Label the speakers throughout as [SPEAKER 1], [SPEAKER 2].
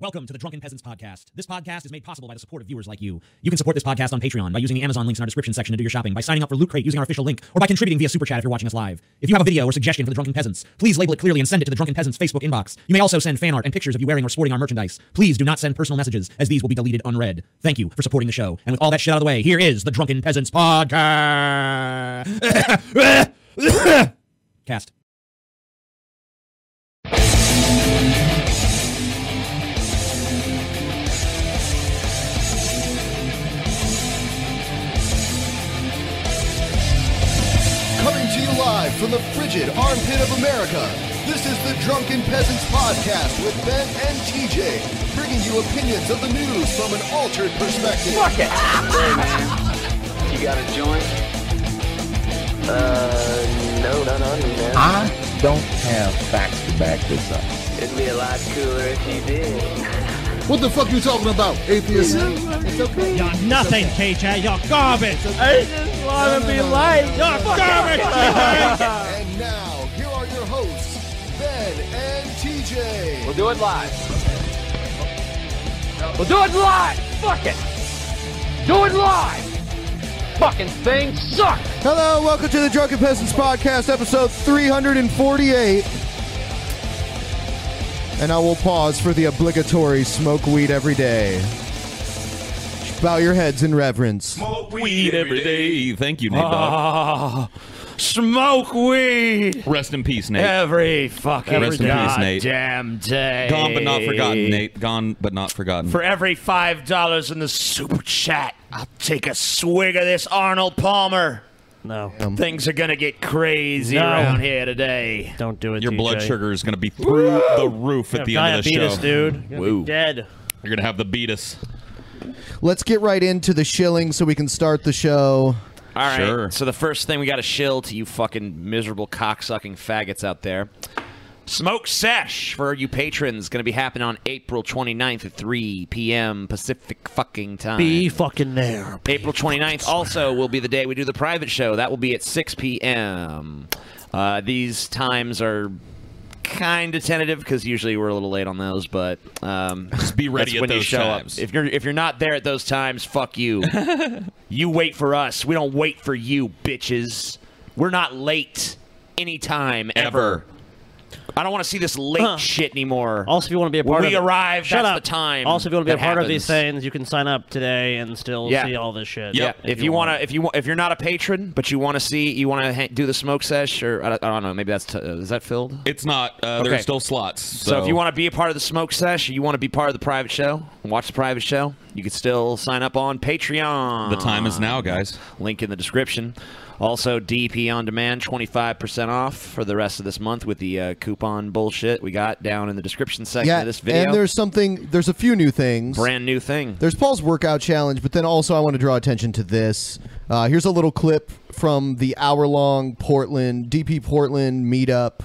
[SPEAKER 1] Welcome to the Drunken Peasants Podcast. This podcast is made possible by the support of viewers like you. You can support this podcast on Patreon by using the Amazon links in our description section to do your shopping, by signing up for Loot Crate using our official link, or by contributing via Super Chat if you're watching us live. If you have a video or suggestion for the Drunken Peasants, please label it clearly and send it to the Drunken Peasants Facebook inbox. You may also send fan art and pictures of you wearing or sporting our merchandise. Please do not send personal messages, as these will be deleted unread. Thank you for supporting the show. And with all that shit out of the way, here is the Drunken Peasants Podcast. Cast.
[SPEAKER 2] Coming to you live from the frigid armpit of America, this is the Drunken Peasants Podcast with Ben and TJ, bringing you opinions of the news from an altered perspective.
[SPEAKER 3] Fuck it. you got a joint? Uh, no, no, no, no.
[SPEAKER 4] I don't have facts to back this up.
[SPEAKER 3] It'd be a lot cooler if you did.
[SPEAKER 2] What the fuck you talking about, atheist? It's okay.
[SPEAKER 5] You're nothing, KJ. You're garbage. I just want to be liked. You're garbage.
[SPEAKER 2] And now, here are your hosts, Ben and TJ.
[SPEAKER 3] We'll do it live. We'll do it live. Fuck it. Do it live. Fucking thing sucks.
[SPEAKER 2] Hello, welcome to the Drunken Peasants Podcast, episode 348. And I will pause for the obligatory smoke weed every day. Bow your heads in reverence.
[SPEAKER 6] weed every day. Thank you, Nate Dogg.
[SPEAKER 5] Oh, smoke weed
[SPEAKER 6] Rest in peace, Nate.
[SPEAKER 5] every fucking
[SPEAKER 6] Rest in peace, Nate.
[SPEAKER 5] goddamn day.
[SPEAKER 6] Gone but not forgotten, Nate. Gone but not forgotten.
[SPEAKER 5] For every five dollars in the super chat, I'll take a swig of this Arnold Palmer.
[SPEAKER 7] No,
[SPEAKER 6] Um,
[SPEAKER 5] Things are gonna get crazy
[SPEAKER 7] No.
[SPEAKER 5] around here today.
[SPEAKER 7] don't do it.
[SPEAKER 6] Your
[SPEAKER 7] TJ.
[SPEAKER 6] blood sugar is going to be through the roof at the end of the
[SPEAKER 7] diabetes,
[SPEAKER 6] show.
[SPEAKER 7] dude. You're gonna be
[SPEAKER 6] Woo.
[SPEAKER 7] Dead.
[SPEAKER 6] You're going to have the beatus.
[SPEAKER 2] Let's get right into the shilling so we can start the show.
[SPEAKER 8] All right.
[SPEAKER 6] Sure.
[SPEAKER 8] So the first thing we got to shill to you fucking miserable cocksucking faggots out there.
[SPEAKER 1] Smoke Sesh for you patrons going to be happening on April 29th at 3 p.m. Pacific fucking time.
[SPEAKER 5] Be fucking there.
[SPEAKER 1] April 29th also will be the day we do the private show. That will be at 6 p.m. Uh, these times are kind of tentative because usually we're a little late on those, but um, just be
[SPEAKER 6] ready at
[SPEAKER 1] when you
[SPEAKER 6] those
[SPEAKER 1] show
[SPEAKER 6] times.
[SPEAKER 1] up. If you're if you're not there at those times, fuck you. you wait for us. We don't wait for you, bitches. We're not late anytime ever. I don't want to see this late shit anymore.
[SPEAKER 5] Also, if you want to be a part
[SPEAKER 1] when
[SPEAKER 5] of
[SPEAKER 1] we
[SPEAKER 5] it-
[SPEAKER 1] arrive,
[SPEAKER 5] Shut
[SPEAKER 1] that's
[SPEAKER 5] up.
[SPEAKER 1] the time.
[SPEAKER 5] Also, if you want to be a
[SPEAKER 1] that
[SPEAKER 5] part of these
[SPEAKER 1] happens.
[SPEAKER 5] things, you can sign up today and still
[SPEAKER 1] Yeah.
[SPEAKER 5] see all this shit.
[SPEAKER 1] Yeah. If, you want to, if you wa- if you're not a patron, but you want to see, you want to ha- do the smoke sesh, or I don't, I don't know, maybe that's t- uh, is that filled?
[SPEAKER 6] It's not. Uh,
[SPEAKER 1] Okay.
[SPEAKER 6] There are still slots.
[SPEAKER 1] So, if you want to be a part of the smoke sesh, or you want to be part of the private show, and watch the private show, you can still sign up on Patreon.
[SPEAKER 6] The time is now, guys.
[SPEAKER 1] Link in the description. Also, DP on demand, 25% off for the rest of this month with the uh, coupon bullshit we got down in the description section
[SPEAKER 2] yeah,
[SPEAKER 1] of this video.
[SPEAKER 2] and there's something. There's a few new things.
[SPEAKER 1] brand new thing.
[SPEAKER 2] There's Paul's workout challenge, but then also I want to draw attention to this. Uh, here's a little clip from the hour long Portland, DP Portland meetup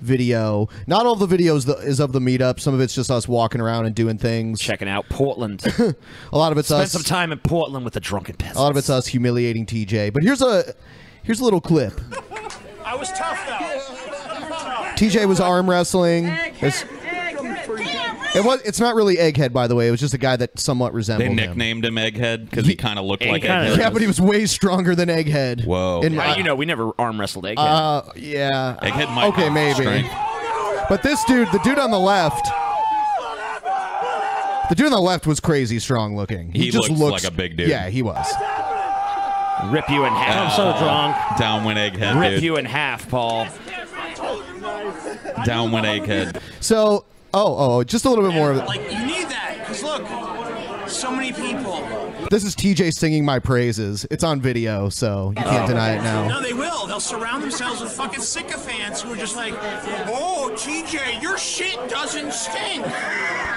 [SPEAKER 2] video. Not all the videos th- is of the meetup. Some of it's just us walking around and doing things.
[SPEAKER 1] Checking out Portland.
[SPEAKER 2] a lot of it's
[SPEAKER 1] Spend
[SPEAKER 2] us. Uh,
[SPEAKER 1] some time in Portland with the drunken peasants.
[SPEAKER 2] a lot of it's us humiliating TJ. But here's a here's a little clip.
[SPEAKER 4] I was tough though.
[SPEAKER 2] TJ was arm wrestling. It's, it was. It's not really Egghead, by the way. It was just a guy that somewhat
[SPEAKER 6] they
[SPEAKER 2] resembled him.
[SPEAKER 6] nicknamed him Egghead because he kind of looked like Egghead.
[SPEAKER 2] yeah, but he was way stronger than Egghead. Whoa. In
[SPEAKER 1] How
[SPEAKER 2] my,
[SPEAKER 1] do you know we never arm wrestled Egghead?
[SPEAKER 2] Uh, yeah.
[SPEAKER 1] Egghead might
[SPEAKER 2] okay,
[SPEAKER 1] have
[SPEAKER 2] maybe.
[SPEAKER 1] strength.
[SPEAKER 2] But this dude, the dude on the left, the dude on the left was crazy strong looking. He,
[SPEAKER 6] He
[SPEAKER 2] just
[SPEAKER 6] looks
[SPEAKER 2] looks
[SPEAKER 6] like a big dude.
[SPEAKER 2] Yeah, he was.
[SPEAKER 1] Rip you in half.
[SPEAKER 6] Uh, Down went Egghead.
[SPEAKER 1] Rip
[SPEAKER 6] dude.
[SPEAKER 1] you in half, Paul.
[SPEAKER 6] Down went Egghead.
[SPEAKER 2] So, oh, oh, just a little bit more. of
[SPEAKER 4] Like you need that because look, so many people.
[SPEAKER 2] This is TJ singing my praises. It's on video, so you
[SPEAKER 6] Oh.
[SPEAKER 2] can't deny it now.
[SPEAKER 4] Oh. No, they will. They'll surround themselves with fucking sycophants who are just like, oh, TJ, your shit doesn't stink.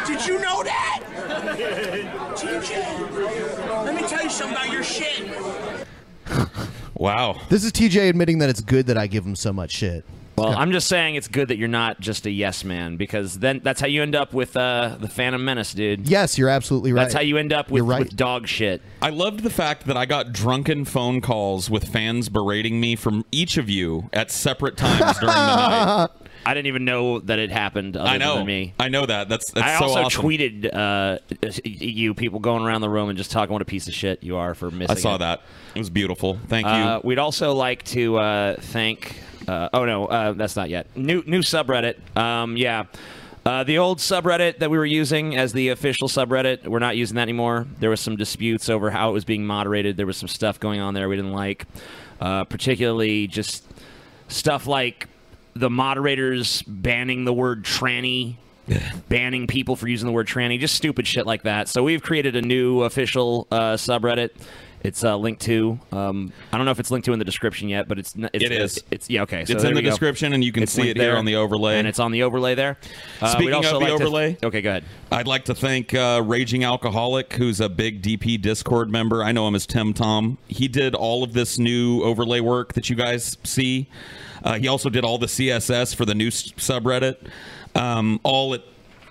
[SPEAKER 4] Did you know that? TJ, let me tell you something about your shit.
[SPEAKER 6] Wow.
[SPEAKER 2] This is TJ admitting that it's good that I give him so much shit.
[SPEAKER 1] Well, I'm just saying it's good that you're not just a yes man because then that's how you end up with uh, the Phantom Menace, dude.
[SPEAKER 2] Yes, you're absolutely right.
[SPEAKER 1] That's how you end up with,
[SPEAKER 2] You're right.
[SPEAKER 1] with dog shit.
[SPEAKER 6] I loved the fact that I got drunken phone calls with fans berating me from each of you at separate times during the night.
[SPEAKER 1] I didn't even know that it happened. Other
[SPEAKER 6] I know.
[SPEAKER 1] Than me.
[SPEAKER 6] I know that. That's that's
[SPEAKER 1] I
[SPEAKER 6] so
[SPEAKER 1] also
[SPEAKER 6] awesome.
[SPEAKER 1] tweeted uh, you people going around the room and just talking what a piece of shit you are for missing.
[SPEAKER 6] I saw
[SPEAKER 1] it.
[SPEAKER 6] that. It was beautiful. Thank you.
[SPEAKER 1] Uh, we'd also like to uh, thank. Uh, oh no, uh, that's not yet. New new subreddit. Um, yeah. Uh, the old subreddit that we were using as the official subreddit, we're not using that anymore. There was some disputes over how it was being moderated. There was some stuff going on there we didn't like, uh, particularly just stuff like the moderators banning the word tranny, banning people for using the word tranny, just stupid shit like that. So we've created a new official uh, subreddit. It's uh, linked to. Um, I don't know if it's linked to in the description yet, but it's, n- it's
[SPEAKER 6] It is.
[SPEAKER 1] It's, yeah okay. So
[SPEAKER 6] It's
[SPEAKER 1] there
[SPEAKER 6] in the
[SPEAKER 1] you go.
[SPEAKER 6] description, and you can
[SPEAKER 1] It's
[SPEAKER 6] see
[SPEAKER 1] linked
[SPEAKER 6] it there on the overlay.
[SPEAKER 1] and it's on the overlay there. Uh, we'd
[SPEAKER 6] Speaking of
[SPEAKER 1] also
[SPEAKER 6] the
[SPEAKER 1] like to-
[SPEAKER 6] overlay,
[SPEAKER 1] okay, go ahead.
[SPEAKER 6] I'd like to thank uh, Raging Alcoholic, who's a big DP Discord member. I know him as Tim Tom. He did all of this new overlay work that you guys see. Uh, he also did all the CSS for the new s- subreddit. Um, all at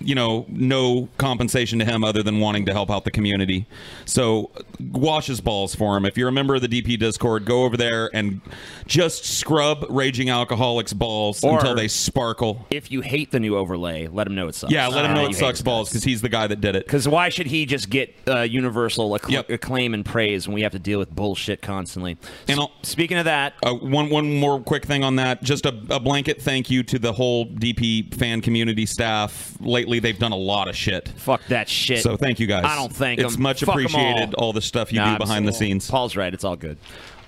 [SPEAKER 6] you know, no compensation to him other than wanting to help out the community. So wash his balls for him. If you're a member of the DP Discord, go over there and just scrub Raging Alcoholic's balls
[SPEAKER 1] Or-
[SPEAKER 6] until they sparkle.
[SPEAKER 1] If you hate the new overlay, let him know it sucks.
[SPEAKER 6] Yeah, let him
[SPEAKER 1] Uh,
[SPEAKER 6] know
[SPEAKER 1] you
[SPEAKER 6] it
[SPEAKER 1] hate
[SPEAKER 6] sucks balls because he's the guy that did it.
[SPEAKER 1] Because why should he just get uh, universal accla- acclaim and praise when we have to deal with bullshit constantly?
[SPEAKER 6] And I'll,
[SPEAKER 1] speaking of that,
[SPEAKER 6] uh, one one more quick thing on that. Just a, a blanket thank you to the whole DP fan community staff. Lately, they've done a lot of shit.
[SPEAKER 1] Fuck that shit.
[SPEAKER 6] So thank you guys.
[SPEAKER 1] I don't thank
[SPEAKER 6] It's
[SPEAKER 1] them.
[SPEAKER 6] much
[SPEAKER 1] Fuck 'em
[SPEAKER 6] appreciated. All. the stuff you
[SPEAKER 1] Nah,
[SPEAKER 6] do behind the
[SPEAKER 1] absolutely.
[SPEAKER 6] scenes.
[SPEAKER 1] Paul's right. It's all good.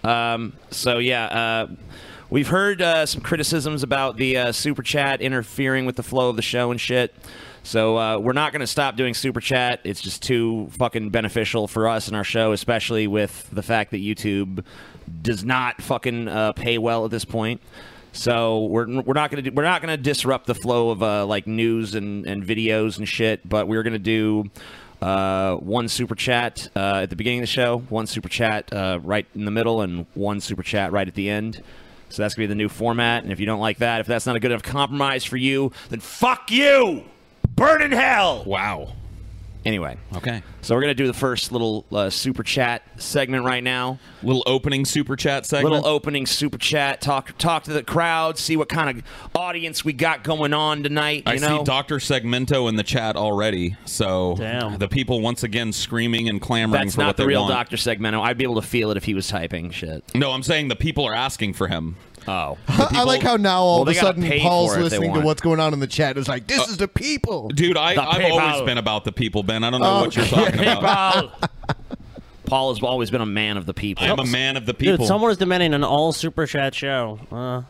[SPEAKER 1] Um, so yeah, uh, we've heard uh, some criticisms about the uh, super chat interfering with the flow of the show and shit. So uh, we're not going to stop doing super chat. It's just too fucking beneficial for us and our show, especially with the fact that YouTube does not fucking uh, pay well at this point. So we're we're not gonna do, we're not gonna disrupt the flow of uh, like news and, and videos and shit, but we're gonna do uh, one super chat uh, at the beginning of the show, one super chat uh, right in the middle, and one super chat right at the end. So that's going to be the new format. And if you don't like that, if that's not a good enough compromise for you, then fuck you! Burn in hell!
[SPEAKER 6] Wow.
[SPEAKER 1] Anyway.
[SPEAKER 6] Okay.
[SPEAKER 1] So we're going to do the first little uh, super chat segment right now.
[SPEAKER 6] Little opening super chat segment.
[SPEAKER 1] Little opening super chat. Talk talk to the crowd, see what kind of audience we got going on tonight. You
[SPEAKER 6] I
[SPEAKER 1] know?
[SPEAKER 6] see Dr. Segmento in the chat already. So the people once again screaming and clamoring
[SPEAKER 1] That's
[SPEAKER 6] for
[SPEAKER 1] not
[SPEAKER 6] what
[SPEAKER 1] the
[SPEAKER 6] they
[SPEAKER 1] real
[SPEAKER 6] want.
[SPEAKER 1] Dr. Segmento. I'd be able to feel it if he was typing shit.
[SPEAKER 6] No, I'm saying the people are asking for him.
[SPEAKER 1] Oh.
[SPEAKER 9] I like how now all of a sudden Paul's listening to
[SPEAKER 6] what.
[SPEAKER 9] what's going on in the chat. It's
[SPEAKER 1] Uh,
[SPEAKER 9] like, this is the people.
[SPEAKER 6] Dude, I,
[SPEAKER 9] The
[SPEAKER 6] I've always
[SPEAKER 9] PayPal.
[SPEAKER 6] been about the people, Ben. I don't know
[SPEAKER 9] Oh.
[SPEAKER 6] what you're
[SPEAKER 1] Okay.
[SPEAKER 6] talking about.
[SPEAKER 1] Oh. Paul has always been a man of the people.
[SPEAKER 6] I'm a man of the
[SPEAKER 5] Dude, someone's demanding an all super chat show. Uh,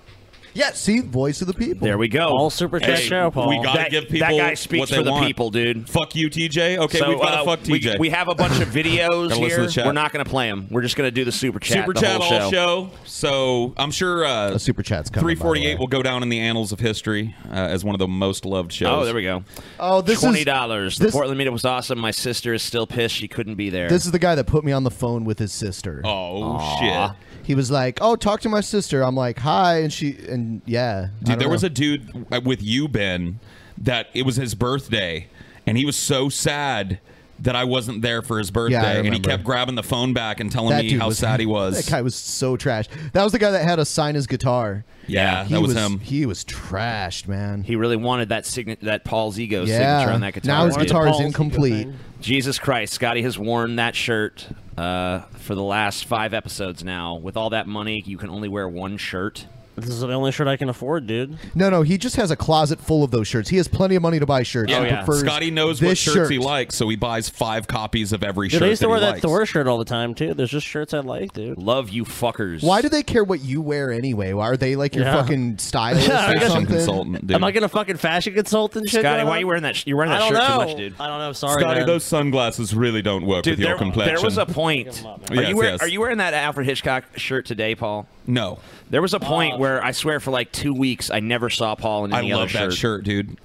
[SPEAKER 9] yeah, see, voice of the people.
[SPEAKER 1] There we go.
[SPEAKER 5] All super chat
[SPEAKER 1] Hey,
[SPEAKER 5] show, Paul.
[SPEAKER 1] We gotta give people
[SPEAKER 6] people
[SPEAKER 1] that guy speaks
[SPEAKER 6] what they
[SPEAKER 1] for the
[SPEAKER 6] want.
[SPEAKER 1] people, dude.
[SPEAKER 6] Fuck you, TJ. Okay,
[SPEAKER 1] So,
[SPEAKER 6] we've got to
[SPEAKER 1] uh,
[SPEAKER 6] fuck
[SPEAKER 1] we-
[SPEAKER 6] TJ.
[SPEAKER 1] We, have a bunch of videos
[SPEAKER 6] Gotta listen to
[SPEAKER 1] here.
[SPEAKER 6] the chat.
[SPEAKER 1] We're not going to play them. We're just going to do the super chat.
[SPEAKER 6] super
[SPEAKER 1] the
[SPEAKER 6] chat
[SPEAKER 1] whole
[SPEAKER 6] all show. So I'm sure uh,
[SPEAKER 9] a super chat's coming. by the
[SPEAKER 6] 348 will go down in the annals of history uh, as one of the most loved shows.
[SPEAKER 1] Oh, there we go.
[SPEAKER 9] Oh, this is-
[SPEAKER 1] twenty dollars. The
[SPEAKER 9] this-
[SPEAKER 1] Portland meetup was awesome. My sister is still pissed she couldn't be there.
[SPEAKER 9] This is the guy that put me on the phone with his sister.
[SPEAKER 1] Oh
[SPEAKER 9] He was like, "Oh, talk to my sister." I'm like, "Hi," and she and yeah. I
[SPEAKER 6] Dude,
[SPEAKER 9] don't
[SPEAKER 6] there was
[SPEAKER 9] know.
[SPEAKER 6] a dude uh, with you, Ben, that it was his birthday, and he was so sad that I wasn't there for his birthday, and he
[SPEAKER 9] remember.
[SPEAKER 6] kept grabbing the phone back and telling
[SPEAKER 9] that
[SPEAKER 6] me
[SPEAKER 9] dude
[SPEAKER 6] how
[SPEAKER 9] was,
[SPEAKER 6] sad he was.
[SPEAKER 9] That guy was so trash. That was the guy that had us sign his guitar.
[SPEAKER 6] yeah,
[SPEAKER 9] He
[SPEAKER 6] that was, him.
[SPEAKER 9] He was trashed, man.
[SPEAKER 1] He really wanted that sign- that Paul's ego
[SPEAKER 9] Yeah.
[SPEAKER 1] signature on that guitar.
[SPEAKER 9] Now his
[SPEAKER 1] dude.
[SPEAKER 9] guitar is incomplete.
[SPEAKER 1] Jesus Christ, Scotty has worn that shirt uh, for the last five episodes now. With all that money, you can only wear one shirt.
[SPEAKER 5] this is the only shirt I can afford, dude.
[SPEAKER 9] No, no, he just has a closet full of those shirts. He has plenty of money to buy shirts.
[SPEAKER 5] Oh,
[SPEAKER 6] Yeah,
[SPEAKER 9] He prefers
[SPEAKER 6] Scotty knows
[SPEAKER 9] this
[SPEAKER 6] what shirts
[SPEAKER 9] shirt.
[SPEAKER 6] he likes, so he buys five copies of every
[SPEAKER 5] Dude,
[SPEAKER 6] shirt.
[SPEAKER 5] I used to
[SPEAKER 6] that
[SPEAKER 5] wear
[SPEAKER 6] he
[SPEAKER 5] that
[SPEAKER 6] likes.
[SPEAKER 5] Thor shirt all the time too. There's just shirts I like, dude.
[SPEAKER 1] Love you fuckers.
[SPEAKER 9] Why do they care what you wear anyway? Why are they like your
[SPEAKER 5] Yeah.
[SPEAKER 9] fucking stylist
[SPEAKER 5] Yeah, I
[SPEAKER 9] or
[SPEAKER 5] guess-
[SPEAKER 9] something?
[SPEAKER 6] Consultant, dude.
[SPEAKER 5] Am I gonna fucking fashion consultant shit?
[SPEAKER 1] Scotty,
[SPEAKER 5] going
[SPEAKER 1] why
[SPEAKER 5] on?
[SPEAKER 1] you wearing that? Sh- you're wearing
[SPEAKER 5] I
[SPEAKER 1] that
[SPEAKER 5] don't
[SPEAKER 1] shirt too
[SPEAKER 5] know.
[SPEAKER 1] much, dude.
[SPEAKER 5] I don't know. Sorry,
[SPEAKER 6] Scotty,
[SPEAKER 5] man.
[SPEAKER 6] those sunglasses really don't work
[SPEAKER 1] Dude,
[SPEAKER 6] with your
[SPEAKER 1] there,
[SPEAKER 6] complexion.
[SPEAKER 1] there was a point. Are
[SPEAKER 6] Yes,
[SPEAKER 1] you, wear,
[SPEAKER 6] yes.
[SPEAKER 1] are you wearing that Alfred Hitchcock shirt today, Paul?
[SPEAKER 6] No.
[SPEAKER 1] There was a point where I swear for like two weeks I never saw Paul in
[SPEAKER 6] I
[SPEAKER 1] any other
[SPEAKER 6] love
[SPEAKER 1] shirt.
[SPEAKER 6] that shirt, dude.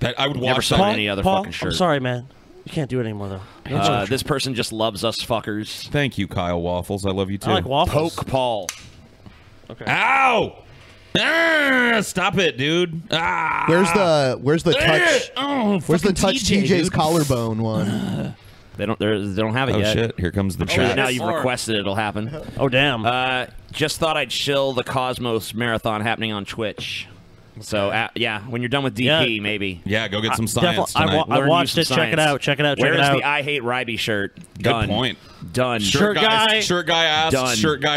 [SPEAKER 6] That I would
[SPEAKER 1] Never
[SPEAKER 6] watch
[SPEAKER 1] saw
[SPEAKER 6] that.
[SPEAKER 1] any other
[SPEAKER 5] Paul,
[SPEAKER 1] fucking shirt.
[SPEAKER 5] I'm sorry, man. You can't do it anymore though. No
[SPEAKER 1] Uh,
[SPEAKER 5] joke.
[SPEAKER 1] this person just loves us fuckers.
[SPEAKER 6] Thank you, Kyle Waffles. I love you too.
[SPEAKER 5] I like waffles.
[SPEAKER 1] Poke Paul.
[SPEAKER 5] Okay.
[SPEAKER 6] Ow! Ah, stop it, dude. Ah.
[SPEAKER 9] Where's the where's the touch?
[SPEAKER 6] Oh,
[SPEAKER 9] where's the
[SPEAKER 6] fucking
[SPEAKER 9] touch
[SPEAKER 6] TJ,
[SPEAKER 9] TJ's
[SPEAKER 6] dude.
[SPEAKER 9] collarbone one?
[SPEAKER 1] They don't. they're- They don't have it
[SPEAKER 6] Oh
[SPEAKER 1] yet.
[SPEAKER 6] shit! Here comes the
[SPEAKER 1] Oh,
[SPEAKER 6] chat.
[SPEAKER 1] Now you've requested it, it'll happen.
[SPEAKER 5] Oh damn.
[SPEAKER 1] Uh, just thought I'd shill the Cosmos Marathon happening on Twitch. So uh, yeah, when you're done with DP,
[SPEAKER 5] Yeah.
[SPEAKER 1] maybe.
[SPEAKER 6] Yeah, go get some
[SPEAKER 5] Definitely-
[SPEAKER 6] science
[SPEAKER 5] I,
[SPEAKER 6] tonight.
[SPEAKER 5] wa- I
[SPEAKER 1] Learn
[SPEAKER 5] watched it.
[SPEAKER 1] you some
[SPEAKER 5] Check it
[SPEAKER 1] science.
[SPEAKER 5] out. Check it out. Check
[SPEAKER 1] Where's
[SPEAKER 5] it out.
[SPEAKER 1] the I hate Ryby shirt?
[SPEAKER 6] Good
[SPEAKER 1] Done.
[SPEAKER 6] point.
[SPEAKER 1] Done.
[SPEAKER 6] Shirt
[SPEAKER 5] guy.
[SPEAKER 6] Shirt guy asks.
[SPEAKER 1] Done.
[SPEAKER 6] Shirt guy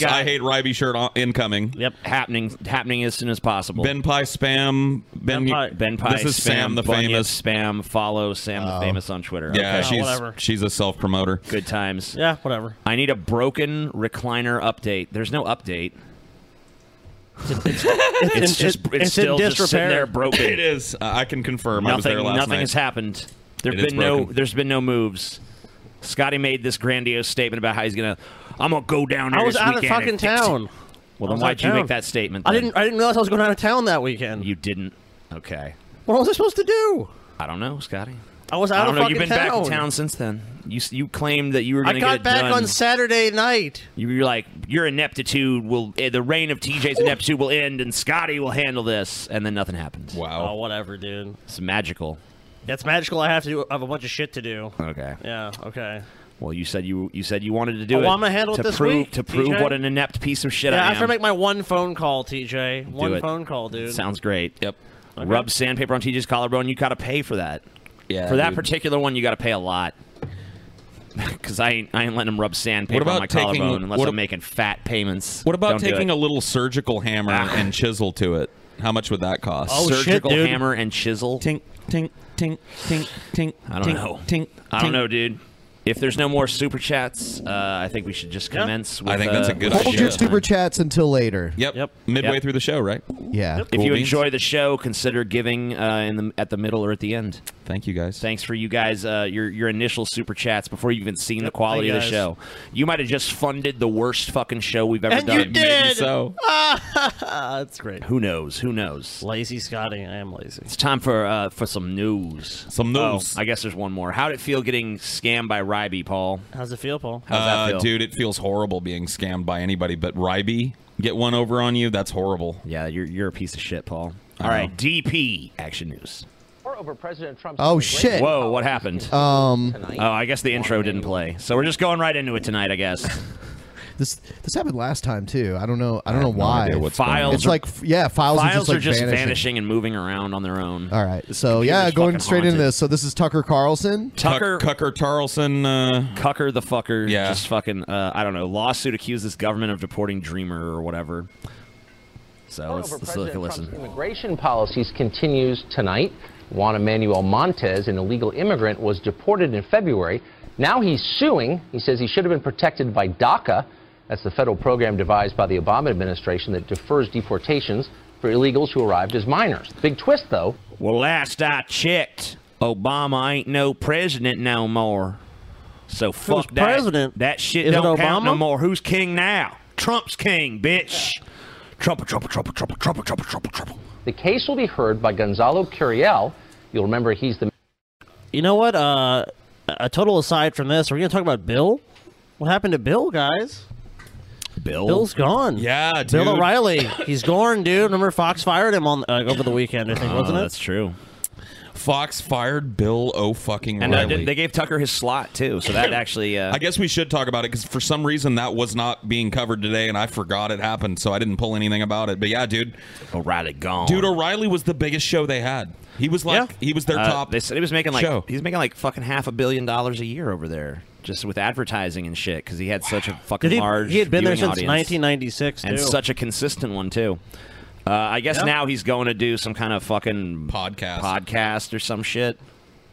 [SPEAKER 1] Shirt guy.
[SPEAKER 6] I hate Ryby shirt on, incoming.
[SPEAKER 5] Yep.
[SPEAKER 1] happening happening as soon as possible.
[SPEAKER 6] Ben Pie spam. Ben,
[SPEAKER 5] Ben Pie-
[SPEAKER 1] Ben Pie
[SPEAKER 6] This is
[SPEAKER 1] spam,
[SPEAKER 6] Sam the
[SPEAKER 1] Bunyip
[SPEAKER 6] famous.
[SPEAKER 1] spam. Follow Sam the famous on Twitter.
[SPEAKER 6] Yeah,
[SPEAKER 1] Okay.
[SPEAKER 5] Oh,
[SPEAKER 6] she's
[SPEAKER 5] whatever.
[SPEAKER 6] she's a self promoter.
[SPEAKER 1] Good times.
[SPEAKER 5] Yeah. Whatever.
[SPEAKER 1] I need a broken recliner update. There's no update. It's,
[SPEAKER 5] in-
[SPEAKER 1] just
[SPEAKER 5] it-
[SPEAKER 1] it's,
[SPEAKER 5] it's in
[SPEAKER 1] still just sitting
[SPEAKER 5] disrepair.
[SPEAKER 1] there broken.
[SPEAKER 6] It is. Uh, I can confirm. I was
[SPEAKER 1] nothing
[SPEAKER 6] there last
[SPEAKER 1] nothing
[SPEAKER 6] night.
[SPEAKER 1] has happened. There've
[SPEAKER 6] It is
[SPEAKER 1] been no
[SPEAKER 6] broken.
[SPEAKER 1] there's been no moves. Scotty made this grandiose statement about how he's gonna I'm gonna go down there.
[SPEAKER 5] I was
[SPEAKER 1] this
[SPEAKER 5] out of
[SPEAKER 1] weekend
[SPEAKER 5] fucking
[SPEAKER 1] and fix it."
[SPEAKER 5] town. I
[SPEAKER 1] Well then
[SPEAKER 5] was
[SPEAKER 1] why'd
[SPEAKER 5] out
[SPEAKER 1] you
[SPEAKER 5] of
[SPEAKER 1] make
[SPEAKER 5] town.
[SPEAKER 1] that statement?
[SPEAKER 5] I
[SPEAKER 1] then?
[SPEAKER 5] didn't. I didn't realize I was going out of town that weekend.
[SPEAKER 1] you didn't okay.
[SPEAKER 5] What was I supposed to do?
[SPEAKER 1] I don't know, Scotty.
[SPEAKER 5] I was out
[SPEAKER 1] I don't
[SPEAKER 5] of
[SPEAKER 1] know.
[SPEAKER 5] fucking
[SPEAKER 1] You've been
[SPEAKER 5] town.
[SPEAKER 1] back in town since then. You s- you claimed that you were
[SPEAKER 5] I
[SPEAKER 1] gonna
[SPEAKER 5] got
[SPEAKER 1] get it
[SPEAKER 5] back
[SPEAKER 1] done.
[SPEAKER 5] on Saturday night.
[SPEAKER 1] You were like, your ineptitude will, eh, the reign of TJ's ineptitude will end, and Scotty will handle this, and then nothing happens.
[SPEAKER 5] Oh,
[SPEAKER 6] Wow.
[SPEAKER 5] whatever, dude.
[SPEAKER 1] It's magical.
[SPEAKER 5] That's magical. I have to do. I have a bunch of shit to do.
[SPEAKER 1] Okay.
[SPEAKER 5] Yeah. Okay.
[SPEAKER 1] Well, you said you you said you wanted to do
[SPEAKER 5] Oh,
[SPEAKER 1] it.
[SPEAKER 5] well, I'm gonna handle
[SPEAKER 1] to
[SPEAKER 5] it this
[SPEAKER 1] prove,
[SPEAKER 5] week,
[SPEAKER 1] To prove
[SPEAKER 5] TJ.
[SPEAKER 1] what an inept piece of shit
[SPEAKER 5] yeah.
[SPEAKER 1] I
[SPEAKER 5] I
[SPEAKER 1] am.
[SPEAKER 5] have to make my one phone call, TJ. One
[SPEAKER 1] it.
[SPEAKER 5] phone call, dude.
[SPEAKER 1] Sounds great. Yep. Rub sandpaper on TJ's collarbone. You got to pay for that.
[SPEAKER 6] Yeah.
[SPEAKER 1] for that
[SPEAKER 6] dude.
[SPEAKER 1] particular one, you got to pay a lot. Because I ain't, I ain't letting him rub sandpaper
[SPEAKER 6] What about
[SPEAKER 1] on my
[SPEAKER 6] taking-
[SPEAKER 1] collarbone unless
[SPEAKER 6] what
[SPEAKER 1] I'm
[SPEAKER 6] ab-
[SPEAKER 1] making fat payments.
[SPEAKER 6] What about
[SPEAKER 1] Don't do
[SPEAKER 6] taking
[SPEAKER 1] it. Ah.
[SPEAKER 6] a little surgical hammer and chisel to it? How much would that cost?
[SPEAKER 5] Oh, shit,
[SPEAKER 1] surgical
[SPEAKER 5] dude.
[SPEAKER 1] hammer and chisel?
[SPEAKER 6] Tink, tink, tink, tink, tink.
[SPEAKER 1] I don't
[SPEAKER 6] tink,
[SPEAKER 1] know.
[SPEAKER 6] Tink,
[SPEAKER 1] I don't
[SPEAKER 6] tink.
[SPEAKER 1] know, dude. If there's no more super chats, uh, I think we should just commence. With,
[SPEAKER 6] I think that's
[SPEAKER 1] uh,
[SPEAKER 6] a good
[SPEAKER 1] with
[SPEAKER 6] idea.
[SPEAKER 9] Hold your
[SPEAKER 1] show.
[SPEAKER 9] super chats until later.
[SPEAKER 6] Yep.
[SPEAKER 5] Yep.
[SPEAKER 6] Midway
[SPEAKER 1] Yep.
[SPEAKER 6] through the show, right?
[SPEAKER 9] Yeah.
[SPEAKER 1] If
[SPEAKER 6] Cool
[SPEAKER 1] you
[SPEAKER 6] beans.
[SPEAKER 1] enjoy the show, consider giving uh, in the at the middle or at the end.
[SPEAKER 6] Thank you guys.
[SPEAKER 1] Thanks for you guys uh, your your initial super chats before you've even seen the quality of the
[SPEAKER 5] guys.
[SPEAKER 1] show. You might have just funded the worst fucking show we've ever
[SPEAKER 5] And
[SPEAKER 1] done.
[SPEAKER 5] you
[SPEAKER 6] Maybe
[SPEAKER 5] did.
[SPEAKER 6] so.
[SPEAKER 5] Ah, that's great.
[SPEAKER 1] Who knows? Who knows?
[SPEAKER 5] Lazy Scotty. I am lazy.
[SPEAKER 1] It's time for uh, for some news.
[SPEAKER 6] Some news.
[SPEAKER 1] Oh, I guess there's one more. How'd it feel getting scammed by Ryby, Paul?
[SPEAKER 5] How's it feel, Paul?
[SPEAKER 1] How's that
[SPEAKER 6] Uh,
[SPEAKER 1] feel?
[SPEAKER 6] dude, it feels horrible being scammed by anybody but Ryby. get one over on you. That's horrible.
[SPEAKER 1] Yeah, you're you're a piece of shit, Paul.
[SPEAKER 6] I
[SPEAKER 1] All right, DP Action News.
[SPEAKER 10] over President Trump's
[SPEAKER 1] Oh
[SPEAKER 10] shit.
[SPEAKER 1] Whoa, what happened?
[SPEAKER 10] Um.
[SPEAKER 1] Oh, I guess the intro didn't play, so we're just going right into it tonight, I guess.
[SPEAKER 2] This this happened last time too. I don't know. I don't know
[SPEAKER 1] no
[SPEAKER 2] why.
[SPEAKER 1] idea what's going Files on.
[SPEAKER 2] It's like yeah, files, are just, like,
[SPEAKER 1] vanishing.
[SPEAKER 2] vanishing.
[SPEAKER 1] and moving around on their
[SPEAKER 6] Uh,
[SPEAKER 1] own.
[SPEAKER 2] All right. So yeah,
[SPEAKER 1] computer's
[SPEAKER 2] going
[SPEAKER 1] fucking
[SPEAKER 2] straight into this. So this is Tucker Carlson.
[SPEAKER 1] Tucker
[SPEAKER 6] Cucker Tarlson, uh,
[SPEAKER 1] Cucker the fucker, yeah. just fucking uh, I don't know. Lawsuit accuses government of deporting Dreamer or whatever. So let's, let's take a listen.
[SPEAKER 10] Immigration policies continues tonight. Juan Emmanuel Montez, an illegal immigrant, was deported in February. Now he's suing. He says he should have been protected by DACA. That's the federal program devised by the Obama administration that defers deportations for illegals who arrived as minors. Big twist, though.
[SPEAKER 1] Well, last I checked, Obama ain't no president no more. So
[SPEAKER 5] was
[SPEAKER 1] fuck that.
[SPEAKER 5] president?
[SPEAKER 1] That shit
[SPEAKER 5] Is it
[SPEAKER 1] don't count no
[SPEAKER 5] Obama?
[SPEAKER 1] more. Who's king now? Trump's king, bitch. Trumpa, Trumpa, Trumpa, Trumpa, Trumpa, Trumpa, Trumpa, Trumpa.
[SPEAKER 10] The case will be heard by Gonzalo Curiel. You'll remember he's the
[SPEAKER 5] You know what? Uh, a total aside from this, we're gonna talk about Bill. What happened to Bill, guys?
[SPEAKER 1] Bill.
[SPEAKER 5] Bill's gone.
[SPEAKER 6] Yeah, dude.
[SPEAKER 5] Bill O'Reilly. He's gone, dude. Remember Fox fired him on uh, over the weekend, I think,
[SPEAKER 6] Oh,
[SPEAKER 5] wasn't it?
[SPEAKER 6] that's
[SPEAKER 1] true.
[SPEAKER 6] Fox fired Bill O fucking
[SPEAKER 1] And uh,
[SPEAKER 6] Riley.
[SPEAKER 1] they they gave Tucker his slot too, so that actually. Uh,
[SPEAKER 6] I guess we should talk about it because for some reason that was not being covered today, and I forgot it happened, so I didn't pull anything about it. But yeah, dude,
[SPEAKER 1] O'Reilly gone.
[SPEAKER 6] Dude, O'Reilly was the biggest show they had. He was like, he was their
[SPEAKER 1] Uh,
[SPEAKER 6] top.
[SPEAKER 1] They said he was making like
[SPEAKER 6] show.
[SPEAKER 1] he was making like fucking half a billion dollars a year over there, just with advertising and shit, because he had such a fucking
[SPEAKER 5] Did he-
[SPEAKER 1] large.
[SPEAKER 5] he had been there
[SPEAKER 1] viewing
[SPEAKER 5] since
[SPEAKER 1] audience.
[SPEAKER 5] 1996,
[SPEAKER 1] and
[SPEAKER 5] too.
[SPEAKER 1] such a consistent one too. Uh, I guess
[SPEAKER 5] Yeah.
[SPEAKER 1] now he's going to do some kind of fucking podcast, podcast or some shit.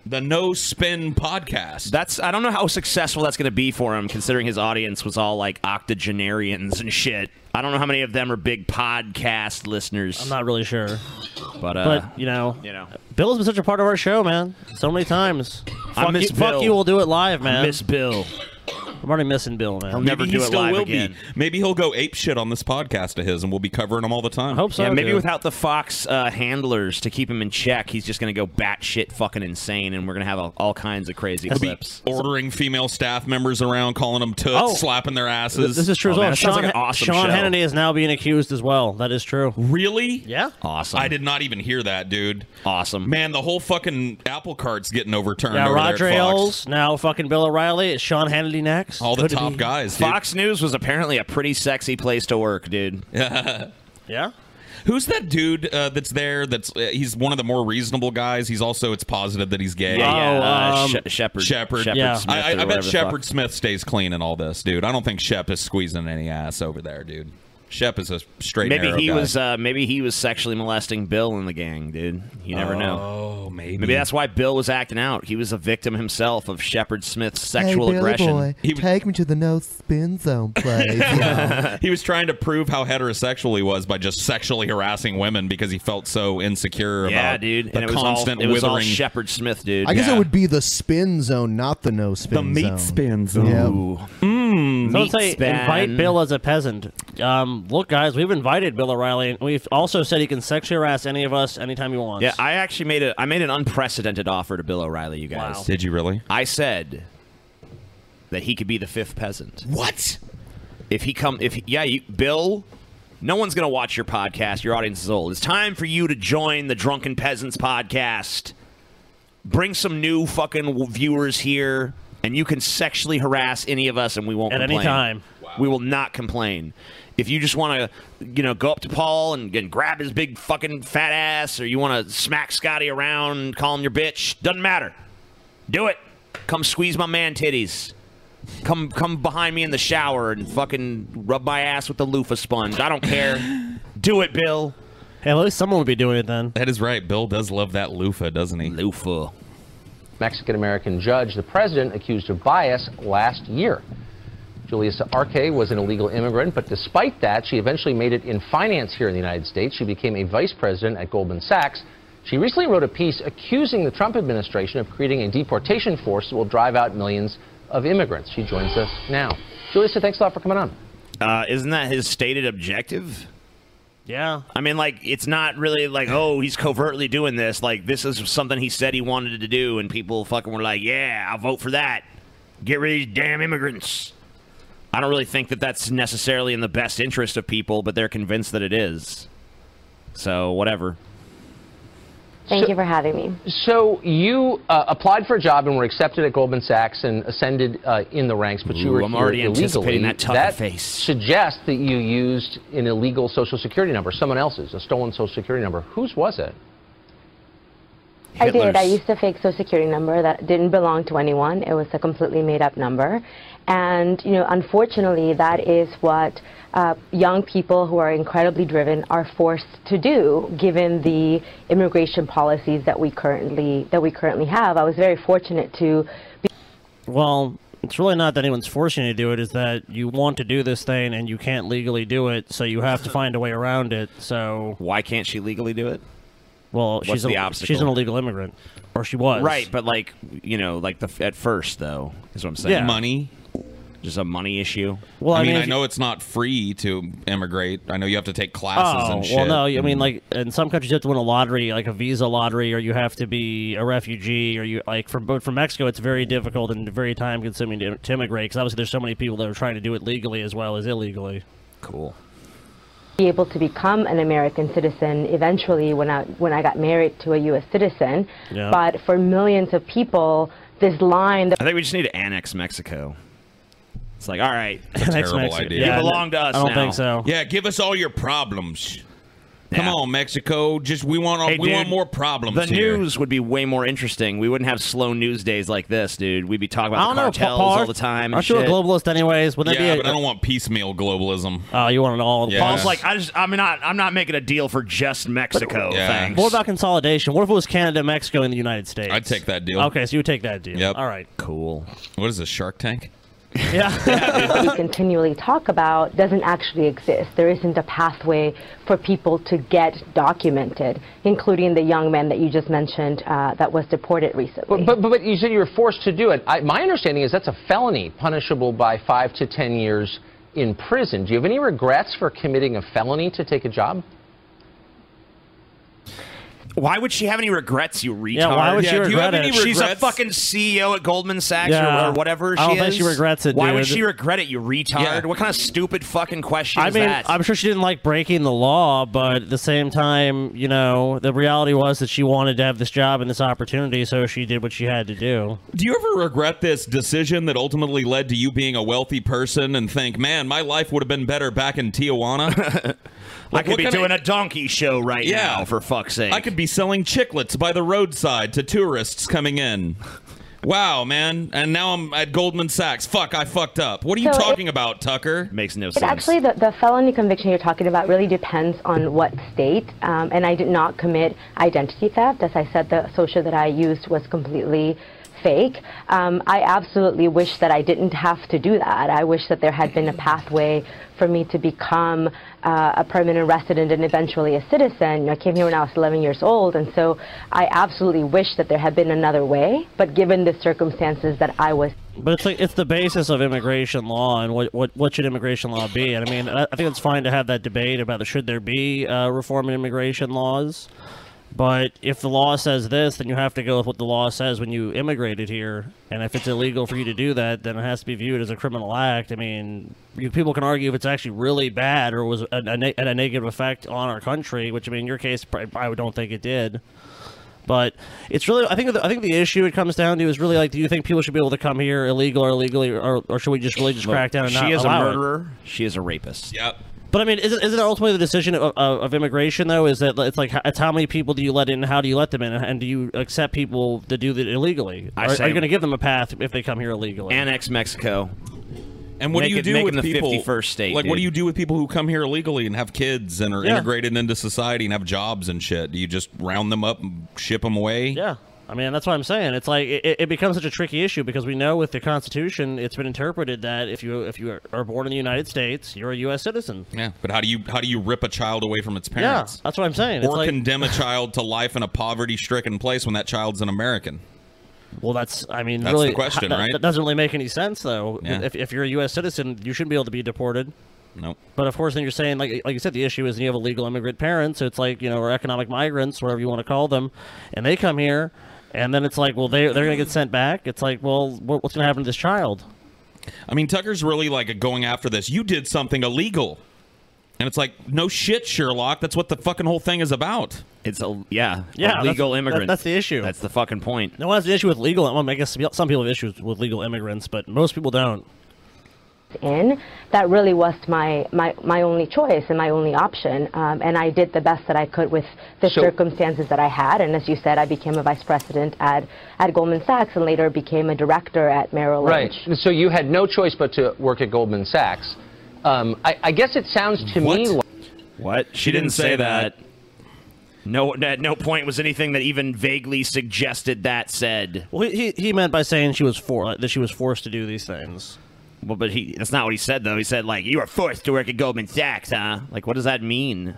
[SPEAKER 6] The No Spin podcast.
[SPEAKER 1] That's I don't know how successful that's going to be for him, considering his audience was all like octogenarians and shit. I don't know how many of them are big podcast listeners.
[SPEAKER 5] I'm not really sure.
[SPEAKER 1] But, uh,
[SPEAKER 5] but you know,
[SPEAKER 1] you know.
[SPEAKER 5] Bill's been such a part of our show, man. So many times.
[SPEAKER 1] I
[SPEAKER 5] fuck
[SPEAKER 1] miss
[SPEAKER 5] you, Fuck
[SPEAKER 1] Bill.
[SPEAKER 5] you. We'll do it live,
[SPEAKER 1] I
[SPEAKER 5] man.
[SPEAKER 1] miss uh, Bill.
[SPEAKER 5] I'm already missing Bill, man.
[SPEAKER 6] Maybe he still will Be. Maybe he'll go ape shit on this podcast of his, and we'll be covering him all the time. I hope
[SPEAKER 1] yeah, maybe without the Fox uh, handlers to keep him in check, he's just going to go batshit fucking insane, and we're going to have all, all kinds of crazy
[SPEAKER 6] He'll be
[SPEAKER 1] clips.
[SPEAKER 6] ordering female staff members around, calling them toots,
[SPEAKER 1] Oh.
[SPEAKER 6] slapping their asses.
[SPEAKER 5] This is true as well.
[SPEAKER 6] Oh, that
[SPEAKER 5] Sean,
[SPEAKER 6] sounds like an awesome
[SPEAKER 5] Sean
[SPEAKER 6] show.
[SPEAKER 5] Hannity is now being accused as well. That is true.
[SPEAKER 6] Really?
[SPEAKER 5] Yeah.
[SPEAKER 1] Awesome.
[SPEAKER 6] I did not even hear that, dude.
[SPEAKER 1] Awesome.
[SPEAKER 6] Man, the whole fucking apple cart's getting overturned.
[SPEAKER 5] Yeah,
[SPEAKER 6] over
[SPEAKER 5] Roger
[SPEAKER 6] there at Fox.
[SPEAKER 5] Ailes, now fucking Bill O'Reilly. Is Sean Hannity next?
[SPEAKER 6] All the
[SPEAKER 5] Could it
[SPEAKER 6] top
[SPEAKER 5] be?
[SPEAKER 6] guys, dude.
[SPEAKER 1] Fox News was apparently a pretty sexy place to work, dude.
[SPEAKER 5] yeah.
[SPEAKER 6] Who's that dude uh, that's there? That's uh, he's one of the more reasonable guys. He's also it's positive that he's gay.
[SPEAKER 1] Yeah, yeah, Oh, uh, um, Shep- Shepard-
[SPEAKER 6] Shepard.
[SPEAKER 1] Shepard Yeah. Smith
[SPEAKER 6] I,
[SPEAKER 1] or
[SPEAKER 6] I, I
[SPEAKER 1] whatever
[SPEAKER 6] bet
[SPEAKER 1] the
[SPEAKER 6] Shepard Smith stays clean in all this, dude. I don't think Shep is squeezing any ass over there, dude. Shep is a straight.
[SPEAKER 1] Maybe
[SPEAKER 6] narrow
[SPEAKER 1] he
[SPEAKER 6] guy.
[SPEAKER 1] was uh, maybe he was sexually molesting Bill in the gang, dude. You never know.
[SPEAKER 6] Oh, maybe.
[SPEAKER 1] Maybe that's why Bill was acting out. He was a victim himself of Shepard Smith's sexual aggression.
[SPEAKER 2] take me to the no spin zone place.
[SPEAKER 6] he was trying to prove how heterosexual he was by just sexually harassing women because he felt so insecure
[SPEAKER 1] Yeah,
[SPEAKER 6] about
[SPEAKER 1] dude.
[SPEAKER 6] the
[SPEAKER 1] And it was all-
[SPEAKER 6] constant
[SPEAKER 1] it was all
[SPEAKER 6] withering
[SPEAKER 1] Shepard Smith, dude.
[SPEAKER 2] I guess it would be the spin zone, not the no spin.
[SPEAKER 6] The meat
[SPEAKER 2] zone.
[SPEAKER 6] spin
[SPEAKER 2] Yeah.
[SPEAKER 6] Mmm.
[SPEAKER 5] So let's say invite Bill as a peasant. Um, look, guys, we've invited Bill O'Reilly, and we've also said he can sexually harass any of us anytime he wants.
[SPEAKER 1] Yeah, I actually made a I made an unprecedented offer to Bill O'Reilly, you guys.
[SPEAKER 5] Wow.
[SPEAKER 6] Did you really?
[SPEAKER 1] I said that he could be the fifth peasant.
[SPEAKER 6] What?
[SPEAKER 1] If he come if yeah, you, Bill no one's going to watch your podcast. Your audience is old. It's time for you to join the Drunken Peasants podcast. Bring some new fucking w- viewers here and you can sexually harass any of us and we won't
[SPEAKER 5] At any
[SPEAKER 1] complain.
[SPEAKER 5] time.
[SPEAKER 1] We will not complain. If you just want to, you know, go up to Paul and, and grab his big fucking fat ass, or you want to smack Scotty around, and call him your bitch, doesn't matter. Do it. Come squeeze my man titties. Come, come behind me in the shower and fucking rub my ass with the loofah sponge. I don't care. Do it, Bill.
[SPEAKER 5] Hey, at least someone would be doing it then.
[SPEAKER 6] That is right. Bill does love that loofah, doesn't he?
[SPEAKER 1] Loofah.
[SPEAKER 10] Mexican American judge the president accused of bias last year. Julius Arce was an illegal immigrant, but despite that, she eventually made it in finance here in the United States. She became a vice president at Goldman Sachs. She recently wrote a piece accusing the Trump administration of creating a deportation force that will drive out millions of immigrants. She joins us now. Julius, thanks a lot for coming on.
[SPEAKER 1] Uh, isn't that his stated objective?
[SPEAKER 5] Yeah.
[SPEAKER 1] I mean, like, it's not really like, oh, he's covertly doing this. Like, this is something he said he wanted to do, and people fucking were like, yeah, I'll vote for that. Get rid of these damn immigrants. I don't really think that that's necessarily in the best interest of people, but they're convinced that it is. So whatever.
[SPEAKER 11] Thank you for having me.
[SPEAKER 10] So you uh, applied for a job and were accepted at Goldman Sachs and ascended uh, in the ranks, but you
[SPEAKER 1] Ooh,
[SPEAKER 10] were
[SPEAKER 1] I'm
[SPEAKER 10] here
[SPEAKER 1] already
[SPEAKER 10] illegally.
[SPEAKER 1] anticipating that tucker face.
[SPEAKER 10] suggests that you used an illegal Social Security number, someone else's, a stolen Social Security number. Whose was it?
[SPEAKER 11] I did. I
[SPEAKER 10] Hitler's.
[SPEAKER 11] used a fake social security number that didn't belong to anyone. It was a completely made up number. And, you know, unfortunately, that is what uh, young people who are incredibly driven are forced to do given the immigration policies that we currently that we currently have. I was very fortunate to be
[SPEAKER 5] Well, it's really not that anyone's forcing you to do it. Is that you want to do this thing and you can't legally do it, so you have to find a way around it. So
[SPEAKER 1] why can't she legally do it?
[SPEAKER 5] Well,
[SPEAKER 1] What's
[SPEAKER 5] she's a,
[SPEAKER 1] the obstacle?
[SPEAKER 5] she's an illegal immigrant, or she was
[SPEAKER 1] Right, but like you know, like the at first though is what I'm saying.
[SPEAKER 5] Yeah.
[SPEAKER 6] Money.
[SPEAKER 1] just a money issue.
[SPEAKER 5] Well,
[SPEAKER 6] I,
[SPEAKER 5] I
[SPEAKER 6] mean,
[SPEAKER 5] mean,
[SPEAKER 6] I
[SPEAKER 5] if-
[SPEAKER 6] know it's not free to immigrate. I know you have to take classes
[SPEAKER 5] oh
[SPEAKER 6] and shit. Mm.
[SPEAKER 5] well, no. I mean,
[SPEAKER 6] and-
[SPEAKER 5] like in some countries, you have to win a lottery, like a visa lottery, or you have to be a refugee, or you like for but for Mexico, it's very difficult and very time consuming to, to immigrate because obviously there's so many people that are trying to do it legally as well as illegally.
[SPEAKER 1] Cool.
[SPEAKER 11] be able to become an American citizen eventually when I when I got married to a U.S. citizen.
[SPEAKER 1] Yeah.
[SPEAKER 11] But for millions of people, this line that
[SPEAKER 1] I think we just need to annex Mexico. It's like, all right,
[SPEAKER 6] That's a Annex terrible Mexico. idea. Yeah,
[SPEAKER 1] you belong to
[SPEAKER 6] I
[SPEAKER 1] us.
[SPEAKER 6] don't
[SPEAKER 1] now.
[SPEAKER 6] think so. Yeah, give us all your problems. Come on, Mexico. Just we want all,
[SPEAKER 1] Hey,
[SPEAKER 6] we want
[SPEAKER 1] dude,
[SPEAKER 6] more problems.
[SPEAKER 1] The
[SPEAKER 6] here.
[SPEAKER 1] news would be way more interesting. We wouldn't have slow news days like this, dude. We'd be talking
[SPEAKER 5] I
[SPEAKER 1] about
[SPEAKER 5] don't
[SPEAKER 1] the
[SPEAKER 5] know,
[SPEAKER 1] cartels
[SPEAKER 5] Paul,
[SPEAKER 1] all the time. and
[SPEAKER 5] Aren't you a
[SPEAKER 1] shit.
[SPEAKER 5] globalist, anyways? Would that
[SPEAKER 6] yeah,
[SPEAKER 5] be? A,
[SPEAKER 6] but I don't want piecemeal globalism.
[SPEAKER 5] Oh, you want it all?
[SPEAKER 6] Yeah.
[SPEAKER 1] Paul's like, I just, I'm not, I'm not making a deal for just Mexico.
[SPEAKER 6] Yeah.
[SPEAKER 1] Thanks.
[SPEAKER 5] What about consolidation? What if it was Canada, Mexico, and the United States?
[SPEAKER 6] I'd take that deal.
[SPEAKER 5] Okay, so you would take that deal.
[SPEAKER 6] Yep.
[SPEAKER 5] All right.
[SPEAKER 1] Cool.
[SPEAKER 6] What is this Shark Tank?
[SPEAKER 11] we continually talk about doesn't actually exist. There isn't a pathway for people to get documented, including the young man that you just mentioned uh, that was deported recently.
[SPEAKER 10] But, but, but you said you were forced to do it. I, my understanding is that's a felony punishable by five to ten years in prison. Do you have any regrets for committing a felony to take a job?
[SPEAKER 1] Why would she have any regrets, you retard?
[SPEAKER 5] Yeah, why would she
[SPEAKER 1] do you have
[SPEAKER 5] regret
[SPEAKER 1] any
[SPEAKER 5] it?
[SPEAKER 1] She's a
[SPEAKER 5] regrets?
[SPEAKER 1] fucking CEO at Goldman Sachs
[SPEAKER 5] Yeah.
[SPEAKER 1] or, or whatever she
[SPEAKER 5] I don't think
[SPEAKER 1] is.
[SPEAKER 5] she regrets it,
[SPEAKER 1] Why would
[SPEAKER 5] dude.
[SPEAKER 1] she regret it, you retard? What kind of stupid fucking question
[SPEAKER 5] I
[SPEAKER 1] is
[SPEAKER 5] mean,
[SPEAKER 1] that?
[SPEAKER 5] I'm sure she didn't like breaking the law, but at the same time, you know, the reality was that she wanted to have this job and this opportunity, so she did what she had to do.
[SPEAKER 6] Do you ever regret this decision that ultimately led to you being a wealthy person and think, man, my life would have been better back in Tijuana?
[SPEAKER 1] I could be doing a donkey show right
[SPEAKER 6] Yeah.
[SPEAKER 1] now, for fuck's sake.
[SPEAKER 6] I could be selling chiclets by the roadside to tourists coming in. Wow, man. And now I'm at Goldman Sachs. Fuck, I fucked up. What are you
[SPEAKER 11] So it-
[SPEAKER 6] talking about, Tucker?
[SPEAKER 1] Makes no
[SPEAKER 11] It actually, the, the felony conviction you're talking about really depends on what state. Um, and I did not commit identity theft. As I said, the social that I used was completely fake. Um, I absolutely wish that I didn't have to do that. I wish that there had been a pathway for me to become uh, a permanent resident and eventually a citizen. You know, I came here when I was 11 years old, and so I absolutely wish that there had been another way. But given the circumstances that I was
[SPEAKER 5] But it's like it's the basis of immigration law and what what, what should immigration law be? And I mean, I, I think it's fine to have that debate about should there be uh, reform in immigration laws, but if the law says this, then you have to go with what the law says when you immigrated here. And if it's illegal for you to do that, then it has to be viewed as a criminal act. I mean, you, people can argue if it's actually really bad or was a, a, ne- had a negative effect on our country, which I mean, in your case, pr- I don't think it did. But it's really, I think, the, I think the issue it comes down to is really like, do you think people should be able to come here illegal or illegally, or, or should we just really just
[SPEAKER 1] Look,
[SPEAKER 5] crack down and
[SPEAKER 1] she
[SPEAKER 5] not
[SPEAKER 1] is a
[SPEAKER 5] allow it?
[SPEAKER 1] murderer. She is a rapist.
[SPEAKER 6] Yep.
[SPEAKER 5] But I mean, isn't, isn't ultimately the decision of, of, of immigration though? Is that it's like h- it's how many people do you let in? How do you let them in? And do you accept people that do that illegally?
[SPEAKER 1] I
[SPEAKER 5] are,
[SPEAKER 1] say-
[SPEAKER 5] are you going to give them a path if they come here illegally?
[SPEAKER 1] Annex Mexico.
[SPEAKER 6] And what
[SPEAKER 1] Make
[SPEAKER 6] do you
[SPEAKER 1] it-
[SPEAKER 6] do
[SPEAKER 1] make
[SPEAKER 6] with
[SPEAKER 1] them the
[SPEAKER 6] people?
[SPEAKER 1] 51st state,
[SPEAKER 6] Like, what do
[SPEAKER 1] dude.
[SPEAKER 6] you do with people who come here illegally and have kids and are
[SPEAKER 5] Yeah.
[SPEAKER 6] integrated into society and have jobs and shit? Do you just round them up and ship them away?
[SPEAKER 5] Yeah. I mean, that's what I'm saying. It's like it, it- it becomes such a tricky issue because we know with the Constitution, it's been interpreted that if you if you are born in the United States, you're a U.S. citizen.
[SPEAKER 6] Yeah, but how do you how do you rip a child away from its
[SPEAKER 5] Yeah,
[SPEAKER 6] parents?
[SPEAKER 5] that's what I'm saying. It's
[SPEAKER 6] or
[SPEAKER 5] like-
[SPEAKER 6] condemn a child to life in a poverty-stricken place when that child's an American.
[SPEAKER 5] Well, that's I mean,
[SPEAKER 6] That's
[SPEAKER 5] really,
[SPEAKER 6] the question,
[SPEAKER 5] that,
[SPEAKER 6] right?
[SPEAKER 5] That doesn't really make any sense, though.
[SPEAKER 6] Yeah.
[SPEAKER 5] If, if you're a U.S. citizen, you shouldn't be able to be deported.
[SPEAKER 6] Nope.
[SPEAKER 5] But of course, then you're saying, like, like you said, the issue is you have illegal immigrant parents, so it's like you know, or economic migrants, whatever you want to call them, and they come here, and then it's like, well, they they're gonna get sent back. It's like, well, what, what's gonna happen to this child?
[SPEAKER 6] I mean, Tucker's really like going after this. You did something illegal. And it's like, no shit, Sherlock. That's what the fucking whole thing is about.
[SPEAKER 1] It's a yeah,
[SPEAKER 5] Yeah,
[SPEAKER 1] illegal
[SPEAKER 5] that's- that-
[SPEAKER 1] immigrant.
[SPEAKER 5] that's the issue.
[SPEAKER 1] That's the fucking point.
[SPEAKER 5] No one has an issue with legal. Well, I guess some people have issues with legal immigrants, but most people don't.
[SPEAKER 11] in, that really was my, my, my only choice and my only option. Um, and I did the best that I could with the
[SPEAKER 12] So-
[SPEAKER 11] circumstances that I had. And as you said, I became a vice president at, at Goldman Sachs and later became a director at Merrill Lynch.
[SPEAKER 10] Right. So you had no choice but to work at Goldman Sachs. Um, I, I guess it sounds to me like.
[SPEAKER 1] What? She, didn't, say, that. No, at no point was anything that even vaguely suggested that said.
[SPEAKER 5] Well, he, he meant by saying she was for that she was forced to do these things.
[SPEAKER 1] Well, but he that's not what he said though. He said like you were forced to work at Goldman Sachs, huh? Like what does that mean?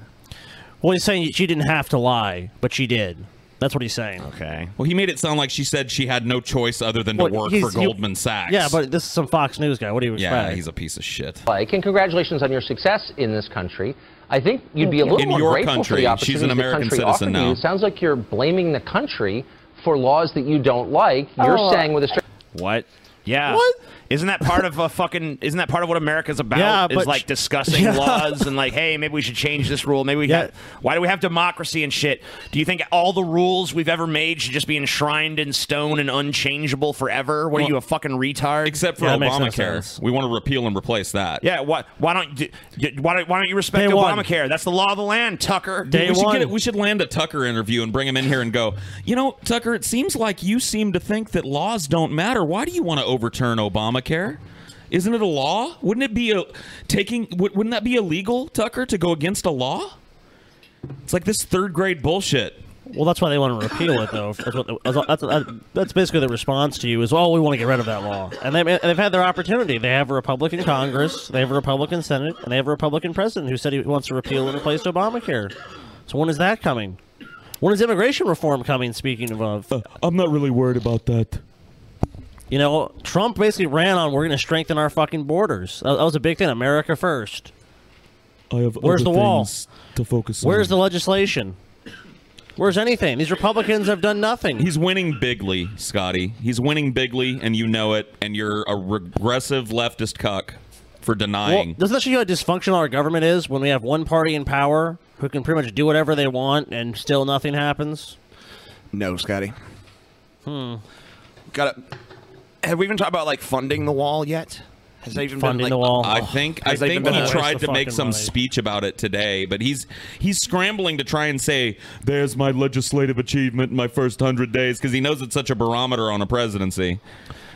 [SPEAKER 5] Well, he's saying she didn't have to lie, but she did. That's what he's saying.
[SPEAKER 1] Okay.
[SPEAKER 6] Well, he made it sound like she said she had no choice other than to work for Goldman Sachs.
[SPEAKER 5] Yeah, but this is some Fox News guy. What do you
[SPEAKER 6] Yeah,
[SPEAKER 5] expect?
[SPEAKER 6] he's a piece of shit.
[SPEAKER 10] Like, and congratulations on your success in this country. I think you'd be a
[SPEAKER 6] Thank you.
[SPEAKER 10] little
[SPEAKER 6] In
[SPEAKER 10] more
[SPEAKER 6] your
[SPEAKER 10] grateful for
[SPEAKER 6] country.
[SPEAKER 10] the opportunities
[SPEAKER 6] She's an
[SPEAKER 10] the
[SPEAKER 6] American
[SPEAKER 10] country
[SPEAKER 6] citizen
[SPEAKER 10] offered
[SPEAKER 6] now.
[SPEAKER 10] you. It sounds like you're blaming the country for laws that you don't like. You're
[SPEAKER 1] Oh,
[SPEAKER 10] saying with a straight
[SPEAKER 1] What? Yeah.
[SPEAKER 10] What?
[SPEAKER 1] Isn't that part of a fucking? Isn't that part of what America's about?
[SPEAKER 10] Yeah,
[SPEAKER 1] is
[SPEAKER 10] but-
[SPEAKER 1] like discussing
[SPEAKER 10] Yeah.
[SPEAKER 1] laws and like, hey, maybe we should change this rule. Maybe we got. Why do we have democracy and shit? Do you think all the rules we've ever made should just be enshrined in stone and unchangeable forever? What are
[SPEAKER 6] Well,
[SPEAKER 1] you a fucking retard?
[SPEAKER 6] Except for Obamacare. we want to repeal and replace that.
[SPEAKER 1] Yeah. Why? Why don't? d- d- Why don't? Why don't you respect
[SPEAKER 6] Day one.
[SPEAKER 1] Obamacare? That's the law of the land, Tucker.
[SPEAKER 6] we, should get it- we should land a Tucker interview and bring him in here and go, you know, Tucker, it seems like you seem to think that laws don't matter. Why do you want to overturn Obamacare? Isn't it a law? Wouldn't it be a taking? wou- Wouldn't that be illegal, Tucker, to go against a law? It's like this third grade bullshit.
[SPEAKER 5] Well, that's why they want to repeal it, though. That's, what that's, that's, that's basically the response to you is, oh, we want to get rid of that law. And they, and they've had their opportunity. They have a Republican Congress, they have a Republican Senate, and they have a Republican president who said he wants to repeal and replace Obamacare. So when is that coming? When is immigration reform coming, speaking of?
[SPEAKER 13] I'm not really worried about that.
[SPEAKER 5] You know, Trump basically ran on, we're going to strengthen our fucking borders. That, that was a big thing. America first.
[SPEAKER 13] I have
[SPEAKER 5] Where's
[SPEAKER 13] other
[SPEAKER 5] the wall?
[SPEAKER 13] things to focus on.
[SPEAKER 5] Where's the legislation? Where's anything? These Republicans have done nothing.
[SPEAKER 6] He's winning bigly, Scotty. He's winning bigly, and you know it. And you're a regressive leftist cuck for denying.
[SPEAKER 5] Well, doesn't that show you how dysfunctional our government is when we have one party in power who can pretty much do whatever they want and still nothing happens?
[SPEAKER 14] No, Scotty.
[SPEAKER 5] Hmm.
[SPEAKER 14] Got it. Have we even talked about like funding the wall yet? Has that even been, like,
[SPEAKER 6] I think I
[SPEAKER 14] has that even
[SPEAKER 6] think
[SPEAKER 14] been
[SPEAKER 6] he
[SPEAKER 14] a-
[SPEAKER 6] tried to make some speech about it today, but he's he's scrambling to try and say there's my legislative achievement in my first hundred days because he knows it's such a barometer on a presidency.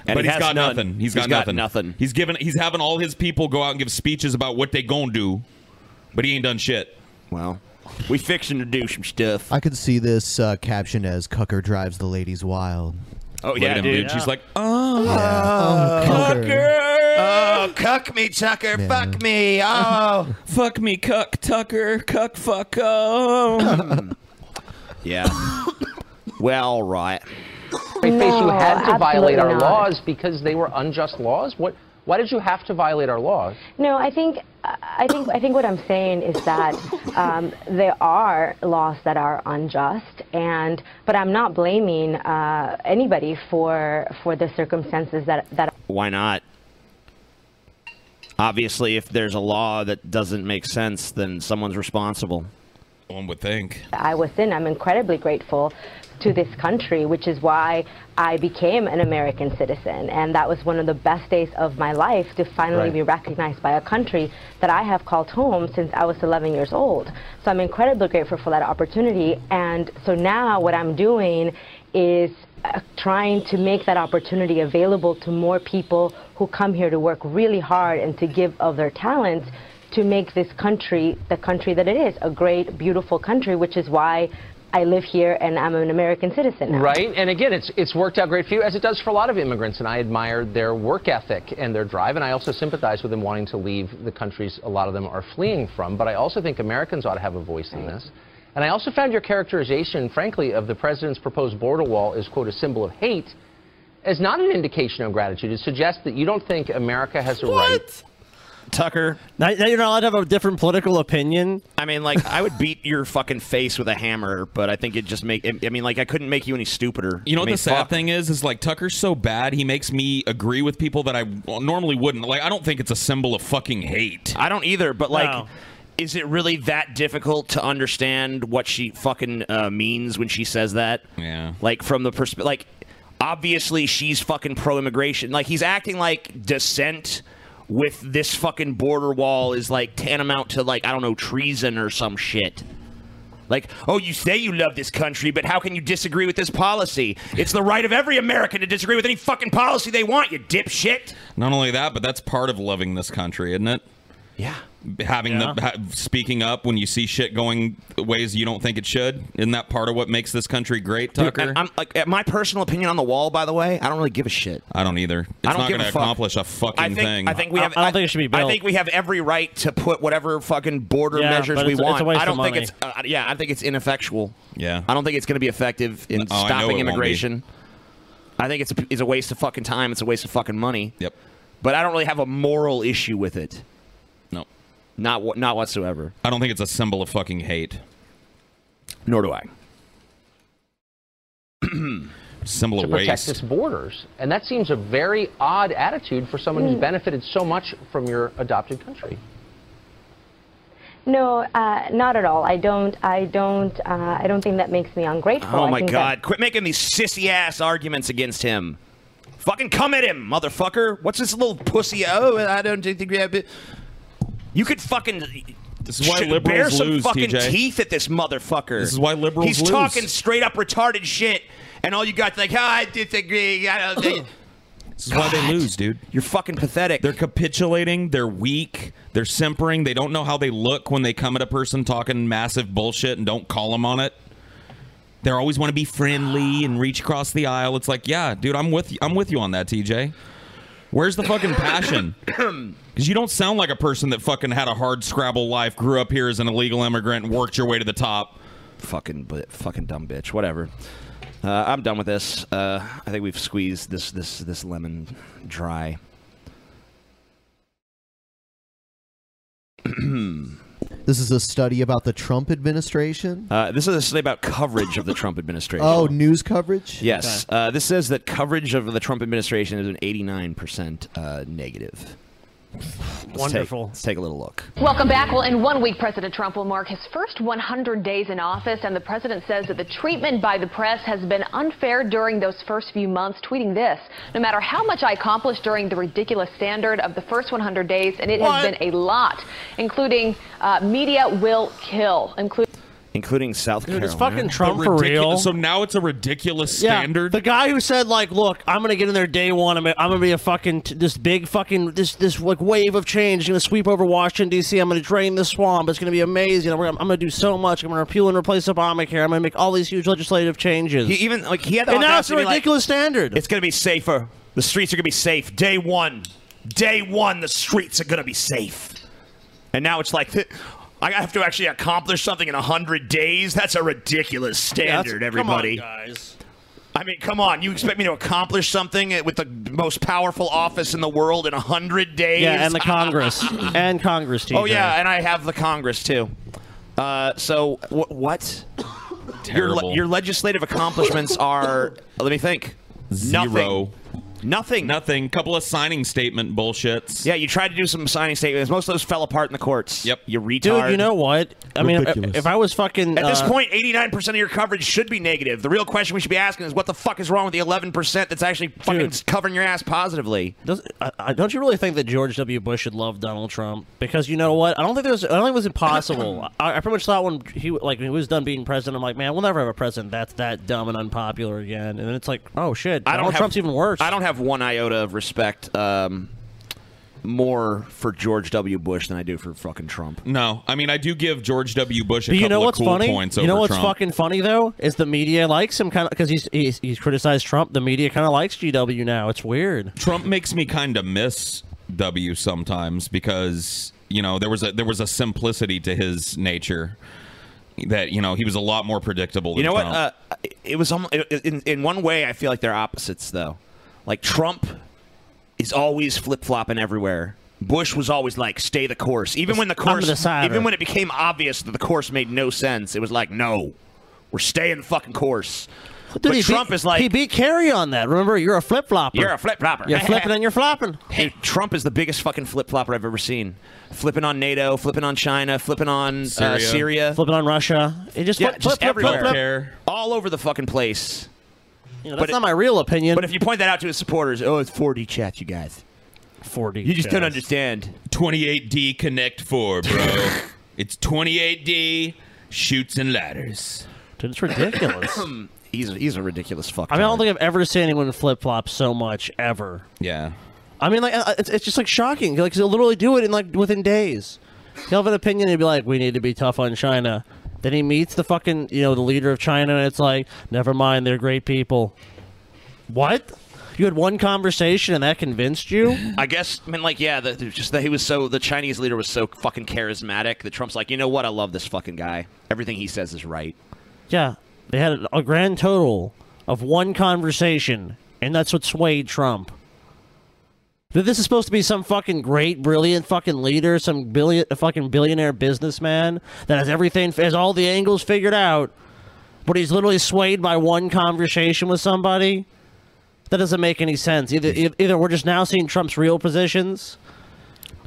[SPEAKER 1] And
[SPEAKER 6] but
[SPEAKER 1] he
[SPEAKER 6] he's
[SPEAKER 1] has
[SPEAKER 6] got
[SPEAKER 1] none.
[SPEAKER 6] nothing.
[SPEAKER 1] He's
[SPEAKER 6] got,
[SPEAKER 1] got
[SPEAKER 6] nothing.
[SPEAKER 1] nothing.
[SPEAKER 6] He's given. He's having all his people go out and give speeches about what they gonna do, but he ain't done shit.
[SPEAKER 14] Well, we fixing to do some stuff.
[SPEAKER 2] I could see this uh, captioned as "Cucker drives the ladies wild."
[SPEAKER 14] Oh
[SPEAKER 6] Look at him, dude. She's like, oh,
[SPEAKER 14] Tucker. Oh, cuck me, Tucker. Fuck me. Oh,
[SPEAKER 6] fuck me, cuck Tucker. Cuck fuck. Oh.
[SPEAKER 14] yeah. well, all right.
[SPEAKER 10] face you had to
[SPEAKER 11] No,
[SPEAKER 10] violate our
[SPEAKER 11] absolutely not.
[SPEAKER 10] laws because they were unjust laws? What? Why did you have to violate our laws?
[SPEAKER 11] No, I think I think I think what I'm saying is that um, there are laws that are unjust, and but I'm not blaming uh, anybody for for the circumstances that that.
[SPEAKER 1] Why not? Obviously, if there's a law that doesn't make sense, then someone's responsible.
[SPEAKER 6] One would think.
[SPEAKER 11] I was in. I'm incredibly grateful to this country, which is why I became an American citizen. And that was one of the best days of my life to finally
[SPEAKER 10] Right.
[SPEAKER 11] be recognized by a country that I have called home since I was 11 years old. So I'm incredibly grateful for that opportunity. And so now what I'm doing is uh, trying to make that opportunity available to more people who come here to work really hard and to give of their talents to make this country the country that it is, a great, beautiful country, which is why I live here and I'm an American citizen. now.
[SPEAKER 10] Right, and again, it's it's worked out great for you, as it does for a lot of immigrants. And I admire their work ethic and their drive, and I also sympathize with them wanting to leave the countries a lot of them are fleeing from. But I also think Americans ought to have a voice in this. And I also found your characterization, frankly, of the president's proposed border wall as quote a symbol of hate, as not an indication of gratitude. It suggests that you don't think America has a right
[SPEAKER 1] Tucker.
[SPEAKER 5] Now, now you're not allowed to have a different political opinion.
[SPEAKER 1] I mean, like, I would beat your fucking face with a hammer, but I think it just make. I mean, like, I couldn't make you any stupider.
[SPEAKER 6] You
[SPEAKER 1] I
[SPEAKER 6] know what
[SPEAKER 1] mean,
[SPEAKER 6] the sad
[SPEAKER 1] fuck.
[SPEAKER 6] thing is? Is like Tucker's so bad, he makes me agree with people that I normally wouldn't. Like, I don't think it's a symbol of fucking hate.
[SPEAKER 1] I don't either, but like. Is it really that difficult to understand what she fucking uh, means when she says that?
[SPEAKER 6] Yeah.
[SPEAKER 1] Like from the perspective, like obviously she's fucking pro-immigration. Like he's acting like dissent with this fucking border wall is like tantamount to like I don't know treason or some shit. Like, oh, you say you love this country, but how can you disagree with this policy? It's the right of every American to disagree with any fucking policy they want, you dipshit.
[SPEAKER 6] Not only that, but that's part of loving this country, isn't it?
[SPEAKER 1] Yeah.
[SPEAKER 6] Having the ha- speaking up when you see shit going ways you don't think it should. Isn't that part of what makes this country great,
[SPEAKER 1] Dude,
[SPEAKER 6] Tucker?
[SPEAKER 1] and I'm like uh, my personal opinion on the wall. By the way, I don't really give a shit.
[SPEAKER 6] I don't either. It's
[SPEAKER 1] I don't
[SPEAKER 6] not
[SPEAKER 1] give
[SPEAKER 6] gonna
[SPEAKER 1] a fuck.
[SPEAKER 6] accomplish a fucking
[SPEAKER 1] I think
[SPEAKER 6] thing.
[SPEAKER 1] I think we have. I think we have every right to put whatever fucking border
[SPEAKER 5] Yeah,
[SPEAKER 1] measures
[SPEAKER 5] but
[SPEAKER 1] we
[SPEAKER 5] it's- it's
[SPEAKER 1] want.
[SPEAKER 5] a waste
[SPEAKER 1] I don't
[SPEAKER 5] of
[SPEAKER 1] think
[SPEAKER 5] money.
[SPEAKER 1] it's. Uh, yeah, I think it's ineffectual.
[SPEAKER 6] Yeah.
[SPEAKER 1] I don't think it's going to be effective in
[SPEAKER 6] Oh, I know it
[SPEAKER 1] stopping
[SPEAKER 6] won't be.
[SPEAKER 1] immigration. I think it's a, it's a waste of fucking time. It's a waste of fucking money.
[SPEAKER 6] Yep.
[SPEAKER 1] But I don't really have a moral issue with it.
[SPEAKER 6] No.
[SPEAKER 1] Not what. Not whatsoever.
[SPEAKER 6] I don't think it's a symbol of fucking hate.
[SPEAKER 1] Nor do I.
[SPEAKER 6] symbol
[SPEAKER 10] to
[SPEAKER 6] of
[SPEAKER 10] protect
[SPEAKER 6] waste.
[SPEAKER 10] its borders. And that seems a very odd attitude for someone who's benefited so much from your adopted country.
[SPEAKER 15] No, uh, not at all. I don't. I don't. Uh, I don't think that makes me ungrateful.
[SPEAKER 1] Oh
[SPEAKER 15] I
[SPEAKER 1] my
[SPEAKER 15] think
[SPEAKER 1] god!
[SPEAKER 15] that-
[SPEAKER 1] Quit making these sissy ass arguments against him. Fucking come at him, motherfucker! What's this little pussy? Oh, I don't think we have. It. You could fucking.
[SPEAKER 6] This is why liberals
[SPEAKER 1] bare some
[SPEAKER 6] lose,
[SPEAKER 1] fucking
[SPEAKER 6] TJ.
[SPEAKER 1] teeth at this motherfucker.
[SPEAKER 6] This is why liberals
[SPEAKER 1] He's
[SPEAKER 6] lose.
[SPEAKER 1] talking straight up retarded shit, and all you got like, oh, I disagree. I don't think.
[SPEAKER 6] This is why they lose, dude.
[SPEAKER 1] You're fucking pathetic.
[SPEAKER 6] They're capitulating. They're weak. They're simpering. They don't know how they look when they come at a person talking massive bullshit and don't call them on it. They always want to be friendly and reach across the aisle. It's like, yeah, dude, I'm with you. I'm with you on that, TJ. Where's the fucking passion? Because you don't sound like a person that fucking had a hard scrabble life, grew up here as an illegal immigrant, and worked your way to the top.
[SPEAKER 1] fucking bi- fucking dumb bitch. Whatever. Uh, I'm done with this. Uh, I think we've squeezed this this this lemon dry.
[SPEAKER 2] This is a study about the Trump administration.
[SPEAKER 1] Uh, this is a study about coverage of the Trump administration.
[SPEAKER 2] Oh, news coverage.
[SPEAKER 1] Yes. Uh, this says that coverage of the Trump administration is an 89% uh, negative. Let's take-
[SPEAKER 5] Wonderful.
[SPEAKER 1] let's take a little look.
[SPEAKER 16] Welcome back. Well, in one week, President Trump will mark his first 100 days in office, and the president says that the treatment by the press has been unfair during those first few months, tweeting this No matter how much I accomplished during the ridiculous standard of the first 100 days, and it has
[SPEAKER 1] What?
[SPEAKER 16] been a lot, including uh, media will kill, including.
[SPEAKER 1] Including South
[SPEAKER 5] Dude,
[SPEAKER 1] Carolina.
[SPEAKER 5] is fucking Trump for real?
[SPEAKER 6] So now it's a ridiculous standard.
[SPEAKER 5] The guy who said like, "Look, I'm gonna get in there day one. I'm, I'm gonna be a fucking t- this big fucking this this like wave of change. gonna sweep over Washington D.C. I'm gonna drain the swamp. It's gonna be amazing. I'm gonna, I'm gonna do so much. I'm gonna repeal and replace Obamacare. I'm gonna make all these huge legislative changes.
[SPEAKER 1] He even like he had the
[SPEAKER 5] and now it's a
[SPEAKER 1] audacity to be like,
[SPEAKER 5] ridiculous standard.
[SPEAKER 1] It's going to be safer. The streets are going to be safe. Day one. Day one, the streets are going to be safe. And now it's like, I have to actually accomplish something in 100 days? That's a ridiculous standard, everybody.
[SPEAKER 5] guys.
[SPEAKER 1] I mean, come on. You expect me to accomplish something with the most powerful office in the world in 100 days?
[SPEAKER 5] Yeah, and the Congress and Congress. TJ.
[SPEAKER 1] Oh, yeah, and I have the Congress, too. Uh, so, wh- what? Your, le-
[SPEAKER 6] Terrible.
[SPEAKER 1] your legislative accomplishments are, let me think. Nothing.
[SPEAKER 6] Zero.
[SPEAKER 1] Nothing.
[SPEAKER 6] Nothing. Couple of signing statement bullshits.
[SPEAKER 1] Yeah, you tried to do some signing statements. Most of those fell apart in the courts. Yep. You retard.
[SPEAKER 5] dude, you know what? I mean, if,
[SPEAKER 1] Ridiculous.
[SPEAKER 5] if I was fucking
[SPEAKER 1] At this
[SPEAKER 5] uh,
[SPEAKER 1] point, 89% of your coverage should be negative. The real question we should be asking is what the fuck is wrong with the 11% that's actually fucking covering your ass positively?
[SPEAKER 5] Does, I, I, don't you really think that George W. Bush should love Donald Trump? Because you know what? I don't think there was. I don't think it was impossible. I, I pretty much thought when he like when he was done being president, I'm like, man, we'll never have a president that's that dumb and unpopular again. And then it's like, oh shit,
[SPEAKER 1] I
[SPEAKER 5] Donald
[SPEAKER 1] don't have,
[SPEAKER 5] Trump's even worse.
[SPEAKER 1] I don't have one iota of respect um, more for George W. Bush than I do for fucking Trump.
[SPEAKER 6] No, I mean I do give George W. Bush a
[SPEAKER 5] But you
[SPEAKER 6] couple
[SPEAKER 5] know
[SPEAKER 6] of
[SPEAKER 5] what's
[SPEAKER 6] cool
[SPEAKER 5] funny?
[SPEAKER 6] points
[SPEAKER 5] You know
[SPEAKER 6] over
[SPEAKER 5] what's
[SPEAKER 6] Trump.
[SPEAKER 5] fucking funny though is the media likes him kind of because he's, he's he's criticized Trump. The media kind of likes GW now. It's weird.
[SPEAKER 6] Trump makes me kind of miss W sometimes because you know there was a there was a simplicity to his nature that you know he was a lot more predictable. Than
[SPEAKER 1] You know what?
[SPEAKER 6] Trump.
[SPEAKER 1] Uh, it was almost, in in one way. I feel like they're opposites, though. Like Trump is always flip flopping everywhere, Bush was always like, "Stay the course," even when the
[SPEAKER 5] I'm the
[SPEAKER 1] course,
[SPEAKER 5] decider.
[SPEAKER 1] even when it became obvious that the course made no sense. It was like, "No, we're staying the fucking course."
[SPEAKER 5] Dude,
[SPEAKER 1] but
[SPEAKER 5] he
[SPEAKER 1] Trump
[SPEAKER 5] beat-
[SPEAKER 1] is like,
[SPEAKER 5] he beat Kerry on that. Remember, you're a flip flopper.
[SPEAKER 1] You're a flip-flopper.
[SPEAKER 5] You're flipping and you're flopping.
[SPEAKER 1] Hey, Trump is the biggest fucking flip flopper I've ever seen. Flipping on NATO, flipping on China, flipping on Syria. Uh, Syria.
[SPEAKER 5] flipping on Russia. It just
[SPEAKER 1] yeah,
[SPEAKER 5] flip,
[SPEAKER 1] just
[SPEAKER 5] flip, flip,
[SPEAKER 1] everywhere,
[SPEAKER 5] flip,
[SPEAKER 1] all over the fucking place.
[SPEAKER 5] You know, that's not my real opinion.
[SPEAKER 1] But if you point that out to his supporters, oh, it's 4D chat, you guys.
[SPEAKER 5] 4D.
[SPEAKER 1] You just don't understand.
[SPEAKER 6] 28D Connect 4, bro. it's 28D shoots and ladders.
[SPEAKER 5] Dude, it's ridiculous.
[SPEAKER 1] he's a, he's a ridiculous fuck.
[SPEAKER 5] I mean, I don't think I've ever seen anyone flip flop so much ever.
[SPEAKER 6] Yeah.
[SPEAKER 5] I mean, like uh, it's, it's just like shocking. Like he'll literally do it in like within days. He'll have an opinion. He'll be like, "We need to be tough on China." Then he meets the fucking you know the leader of China, and it's like, "Never mind, they're great people." What? You had one conversation and that convinced you?
[SPEAKER 1] I guess, I mean, like, yeah, the, the- just that he was so, the Chinese leader was so fucking charismatic that Trump's like, you know what? I love this fucking guy. Everything he says is right.
[SPEAKER 5] Yeah, they had a grand total of one conversation, and that's what swayed Trump. That this is supposed to be some fucking great, brilliant fucking leader, some billion, a fucking billionaire businessman that has everything, has all the angles figured out, but he's literally swayed by one conversation with somebody. That doesn't make any sense. Either, e- either we're just now seeing Trump's real positions,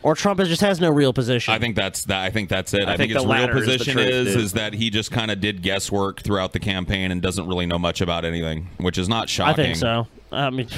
[SPEAKER 5] or Trump is- just has no real position.
[SPEAKER 6] I think that's that. I think that's it.
[SPEAKER 5] I
[SPEAKER 6] I,
[SPEAKER 5] think
[SPEAKER 6] think,
[SPEAKER 5] the
[SPEAKER 6] his real
[SPEAKER 5] latter is the
[SPEAKER 6] position
[SPEAKER 5] truth,
[SPEAKER 6] is
[SPEAKER 5] dude.
[SPEAKER 6] is that he just kind of did guesswork throughout the campaign and doesn't really know much about anything, which is not
[SPEAKER 5] I
[SPEAKER 6] shocking.
[SPEAKER 5] think so. I mean.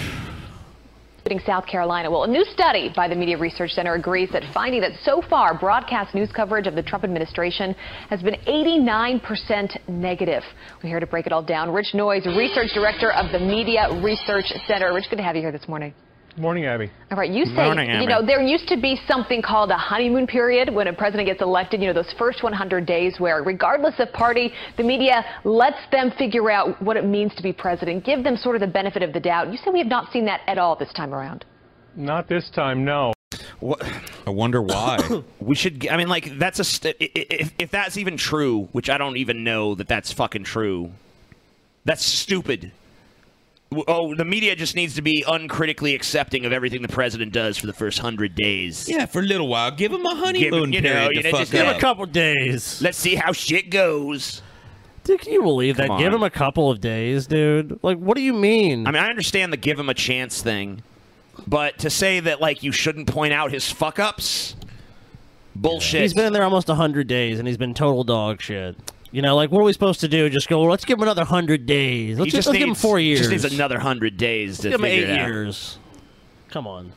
[SPEAKER 16] including South Carolina. Well, a new study by the Media Research Center agrees that finding that so far broadcast news coverage of the Trump administration has been 89% negative. We're here to break it all down. Rich Noyes, research director of the Media Research Center. Rich, good to have you here this morning.
[SPEAKER 17] Morning, Abby.
[SPEAKER 16] All right, you say,
[SPEAKER 17] Morning, Amy.
[SPEAKER 16] you know, there used to be something called a honeymoon period when a president gets elected, you know, those first 100 days where, regardless of party, the media lets them figure out what it means to be president, give them sort of the benefit of the doubt. You say we have not seen that at all this time around.
[SPEAKER 17] Not this time, no.
[SPEAKER 1] What?
[SPEAKER 6] I wonder why.
[SPEAKER 1] we should. g- I mean, like that's a. St- i- i- if if that's even true, which I don't even know that that's fucking true, that's stupid. W- Oh, the media just needs to be uncritically accepting of everything the president does for the first hundred days.
[SPEAKER 6] Yeah, for a little while. Give him a honeymoon
[SPEAKER 1] you know,
[SPEAKER 6] period
[SPEAKER 1] you know,
[SPEAKER 6] to fuck
[SPEAKER 1] just give
[SPEAKER 6] up.
[SPEAKER 1] a
[SPEAKER 5] couple days.
[SPEAKER 1] Let's see how shit goes.
[SPEAKER 5] Dude, can you believe that?
[SPEAKER 1] Come
[SPEAKER 5] Give
[SPEAKER 1] on.
[SPEAKER 5] him a couple of days, dude. Like, what do you mean?
[SPEAKER 1] I mean, I understand the give him a chance thing, but to say that like you shouldn't point out his fuck ups, bullshit.
[SPEAKER 5] He's been in there almost 100 days, and he's been total dog shit. You know, like, what are we supposed to do? Just go, well, let's give him another 100 days. Let's,
[SPEAKER 1] He
[SPEAKER 5] just, let's give him
[SPEAKER 1] needs-
[SPEAKER 5] four
[SPEAKER 1] he
[SPEAKER 5] years.
[SPEAKER 1] Just needs another hundred days to
[SPEAKER 5] Give him
[SPEAKER 1] figure
[SPEAKER 5] eight
[SPEAKER 1] it out.
[SPEAKER 5] years. Come on.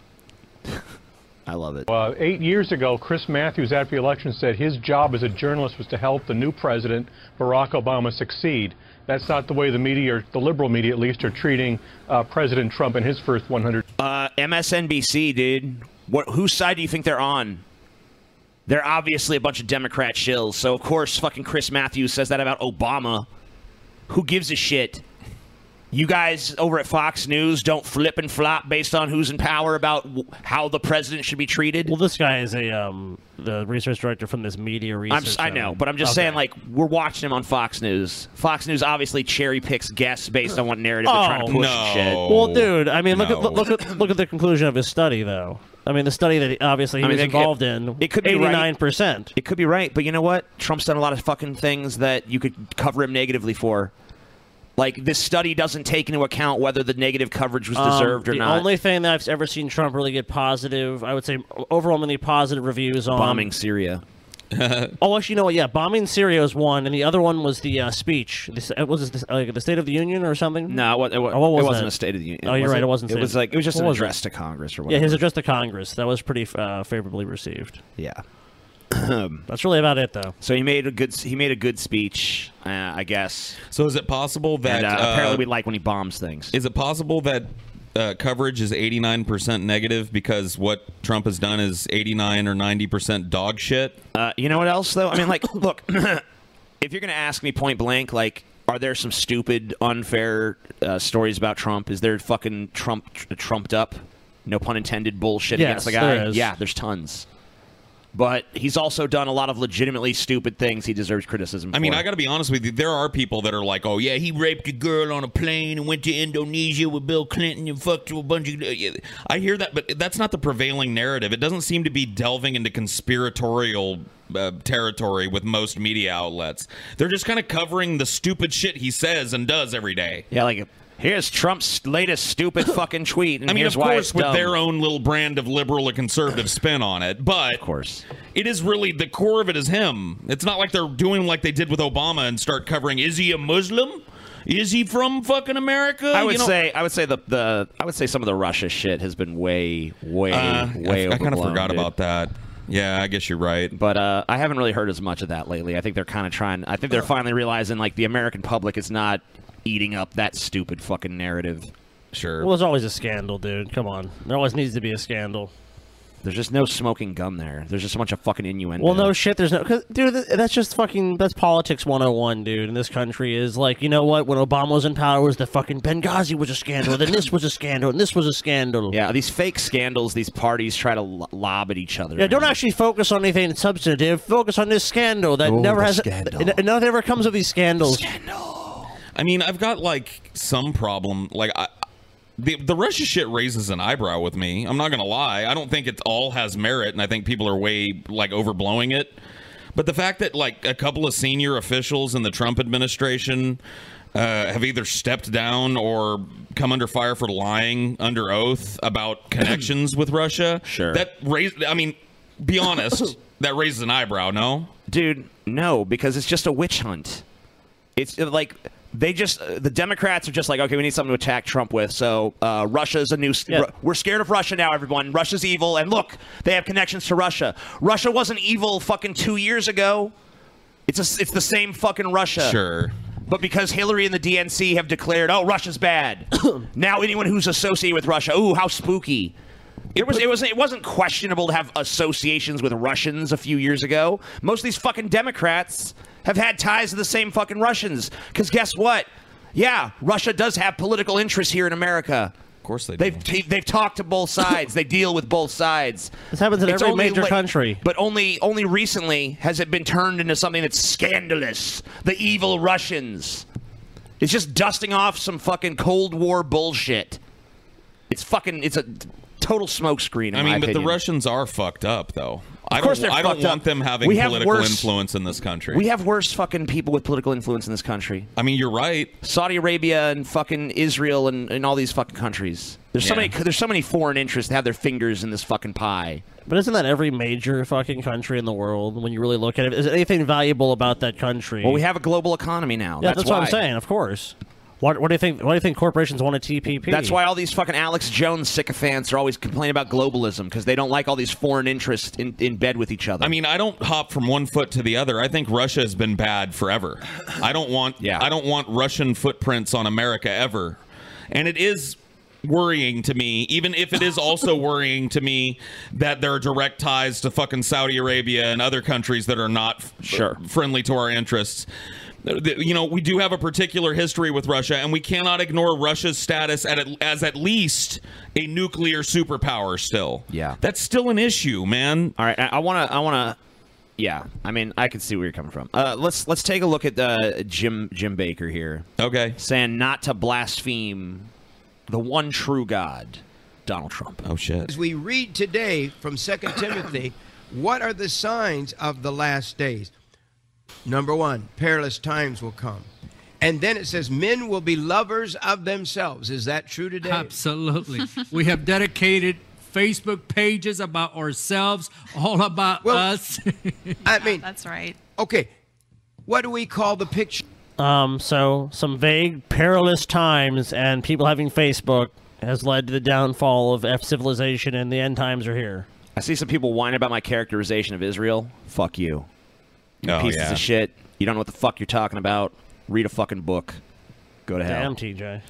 [SPEAKER 1] I love it.
[SPEAKER 17] Uh, eight years ago, Chris Matthews, after the election, said his job as a journalist was to help the new president, Barack Obama, succeed. That's not the way the media, or the liberal media at least, are treating uh, President Trump in his first 100.
[SPEAKER 1] Uh, MSNBC, dude. What? Whose side do you think they're on? They're obviously a bunch of Democrat shills. So of course, fucking Chris Matthews says that about Obama. Who gives a shit? You guys over at Fox News don't flip and flop based on who's in power about w- how the president should be treated.
[SPEAKER 5] Well, this guy is a um, the research director from this media research.
[SPEAKER 1] I'm, s- I know,
[SPEAKER 5] center.
[SPEAKER 1] but I'm just
[SPEAKER 5] Okay.
[SPEAKER 1] saying, like, we're watching him on Fox News. Fox News obviously cherry picks guests based on what narrative they're trying to push and shit.
[SPEAKER 5] Oh, Well, dude, I mean, look at look, look at look at the conclusion of his study, though. I mean, the study that he, obviously he
[SPEAKER 1] I mean,
[SPEAKER 5] was
[SPEAKER 1] they could-
[SPEAKER 5] involved in.
[SPEAKER 1] it could be right.
[SPEAKER 5] 89 percent.
[SPEAKER 1] It could be right, but you know what? Trump's done a lot of fucking things that you could cover him negatively for. Like this study doesn't take into account whether the negative coverage was deserved
[SPEAKER 5] Um,
[SPEAKER 1] or
[SPEAKER 5] the
[SPEAKER 1] not.
[SPEAKER 5] only thing that I've ever seen Trump really get positive, I would say overwhelmingly positive reviews on
[SPEAKER 1] Bombing Syria.
[SPEAKER 5] oh, actually, you know what? Yeah, bombing Syria was one, and the other one was the uh, speech. This uh, was this, uh, the State of the Union or something.
[SPEAKER 1] No, it, wa- it, wa-
[SPEAKER 5] Oh, what was
[SPEAKER 1] it wasn't
[SPEAKER 5] that?
[SPEAKER 1] a State of the Union.
[SPEAKER 5] Oh, you're
[SPEAKER 1] was
[SPEAKER 5] right. It wasn't.
[SPEAKER 1] It
[SPEAKER 5] State
[SPEAKER 1] was
[SPEAKER 5] of-
[SPEAKER 1] like it was just
[SPEAKER 5] what
[SPEAKER 1] an
[SPEAKER 5] was it?
[SPEAKER 1] address to Congress or
[SPEAKER 5] Yeah,
[SPEAKER 1] whatever.
[SPEAKER 5] his address to Congress. That was pretty uh, favorably received.
[SPEAKER 1] Yeah.
[SPEAKER 5] That's really about it, though.
[SPEAKER 1] So he made a good he made a good speech, uh, I guess.
[SPEAKER 6] So is it possible that
[SPEAKER 1] And, uh,
[SPEAKER 6] uh,
[SPEAKER 1] apparently we like when he bombs things?
[SPEAKER 6] Is it possible that uh, coverage is 89% negative because what Trump has done is 89 or 90% dog shit?
[SPEAKER 1] Uh, you know what else though? I mean, like, look, if you're gonna ask me point blank, like, are there some stupid, unfair uh, stories about Trump? Is there fucking Trump tr- trumped up, no pun intended, bullshit
[SPEAKER 5] Yes,
[SPEAKER 1] against the guy?
[SPEAKER 5] there is.
[SPEAKER 1] Yeah, there's tons. but he's also done a lot of legitimately stupid things he deserves criticism for.
[SPEAKER 6] I mean, I got to be honest with you. There are people that are like, "Oh yeah, he raped a girl on a plane and went to Indonesia with Bill Clinton and fucked a bunch of." uh, yeah." I hear that, but that's not the prevailing narrative. It doesn't seem to be delving into conspiratorial uh, territory with most media outlets. They're just kind of covering the stupid shit he says and does every day.
[SPEAKER 1] Yeah, like here's Trump's latest stupid fucking tweet, and
[SPEAKER 6] I mean,
[SPEAKER 1] here's
[SPEAKER 6] of
[SPEAKER 1] why
[SPEAKER 6] course,
[SPEAKER 1] it's
[SPEAKER 6] with
[SPEAKER 1] dumb.
[SPEAKER 6] their own little brand of liberal and conservative spin on it, but of
[SPEAKER 1] course,
[SPEAKER 6] it is really the core of it is him. It's not like they're doing like they did with Obama and start covering. Is he a Muslim? Is he from fucking America?
[SPEAKER 1] I would
[SPEAKER 6] You know-
[SPEAKER 1] say I would say the, the I would say some of the Russia shit has been way way
[SPEAKER 6] Uh,
[SPEAKER 1] way.
[SPEAKER 6] I- I kinda
[SPEAKER 1] overblown,
[SPEAKER 6] forgot
[SPEAKER 1] dude.
[SPEAKER 6] about that. Yeah, I guess you're right.
[SPEAKER 1] But uh, I haven't really heard as much of that lately. I think they're kind of trying. I
[SPEAKER 6] Uh.
[SPEAKER 1] think they're finally realizing like the American public is not eating up that stupid fucking narrative.
[SPEAKER 6] Sure.
[SPEAKER 5] Well, there's always a scandal, dude. Come on. There always needs to be a scandal.
[SPEAKER 1] There's just no smoking gun there. There's just a bunch of fucking innuendo.
[SPEAKER 5] Well, no shit. There's no, cause, dude. th- That's just fucking. That's politics 101, dude. In this country, is like, you know what? When Obama was in power, was the fucking Benghazi was a scandal. then this was a scandal, and this was a scandal.
[SPEAKER 1] Yeah, these fake scandals these parties try to lo- lob at each other.
[SPEAKER 5] Yeah, don't actually focus on anything substantive. Focus on this scandal that never
[SPEAKER 1] Oh, the
[SPEAKER 5] has.
[SPEAKER 1] scandal.
[SPEAKER 5] n- nothing ever comes of these scandals.
[SPEAKER 6] I mean, I've got like some problem. Like I, the the Russia shit raises an eyebrow with me. I'm not gonna lie. I don't think it all has merit, and I think people are way like overblowing it. But the fact that like a couple of senior officials in the Trump administration uh, have either stepped down or come under fire for lying under oath about connections with Russia. Sure. That raised. I mean, be honest. that raises an eyebrow. No.
[SPEAKER 1] Dude, no, because it's just a witch hunt. It's uh, like they just uh, the Democrats are just like, okay, we need something to attack Trump with. So uh, Russia's a new. s
[SPEAKER 17] Yeah.
[SPEAKER 1] Ru- we're scared of Russia now, everyone. Russia's evil, and look, they have connections to Russia. Russia wasn't evil fucking two years ago. It's a s it's the same fucking Russia.
[SPEAKER 6] Sure.
[SPEAKER 1] But because Hillary and the DNC have declared, oh, Russia's bad. now anyone who's associated with Russia, ooh, how spooky. It was it was it wasn't questionable to have associations with Russians a few years ago. Most of these fucking Democrats have had ties to the same fucking Russians. Because guess what? Yeah, Russia does have political interests here in America. Of
[SPEAKER 6] course
[SPEAKER 1] do.
[SPEAKER 6] they
[SPEAKER 1] They've, theyey've talked to both sides. they deal with both sides.
[SPEAKER 5] This happens in
[SPEAKER 1] It's
[SPEAKER 5] every
[SPEAKER 1] only
[SPEAKER 5] major
[SPEAKER 1] la-
[SPEAKER 5] country.
[SPEAKER 1] But only only recently has it been turned into something that's scandalous. The evil Russians. It's just dusting off some fucking Cold War bullshit. It's fucking it's a total smokescreen. in
[SPEAKER 6] I
[SPEAKER 1] my
[SPEAKER 6] mean, but the
[SPEAKER 1] opinion.
[SPEAKER 6] Russians are fucked up, though. I
[SPEAKER 1] course
[SPEAKER 6] don't,
[SPEAKER 1] they're
[SPEAKER 6] I don't
[SPEAKER 1] fucked up.
[SPEAKER 6] want them having
[SPEAKER 1] We have
[SPEAKER 6] political
[SPEAKER 1] worse-
[SPEAKER 6] influence in this country.
[SPEAKER 1] We have worse fucking people with political influence in this country.
[SPEAKER 6] I mean, you're right.
[SPEAKER 1] Saudi Arabia and fucking Israel and, and all these fucking countries. There's so
[SPEAKER 5] Yeah.
[SPEAKER 1] many. There's so many foreign interests that have their fingers in this fucking pie.
[SPEAKER 5] But isn't that every major fucking country in the world when you really look at it? Is there anything valuable about that country?
[SPEAKER 1] Well, we have a global economy now.
[SPEAKER 5] Yeah,
[SPEAKER 1] that's,
[SPEAKER 5] that's, what
[SPEAKER 1] why.
[SPEAKER 5] I'm saying. Of course. Why, why do you think? Why do you think corporations want a TPP?
[SPEAKER 1] That's why all these fucking Alex Jones sycophants are always complaining about globalism because they don't like all these foreign interests in, in bed with each other.
[SPEAKER 6] I mean, I don't hop from one foot to the other. I think Russia has been bad forever. I don't want. yeah. I don't want Russian footprints on America ever. And it is worrying to me, even if it is also worrying to me that there are direct ties to fucking Saudi Arabia and other countries that are not sure friendly to our interests. Th- th- You know, we do have a particular history with Russia, and we cannot ignore Russia's status at, at- as at least a nuclear superpower still.
[SPEAKER 1] Yeah.
[SPEAKER 6] That's still an issue, man.
[SPEAKER 1] All right, I want to. I want to. Yeah, I mean, I can see where you're coming from. Uh, let's let's take a look at uh, Jim Jim Baker here.
[SPEAKER 6] Okay,
[SPEAKER 1] saying not to blaspheme the one true God, Donald Trump.
[SPEAKER 6] Oh shit.
[SPEAKER 18] As we read today from 2 Timothy, what are the signs of the last days? Number one, perilous times will come. And then it says, men will be lovers of themselves. Is that true today?
[SPEAKER 19] Absolutely. we have dedicated Facebook pages about ourselves, all about us.
[SPEAKER 18] I mean,
[SPEAKER 20] that's right.
[SPEAKER 18] Okay. What do we call the picture?
[SPEAKER 5] Um, so some vague perilous times and people having Facebook has led to the downfall of F civilization and the end times are here.
[SPEAKER 1] I see some people whine about my characterization of Israel. Fuck you. You
[SPEAKER 5] Oh,
[SPEAKER 1] pieces
[SPEAKER 5] yeah.
[SPEAKER 1] of shit. You don't know what the fuck you're talking about. Read a fucking book. Go to hell.
[SPEAKER 5] Damn, TJ.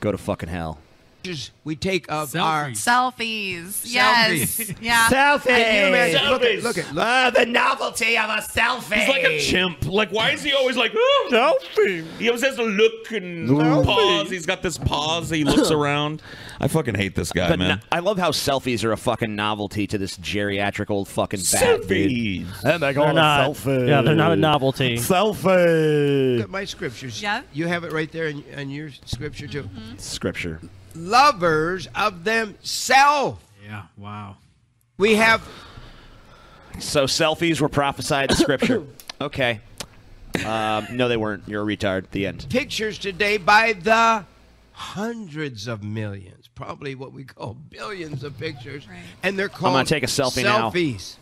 [SPEAKER 1] Go to fucking hell.
[SPEAKER 18] pictures we take of our
[SPEAKER 21] Selfies. Yes.
[SPEAKER 18] Selfies.
[SPEAKER 21] Yeah.
[SPEAKER 18] Can you imagine? Look at-
[SPEAKER 6] Selfies.
[SPEAKER 18] Look at, look
[SPEAKER 6] Ah, the
[SPEAKER 18] novelty of a selfie.
[SPEAKER 6] He's like a chimp. Like, why is he always like, oh, selfie? He always has to look and pause. He's got this pause. He looks around. I fucking hate this guy,
[SPEAKER 1] But
[SPEAKER 6] man.
[SPEAKER 1] no- I love how selfies are a fucking novelty to this geriatric old fucking bat, dude. Oh my
[SPEAKER 5] They're
[SPEAKER 1] God, a
[SPEAKER 5] not-
[SPEAKER 1] selfie.
[SPEAKER 5] yeah, they're not a novelty.
[SPEAKER 1] Selfie.
[SPEAKER 18] Look at my scriptures. Yeah. You have it right there in, in your scripture too.
[SPEAKER 20] Mm-hmm.
[SPEAKER 1] Scripture.
[SPEAKER 18] Lovers of themselves.
[SPEAKER 19] Yeah. Wow.
[SPEAKER 18] We have
[SPEAKER 1] So selfies were prophesied in scripture. okay. Um, no, they weren't. You're a retard. The end.
[SPEAKER 18] pictures today by the hundreds of millions, probably what we call billions of pictures, and they're
[SPEAKER 1] gonna
[SPEAKER 18] called
[SPEAKER 1] take a selfie now. Hmm.
[SPEAKER 18] selfies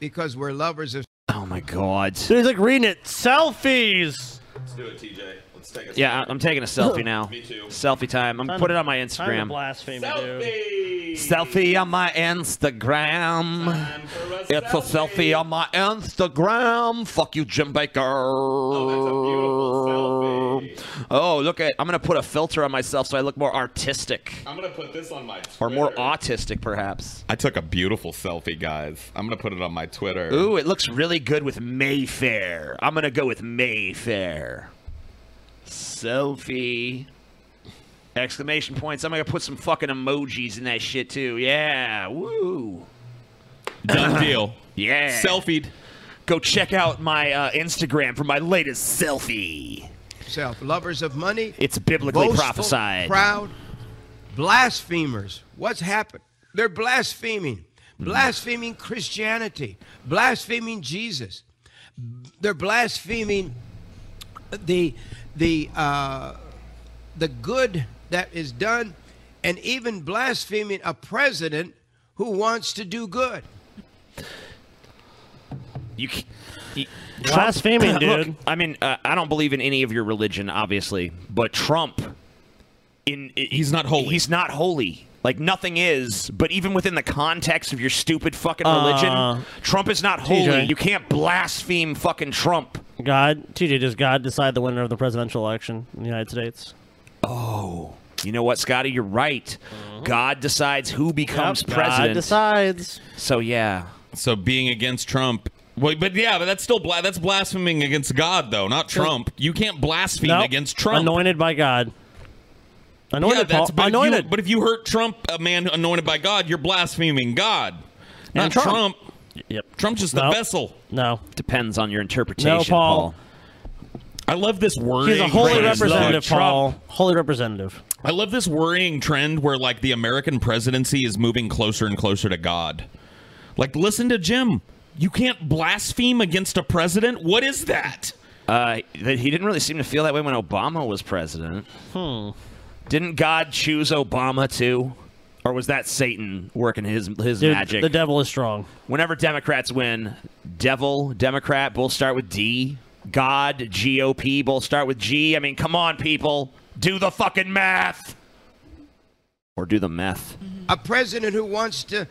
[SPEAKER 18] because we're lovers of.
[SPEAKER 1] Oh my God.
[SPEAKER 5] He's like reading it. Selfies.
[SPEAKER 6] Let's do it, TJ. Let's take it.
[SPEAKER 1] Yeah, I- I'm taking a selfie now.
[SPEAKER 6] Me too.
[SPEAKER 1] Selfie time. I'm
[SPEAKER 5] Time
[SPEAKER 1] put
[SPEAKER 5] to-
[SPEAKER 1] it on my
[SPEAKER 5] time to
[SPEAKER 1] Instagram.
[SPEAKER 5] blaspheme,
[SPEAKER 1] Selfie on my Instagram. It's a selfie on my Instagram. Fuck you, Jim Baker. Oh, look at. I'm gonna put a filter on myself so I look more artistic
[SPEAKER 6] I'm going to put this on my.
[SPEAKER 1] or more autistic, perhaps.
[SPEAKER 6] I took a beautiful selfie, guys. I'm going to put it on my Twitter.
[SPEAKER 1] Ooh, it looks really good with Mayfair. I'm gonna go with Mayfair. Selfie. Exclamation points. I'm gonna put some fucking emojis in that shit too. Yeah. Woo.
[SPEAKER 6] Done deal.
[SPEAKER 1] Yeah.
[SPEAKER 6] Selfied.
[SPEAKER 1] Go check out my uh, Instagram for my latest selfie.
[SPEAKER 18] Self, lovers of money.
[SPEAKER 1] It's biblically
[SPEAKER 18] boastful,
[SPEAKER 1] prophesied.
[SPEAKER 18] Proud, blasphemers. What's happened? They're blaspheming,
[SPEAKER 1] Hmm.
[SPEAKER 18] blaspheming Christianity, blaspheming Jesus. They're blaspheming the the uh, the good that is done, and even blaspheming a president who wants to do good.
[SPEAKER 1] You. c- you-
[SPEAKER 5] Blaspheming,
[SPEAKER 1] Look,
[SPEAKER 5] dude.
[SPEAKER 1] I mean, uh, I don't believe in any of your religion, obviously, but Trump, in he's not holy. He's not holy. Like nothing is, but even within the context of your stupid fucking religion,
[SPEAKER 5] Uh,
[SPEAKER 1] Trump is not holy.
[SPEAKER 5] TJ.
[SPEAKER 1] You can't blaspheme fucking Trump.
[SPEAKER 5] God, TJ, does God decide the winner of the presidential election in the United States?
[SPEAKER 1] Oh, you know what, Scotty? You're right. God decides who becomes
[SPEAKER 5] Uh-huh. Yep, God
[SPEAKER 1] president.
[SPEAKER 5] decides.
[SPEAKER 1] So yeah.
[SPEAKER 6] So being against Trump. Wait, but yeah, but that's still bla- that's blaspheming against God though, not Trump. You can't blaspheme
[SPEAKER 5] Nope.
[SPEAKER 6] against Trump.
[SPEAKER 5] Anointed by God. Anointed,
[SPEAKER 6] yeah, that's,
[SPEAKER 5] Paul.
[SPEAKER 6] but if uh, you-
[SPEAKER 5] Anointed.
[SPEAKER 6] but if you hurt Trump, a man anointed by God, you're blaspheming God, not
[SPEAKER 5] And Trump.
[SPEAKER 6] Trump.
[SPEAKER 5] Yep.
[SPEAKER 6] Trump's just
[SPEAKER 5] Nope.
[SPEAKER 6] the vessel.
[SPEAKER 5] No.
[SPEAKER 1] Depends on your interpretation,
[SPEAKER 5] No, Paul.
[SPEAKER 6] I love this word.
[SPEAKER 5] He's a holy representative, Paul. Holy representative.
[SPEAKER 6] I love this worrying trend where like the American presidency is moving closer and closer to God. Like listen to Jim. You can't blaspheme against a president. What is that?
[SPEAKER 1] Uh, that he didn't really seem to feel that way when Obama was president. Hmm. Didn't God choose Obama too, or was that Satan working his his
[SPEAKER 5] Dude,
[SPEAKER 1] magic?
[SPEAKER 5] the devil is strong.
[SPEAKER 1] Whenever Democrats win, devil, Democrat, both start with D. God, GOP, both start with G. I mean, come on, people, do the fucking math, or do the meth.
[SPEAKER 18] a president who wants to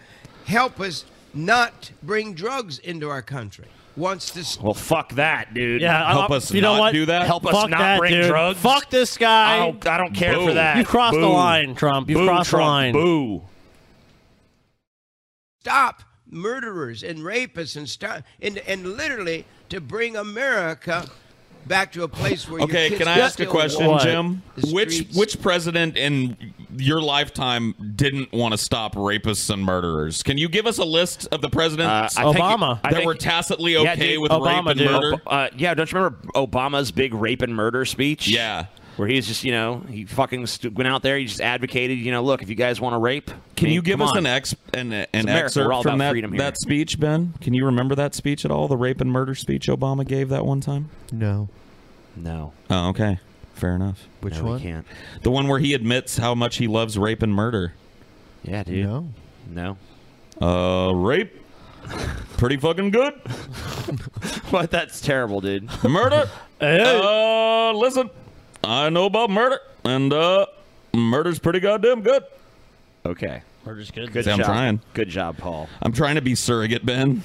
[SPEAKER 18] help us not bring drugs into our country wants to s-
[SPEAKER 1] Well, fuck that, dude.
[SPEAKER 5] Yeah, I- I- you know what?
[SPEAKER 1] Help us
[SPEAKER 5] Fuck
[SPEAKER 1] not
[SPEAKER 5] that,
[SPEAKER 1] bring
[SPEAKER 5] dude.
[SPEAKER 1] drugs.
[SPEAKER 5] Fuck this guy.
[SPEAKER 1] I don't- I don't care for that.
[SPEAKER 5] You crossed the
[SPEAKER 1] Boo.
[SPEAKER 5] line, Trump. You
[SPEAKER 1] Boo,
[SPEAKER 5] crossed
[SPEAKER 1] Trump.
[SPEAKER 5] the line.
[SPEAKER 1] Boo.
[SPEAKER 18] stop murderers and rapists and stop and, and literally to bring America back to a place where your
[SPEAKER 6] Okay,
[SPEAKER 18] kids
[SPEAKER 6] can I ask a
[SPEAKER 18] still
[SPEAKER 6] question,
[SPEAKER 18] walk
[SPEAKER 6] Jim?
[SPEAKER 18] the
[SPEAKER 6] Which
[SPEAKER 18] streets.
[SPEAKER 6] which president in your lifetime didn't want to stop rapists and murderers? Can you give us a list of the presidents
[SPEAKER 1] Uh, I think- I
[SPEAKER 6] that
[SPEAKER 1] think-
[SPEAKER 6] were tacitly
[SPEAKER 1] Yeah,
[SPEAKER 6] okay
[SPEAKER 1] dude,
[SPEAKER 6] with rape and
[SPEAKER 1] dude.
[SPEAKER 6] murder?
[SPEAKER 1] Ob- uh, yeah, don't you remember Obama's big rape and murder speech? Yeah. Where he's just, you know, he fucking st- went out there. He just advocated, you know, look, if you guys want to rape,
[SPEAKER 6] Can
[SPEAKER 1] I mean,
[SPEAKER 6] you give
[SPEAKER 1] come
[SPEAKER 6] us
[SPEAKER 1] on.
[SPEAKER 6] an ex an, an
[SPEAKER 1] It's America.
[SPEAKER 6] excerpt
[SPEAKER 1] We're all
[SPEAKER 6] from
[SPEAKER 1] about
[SPEAKER 6] that
[SPEAKER 1] freedom here.
[SPEAKER 6] that speech, Ben? Can you remember that speech at all? The rape and murder speech Obama gave that one time?
[SPEAKER 2] No.
[SPEAKER 1] No.
[SPEAKER 6] Oh, okay. Fair enough.
[SPEAKER 2] Which No, we one? can't.
[SPEAKER 6] The one where he admits how much he loves rape and murder.
[SPEAKER 1] Yeah, dude.
[SPEAKER 2] No.
[SPEAKER 1] No.
[SPEAKER 6] Uh, rape. Pretty fucking good.
[SPEAKER 1] but that's terrible, dude.
[SPEAKER 6] Murder. Uh, listen. I know about murder, and uh, murder's pretty goddamn good.
[SPEAKER 1] Okay.
[SPEAKER 5] Murder's good.
[SPEAKER 1] Good
[SPEAKER 6] See, I'm
[SPEAKER 1] job.
[SPEAKER 6] trying.
[SPEAKER 1] Good job, Paul.
[SPEAKER 6] I'm trying to be surrogate, Ben.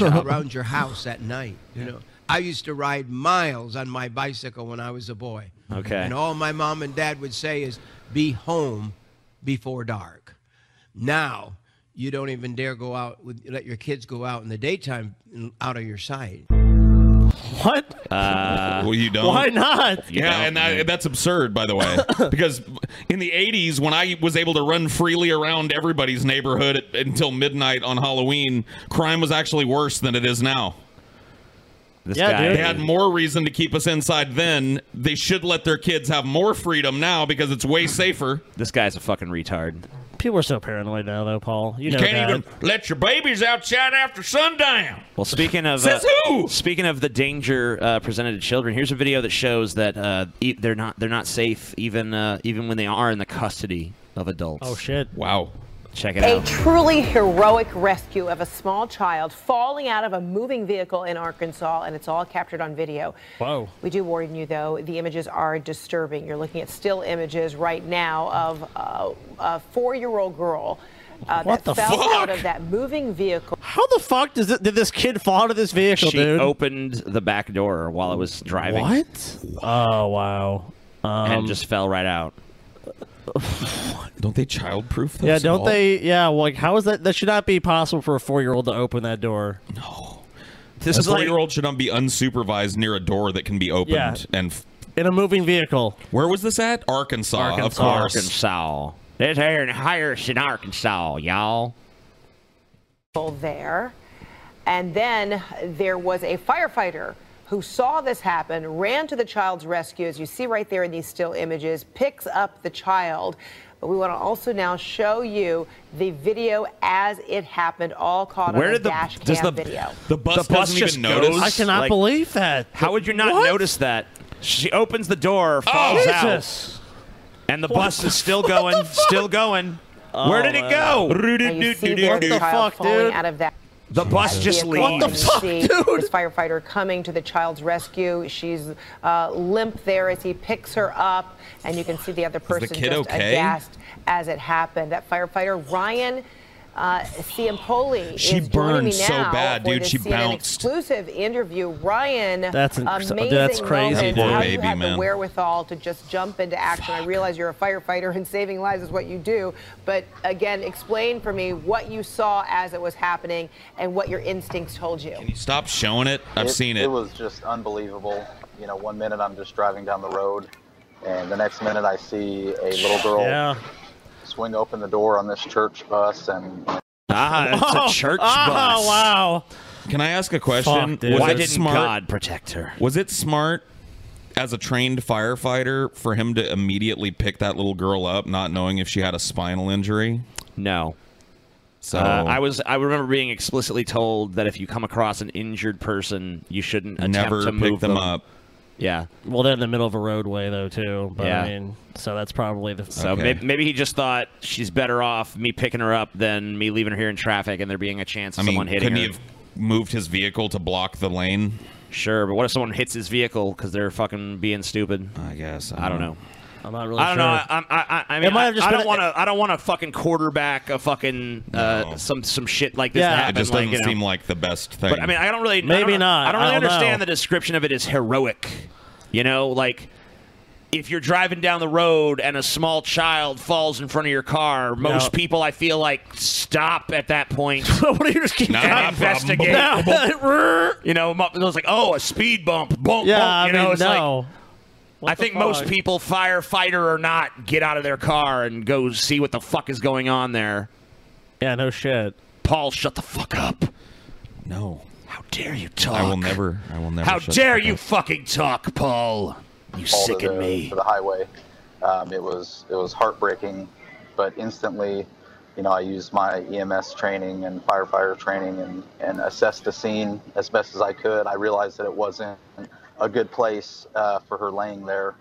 [SPEAKER 18] around your house at night. You know, I used to ride miles on my bicycle when I was a boy.
[SPEAKER 1] Okay.
[SPEAKER 18] And all my mom and dad would say is, "Be home before dark. Now, you don't even dare go out, with, let your kids go out in the daytime out of your sight.
[SPEAKER 5] What?
[SPEAKER 6] Uh, well, you don't.
[SPEAKER 18] Why not?
[SPEAKER 6] Yeah, and that, that's absurd, by the way, because in the '80s, when I was able to run freely around everybody's neighborhood at, until midnight on Halloween, crime was actually worse than it is now.
[SPEAKER 1] This Yeah, guy- dude.
[SPEAKER 6] they had more reason to keep us inside then. They should let their kids have more freedom now because it's way safer.
[SPEAKER 1] This guy's a fucking retard.
[SPEAKER 5] People are so paranoid now, though, Paul. You,
[SPEAKER 1] You
[SPEAKER 5] know
[SPEAKER 1] can't
[SPEAKER 5] that.
[SPEAKER 1] even-
[SPEAKER 6] Let your babies outside after sundown.
[SPEAKER 1] Well, speaking of uh,
[SPEAKER 6] Says
[SPEAKER 1] speaking of the danger uh, presented to children, here's a video that shows that uh, e- they're not they're not safe even uh, even when they are in the custody of adults.
[SPEAKER 5] Oh, shit!
[SPEAKER 6] Wow,
[SPEAKER 1] check it
[SPEAKER 22] A
[SPEAKER 1] out.
[SPEAKER 22] truly heroic rescue of a small child falling out of a moving vehicle in Arkansas, and it's all captured on video.
[SPEAKER 5] Whoa.
[SPEAKER 22] We do warn you, though, the images are disturbing. You're looking at still images right now of uh, a four year old girl uh,
[SPEAKER 5] What
[SPEAKER 22] that
[SPEAKER 5] the
[SPEAKER 22] fell
[SPEAKER 5] fuck?
[SPEAKER 22] out of that moving vehicle.
[SPEAKER 5] How the fuck does it, did this kid fall out of this vehicle,
[SPEAKER 1] she
[SPEAKER 5] dude?
[SPEAKER 1] opened the back door while it was driving.
[SPEAKER 5] What? Oh wow! Um,
[SPEAKER 1] and just fell right out.
[SPEAKER 6] Don't they childproof?
[SPEAKER 5] yeah, don't they? Yeah, like how is that? That should not be possible for a four-year-old to open that door.
[SPEAKER 6] No,
[SPEAKER 5] this
[SPEAKER 6] a
[SPEAKER 5] is like
[SPEAKER 6] four-year-old should not be unsupervised near a door that can be opened
[SPEAKER 5] Yeah.
[SPEAKER 6] and. F-
[SPEAKER 5] in a moving vehicle.
[SPEAKER 6] Where was this at? Arkansas, of
[SPEAKER 1] Arkansas.
[SPEAKER 6] course.
[SPEAKER 1] Arkansas. It's here in Harris in Arkansas, y'all.
[SPEAKER 22] people there. And then there was a firefighter who saw this happen, ran to the child's rescue, as you see right there in these still images, picks up the child. But we want to also now show you the video as it happened, all caught on a dash cam video.
[SPEAKER 6] the bus doesn't
[SPEAKER 1] just
[SPEAKER 6] even notice?
[SPEAKER 1] goes,
[SPEAKER 6] I cannot
[SPEAKER 5] believe that.
[SPEAKER 1] How would you not notice that? She opens the door, falls
[SPEAKER 5] Jesus.
[SPEAKER 1] out, and the
[SPEAKER 5] What
[SPEAKER 1] bus
[SPEAKER 5] the-
[SPEAKER 1] is still going, still going.
[SPEAKER 6] Oh,
[SPEAKER 1] Where did it go?
[SPEAKER 22] Now you see
[SPEAKER 1] Oh,
[SPEAKER 22] there
[SPEAKER 1] What the
[SPEAKER 22] child
[SPEAKER 1] fuck,
[SPEAKER 22] falling
[SPEAKER 1] dude?
[SPEAKER 22] out of that
[SPEAKER 1] The bus just
[SPEAKER 22] vehicle,
[SPEAKER 1] leaves.
[SPEAKER 22] and you see This firefighter coming to the child's rescue. She's uh, limp there as he picks her up, and you can see the other person
[SPEAKER 6] kid
[SPEAKER 22] just
[SPEAKER 6] okay?
[SPEAKER 22] aghast as it happened. That firefighter Ryan. Uh, Ciampoli
[SPEAKER 6] She
[SPEAKER 22] is joining me
[SPEAKER 6] burned so
[SPEAKER 22] now
[SPEAKER 6] bad,
[SPEAKER 22] for
[SPEAKER 6] dude.
[SPEAKER 22] this
[SPEAKER 6] She
[SPEAKER 22] CNN
[SPEAKER 6] bounced.
[SPEAKER 22] Exclusive interview. Ryan,
[SPEAKER 5] That's inc-
[SPEAKER 22] amazing
[SPEAKER 5] that's crazy,
[SPEAKER 22] moments.
[SPEAKER 5] dude.
[SPEAKER 22] How you
[SPEAKER 5] Baby,
[SPEAKER 22] have the
[SPEAKER 5] man.
[SPEAKER 22] wherewithal to just jump into action. I realize you're a firefighter and saving lives is what you do, but again, explain for me what you saw as it was happening and what your instincts told you.
[SPEAKER 6] Stop showing it. I've seen it.
[SPEAKER 20] It was just unbelievable. You know, one minute I'm just driving down the road, and the next minute I see a little girl
[SPEAKER 1] Yeah.
[SPEAKER 20] swing open the door on this church bus, and
[SPEAKER 1] Ah, it's a church bus.
[SPEAKER 5] Oh, wow.
[SPEAKER 6] Can I ask a question?
[SPEAKER 1] Fuck, dude. Why
[SPEAKER 6] it
[SPEAKER 1] didn't God protect her?
[SPEAKER 6] Was it smart as a trained firefighter for him to immediately pick that little girl up, not knowing if she had a spinal injury?
[SPEAKER 1] No.
[SPEAKER 6] So
[SPEAKER 1] Uh, I was. I remember being explicitly told that if you come across an injured person, you shouldn't attempt
[SPEAKER 6] Never
[SPEAKER 1] to
[SPEAKER 6] pick
[SPEAKER 1] move
[SPEAKER 6] them up.
[SPEAKER 1] Yeah.
[SPEAKER 5] Well, they're in the middle of a roadway though, too. But
[SPEAKER 1] Yeah.
[SPEAKER 5] I mean, so that's probably the.
[SPEAKER 1] So may- maybe, he just thought she's better off me picking her up than me leaving her here in traffic and there being a chance
[SPEAKER 6] I
[SPEAKER 1] of
[SPEAKER 6] mean,
[SPEAKER 1] someone hitting
[SPEAKER 6] couldn't
[SPEAKER 1] her.
[SPEAKER 6] he have moved his vehicle to block the lane?
[SPEAKER 1] Sure, but what if someone hits his vehicle because they're fucking being stupid?
[SPEAKER 6] I guess.
[SPEAKER 1] I, don't know.
[SPEAKER 5] I'm not really
[SPEAKER 1] I don't know. I,
[SPEAKER 5] sure.
[SPEAKER 1] I'm- I, I, I
[SPEAKER 5] It
[SPEAKER 1] mean,
[SPEAKER 5] might
[SPEAKER 1] I,
[SPEAKER 5] have just
[SPEAKER 1] I
[SPEAKER 5] been
[SPEAKER 1] don't
[SPEAKER 5] a-
[SPEAKER 1] want to. I don't want to fucking quarterback a fucking uh, some some shit like this. to
[SPEAKER 6] it
[SPEAKER 1] happen,
[SPEAKER 6] just doesn't
[SPEAKER 1] like, you know.
[SPEAKER 6] seem like the best thing.
[SPEAKER 1] But I mean, I don't really. I
[SPEAKER 5] Maybe
[SPEAKER 1] don't-
[SPEAKER 5] not.
[SPEAKER 1] I don't really
[SPEAKER 5] I don't
[SPEAKER 1] understand
[SPEAKER 5] know.
[SPEAKER 1] the description of it as heroic. You know, like if you're driving down the road and a small child falls in front of your car, most
[SPEAKER 5] No.
[SPEAKER 1] people I feel like stop at that point. what
[SPEAKER 5] do you just keep
[SPEAKER 1] and
[SPEAKER 5] going?
[SPEAKER 1] investigate?
[SPEAKER 5] No.
[SPEAKER 1] you know, mo- it was like oh, a speed bump, bump,
[SPEAKER 5] Yeah, I
[SPEAKER 1] bump. You know,
[SPEAKER 5] mean,
[SPEAKER 1] it's
[SPEAKER 5] no.
[SPEAKER 1] like.
[SPEAKER 5] What
[SPEAKER 1] I
[SPEAKER 5] the
[SPEAKER 1] think most
[SPEAKER 5] fuck?
[SPEAKER 1] people, firefighter or not, get out of their car and go see what the fuck is going on there.
[SPEAKER 5] Yeah, no shit.
[SPEAKER 1] Paul, shut the fuck up.
[SPEAKER 6] No.
[SPEAKER 1] How dare you talk?
[SPEAKER 6] I will never. I will never.
[SPEAKER 1] How
[SPEAKER 6] shut
[SPEAKER 1] dare
[SPEAKER 6] the fuck
[SPEAKER 1] you
[SPEAKER 6] up.
[SPEAKER 1] fucking talk, Paul? You
[SPEAKER 20] fall to
[SPEAKER 1] sicken
[SPEAKER 20] the-
[SPEAKER 1] me.
[SPEAKER 20] to the highway. Um, it was it was heartbreaking, but instantly, you know, I used my EMS training and firefighter training and and assessed the scene as best as I could. I realized that it wasn't a good place uh, for her laying there.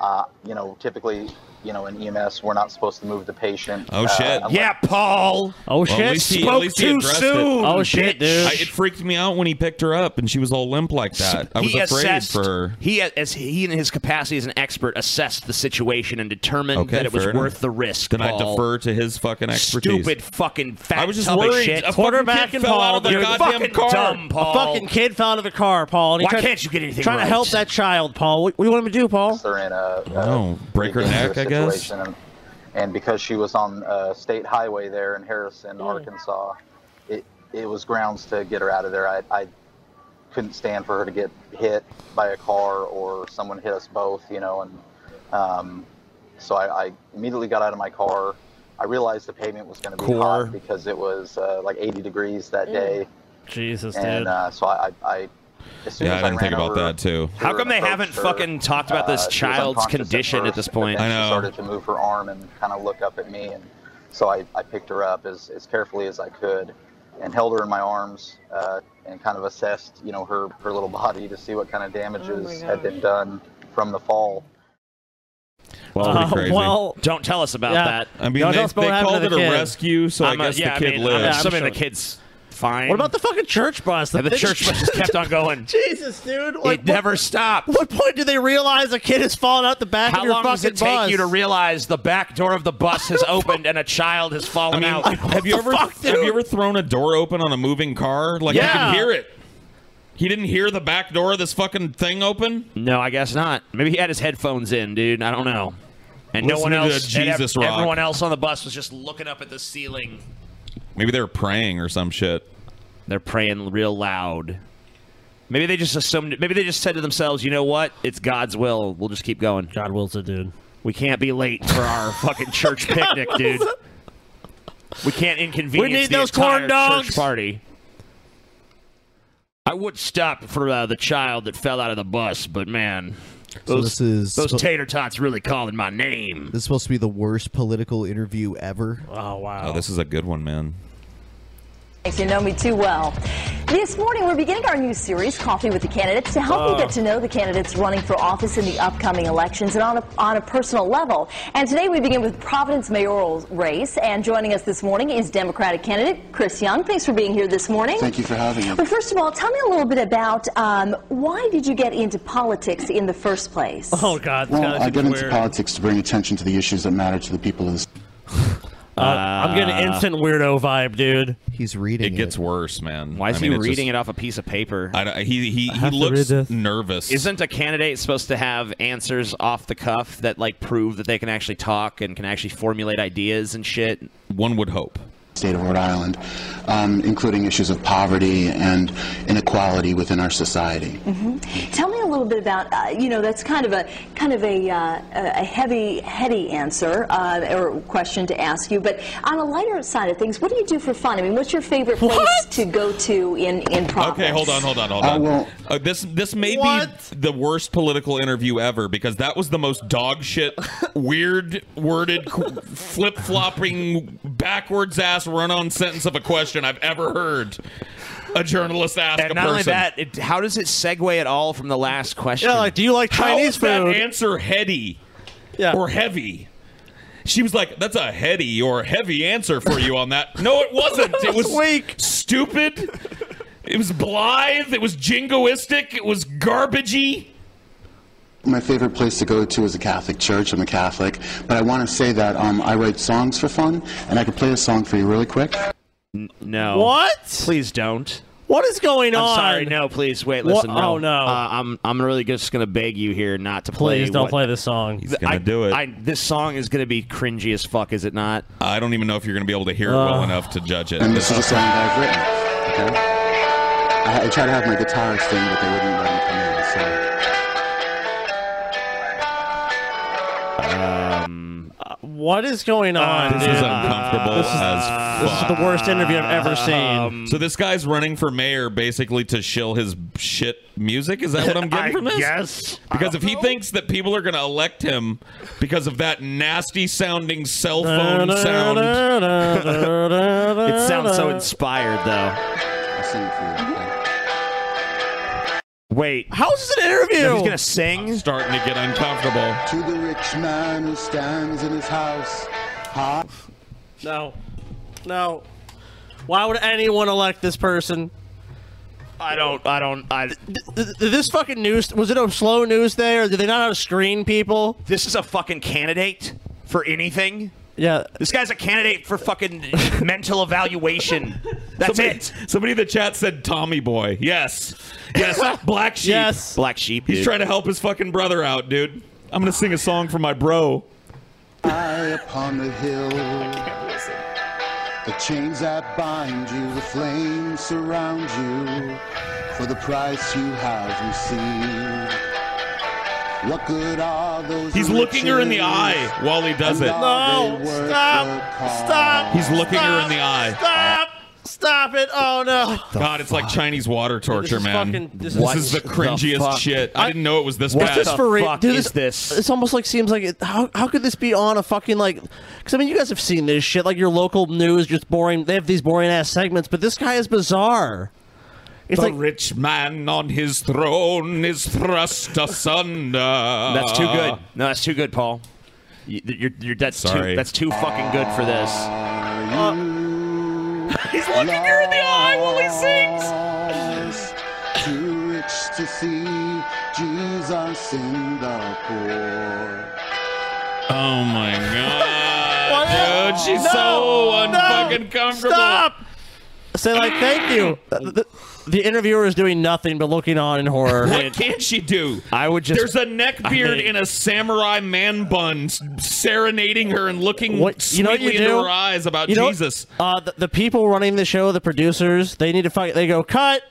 [SPEAKER 20] Uh, you know, typically, you know, in EMS, we're not supposed to move the patient.
[SPEAKER 6] Oh,
[SPEAKER 20] uh,
[SPEAKER 6] shit.
[SPEAKER 20] unless-
[SPEAKER 1] Yeah, Paul.
[SPEAKER 5] Oh
[SPEAKER 6] Well, at least he, at least he addressed it. I- it freaked me out when he picked her up and she was all limp like that. I was
[SPEAKER 1] he
[SPEAKER 6] afraid
[SPEAKER 1] assessed,
[SPEAKER 6] for her.
[SPEAKER 1] He, as he in his capacity as an expert, assessed the situation and determined
[SPEAKER 6] Okay,
[SPEAKER 1] that it was
[SPEAKER 6] fair enough.
[SPEAKER 1] worth the risk.
[SPEAKER 6] Then I
[SPEAKER 1] Paul.
[SPEAKER 6] defer to his fucking expertise.
[SPEAKER 1] Stupid fucking fat.
[SPEAKER 6] I was just
[SPEAKER 1] tub of
[SPEAKER 6] worried.
[SPEAKER 1] Shit.
[SPEAKER 6] A fucking Quarterback kid and fell out Paul, of the
[SPEAKER 1] You're
[SPEAKER 6] goddamn
[SPEAKER 1] fucking
[SPEAKER 6] car.
[SPEAKER 1] Dumb, Paul.
[SPEAKER 5] A fucking kid fell out of a car, Paul. and he
[SPEAKER 1] Why
[SPEAKER 5] tried-
[SPEAKER 1] can't you get anything
[SPEAKER 5] Trying
[SPEAKER 1] right?
[SPEAKER 5] to help that child, Paul. What, what do you want him to do, Paul?
[SPEAKER 20] they're in a,
[SPEAKER 6] Oh, break her neck, I guess.
[SPEAKER 20] situation. And, and because she was on a state highway there in Harrison, Arkansas, it it was grounds to get her out of there. I, I couldn't stand for her to get hit by a car or someone hit us both, you know, and um, so I, I immediately got out of my car. I realized the pavement was going to be
[SPEAKER 1] Core.
[SPEAKER 20] hot because it was uh, like 80 degrees that
[SPEAKER 1] Mm.
[SPEAKER 20] day,
[SPEAKER 5] Jesus,
[SPEAKER 20] and
[SPEAKER 5] dude.
[SPEAKER 20] uh, so I, I, I as soon
[SPEAKER 6] Yeah,
[SPEAKER 20] as
[SPEAKER 6] I didn't
[SPEAKER 20] ran
[SPEAKER 6] think about
[SPEAKER 20] over
[SPEAKER 6] that, too.
[SPEAKER 20] to
[SPEAKER 1] How
[SPEAKER 20] her
[SPEAKER 1] come they
[SPEAKER 20] and
[SPEAKER 1] haven't
[SPEAKER 20] approached her,
[SPEAKER 1] fucking talked about this
[SPEAKER 20] uh, she was
[SPEAKER 1] child's
[SPEAKER 20] unconscious at
[SPEAKER 1] condition at
[SPEAKER 20] first,
[SPEAKER 1] this
[SPEAKER 20] but
[SPEAKER 1] point?
[SPEAKER 20] then
[SPEAKER 1] I
[SPEAKER 20] She
[SPEAKER 1] know.
[SPEAKER 20] started to move her arm and kind of look up at me, and so I, I picked her up as, as carefully as I could, and held her in my arms, uh, and kind of assessed, you know, her her little body to see what kind of damages had been done from the fall.
[SPEAKER 1] Well,
[SPEAKER 6] Pretty crazy.
[SPEAKER 5] Uh, well,
[SPEAKER 1] don't tell us about
[SPEAKER 6] yeah.
[SPEAKER 1] that.
[SPEAKER 6] I mean, No, they- don't spill what they happened to called the it a kid. rescue, so I
[SPEAKER 1] I'm
[SPEAKER 6] guess the
[SPEAKER 1] yeah,
[SPEAKER 6] kid
[SPEAKER 1] I mean,
[SPEAKER 6] lived.
[SPEAKER 1] I'm
[SPEAKER 6] Yeah, I'm
[SPEAKER 1] assuming
[SPEAKER 6] sure.
[SPEAKER 1] the kid's fine.
[SPEAKER 5] What about the fucking church bus?
[SPEAKER 1] And the
[SPEAKER 5] thing-
[SPEAKER 1] church bus just kept on going?
[SPEAKER 5] Jesus, dude. Like,
[SPEAKER 1] it never stopped.
[SPEAKER 5] What point do they realize a kid has fallen out the back
[SPEAKER 1] How
[SPEAKER 5] of your
[SPEAKER 1] long
[SPEAKER 5] fucking
[SPEAKER 1] does it take
[SPEAKER 5] bus?
[SPEAKER 1] you to realize the back door of the bus has opened and a child has fallen out?
[SPEAKER 6] Have you ever have you ever thrown a door open on a moving car? Like you
[SPEAKER 1] Yeah.
[SPEAKER 6] can hear it. He didn't hear the back door of this fucking thing open.
[SPEAKER 1] No, I guess not. Maybe he had his headphones in, dude. I don't know. And no one
[SPEAKER 6] Listening to
[SPEAKER 1] else.
[SPEAKER 6] the
[SPEAKER 1] and ev-
[SPEAKER 6] Jesus rock.
[SPEAKER 1] Everyone else on the bus was just looking up at the ceiling.
[SPEAKER 6] Maybe they were praying or some shit.
[SPEAKER 1] They're praying real loud. Maybe they just assumed. Maybe they just said to themselves, "You know what? It's God's will. We'll just keep going."
[SPEAKER 5] God wills it, dude.
[SPEAKER 1] We can't be late for our fucking church picnic, dude. We can't inconvenience
[SPEAKER 5] We need
[SPEAKER 1] the
[SPEAKER 5] those corn
[SPEAKER 1] entire
[SPEAKER 5] dogs.
[SPEAKER 1] church party. I would stop for uh, the child that fell out of the bus, but man,
[SPEAKER 2] So
[SPEAKER 1] those,
[SPEAKER 2] this is-
[SPEAKER 1] those tater tots really calling my name.
[SPEAKER 2] This is supposed to be the worst political interview ever.
[SPEAKER 5] Oh wow!
[SPEAKER 6] Oh, this is a good one, man.
[SPEAKER 23] If you know me too well. This morning, we're beginning our new series, Coffee with the Candidates, to help
[SPEAKER 24] Ah.
[SPEAKER 25] Oh.
[SPEAKER 23] you get to know the candidates running for office in the upcoming elections and on a, on a personal level. And today, we begin with Providence mayoral race. And joining us this morning is Democratic candidate Chris Young. Thanks for being here this morning.
[SPEAKER 24] Thank you for having me.
[SPEAKER 23] Well, first of all, tell me a little bit about um, why did you get into politics in the first place?
[SPEAKER 5] Oh God, this
[SPEAKER 24] Well,
[SPEAKER 5] guy's
[SPEAKER 24] I
[SPEAKER 5] a
[SPEAKER 24] get into
[SPEAKER 5] queer.
[SPEAKER 24] politics to bring attention to the issues that matter to the people of this.
[SPEAKER 5] Uh, I'm getting
[SPEAKER 24] Uh,
[SPEAKER 5] instant weirdo vibe, dude.
[SPEAKER 2] He's reading.
[SPEAKER 6] It gets worse, man.
[SPEAKER 1] Why is
[SPEAKER 6] I mean,
[SPEAKER 1] he
[SPEAKER 6] it's
[SPEAKER 1] reading
[SPEAKER 6] just-
[SPEAKER 1] it off a piece of paper?
[SPEAKER 6] I don't- he he, he looks nervous.
[SPEAKER 1] Isn't a candidate supposed to have answers off the cuff that like prove that they can actually talk and can actually formulate ideas and shit?
[SPEAKER 6] One would hope.
[SPEAKER 24] State of Rhode Island, um, including issues of poverty and inequality within our society.
[SPEAKER 23] hmm Tell me a little bit about uh, you know that's kind of a kind of a uh, a heavy heady answer uh, or question to ask you, but on a lighter side of things, what do you do for fun? I mean, what's your favorite place to go to in in Providence?
[SPEAKER 6] Okay, hold on, hold on, hold
[SPEAKER 24] I
[SPEAKER 6] on.
[SPEAKER 24] will-
[SPEAKER 6] Uh, this this may
[SPEAKER 23] What?
[SPEAKER 6] be the worst political interview ever because that was the most dog shit, weird worded, flip flopping, backwards ass run on sentence of a question I've ever heard a journalist ask
[SPEAKER 1] And
[SPEAKER 6] a
[SPEAKER 1] not
[SPEAKER 6] person.
[SPEAKER 1] only that, it, how does it segue at all from the last question?
[SPEAKER 6] Yeah, like,
[SPEAKER 5] do you like
[SPEAKER 6] How is that answer heady? Yeah. Or heavy? She was like, "That's a heady or heavy answer for you on that." No, it wasn't. It was weak, stupid. It was blithe. It was jingoistic. It was garbagey.
[SPEAKER 24] My favorite place to go to is a Catholic church. I'm a Catholic, but I want to say that um, I write songs for fun, and I could play a song for you really quick.
[SPEAKER 1] No.
[SPEAKER 5] What?
[SPEAKER 1] Please don't.
[SPEAKER 5] What is going
[SPEAKER 1] I'm
[SPEAKER 5] on?
[SPEAKER 1] sorry. No, please wait.
[SPEAKER 5] What-
[SPEAKER 1] Listen.
[SPEAKER 5] oh, no.
[SPEAKER 1] Uh, I'm I'm really just gonna beg you here not to play.
[SPEAKER 5] Please don't
[SPEAKER 1] what-
[SPEAKER 5] play this song.
[SPEAKER 1] Th- I, do it. I, this song is gonna be cringy as fuck, is it not?
[SPEAKER 6] I don't even know if you're gonna be able to
[SPEAKER 5] Uh.
[SPEAKER 6] hear it well enough to judge it.
[SPEAKER 24] And this is a song that I've written. Okay? I, I tried to have my guitarist sing, but they wouldn't let me come in. So
[SPEAKER 1] Um,
[SPEAKER 5] What is going on?
[SPEAKER 6] Ah, This
[SPEAKER 5] dude?
[SPEAKER 6] is uncomfortable
[SPEAKER 5] This is,
[SPEAKER 6] as Um,
[SPEAKER 5] this is the worst interview I've ever seen.
[SPEAKER 6] so this guy's running for mayor basically to shill his shit music. Is that what I'm getting
[SPEAKER 1] I
[SPEAKER 6] from this?
[SPEAKER 1] guess.
[SPEAKER 6] Because if he thinks that people are going to elect him because of that nasty sounding cell phone sound,
[SPEAKER 1] it
[SPEAKER 6] it
[SPEAKER 1] sounds so inspired, though.
[SPEAKER 24] I'll sing it for you. okay?
[SPEAKER 1] Wait.
[SPEAKER 5] How's this an interview?
[SPEAKER 1] No, he's gonna sing.
[SPEAKER 6] starting to get uncomfortable.
[SPEAKER 24] To the rich man who stands in his house. high-
[SPEAKER 5] No. No. Why would anyone elect this person?
[SPEAKER 1] I don't. I don't. I.
[SPEAKER 5] This fucking news was it a slow news day, or did they not know how to screen people?
[SPEAKER 1] This is a fucking candidate for anything.
[SPEAKER 5] Yeah.
[SPEAKER 1] This guy's a candidate for fucking mental evaluation. That's
[SPEAKER 6] somebody,
[SPEAKER 1] it.
[SPEAKER 6] Somebody in the chat said Tommy Boy. Yes. Yes. Black Sheep.
[SPEAKER 1] Yes. Black Sheep.
[SPEAKER 6] He's
[SPEAKER 1] dude.
[SPEAKER 6] trying to help his fucking brother out, dude. I'm going to sing a song for my bro.
[SPEAKER 24] High upon the hill. The chains that bind you, the flames surround you for the price you have received. What good are those?
[SPEAKER 6] He's looking her in the
[SPEAKER 24] riches?
[SPEAKER 6] eye while he does it.
[SPEAKER 24] No,
[SPEAKER 5] stop, stop.
[SPEAKER 6] He's looking her in the eye.
[SPEAKER 5] Stop! Stop it! Oh no!
[SPEAKER 6] God, it's like Chinese water torture,
[SPEAKER 5] is
[SPEAKER 6] man.
[SPEAKER 5] fucking- this
[SPEAKER 6] this,
[SPEAKER 5] is-
[SPEAKER 6] is the
[SPEAKER 5] What
[SPEAKER 6] cringiest
[SPEAKER 5] the fuck?
[SPEAKER 6] shit. I, didn't know it was this
[SPEAKER 5] Is
[SPEAKER 6] bad.
[SPEAKER 5] this for real? Dude, It's almost like seems like it, how how could this be on a fucking like? Because I mean, you guys have seen this shit. Like your local news, just boring. They have these boring ass segments, but this guy is bizarre. It's
[SPEAKER 6] the
[SPEAKER 5] like
[SPEAKER 6] rich man on his throne is thrust asunder.
[SPEAKER 1] That's too good. No, that's too good, Paul. You- You're, you're, that's,
[SPEAKER 6] uh-huh. Sorry.
[SPEAKER 1] too, that's too fucking good for this.
[SPEAKER 24] He's looking her in the eye while he sings. Too rich to see Jesus in the poor.
[SPEAKER 6] Oh my
[SPEAKER 24] Why-
[SPEAKER 6] god, dude, she's
[SPEAKER 24] No,
[SPEAKER 6] so
[SPEAKER 24] no,
[SPEAKER 6] unfucking comfortable.
[SPEAKER 5] stop. Say like, thank you. The, the- the interviewer is doing nothing but looking on in horror.
[SPEAKER 6] What can she do?
[SPEAKER 5] I would just.
[SPEAKER 6] There's a neck beard
[SPEAKER 5] I mean-
[SPEAKER 6] in a samurai man bun s- serenading her and looking
[SPEAKER 5] What you know? What
[SPEAKER 6] sweetly
[SPEAKER 5] you
[SPEAKER 6] into
[SPEAKER 5] do?
[SPEAKER 6] her eyes about
[SPEAKER 5] You know what-
[SPEAKER 6] Jesus.
[SPEAKER 5] Uh, the, the people running the show, the producers, they need to fight. They go cut.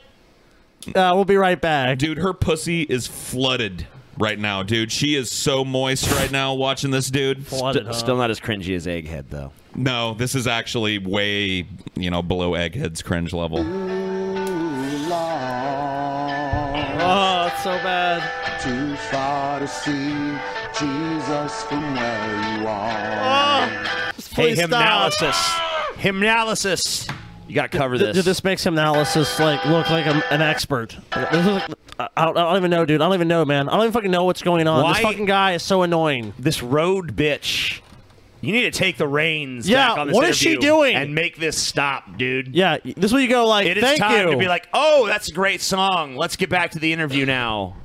[SPEAKER 5] Uh, we'll be right back.
[SPEAKER 6] Dude, her pussy is flooded right now, dude. She is so moist right now watching this dude.
[SPEAKER 1] St- Still not as cringy as Egghead, though.
[SPEAKER 6] No, this is actually way, you know, below Egghead's cringe level.
[SPEAKER 5] Oh, it's so bad.
[SPEAKER 24] Too far to see Jesus from where you
[SPEAKER 1] Oh.
[SPEAKER 24] are.
[SPEAKER 1] hey, hymnalysis. Hymnalysis. You got to cover
[SPEAKER 5] Th-
[SPEAKER 1] this.
[SPEAKER 5] Dude, this makes hymnalysis like look like I'm an expert. Like, this is like- I I don't, I don't even know, dude. I don't even know, man. I don't even fucking know what's going on. uh, This
[SPEAKER 1] Why-
[SPEAKER 5] fucking guy is so annoying.
[SPEAKER 1] This road bitch. You need to take the reins
[SPEAKER 5] Yeah,
[SPEAKER 1] back on this
[SPEAKER 5] what is she
[SPEAKER 1] interview
[SPEAKER 5] doing?
[SPEAKER 1] And make this stop, dude.
[SPEAKER 5] Yeah, this is where you go like,
[SPEAKER 1] It is
[SPEAKER 5] thank
[SPEAKER 1] time
[SPEAKER 5] you.
[SPEAKER 1] to be like, oh, that's a great song. Let's get back to the interview now.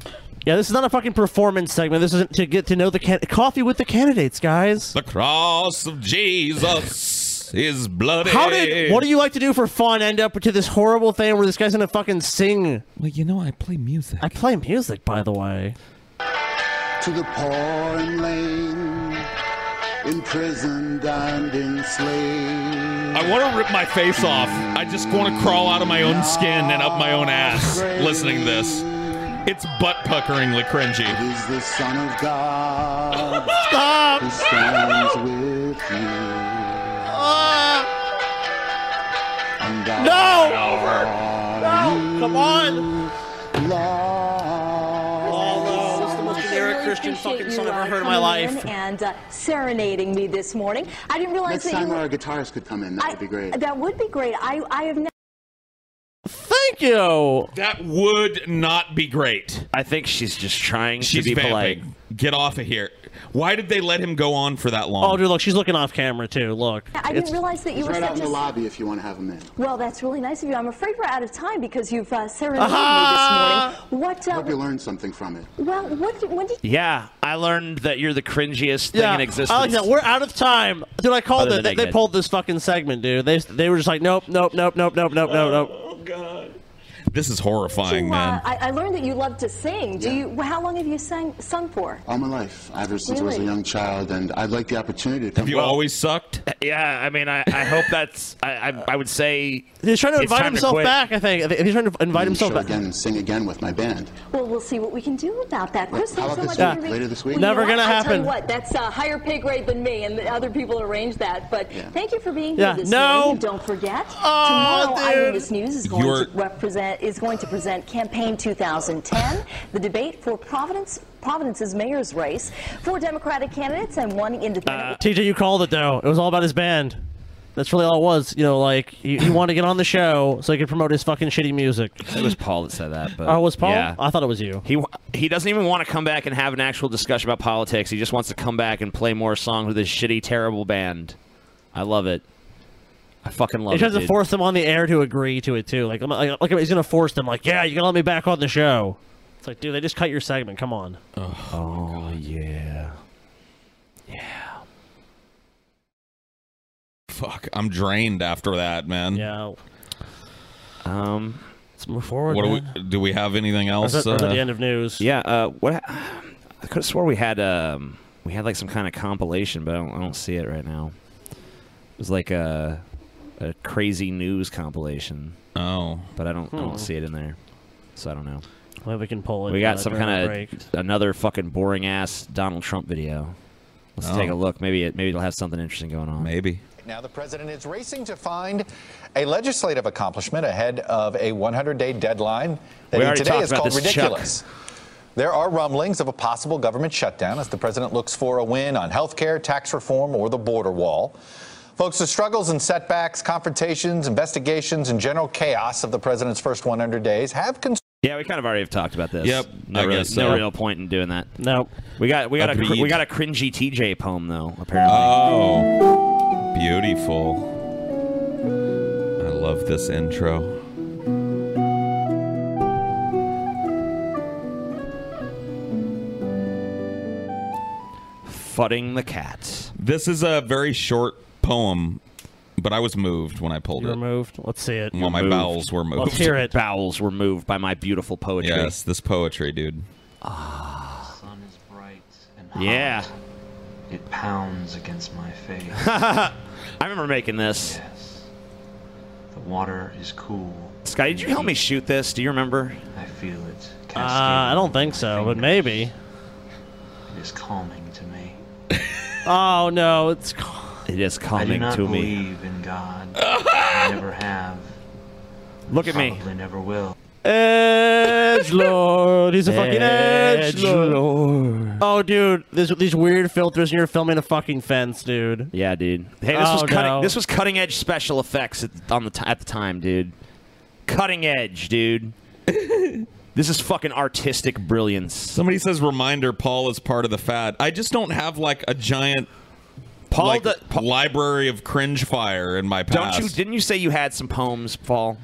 [SPEAKER 5] yeah, this is not a fucking performance segment. This is to get to know the can- coffee with the candidates, guys.
[SPEAKER 6] The cross of Jesus is bloody.
[SPEAKER 5] How did what do you like to do for fun end up to this horrible thing where this guy's gonna fucking sing?
[SPEAKER 6] Well, you know, I play music.
[SPEAKER 5] I play music, by the way.
[SPEAKER 24] To the poor and lame, imprisoned and enslaved.
[SPEAKER 6] I want to rip my face off. I just want to crawl out of my own skin and up my own ass listening to this. It's butt puckeringly cringy. It
[SPEAKER 24] is the Son of God
[SPEAKER 5] Stop!
[SPEAKER 24] who stands with you.
[SPEAKER 5] Ah!
[SPEAKER 24] And thou
[SPEAKER 5] No!
[SPEAKER 24] art
[SPEAKER 5] No! Come on!
[SPEAKER 23] Really appreciate you, uh, coming in And uh, serenading me this morning. I didn't realize
[SPEAKER 24] Next
[SPEAKER 23] that you
[SPEAKER 24] time
[SPEAKER 23] were-
[SPEAKER 24] our guitarist could come in, that would be great.
[SPEAKER 23] That would be great. I, I have never.
[SPEAKER 5] Thank you.
[SPEAKER 6] That would not be great.
[SPEAKER 1] I think she's just trying
[SPEAKER 6] She's
[SPEAKER 1] to be
[SPEAKER 6] vamping.
[SPEAKER 1] polite.
[SPEAKER 6] Get off of here. Why did they let him go on for that long?
[SPEAKER 5] Oh, dude, look, she's looking off camera too. Look.
[SPEAKER 23] I didn't realize that you
[SPEAKER 24] He's
[SPEAKER 23] were
[SPEAKER 24] right out
[SPEAKER 23] such
[SPEAKER 24] in
[SPEAKER 23] a.
[SPEAKER 24] the lobby if you want to have him in.
[SPEAKER 23] Well, that's really nice of you. I'm afraid we're out of time because you've uh, serenaded
[SPEAKER 24] Aha!
[SPEAKER 5] Ah!
[SPEAKER 23] me this
[SPEAKER 24] I hope
[SPEAKER 23] morning.
[SPEAKER 24] you learned something from it.
[SPEAKER 23] What? Uh, well, what? When did
[SPEAKER 1] Yeah, I learned that you're the cringiest thing
[SPEAKER 5] Yeah,
[SPEAKER 1] in existence.
[SPEAKER 5] I like that. We're out of time, dude. I called
[SPEAKER 1] Other
[SPEAKER 5] it.
[SPEAKER 1] than
[SPEAKER 5] They, they
[SPEAKER 1] Egghead.
[SPEAKER 5] pulled this fucking segment, dude. They they were just like, nope, nope, nope, nope, nope, nope, nope, nope.
[SPEAKER 6] This is horrifying, man.
[SPEAKER 23] I, I learned that you love to sing. Do you? How long have you sang sung for?
[SPEAKER 24] All my life, ever since I was a
[SPEAKER 23] Really?
[SPEAKER 24] young child, and I'd like the opportunity to come.
[SPEAKER 6] Have you always sucked?
[SPEAKER 1] Yeah, I mean, I, I hope that's. I, I, I would say
[SPEAKER 5] He's trying to
[SPEAKER 1] it's
[SPEAKER 5] invite
[SPEAKER 1] time
[SPEAKER 5] himself
[SPEAKER 1] quit.
[SPEAKER 5] back. I think he's trying to invite
[SPEAKER 24] Invite
[SPEAKER 5] himself
[SPEAKER 24] show
[SPEAKER 5] back.
[SPEAKER 24] again and sing again with my band.
[SPEAKER 23] Well, we'll see what we can do about that. Chris,
[SPEAKER 24] How
[SPEAKER 23] thanks so
[SPEAKER 24] about
[SPEAKER 23] much
[SPEAKER 24] this
[SPEAKER 23] for
[SPEAKER 24] week?
[SPEAKER 23] being-
[SPEAKER 24] Later this
[SPEAKER 23] Well,
[SPEAKER 24] week?
[SPEAKER 23] you know
[SPEAKER 5] Never
[SPEAKER 23] what?
[SPEAKER 5] gonna
[SPEAKER 23] I'll tell
[SPEAKER 5] happen.
[SPEAKER 23] you what, that's a higher pay grade than me, and the other people arrange that. But thank you for being
[SPEAKER 5] Yeah,
[SPEAKER 23] here this
[SPEAKER 5] no. Oh,
[SPEAKER 23] morning. And Don't forget, tomorrow Eyewitness News is going
[SPEAKER 6] You're-
[SPEAKER 23] to represent is going to present campaign 2010, the debate for Providence Providence's mayor's race, four Democratic candidates and one independent.
[SPEAKER 5] TJ, Uh, you called it though. It was all about his band. That's really all it was. You know, like he, he wanted to get on the show so he could promote his fucking shitty music.
[SPEAKER 1] It was Paul that said that. But
[SPEAKER 5] Oh, it was Paul?
[SPEAKER 1] Yeah.
[SPEAKER 5] I thought it was you.
[SPEAKER 1] He wa- he doesn't even want to come back and have an actual discussion about politics. He just wants to come back and play more songs with his shitty, terrible band. I love it. I fucking love
[SPEAKER 5] He
[SPEAKER 1] it.
[SPEAKER 5] tries to
[SPEAKER 1] dude.
[SPEAKER 5] force them on the air to agree to it too. Like, I'm, like, like he's gonna force them. Like, yeah, you gotta let me back on the show. It's like, dude, they just cut your segment. Come on.
[SPEAKER 1] Oh yeah.
[SPEAKER 6] Fuck, I'm drained after that, man.
[SPEAKER 5] Yeah.
[SPEAKER 1] Um.
[SPEAKER 5] Let's move forward.
[SPEAKER 6] What do
[SPEAKER 5] man.
[SPEAKER 6] we? Do we have anything
[SPEAKER 5] Or
[SPEAKER 6] else?
[SPEAKER 5] is that- or is that
[SPEAKER 6] uh,
[SPEAKER 5] the end of news?
[SPEAKER 1] Yeah. Uh. What? I could have swore we had um. We we had like some kind of compilation, but I don't, I don't see it right now. It was like a a crazy news compilation.
[SPEAKER 6] Oh,
[SPEAKER 1] but I don't I
[SPEAKER 5] Hmm.
[SPEAKER 1] don't see it in there, so I don't know.
[SPEAKER 5] Well, we can pull it.
[SPEAKER 1] We
[SPEAKER 5] uh,
[SPEAKER 1] got some
[SPEAKER 5] during the
[SPEAKER 1] kind
[SPEAKER 5] break.
[SPEAKER 1] of another fucking boring ass Donald Trump video. Let's
[SPEAKER 25] Oh.
[SPEAKER 1] take a look. Maybe it maybe it'll have something interesting going on.
[SPEAKER 6] Maybe.
[SPEAKER 25] Now, the president is racing to find a legislative accomplishment ahead of a 100 day deadline that
[SPEAKER 1] We
[SPEAKER 25] he
[SPEAKER 1] already
[SPEAKER 25] today
[SPEAKER 1] talked
[SPEAKER 25] has
[SPEAKER 1] about
[SPEAKER 25] called
[SPEAKER 1] this, Chuck.
[SPEAKER 25] ridiculous. There are rumblings of a possible government shutdown as the president looks for a win on health care, tax reform, or the border wall. Folks, the struggles and setbacks, confrontations, investigations, and general chaos of the president's first 100 days have concerned.
[SPEAKER 1] Yeah, we kind of already have talked about this.
[SPEAKER 25] Yep,
[SPEAKER 1] No,
[SPEAKER 25] I
[SPEAKER 1] real,
[SPEAKER 25] guess
[SPEAKER 1] no
[SPEAKER 25] so.
[SPEAKER 1] real point in doing that.
[SPEAKER 5] No.
[SPEAKER 1] We got we got a cr-
[SPEAKER 6] Agreed. Uh,
[SPEAKER 1] we got a cringy TJ poem though. Apparently.
[SPEAKER 6] Oh, beautiful. I love this intro.
[SPEAKER 1] Fudding the cat.
[SPEAKER 6] This is a very short poem, but I was moved when I pulled
[SPEAKER 5] You
[SPEAKER 6] it.
[SPEAKER 5] were moved. Let's see it.
[SPEAKER 6] Well, my
[SPEAKER 1] Moved.
[SPEAKER 6] bowels were moved.
[SPEAKER 1] Let's hear it. Bowels were moved by my beautiful poetry.
[SPEAKER 6] Yes, this poetry, dude.
[SPEAKER 26] sun is bright and
[SPEAKER 1] Ah. Yeah.
[SPEAKER 26] hot. It pounds against my face.
[SPEAKER 1] I remember making this.
[SPEAKER 26] The water is cool.
[SPEAKER 1] Sky, did you help me shoot this? Do you remember?
[SPEAKER 26] I feel it.
[SPEAKER 5] Uh, I don't think so, but maybe.
[SPEAKER 26] It is calming to me.
[SPEAKER 5] Oh no, it's.
[SPEAKER 1] It is
[SPEAKER 26] I do
[SPEAKER 1] calming
[SPEAKER 26] not
[SPEAKER 1] to me.
[SPEAKER 26] believe in God. I never have.
[SPEAKER 1] Look at me.
[SPEAKER 26] Probably never will.
[SPEAKER 5] Edge Lord, he's a fucking edge
[SPEAKER 1] Edgelord.
[SPEAKER 5] lord. Oh, dude, this, these weird filters, and you're filming a fucking fence, dude.
[SPEAKER 1] Yeah, dude. Hey, this
[SPEAKER 5] Oh,
[SPEAKER 1] was cutting.
[SPEAKER 5] no.
[SPEAKER 1] This was cutting edge special effects at, on the t- at the time, dude. Cutting edge, dude. this is fucking artistic brilliance.
[SPEAKER 6] Somebody says reminder Paul is part of the fad. I just don't have like a giant Paul like, library of cringe fire in my
[SPEAKER 1] Don't
[SPEAKER 6] past.
[SPEAKER 1] you? Didn't you say you had some poems, Paul?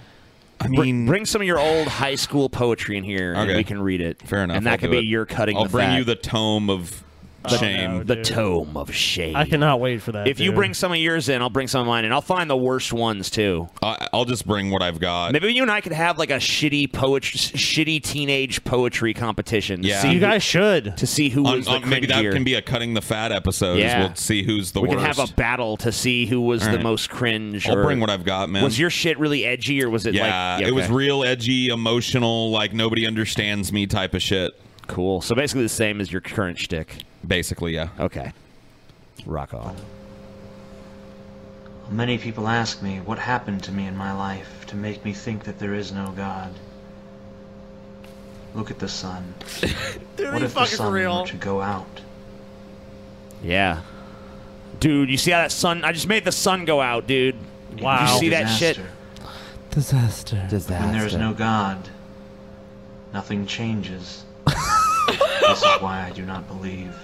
[SPEAKER 1] I mean, bring some of your old high school poetry in here, and
[SPEAKER 6] Okay.
[SPEAKER 1] we can read it.
[SPEAKER 6] Fair enough.
[SPEAKER 1] And that
[SPEAKER 6] I'll
[SPEAKER 1] could
[SPEAKER 6] do
[SPEAKER 1] be
[SPEAKER 6] it.
[SPEAKER 1] your cutting.
[SPEAKER 6] I'll
[SPEAKER 1] the
[SPEAKER 6] bring
[SPEAKER 1] fat.
[SPEAKER 6] you the tome of
[SPEAKER 1] The-
[SPEAKER 6] shame.
[SPEAKER 1] the tome of shame.
[SPEAKER 5] I cannot wait for that.
[SPEAKER 1] If you
[SPEAKER 5] dude.
[SPEAKER 1] bring some of yours in, I'll bring some of mine in. I'll find the worst ones too.
[SPEAKER 6] I, I'll just bring what I've got.
[SPEAKER 1] Maybe you and I could have like a shitty poetry, shitty teenage poetry competition. to
[SPEAKER 6] Yeah.
[SPEAKER 1] see
[SPEAKER 6] You
[SPEAKER 1] who-
[SPEAKER 6] guys
[SPEAKER 5] should
[SPEAKER 1] to see who
[SPEAKER 6] On-
[SPEAKER 1] was the
[SPEAKER 6] on- maybe that
[SPEAKER 1] cringier.
[SPEAKER 6] can be a cutting the fat episode.
[SPEAKER 1] Yeah.
[SPEAKER 6] Yeah. We'll see who's the
[SPEAKER 1] we
[SPEAKER 6] worst.
[SPEAKER 1] could have a battle to see who was
[SPEAKER 6] All
[SPEAKER 1] the
[SPEAKER 6] right.
[SPEAKER 1] most cringe.
[SPEAKER 6] I'll
[SPEAKER 1] or-
[SPEAKER 6] bring what I've got, man.
[SPEAKER 1] Was your shit really edgy or was it
[SPEAKER 6] yeah,
[SPEAKER 1] like
[SPEAKER 6] it was
[SPEAKER 1] okay.
[SPEAKER 6] real edgy, emotional, like nobody understands me type of shit.
[SPEAKER 1] Cool. So basically the same as your current shtick.
[SPEAKER 6] Basically, yeah.
[SPEAKER 1] Okay. Rock on.
[SPEAKER 26] Many people ask me what happened to me in my life to make me think that there is no God. Look at the sun.
[SPEAKER 5] Dude,
[SPEAKER 26] what
[SPEAKER 5] you
[SPEAKER 26] if the
[SPEAKER 5] fucking
[SPEAKER 26] sun
[SPEAKER 5] real.
[SPEAKER 26] were to go out?
[SPEAKER 1] Yeah. Dude, you see how that sun? I just made the sun go out, dude.
[SPEAKER 26] Wow.
[SPEAKER 1] You see that shit?
[SPEAKER 26] Disaster.
[SPEAKER 5] Disaster.
[SPEAKER 26] When there is no God, nothing changes. this is why I do not believe.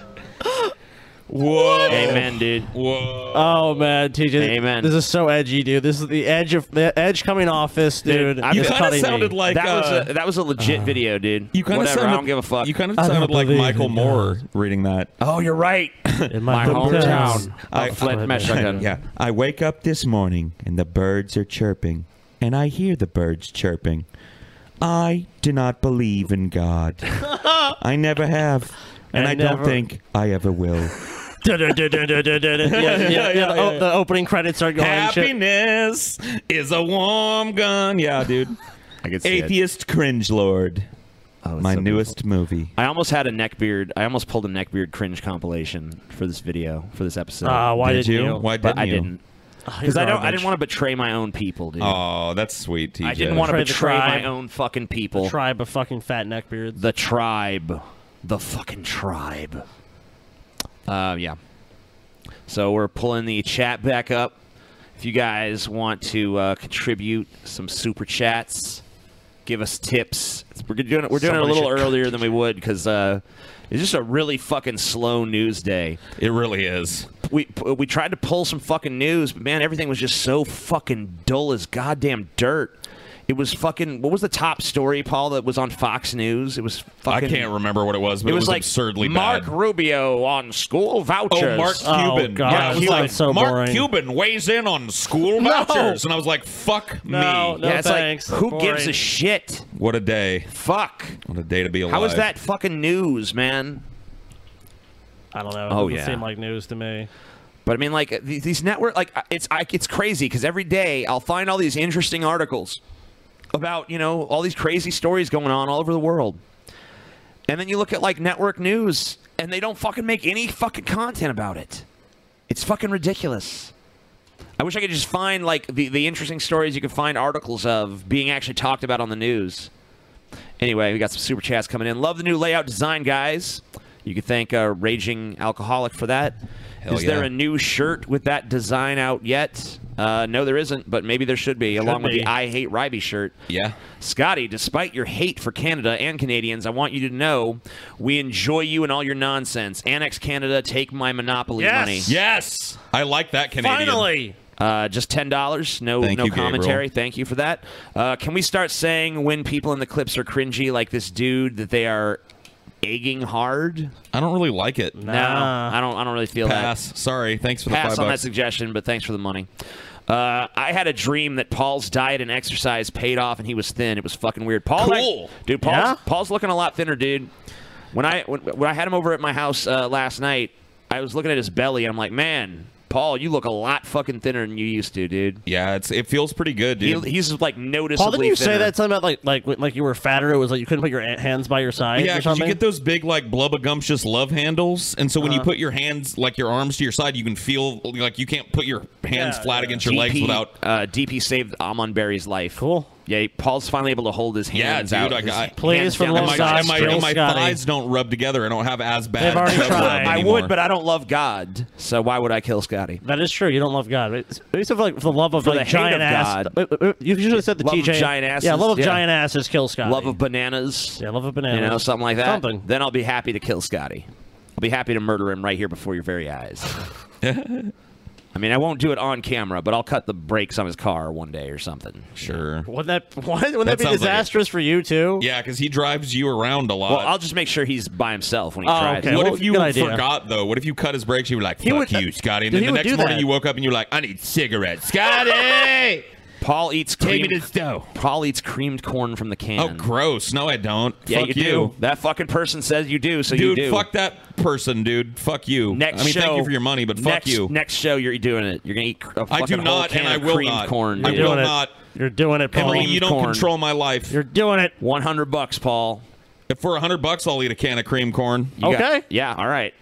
[SPEAKER 6] Whoa.
[SPEAKER 1] Amen, dude.
[SPEAKER 6] Whoa.
[SPEAKER 5] Oh man, TJ,
[SPEAKER 1] Amen.
[SPEAKER 5] this is so edgy, dude. This is the edge of the edge coming off this, dude.
[SPEAKER 1] I'm
[SPEAKER 5] It's
[SPEAKER 1] kinda uh,
[SPEAKER 5] cutting me.
[SPEAKER 1] that was
[SPEAKER 5] uh,
[SPEAKER 1] a, that was a legit video, dude.
[SPEAKER 6] You kind of
[SPEAKER 1] Whatever,
[SPEAKER 6] sounded,
[SPEAKER 1] I don't give a fuck.
[SPEAKER 6] You kind of sounded like Michael Moore reading that.
[SPEAKER 1] Oh, you're right.
[SPEAKER 5] In
[SPEAKER 1] my hometown,
[SPEAKER 6] I,
[SPEAKER 1] of Flint,
[SPEAKER 6] I,
[SPEAKER 1] Michigan.
[SPEAKER 6] yeah, I wake up this morning and the birds are chirping, and I hear the birds chirping. I do not believe in God. I never have, and I,
[SPEAKER 5] I
[SPEAKER 6] don't
[SPEAKER 5] never-
[SPEAKER 6] think I ever will.
[SPEAKER 5] yeah, yeah, yeah,
[SPEAKER 6] Yeah,
[SPEAKER 5] oh,
[SPEAKER 6] yeah.
[SPEAKER 5] The opening credits are going. and shit.
[SPEAKER 6] Happiness is a warm gun. Yeah, dude.
[SPEAKER 1] I can see it.
[SPEAKER 6] Atheist cringe lord. My
[SPEAKER 1] so
[SPEAKER 6] newest movie.
[SPEAKER 1] I almost had a neck beard. I almost pulled a neck beard cringe compilation for this video for this episode.
[SPEAKER 5] Ah, why Did didn't you? you?
[SPEAKER 6] Why
[SPEAKER 1] But I
[SPEAKER 6] didn't you?
[SPEAKER 1] didn't.
[SPEAKER 5] Ah,
[SPEAKER 1] Because
[SPEAKER 5] you're
[SPEAKER 1] I don't. I
[SPEAKER 5] garbage.
[SPEAKER 1] didn't want to betray my own people, dude.
[SPEAKER 6] Oh, that's sweet, TJ.
[SPEAKER 1] I didn't want to
[SPEAKER 5] Betray the
[SPEAKER 1] betray my
[SPEAKER 5] tribe.
[SPEAKER 1] own fucking people.
[SPEAKER 5] tribe of fucking fat neckbeards.
[SPEAKER 1] The tribe. The fucking tribe. Uh, yeah. So we're pulling the chat back up. If you guys want to uh, contribute some super chats, give us tips. We're doing it. We're doing it a
[SPEAKER 17] Somebody
[SPEAKER 1] little
[SPEAKER 17] should
[SPEAKER 1] earlier than we would because uh, it's just a really fucking slow news day.
[SPEAKER 6] It really is.
[SPEAKER 1] We we tried to pull some fucking news, but man, everything was just so fucking dull as goddamn dirt. It was fucking. What was the top story, Paul? That was on Fox News. It was
[SPEAKER 6] I
[SPEAKER 1] fucking.
[SPEAKER 6] can't remember what it was, but it was,
[SPEAKER 1] like
[SPEAKER 6] absurdly
[SPEAKER 1] Mark
[SPEAKER 6] bad.
[SPEAKER 1] Rubio on school vouchers.
[SPEAKER 6] Oh, Mark Cuban. yeah, it was like Mark Cuban weighs in on school
[SPEAKER 1] No.
[SPEAKER 6] vouchers, and I was like, "Fuck
[SPEAKER 1] No,
[SPEAKER 6] me."
[SPEAKER 1] no Yeah, it's like, thanks. who Boring. gives a shit?
[SPEAKER 6] What a day.
[SPEAKER 1] Fuck.
[SPEAKER 6] What a day to be alive.
[SPEAKER 1] How is that fucking news, man?
[SPEAKER 5] I don't know. It
[SPEAKER 1] Oh,
[SPEAKER 5] doesn't
[SPEAKER 1] yeah.
[SPEAKER 5] seem like news to me.
[SPEAKER 1] But I mean, like th- these network, like I- it's I, it's crazy because every day I'll find all these interesting articles about you know all these crazy stories going on all over the world, and then you look at like network news and they don't fucking make any fucking content about it. It's fucking ridiculous. I wish I could just find like the the interesting stories you can find articles of being actually talked about on the news. Anyway, we got some super chats coming in. Love the new layout design, guys. You can thank uh, Raging Alcoholic for that. Is
[SPEAKER 17] Hell
[SPEAKER 1] there
[SPEAKER 17] yeah.
[SPEAKER 1] a new shirt with that design out yet? Uh, no, there isn't, but maybe there should be, along with
[SPEAKER 17] be.
[SPEAKER 1] the I Hate Ryby shirt. Yeah. Scotty, despite your hate for Canada and Canadians, I want you to know we enjoy you and all your nonsense. Annex Canada, take my monopoly
[SPEAKER 6] Yes.
[SPEAKER 1] money. Yes. I like that,
[SPEAKER 6] Canadian. Finally.
[SPEAKER 1] Uh, just ten dollars. No,
[SPEAKER 6] Thank
[SPEAKER 1] no
[SPEAKER 6] you, Gabriel.
[SPEAKER 1] commentary. Thank you for that. Uh, can we start saying when people in the clips are cringy, like this dude, that they are egging hard?
[SPEAKER 6] I don't really like it.
[SPEAKER 1] No, I don't. I don't really feel
[SPEAKER 6] Pass.
[SPEAKER 1] that.
[SPEAKER 6] Sorry. Thanks for the
[SPEAKER 1] Pass
[SPEAKER 6] five
[SPEAKER 1] on
[SPEAKER 6] bucks.
[SPEAKER 1] that suggestion, but thanks for the money. Uh, I had a dream that Paul's diet and exercise paid off, and he was thin. It was fucking weird. Paul,
[SPEAKER 17] Cool.
[SPEAKER 1] like- dude. Paul's,
[SPEAKER 17] Yeah?
[SPEAKER 1] Paul's looking a lot thinner, dude. When I when, when I had him over at my house uh, last night, I was looking at his belly, and I'm like, man, Paul, you look a lot fucking thinner than you used to, dude.
[SPEAKER 6] Yeah, it's it feels pretty good, dude.
[SPEAKER 1] He, he's like noticeably.
[SPEAKER 5] Paul, didn't you say
[SPEAKER 1] thinner.
[SPEAKER 5] that something about like like when- like you were fatter? It was like you couldn't put your a- hands by your side
[SPEAKER 6] yeah,
[SPEAKER 5] or
[SPEAKER 6] because you
[SPEAKER 5] something.
[SPEAKER 6] get those big like blubbagumptious love handles, and so when you
[SPEAKER 5] Uh-huh.
[SPEAKER 6] put your hands like your arms to your side, you can feel like you can't put your hands flat against your
[SPEAKER 1] DP,
[SPEAKER 6] legs without.
[SPEAKER 1] Uh, DP saved Amon Berry's life. Cool. Yeah, Paul's finally able to hold his
[SPEAKER 6] Yeah,
[SPEAKER 1] hands
[SPEAKER 6] dude,
[SPEAKER 1] out.
[SPEAKER 6] I
[SPEAKER 1] his
[SPEAKER 6] got
[SPEAKER 1] hands down
[SPEAKER 6] and
[SPEAKER 1] his
[SPEAKER 6] my,
[SPEAKER 1] side.
[SPEAKER 6] and my, and my thighs don't rub together. I don't have as bad.
[SPEAKER 1] They've already
[SPEAKER 6] of a love
[SPEAKER 1] tried. I
[SPEAKER 6] anymore.
[SPEAKER 1] would, but I don't love God, so why would I kill Scotty?
[SPEAKER 5] That is true. You don't love God. It's, it's for, like for the love of
[SPEAKER 1] For
[SPEAKER 5] like
[SPEAKER 1] the hate
[SPEAKER 5] giant
[SPEAKER 1] of
[SPEAKER 5] ass.
[SPEAKER 1] God.
[SPEAKER 5] Wait, wait, wait, You should have said the
[SPEAKER 1] Love of
[SPEAKER 5] TJ.
[SPEAKER 1] giant asses,
[SPEAKER 5] Yeah, love of
[SPEAKER 1] yeah.
[SPEAKER 5] giant asses kill Scotty.
[SPEAKER 1] Love of bananas.
[SPEAKER 5] Yeah, love of
[SPEAKER 1] You
[SPEAKER 5] bananas.
[SPEAKER 1] know, something like that.
[SPEAKER 5] Something.
[SPEAKER 1] Then I'll be happy to kill Scotty. I'll be happy to murder him right here before your very eyes. I mean, I won't do it on camera, but I'll cut the brakes on his car one day or something.
[SPEAKER 6] Sure.
[SPEAKER 5] Wouldn't that why- wouldn't that,
[SPEAKER 1] That
[SPEAKER 5] be
[SPEAKER 1] sounds like it.
[SPEAKER 5] disastrous for you too?
[SPEAKER 6] Yeah, because he drives you around a lot.
[SPEAKER 1] Well, I'll just make sure he's by himself when he
[SPEAKER 6] Oh,
[SPEAKER 1] drives.
[SPEAKER 6] okay. What if you forgot though? What if you cut his brakes? You were like, "Fuck
[SPEAKER 1] would- uh,
[SPEAKER 6] you, Scotty," and
[SPEAKER 1] Dude,
[SPEAKER 6] then
[SPEAKER 1] he
[SPEAKER 6] the
[SPEAKER 1] would
[SPEAKER 6] next
[SPEAKER 1] do
[SPEAKER 6] morning
[SPEAKER 1] that.
[SPEAKER 6] you woke up and you're like, "I need cigarettes,
[SPEAKER 1] Scotty. Paul eats
[SPEAKER 6] Take
[SPEAKER 1] cream.
[SPEAKER 6] me to
[SPEAKER 1] dough. Paul eats creamed corn from the can.
[SPEAKER 6] Oh, gross! No, I don't.
[SPEAKER 1] Yeah,
[SPEAKER 6] fuck
[SPEAKER 1] you, do. That fucking person says you do, so
[SPEAKER 6] dude,
[SPEAKER 1] you do.
[SPEAKER 6] fuck that person, dude. Fuck you.
[SPEAKER 1] Next
[SPEAKER 6] I mean,
[SPEAKER 1] show,
[SPEAKER 6] thank you for your money, but fuck
[SPEAKER 1] next-
[SPEAKER 6] you.
[SPEAKER 1] Next show, you're doing it. You're gonna eat a
[SPEAKER 6] I do
[SPEAKER 1] fucking whole
[SPEAKER 6] not,
[SPEAKER 1] can
[SPEAKER 6] and
[SPEAKER 1] of
[SPEAKER 6] I will
[SPEAKER 1] creamed
[SPEAKER 6] not.
[SPEAKER 1] corn.
[SPEAKER 6] I
[SPEAKER 1] dude.
[SPEAKER 6] will You're doing it. not.
[SPEAKER 5] You're doing it,
[SPEAKER 6] Emily,
[SPEAKER 5] Paul.
[SPEAKER 6] you don't control my life. You're
[SPEAKER 5] doing it.
[SPEAKER 1] One hundred bucks, Paul.
[SPEAKER 6] If for hundred bucks, I'll eat a can of cream corn.
[SPEAKER 5] You got- Okay.
[SPEAKER 1] yeah. All right.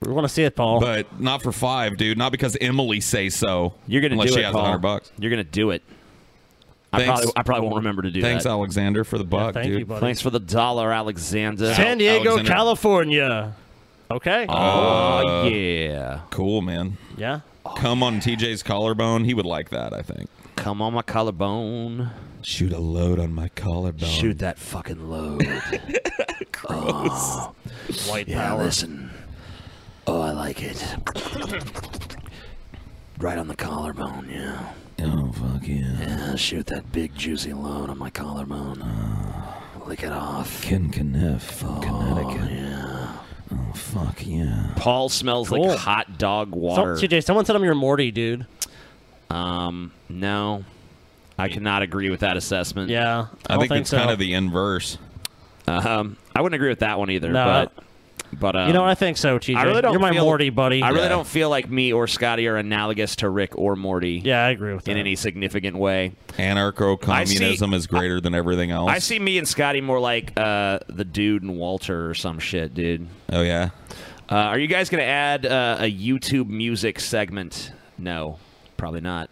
[SPEAKER 5] We want to see it, Paul.
[SPEAKER 6] But not for five, dude. Not because Emily says so. You're
[SPEAKER 1] gonna
[SPEAKER 6] unless
[SPEAKER 1] do
[SPEAKER 6] she
[SPEAKER 1] it,
[SPEAKER 6] has
[SPEAKER 1] Paul.
[SPEAKER 6] hundred bucks.
[SPEAKER 1] You're gonna do it. I
[SPEAKER 6] Thanks.
[SPEAKER 1] probably, I probably won't remember to do
[SPEAKER 6] Thanks,
[SPEAKER 1] that.
[SPEAKER 6] Alexander, for the buck,
[SPEAKER 1] thank
[SPEAKER 6] dude.
[SPEAKER 1] you, buddy. Thanks for the dollar, Alexander.
[SPEAKER 5] San Diego,
[SPEAKER 6] Alexander.
[SPEAKER 5] California. Okay.
[SPEAKER 6] Oh,
[SPEAKER 1] Oh, yeah.
[SPEAKER 6] Cool, man.
[SPEAKER 5] Yeah.
[SPEAKER 6] Come on TJ's collarbone. He would like that, I think.
[SPEAKER 1] Come on my collarbone.
[SPEAKER 6] Shoot a load on my collarbone.
[SPEAKER 1] Shoot that fucking load. Oh.
[SPEAKER 5] White
[SPEAKER 1] yeah,
[SPEAKER 5] power.
[SPEAKER 1] listen. Oh, I like it. right on the collarbone, yeah.
[SPEAKER 6] Oh, fuck yeah.
[SPEAKER 1] Yeah, shoot that big juicy load on my collarbone. Lick it off.
[SPEAKER 6] Ken Kniff from Connecticut. Oh, Yeah. Oh, fuck yeah.
[SPEAKER 1] Paul smells
[SPEAKER 5] Cool.
[SPEAKER 1] like hot dog
[SPEAKER 5] So-
[SPEAKER 1] water.
[SPEAKER 5] TJ, someone said I'm your Morty, dude.
[SPEAKER 1] Um, no. I cannot agree with that assessment.
[SPEAKER 5] Yeah, I I don't think think it's kind so. of
[SPEAKER 6] the inverse.
[SPEAKER 1] Um, I wouldn't agree with that one either.
[SPEAKER 5] No,
[SPEAKER 1] but but um,
[SPEAKER 5] you know what I think so, TJ.
[SPEAKER 1] I really don't
[SPEAKER 5] You're my
[SPEAKER 1] feel-
[SPEAKER 5] Morty buddy.
[SPEAKER 1] I really don't feel like me or Scotty are analogous to Rick or Morty.
[SPEAKER 5] Yeah, I agree with
[SPEAKER 1] in any significant way.
[SPEAKER 6] Anarcho communism
[SPEAKER 1] I see-
[SPEAKER 6] is greater than everything else.
[SPEAKER 1] I see me and Scotty more like uh, the dude and Walter or some shit, dude.
[SPEAKER 6] Oh yeah.
[SPEAKER 1] Uh, are you guys gonna add uh, a YouTube music segment? No, probably not.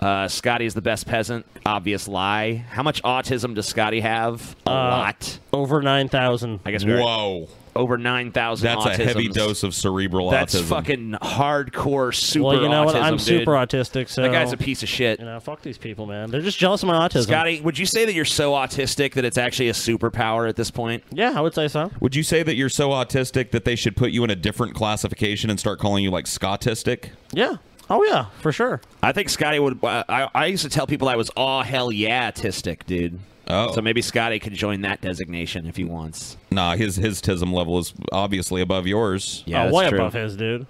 [SPEAKER 1] Uh, Scotty is the best peasant. Obvious lie. How much autism does Scotty have? A lot.
[SPEAKER 5] Uh, Over nine thousand.
[SPEAKER 1] I guess. we already- Over nine thousand.
[SPEAKER 6] That's a heavy dose of cerebral
[SPEAKER 1] That's
[SPEAKER 6] autism.
[SPEAKER 1] fucking hardcore super.
[SPEAKER 5] Well, you know what?
[SPEAKER 1] autism,
[SPEAKER 5] I'm
[SPEAKER 1] dude.
[SPEAKER 5] super autistic, so
[SPEAKER 1] that guy's a piece of shit.
[SPEAKER 5] You know, fuck these people, man. They're just jealous of my autism.
[SPEAKER 1] Scotty, would you say that you're so autistic that it's actually a superpower at this point?
[SPEAKER 5] Yeah, I would say so.
[SPEAKER 6] Would you say that you're so autistic that they should put you in a different classification and start calling you like Scottistic?
[SPEAKER 5] Yeah. Oh yeah, for sure.
[SPEAKER 1] I think Scotty would. uh, I, I- I used to tell people I was all hell yeah autistic, dude.
[SPEAKER 6] Oh.
[SPEAKER 1] So maybe Scotty could join that designation if he wants.
[SPEAKER 6] Nah, his his tism level is obviously above yours.
[SPEAKER 1] Yeah, Oh, that's way true. above
[SPEAKER 5] his, dude.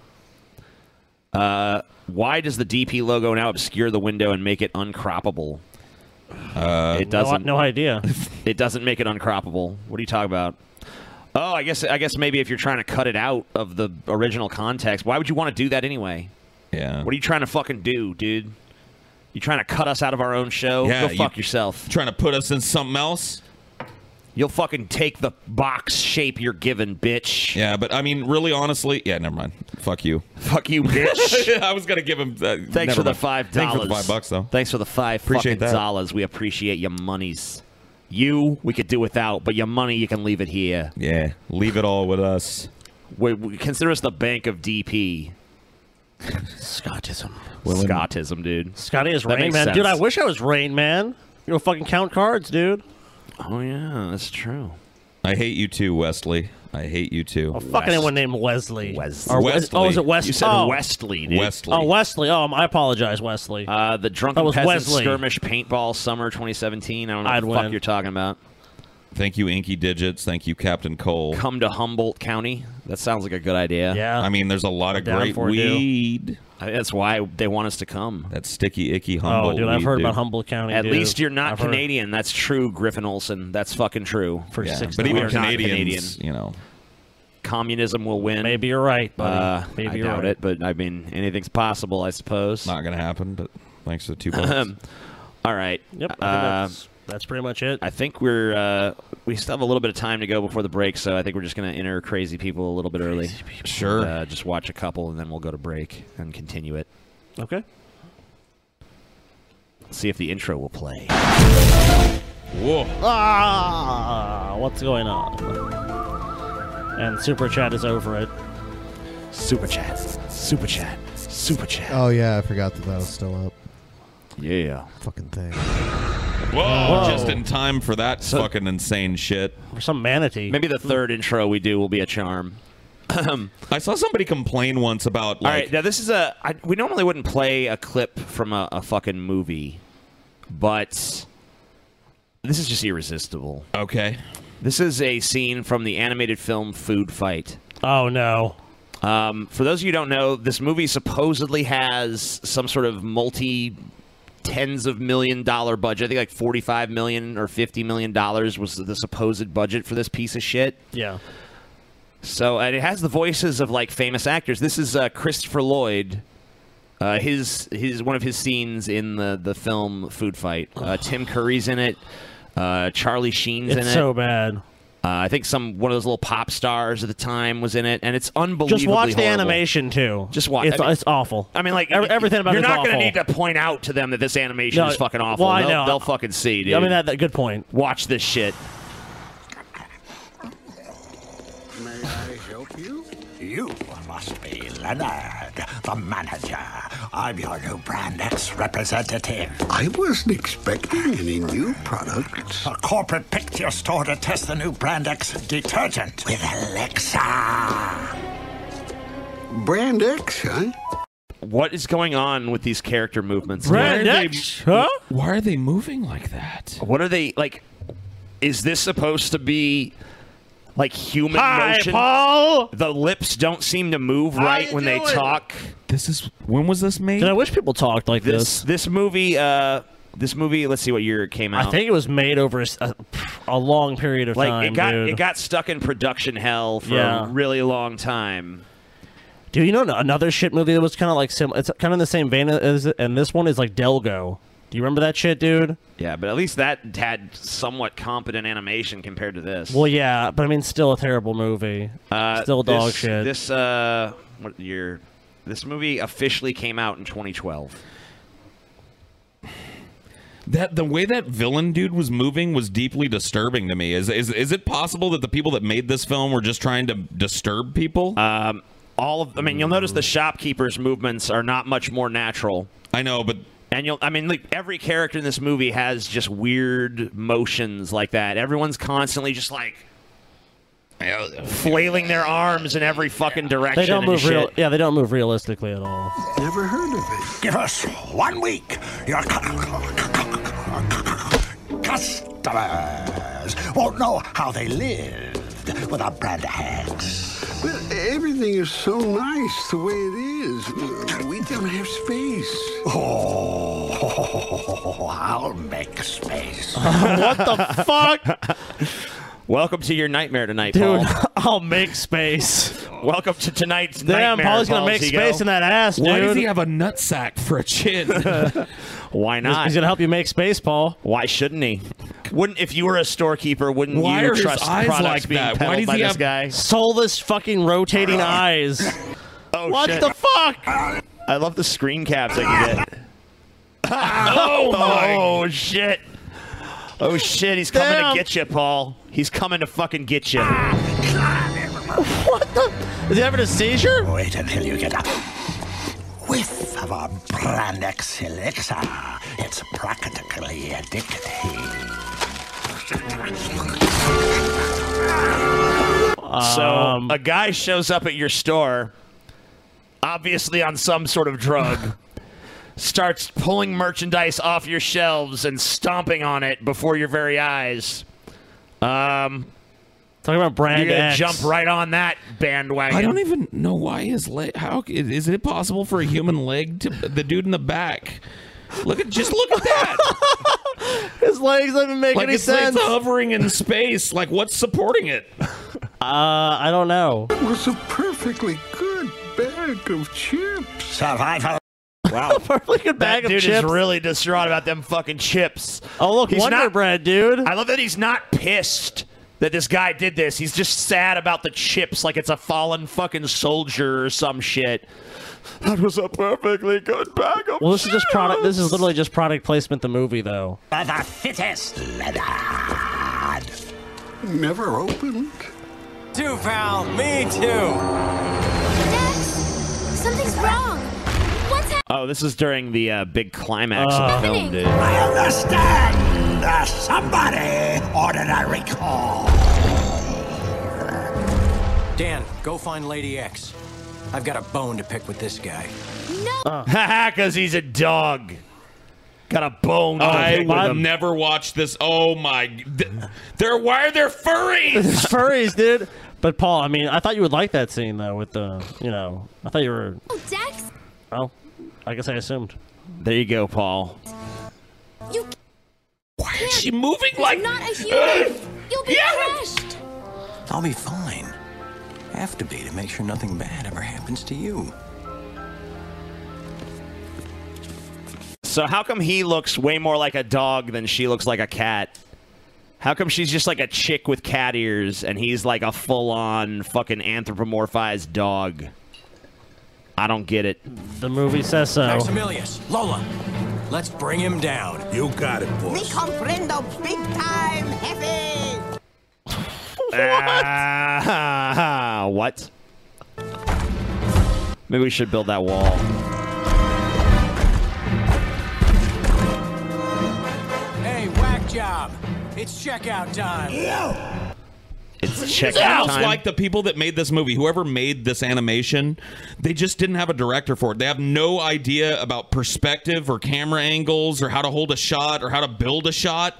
[SPEAKER 1] Uh, why does the DP logo now obscure the window and make it uncroppable?
[SPEAKER 6] Uh,
[SPEAKER 1] it doesn't.
[SPEAKER 5] No, no idea.
[SPEAKER 1] it doesn't make it uncroppable. What are you talking about? Oh, I guess I guess maybe if you're trying to cut it out of the original context, why would you want to do that anyway?
[SPEAKER 6] Yeah.
[SPEAKER 1] What are you trying to fucking do, dude? You trying to cut us out of our own show?
[SPEAKER 6] Yeah,
[SPEAKER 1] Go
[SPEAKER 6] you-
[SPEAKER 1] fuck yourself.
[SPEAKER 6] Trying to put us in something else?
[SPEAKER 1] You'll fucking take the box shape you're given, bitch.
[SPEAKER 6] Yeah, but I mean, really, honestly, yeah. Never mind. Fuck you.
[SPEAKER 1] Fuck you, bitch.
[SPEAKER 6] I was gonna give him. Uh,
[SPEAKER 1] Thanks for
[SPEAKER 6] never
[SPEAKER 1] the
[SPEAKER 6] mind.
[SPEAKER 1] five dollars.
[SPEAKER 6] Thanks for the five bucks, though.
[SPEAKER 1] Thanks for the five
[SPEAKER 6] Appreciate
[SPEAKER 1] fucking
[SPEAKER 6] that.
[SPEAKER 1] dollars. We appreciate your monies. You, we could do without, but your money, you can leave it here.
[SPEAKER 6] Yeah, leave it all with us.
[SPEAKER 1] We, we consider us the bank of DP.
[SPEAKER 5] Scottism.
[SPEAKER 1] Scottism, dude.
[SPEAKER 5] Scotty is
[SPEAKER 1] That
[SPEAKER 5] Rain
[SPEAKER 1] makes
[SPEAKER 5] Man, dude.
[SPEAKER 1] sense.
[SPEAKER 5] I wish I was Rain Man. You know, fucking count cards, dude.
[SPEAKER 1] Oh yeah, that's true.
[SPEAKER 6] I hate you too, Wesley. I hate you too.
[SPEAKER 5] Oh,
[SPEAKER 1] Oh,
[SPEAKER 5] Fucking anyone named Wesley.
[SPEAKER 1] Wes-
[SPEAKER 5] Or Wes-
[SPEAKER 6] Wesley.
[SPEAKER 5] Oh, is it Wesley?
[SPEAKER 6] You said
[SPEAKER 5] oh.
[SPEAKER 1] Wesley, dude. Wesley.
[SPEAKER 5] Oh, Wesley. Oh, I apologize, Wesley.
[SPEAKER 1] Uh, the
[SPEAKER 5] That
[SPEAKER 1] Drunken
[SPEAKER 5] was
[SPEAKER 1] Peasants
[SPEAKER 5] Wesley.
[SPEAKER 1] Skirmish Paintball Summer 2017. I
[SPEAKER 5] Oh,
[SPEAKER 1] don't know
[SPEAKER 6] I'd
[SPEAKER 1] what the
[SPEAKER 6] win.
[SPEAKER 1] fuck you're talking about.
[SPEAKER 6] Thank you, Inky Digits. Thank you, Captain Cole.
[SPEAKER 1] Come to Humboldt County. That sounds like a good idea.
[SPEAKER 5] Yeah.
[SPEAKER 6] I mean, there's a lot of
[SPEAKER 1] Down
[SPEAKER 6] great
[SPEAKER 1] for it, dude.
[SPEAKER 6] weed.
[SPEAKER 1] That's why they want us to come.
[SPEAKER 6] That sticky, icky humble.
[SPEAKER 5] Oh, dude, I've heard about Humboldt County.
[SPEAKER 1] At
[SPEAKER 5] dude.
[SPEAKER 1] least you're not
[SPEAKER 5] I've heard-
[SPEAKER 1] Canadian. That's true, Griffin Olson. That's fucking true.
[SPEAKER 5] For
[SPEAKER 6] Yeah, six but even
[SPEAKER 1] We are not
[SPEAKER 6] Canadians, you know.
[SPEAKER 1] Communism will win.
[SPEAKER 5] Maybe you're right,
[SPEAKER 1] Uh,
[SPEAKER 5] buddy. Maybe
[SPEAKER 1] I
[SPEAKER 5] you're
[SPEAKER 1] doubt
[SPEAKER 5] right.
[SPEAKER 1] it, but I mean, anything's possible, I suppose.
[SPEAKER 6] Not going to happen, but thanks for the two bucks.
[SPEAKER 1] Ahem. All right.
[SPEAKER 5] Yep. I think
[SPEAKER 1] Uh,
[SPEAKER 5] that's, that's pretty much it.
[SPEAKER 1] I think we're uh, we still have a little bit of time to go before the break, so I think we're just gonna enter crazy people a little bit early.
[SPEAKER 6] Sure.
[SPEAKER 1] uh, just watch a couple, and then we'll go to break and continue it.
[SPEAKER 5] Okay.
[SPEAKER 1] See if the intro will play.
[SPEAKER 6] Whoa.
[SPEAKER 5] Ah, what's going on? And Super Chat is over it.
[SPEAKER 1] Super Chat. Super Chat. Super Chat.
[SPEAKER 2] Oh yeah, I forgot that that was still up.
[SPEAKER 1] Yeah.
[SPEAKER 2] Fucking thing.
[SPEAKER 6] Whoa,
[SPEAKER 5] Whoa.
[SPEAKER 6] Just in time for that fucking insane shit.
[SPEAKER 5] Or some manatee.
[SPEAKER 1] Maybe the third intro we do will be a charm.
[SPEAKER 6] I saw somebody complain once about
[SPEAKER 1] All
[SPEAKER 6] like
[SPEAKER 1] right, now this is a. I, we normally wouldn't play a clip from a, a fucking movie, but this is just irresistible.
[SPEAKER 6] Okay.
[SPEAKER 1] This is a scene from the animated film Food Fight.
[SPEAKER 5] Oh no.
[SPEAKER 1] Um, for those of you who don't know, this movie supposedly has some sort of multi tens of million dollar budget. I think like 45 million or 50 million dollars was the supposed budget for this piece of shit.
[SPEAKER 5] Yeah.
[SPEAKER 1] So, and it has the voices of like famous actors. This is uh, Christopher Lloyd. Uh, his his one of his scenes in the the film Food Fight. Uh, Tim Curry's in it. Uh, Charlie Sheen's in
[SPEAKER 5] It's
[SPEAKER 1] it.
[SPEAKER 5] so bad.
[SPEAKER 1] Uh, I think some one of those little pop stars at the time was in it, and it's unbelievably.
[SPEAKER 5] Just watch the
[SPEAKER 1] horrible.
[SPEAKER 5] animation too. Just
[SPEAKER 1] watch-
[SPEAKER 5] It's,
[SPEAKER 1] I mean-
[SPEAKER 5] it's awful.
[SPEAKER 1] I mean, like
[SPEAKER 5] Every- everything about
[SPEAKER 1] you're
[SPEAKER 5] it's
[SPEAKER 1] not
[SPEAKER 5] awful.
[SPEAKER 1] gonna need to point out to them that this animation
[SPEAKER 5] No,
[SPEAKER 1] is fucking awful.
[SPEAKER 5] well, I
[SPEAKER 1] they'll,
[SPEAKER 5] know.
[SPEAKER 1] they'll fucking see, dude.
[SPEAKER 5] I mean, that, that good point.
[SPEAKER 1] Watch this shit.
[SPEAKER 4] May I help you? You must be Leonard, the manager. I'm your new brand X representative. I wasn't expecting any new products. A corporate picture store to test the new brand X detergent with Alexa. Brand X, huh?
[SPEAKER 1] What is going on with these character movements?
[SPEAKER 4] Brand
[SPEAKER 1] Why are
[SPEAKER 4] X,
[SPEAKER 1] they,
[SPEAKER 5] huh?
[SPEAKER 6] Why are they moving like that?
[SPEAKER 1] What are they like? Is this supposed to be like human
[SPEAKER 5] Hi,
[SPEAKER 1] motion?
[SPEAKER 5] Paul!
[SPEAKER 1] The lips don't seem to move right when they talk.
[SPEAKER 6] This is when was this made?
[SPEAKER 5] Dude, I wish people talked like
[SPEAKER 1] This
[SPEAKER 5] this.
[SPEAKER 1] this movie. Uh, this movie. Let's see what year it came out.
[SPEAKER 5] I think it was made over a, s- a- a long period of
[SPEAKER 1] like
[SPEAKER 5] time.
[SPEAKER 1] it got
[SPEAKER 5] dude.
[SPEAKER 1] it got stuck in production hell for
[SPEAKER 5] Yeah.
[SPEAKER 1] a really long time.
[SPEAKER 5] Dude, you know an- another shit movie that was kind of like sim- it's kind of in the same vein as and this one is like Delgo. Do you remember that shit, dude?
[SPEAKER 1] Yeah, but at least that had somewhat competent animation compared to this.
[SPEAKER 5] Well, yeah, but I mean, still a terrible movie.
[SPEAKER 1] Uh,
[SPEAKER 5] still
[SPEAKER 1] this-
[SPEAKER 5] dog shit.
[SPEAKER 1] This uh, what year? This movie officially came out in 2012.
[SPEAKER 6] That the way that villain dude was moving was deeply disturbing to me. Is is is it possible that the people that made this film were just trying to disturb people?
[SPEAKER 1] Um, all of I mean, you'll notice the shopkeeper's movements are not much more natural.
[SPEAKER 6] I know, but
[SPEAKER 1] and you'll I mean, like every character in this movie has just weird motions like that. Everyone's constantly just like flailing their arms in every fucking direction.
[SPEAKER 5] they don't
[SPEAKER 1] and
[SPEAKER 5] move
[SPEAKER 1] shit.
[SPEAKER 5] real. Yeah, they don't move realistically at all.
[SPEAKER 4] Never heard of it. Give us one week. Your customers won't know how they lived without brand X. Well, everything is so nice the way it is. uh, We don't have space. Oh, I'll make space.
[SPEAKER 5] what the fuck?
[SPEAKER 1] Welcome to your nightmare tonight,
[SPEAKER 5] Dude,
[SPEAKER 1] Paul.
[SPEAKER 5] I'll make space.
[SPEAKER 1] Welcome to tonight's
[SPEAKER 5] Damn,
[SPEAKER 1] nightmare.
[SPEAKER 5] Paul's gonna
[SPEAKER 1] Paul
[SPEAKER 5] make
[SPEAKER 1] Zigo.
[SPEAKER 5] space in that ass,
[SPEAKER 1] Why does
[SPEAKER 5] dude.
[SPEAKER 1] he have
[SPEAKER 6] a nutsack for a chin?
[SPEAKER 1] Why not?
[SPEAKER 5] He's gonna help you make space, Paul.
[SPEAKER 1] Why shouldn't he? Wouldn't if you were a storekeeper? Wouldn't
[SPEAKER 5] Why
[SPEAKER 1] you
[SPEAKER 5] are his
[SPEAKER 1] trust
[SPEAKER 5] eyes
[SPEAKER 1] products
[SPEAKER 5] like
[SPEAKER 1] being
[SPEAKER 5] that? Why
[SPEAKER 1] peddled
[SPEAKER 5] does
[SPEAKER 1] by
[SPEAKER 5] he
[SPEAKER 1] this
[SPEAKER 5] have
[SPEAKER 1] guy?
[SPEAKER 5] Soulless fucking rotating eyes.
[SPEAKER 1] Oh,
[SPEAKER 5] what
[SPEAKER 1] shit.
[SPEAKER 5] the fuck?
[SPEAKER 1] I love the screen caps I can get.
[SPEAKER 4] Ah,
[SPEAKER 5] oh my!
[SPEAKER 1] Oh shit! Oh shit! He's coming to get you, Paul. He's coming to fucking get you.
[SPEAKER 5] What the? Is he having a seizure?
[SPEAKER 4] Wait until you get a whiff of our brand X elixir. It's practically addictive.
[SPEAKER 1] So
[SPEAKER 5] Um,
[SPEAKER 1] a guy shows up at your store, obviously on some sort of drug, starts pulling merchandise off your shelves and stomping on it before your very eyes. Um,
[SPEAKER 5] Talking about brand
[SPEAKER 1] you're gonna
[SPEAKER 5] X.
[SPEAKER 1] jump right on that bandwagon.
[SPEAKER 6] I don't even know why his leg. How is, is it possible for a human leg to the dude in the back? Look at just look at that.
[SPEAKER 5] his legs doesn't make
[SPEAKER 6] like
[SPEAKER 5] any
[SPEAKER 6] his legs
[SPEAKER 5] sense.
[SPEAKER 6] hovering in space. Like what's supporting it?
[SPEAKER 5] Uh, I don't know.
[SPEAKER 4] It was a perfectly good bag of chips. Survival.
[SPEAKER 1] Wow,
[SPEAKER 5] perfectly good
[SPEAKER 1] bag
[SPEAKER 5] of
[SPEAKER 1] dude
[SPEAKER 5] chips.
[SPEAKER 1] is really distraught about them fucking chips.
[SPEAKER 5] Oh look,
[SPEAKER 1] he's
[SPEAKER 5] Wonder
[SPEAKER 1] not.
[SPEAKER 5] Bread, dude.
[SPEAKER 1] I love that he's not pissed that this guy did this. He's just sad about the chips, like it's a fallen fucking soldier or some shit. That was a perfectly good bag of.
[SPEAKER 5] Well, this is just product. This is literally just product placement. The movie, though.
[SPEAKER 4] By the fittest Leonard. Never opened.
[SPEAKER 27] Too, pal. Me too.
[SPEAKER 28] Something's wrong. What's happening?
[SPEAKER 1] Oh, this is during the uh, big climax
[SPEAKER 5] Uh.
[SPEAKER 1] of the film, dude.
[SPEAKER 4] I understand. Uh, somebody ordered a recall.
[SPEAKER 27] Dan, go find Lady X. I've got a bone to pick with this guy.
[SPEAKER 5] Uh.
[SPEAKER 1] Haha, because he's a dog. Got a bone. to
[SPEAKER 6] I
[SPEAKER 1] pick with
[SPEAKER 6] would
[SPEAKER 1] him.
[SPEAKER 6] Oh, never watch this. Oh my! th- There, why are there furries?
[SPEAKER 5] It's furries, dude. But Paul, I mean, I thought you would like that scene though. With the, you know, I thought you were.
[SPEAKER 28] Oh, Dex,
[SPEAKER 5] Well, I guess I assumed.
[SPEAKER 1] There you go, Paul.
[SPEAKER 28] you
[SPEAKER 6] Why is she moving like?
[SPEAKER 28] not a human. You'll be crushed.
[SPEAKER 27] I'll be fine. Have to be to make sure nothing bad ever happens to you.
[SPEAKER 1] So how come he looks way more like a dog than she looks like a cat? How come she's just like a chick with cat ears and he's like a full-on fucking anthropomorphized dog? I don't get it.
[SPEAKER 5] The movie says so.
[SPEAKER 27] Maximilius, Lola, let's bring him down. You got it, boy.
[SPEAKER 29] Me comprendo big time, heavy.
[SPEAKER 1] what? Ah, what? Maybe we should build that wall.
[SPEAKER 27] Hey, whack job. It's checkout time.
[SPEAKER 1] It's
[SPEAKER 6] It's
[SPEAKER 1] checkout
[SPEAKER 6] almost
[SPEAKER 1] time.
[SPEAKER 6] like the people that made this movie, whoever made this animation, they just didn't have a director for it. They have no idea about perspective or camera angles or how to hold a shot or how to build a shot.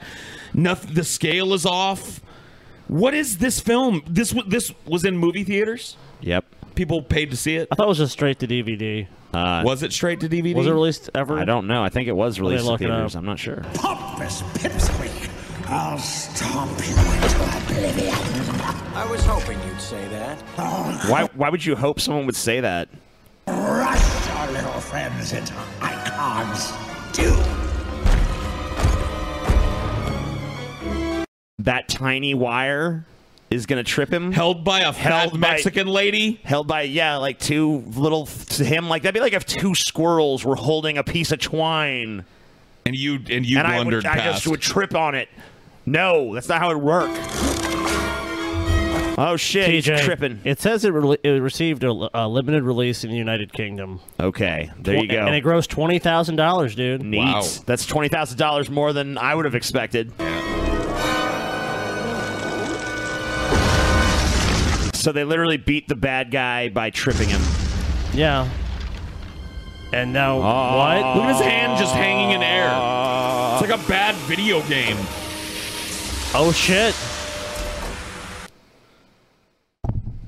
[SPEAKER 6] Nothing. The scale is off. What is this film? This wa- this was in movie theaters.
[SPEAKER 1] Yep.
[SPEAKER 6] People paid to see it.
[SPEAKER 5] I thought it was just straight to DVD.
[SPEAKER 1] Uh,
[SPEAKER 6] was it straight to DVD?
[SPEAKER 5] Was it released ever?
[SPEAKER 1] I don't know. I think it was
[SPEAKER 5] Let me
[SPEAKER 1] released in
[SPEAKER 5] look it up.
[SPEAKER 1] theaters. I'm not sure.
[SPEAKER 4] Pompous pipsqueak. I'll stomp you into oblivion.
[SPEAKER 27] I was hoping you'd say that.
[SPEAKER 1] Why? Why would you hope someone would say that?
[SPEAKER 4] Rush our little friends into icons. Do
[SPEAKER 1] That tiny wire is gonna trip him.
[SPEAKER 6] Held by a fat
[SPEAKER 1] by-
[SPEAKER 6] Mexican lady.
[SPEAKER 1] Held by yeah, like two little to him. Like that'd be like if two squirrels were holding a piece of twine.
[SPEAKER 6] And you and you
[SPEAKER 1] I
[SPEAKER 6] blundered
[SPEAKER 1] would, I just
[SPEAKER 6] past.
[SPEAKER 1] would trip on it. No, that's not how it worked. Oh shit! He's
[SPEAKER 5] TJ,
[SPEAKER 1] tripping.
[SPEAKER 5] It says it, re- it received a, li- a limited release in the United Kingdom.
[SPEAKER 1] Okay, there you
[SPEAKER 5] Tw-
[SPEAKER 1] go.
[SPEAKER 5] And it grossed twenty thousand dollars, dude.
[SPEAKER 1] Neat. That's twenty thousand dollars more than I would have expected. So they literally beat the bad guy by tripping him.
[SPEAKER 5] Yeah. And now
[SPEAKER 1] Oh.
[SPEAKER 5] what?
[SPEAKER 6] Look at his hand just hanging in air. It's like a bad video game.
[SPEAKER 5] Oh shit!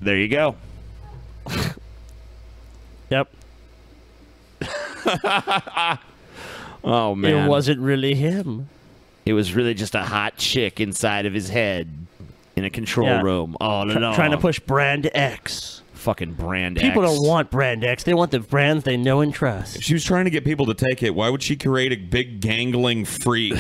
[SPEAKER 1] There you go.
[SPEAKER 5] yep.
[SPEAKER 1] Oh man.
[SPEAKER 5] It wasn't really him.
[SPEAKER 1] It was really just a hot chick inside of his head, in a control
[SPEAKER 5] Yeah.
[SPEAKER 1] room all
[SPEAKER 5] Try-
[SPEAKER 1] along.
[SPEAKER 5] trying to push brand X.
[SPEAKER 1] Fucking Oh, brand
[SPEAKER 5] People
[SPEAKER 1] X.
[SPEAKER 5] don't want brand X. They want the brands they know and trust.
[SPEAKER 6] If she was trying to get people to take it, why would she create a big gangling freak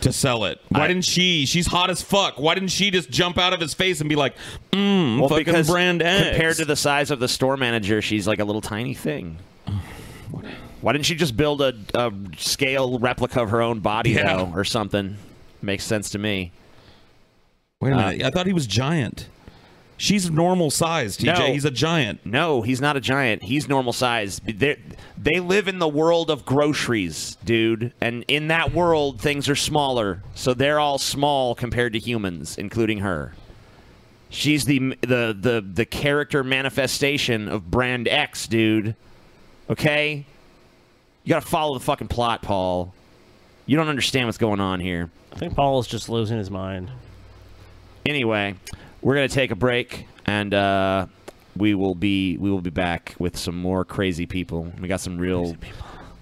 [SPEAKER 6] to sell it? Why didn't she? She's hot as fuck. Why didn't she just jump out of his face and be like, mm,
[SPEAKER 1] Well,
[SPEAKER 6] fucking
[SPEAKER 1] because
[SPEAKER 6] brand X?
[SPEAKER 1] compared to the size of the store manager, she's like a little tiny thing. Why didn't she just build a, a scale replica of her own body
[SPEAKER 6] Yeah.
[SPEAKER 1] though, or something? Makes sense to me.
[SPEAKER 6] Wait a minute.
[SPEAKER 5] Uh,
[SPEAKER 6] I thought he was giant. She's normal sized, TJ. He's a giant.
[SPEAKER 1] No, he's not a giant. He's normal size. They're, they live in the world of groceries, dude. And in that world, things are smaller. So they're all small compared to humans, including her. She's the the the the character manifestation of Brand X, dude. Okay? You got to follow the fucking plot, Paul. You don't understand what's going on here.
[SPEAKER 5] I think Paul is just losing his mind.
[SPEAKER 1] Anyway, we're gonna take a break, and uh, we will be we will be back with some more crazy people. We got some real,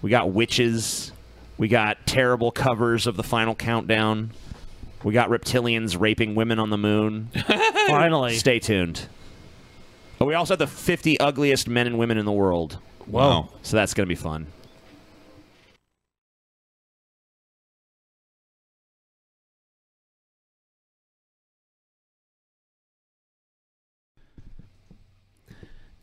[SPEAKER 1] we got witches, we got terrible covers of the final countdown, we got reptilians raping women on the moon.
[SPEAKER 5] Finally.
[SPEAKER 1] stay tuned. Oh, we also have the 50 ugliest men and women in the world.
[SPEAKER 5] Wow.
[SPEAKER 1] So that's gonna be fun.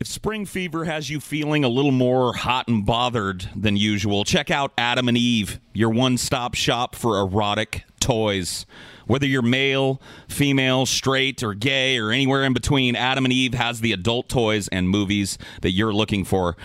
[SPEAKER 6] If spring fever has you feeling a little more hot and bothered than usual, check out Adam and Eve, your one stop shop for erotic toys. Whether you're male, female, straight, or gay, or anywhere in between, Adam and Eve has the adult toys and movies that you're looking for.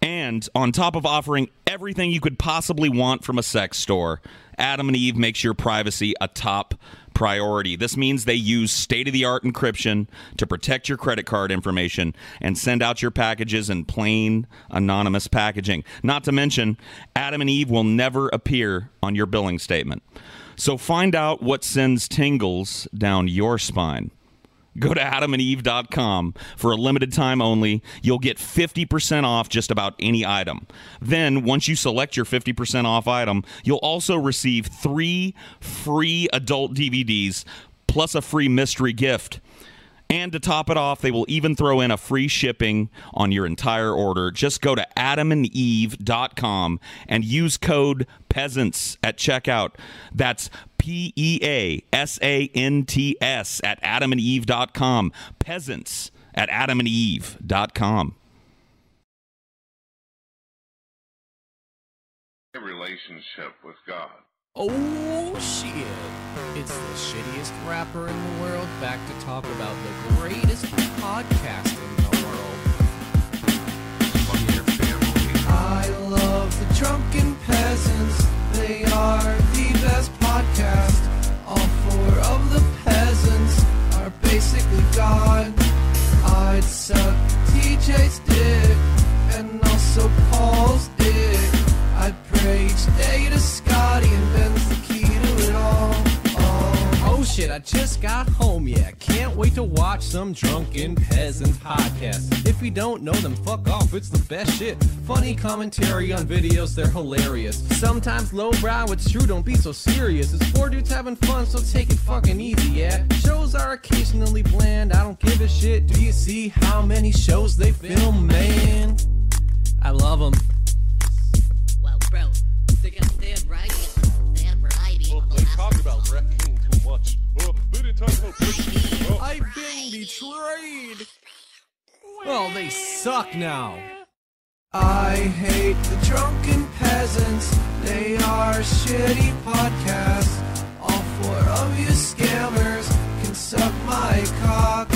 [SPEAKER 6] And on top of offering everything you could possibly want from a sex store, Adam and Eve makes your privacy a top priority. This means they use state of the art encryption to protect your credit card information and send out your packages in plain, anonymous packaging. Not to mention, Adam and Eve will never appear on your billing statement. So find out what sends tingles down your spine. Go to adamandeve.com for a limited time only. You'll get 50% off just about any item. Then, once you select your 50% off item, you'll also receive three free adult DVDs plus a free mystery gift. And to top it off, they will even throw in a free shipping on your entire order. Just go to adamandeve.com and use code PEASANTS at checkout. That's P E A S A N T S at adamandeve.com. Peasants at adamandeve.com.
[SPEAKER 10] relationship with God.
[SPEAKER 15] Oh shit! It's the shittiest rapper in the world back to talk about the greatest podcast in the world. I love the drunken peasants. They are the best podcast. All four of the peasants are basically God. I'd suck TJ's dick and also Paul's dick. I'd pray each day to Scotty and Ben's the key to it all. Oh shit, I just got home, yeah. Can't wait to watch some drunken peasants podcast. If you don't know them, fuck off, it's the best shit. Funny commentary on videos, they're hilarious. Sometimes lowbrow, it's true, don't be so serious. It's four dudes having fun, so take it fucking easy, yeah. Shows are occasionally bland, I don't give a shit. Do you see how many shows they film, man? I love them.
[SPEAKER 30] Well, bro, they're gonna stand right in. Stand right in. Well, they talk about wrecking too much.
[SPEAKER 15] I've been betrayed. Well, they suck now. I hate the drunken peasants. They are shitty podcasts. All four of you scammers can suck my cock.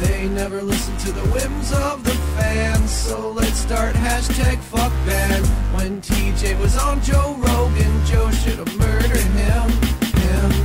[SPEAKER 15] They never listen to the whims of the fans. So let's start hashtag fuck ban. When TJ was on Joe Rogan, Joe should have murdered him. him.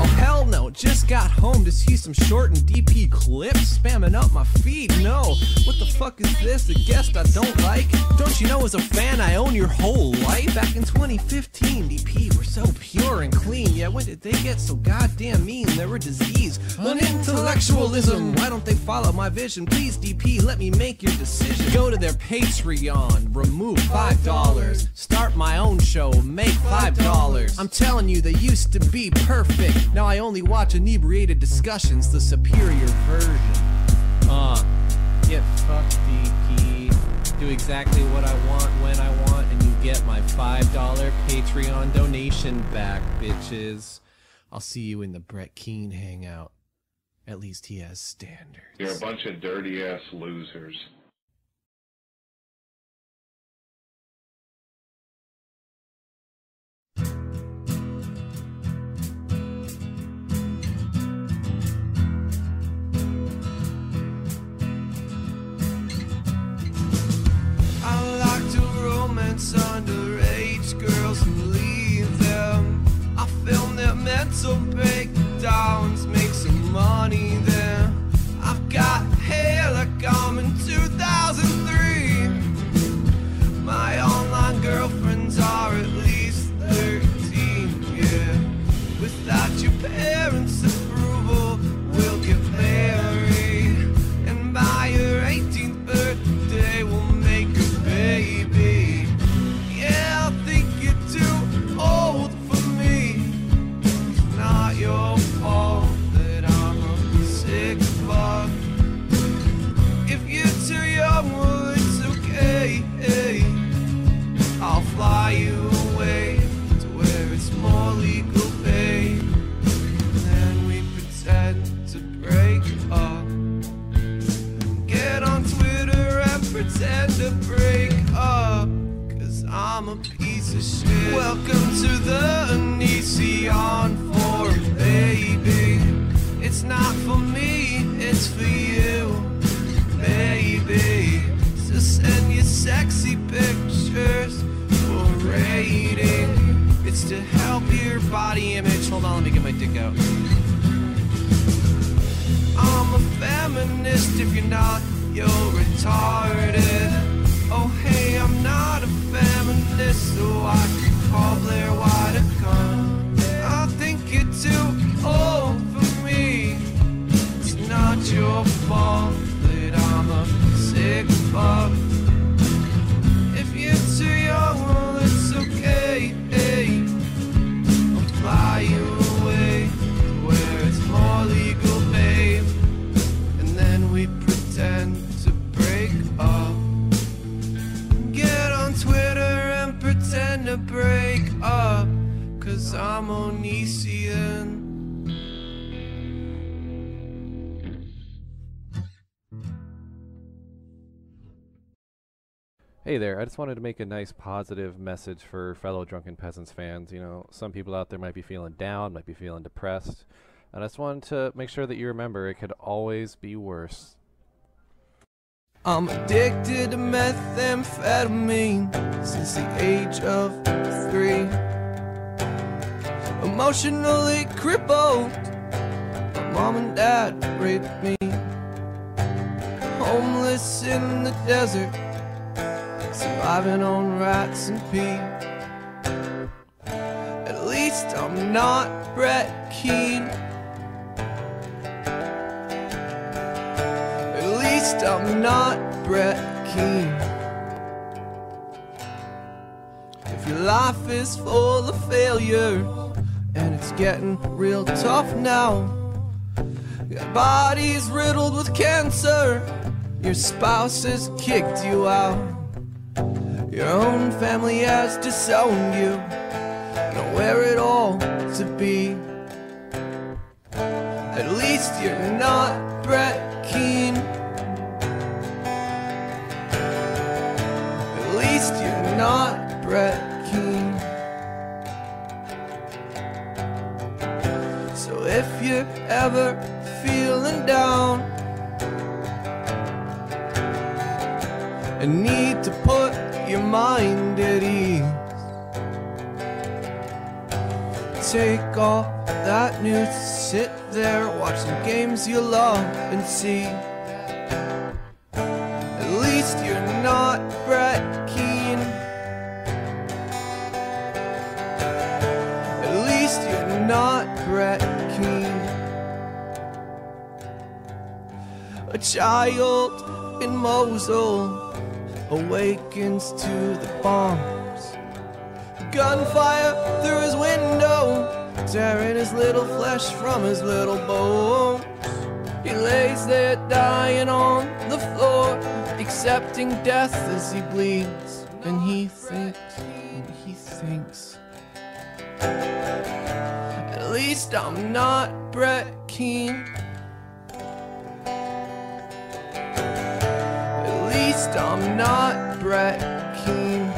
[SPEAKER 15] Oh hell no, just got home to see some short and DP clips spamming up my feed. No, what the fuck is this? A guest I don't like? Don't you know as a fan I own your whole life? Back in 2015, DP were so pure and clean. Yeah, when did they get so goddamn mean? They were disease, an intellectualism. Why don't they follow my vision? Please, DP, let me make your decision. Go to their Patreon, remove five dollars. Start my own show, make five dollars. I'm telling you, they used to be perfect. Now I only watch inebriated discussions, the superior version. Uh, get fucked, DP. Do exactly what I want when I want, and you get my $5 Patreon donation back, bitches. I'll see you in the Brett Keen hangout. At least he has standards.
[SPEAKER 10] You're a bunch of dirty ass losers.
[SPEAKER 15] I like to romance underage girls and leave them. I film their mental breakdowns, make some money there. I've got hair like I'm in 2003. My online girlfriends are at least 13, yeah. Without your parents' approval, we'll get married. And by your 18th birthday, we'll make a baby. Yeah, I think you're too old for me. It's not your fault that I'm a sick fuck. If you're too young, well, it's okay. I'll fly you away to where it's more legal, babe. Then we pretend to break up. Get on Twitter and pretend to break up. Cause I'm a piece of shit. Welcome to the Anision Forum, baby. It's not for me, it's for you, baby. So send your sexy pictures for rating. It's to help your body image. Hold on, let me get my dick out. I'm a feminist if you're not, you're retarded. Oh, hey, I'm not a feminist, so I could call Blair White a cunt. I think you're too old for me. It's not your fault that I'm a sick fuck. If you're too young, well, it's okay. I'll fly you away to where it's more legal, babe. And then we pretend to break up. Get on Twitter and pretend to break up. Cause I'm Onision.
[SPEAKER 21] Hey there, I just wanted to make a nice positive message for fellow Drunken Peasants fans. You know, some people out there might be feeling down, might be feeling depressed, and I just wanted to make sure that you remember it could always be worse.
[SPEAKER 15] I'm addicted to methamphetamine since the age of three. Emotionally crippled, my mom and dad raped me. Homeless in the desert, surviving on rats and pee. At least I'm not Brett Keane. At least I'm not Brett Keane. If your life is full of failure and it's getting real tough now, your body's riddled with cancer, your spouse has kicked you out, your own family has disowned you. Nowhere at all to be. At least you're not Brett Keane. At least you're not Brett Keane. So if you're ever feeling down and need to put your mind at ease, take off that news, sit there, watch the games you love and see. At least you're not Brett Keane. At least you're not Brett Keane. A child in Mosul awakens to the bombs. Gunfire through his window tearing his little flesh from his little bones. He lays there dying on the floor, accepting death as he bleeds. And he thinks, and he thinks. At least I'm not Brett Keane. At least I'm not Brett Keane.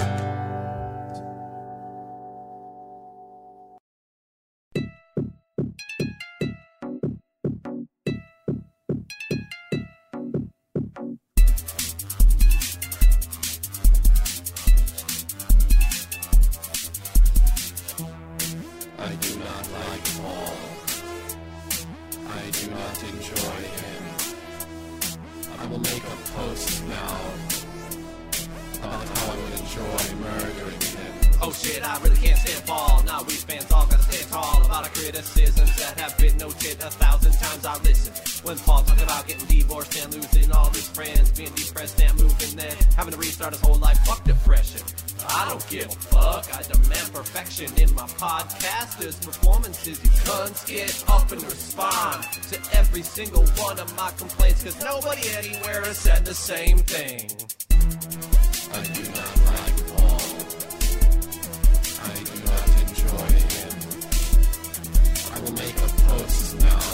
[SPEAKER 16] I do not like Paul. I do not enjoy him. I will make a post now about how I would enjoy murdering him.
[SPEAKER 27] Oh shit, I really can't stand fall. Now we fans all gotta stand tall about our criticisms that have been noted a thousand times. I listen when Paul talking about getting divorced and losing all his friends, being depressed and moving, then having to restart his whole life. Fuck depression. I don't give a fuck. I demand perfection in my podcasters' performances. You cunts get up and respond to every single one of my complaints, cause nobody anywhere has said the same thing.
[SPEAKER 16] I do not like Paul. I do not enjoy him. I will make a post now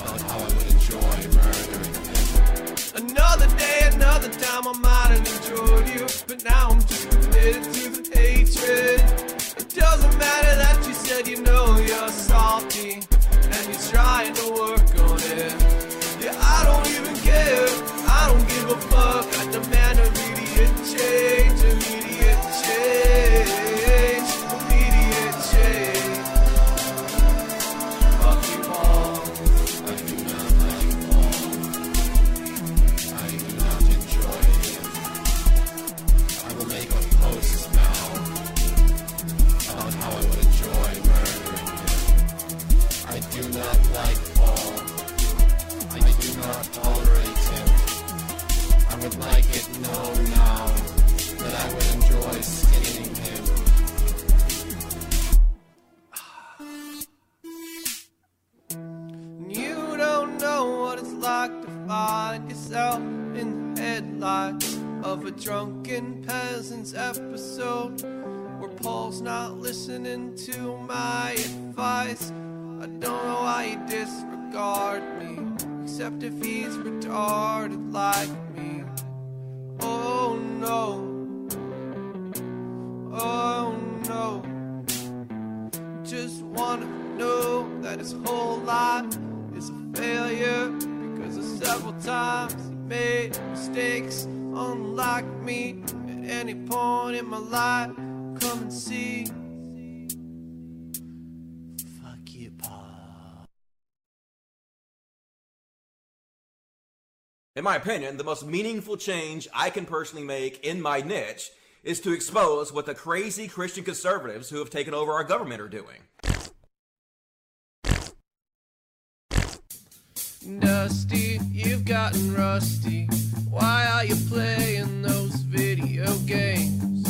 [SPEAKER 16] about how I would enjoy murdering him.
[SPEAKER 15] Another day, another time, I might have enjoyed you, but now I'm just committed to the hatred. It doesn't matter that you said you know you're salty, and you're trying to work on it. Yeah, I don't even care, I don't give a fuck. I demand immediate change, immediate change, immediate change. Fuck you all.
[SPEAKER 16] I do not like Paul. I do not enjoy him. I will make a post now about how I would enjoy murdering him. I do not like Paul. I do not tolerate him. I would like it known now that I would enjoy skinning him.
[SPEAKER 15] And You don't know what it's like to find yourself in the headlights of a drunken peasant's episode where Paul's not listening to my advice. I don't know why you disregard me, except if he's retarded like me. Oh no. Oh no. Just wanna know that his whole life is a failure because of several times he made mistakes. Unlike me, at any point in my life, come and see. Fuck you,
[SPEAKER 19] Uh,
[SPEAKER 15] Paul.
[SPEAKER 19] In my opinion, the most meaningful change I can personally make in my niche is to expose what the crazy Christian conservatives who have taken over our government are doing.
[SPEAKER 15] Dusty, you've gotten rusty. Why are you playing those video games?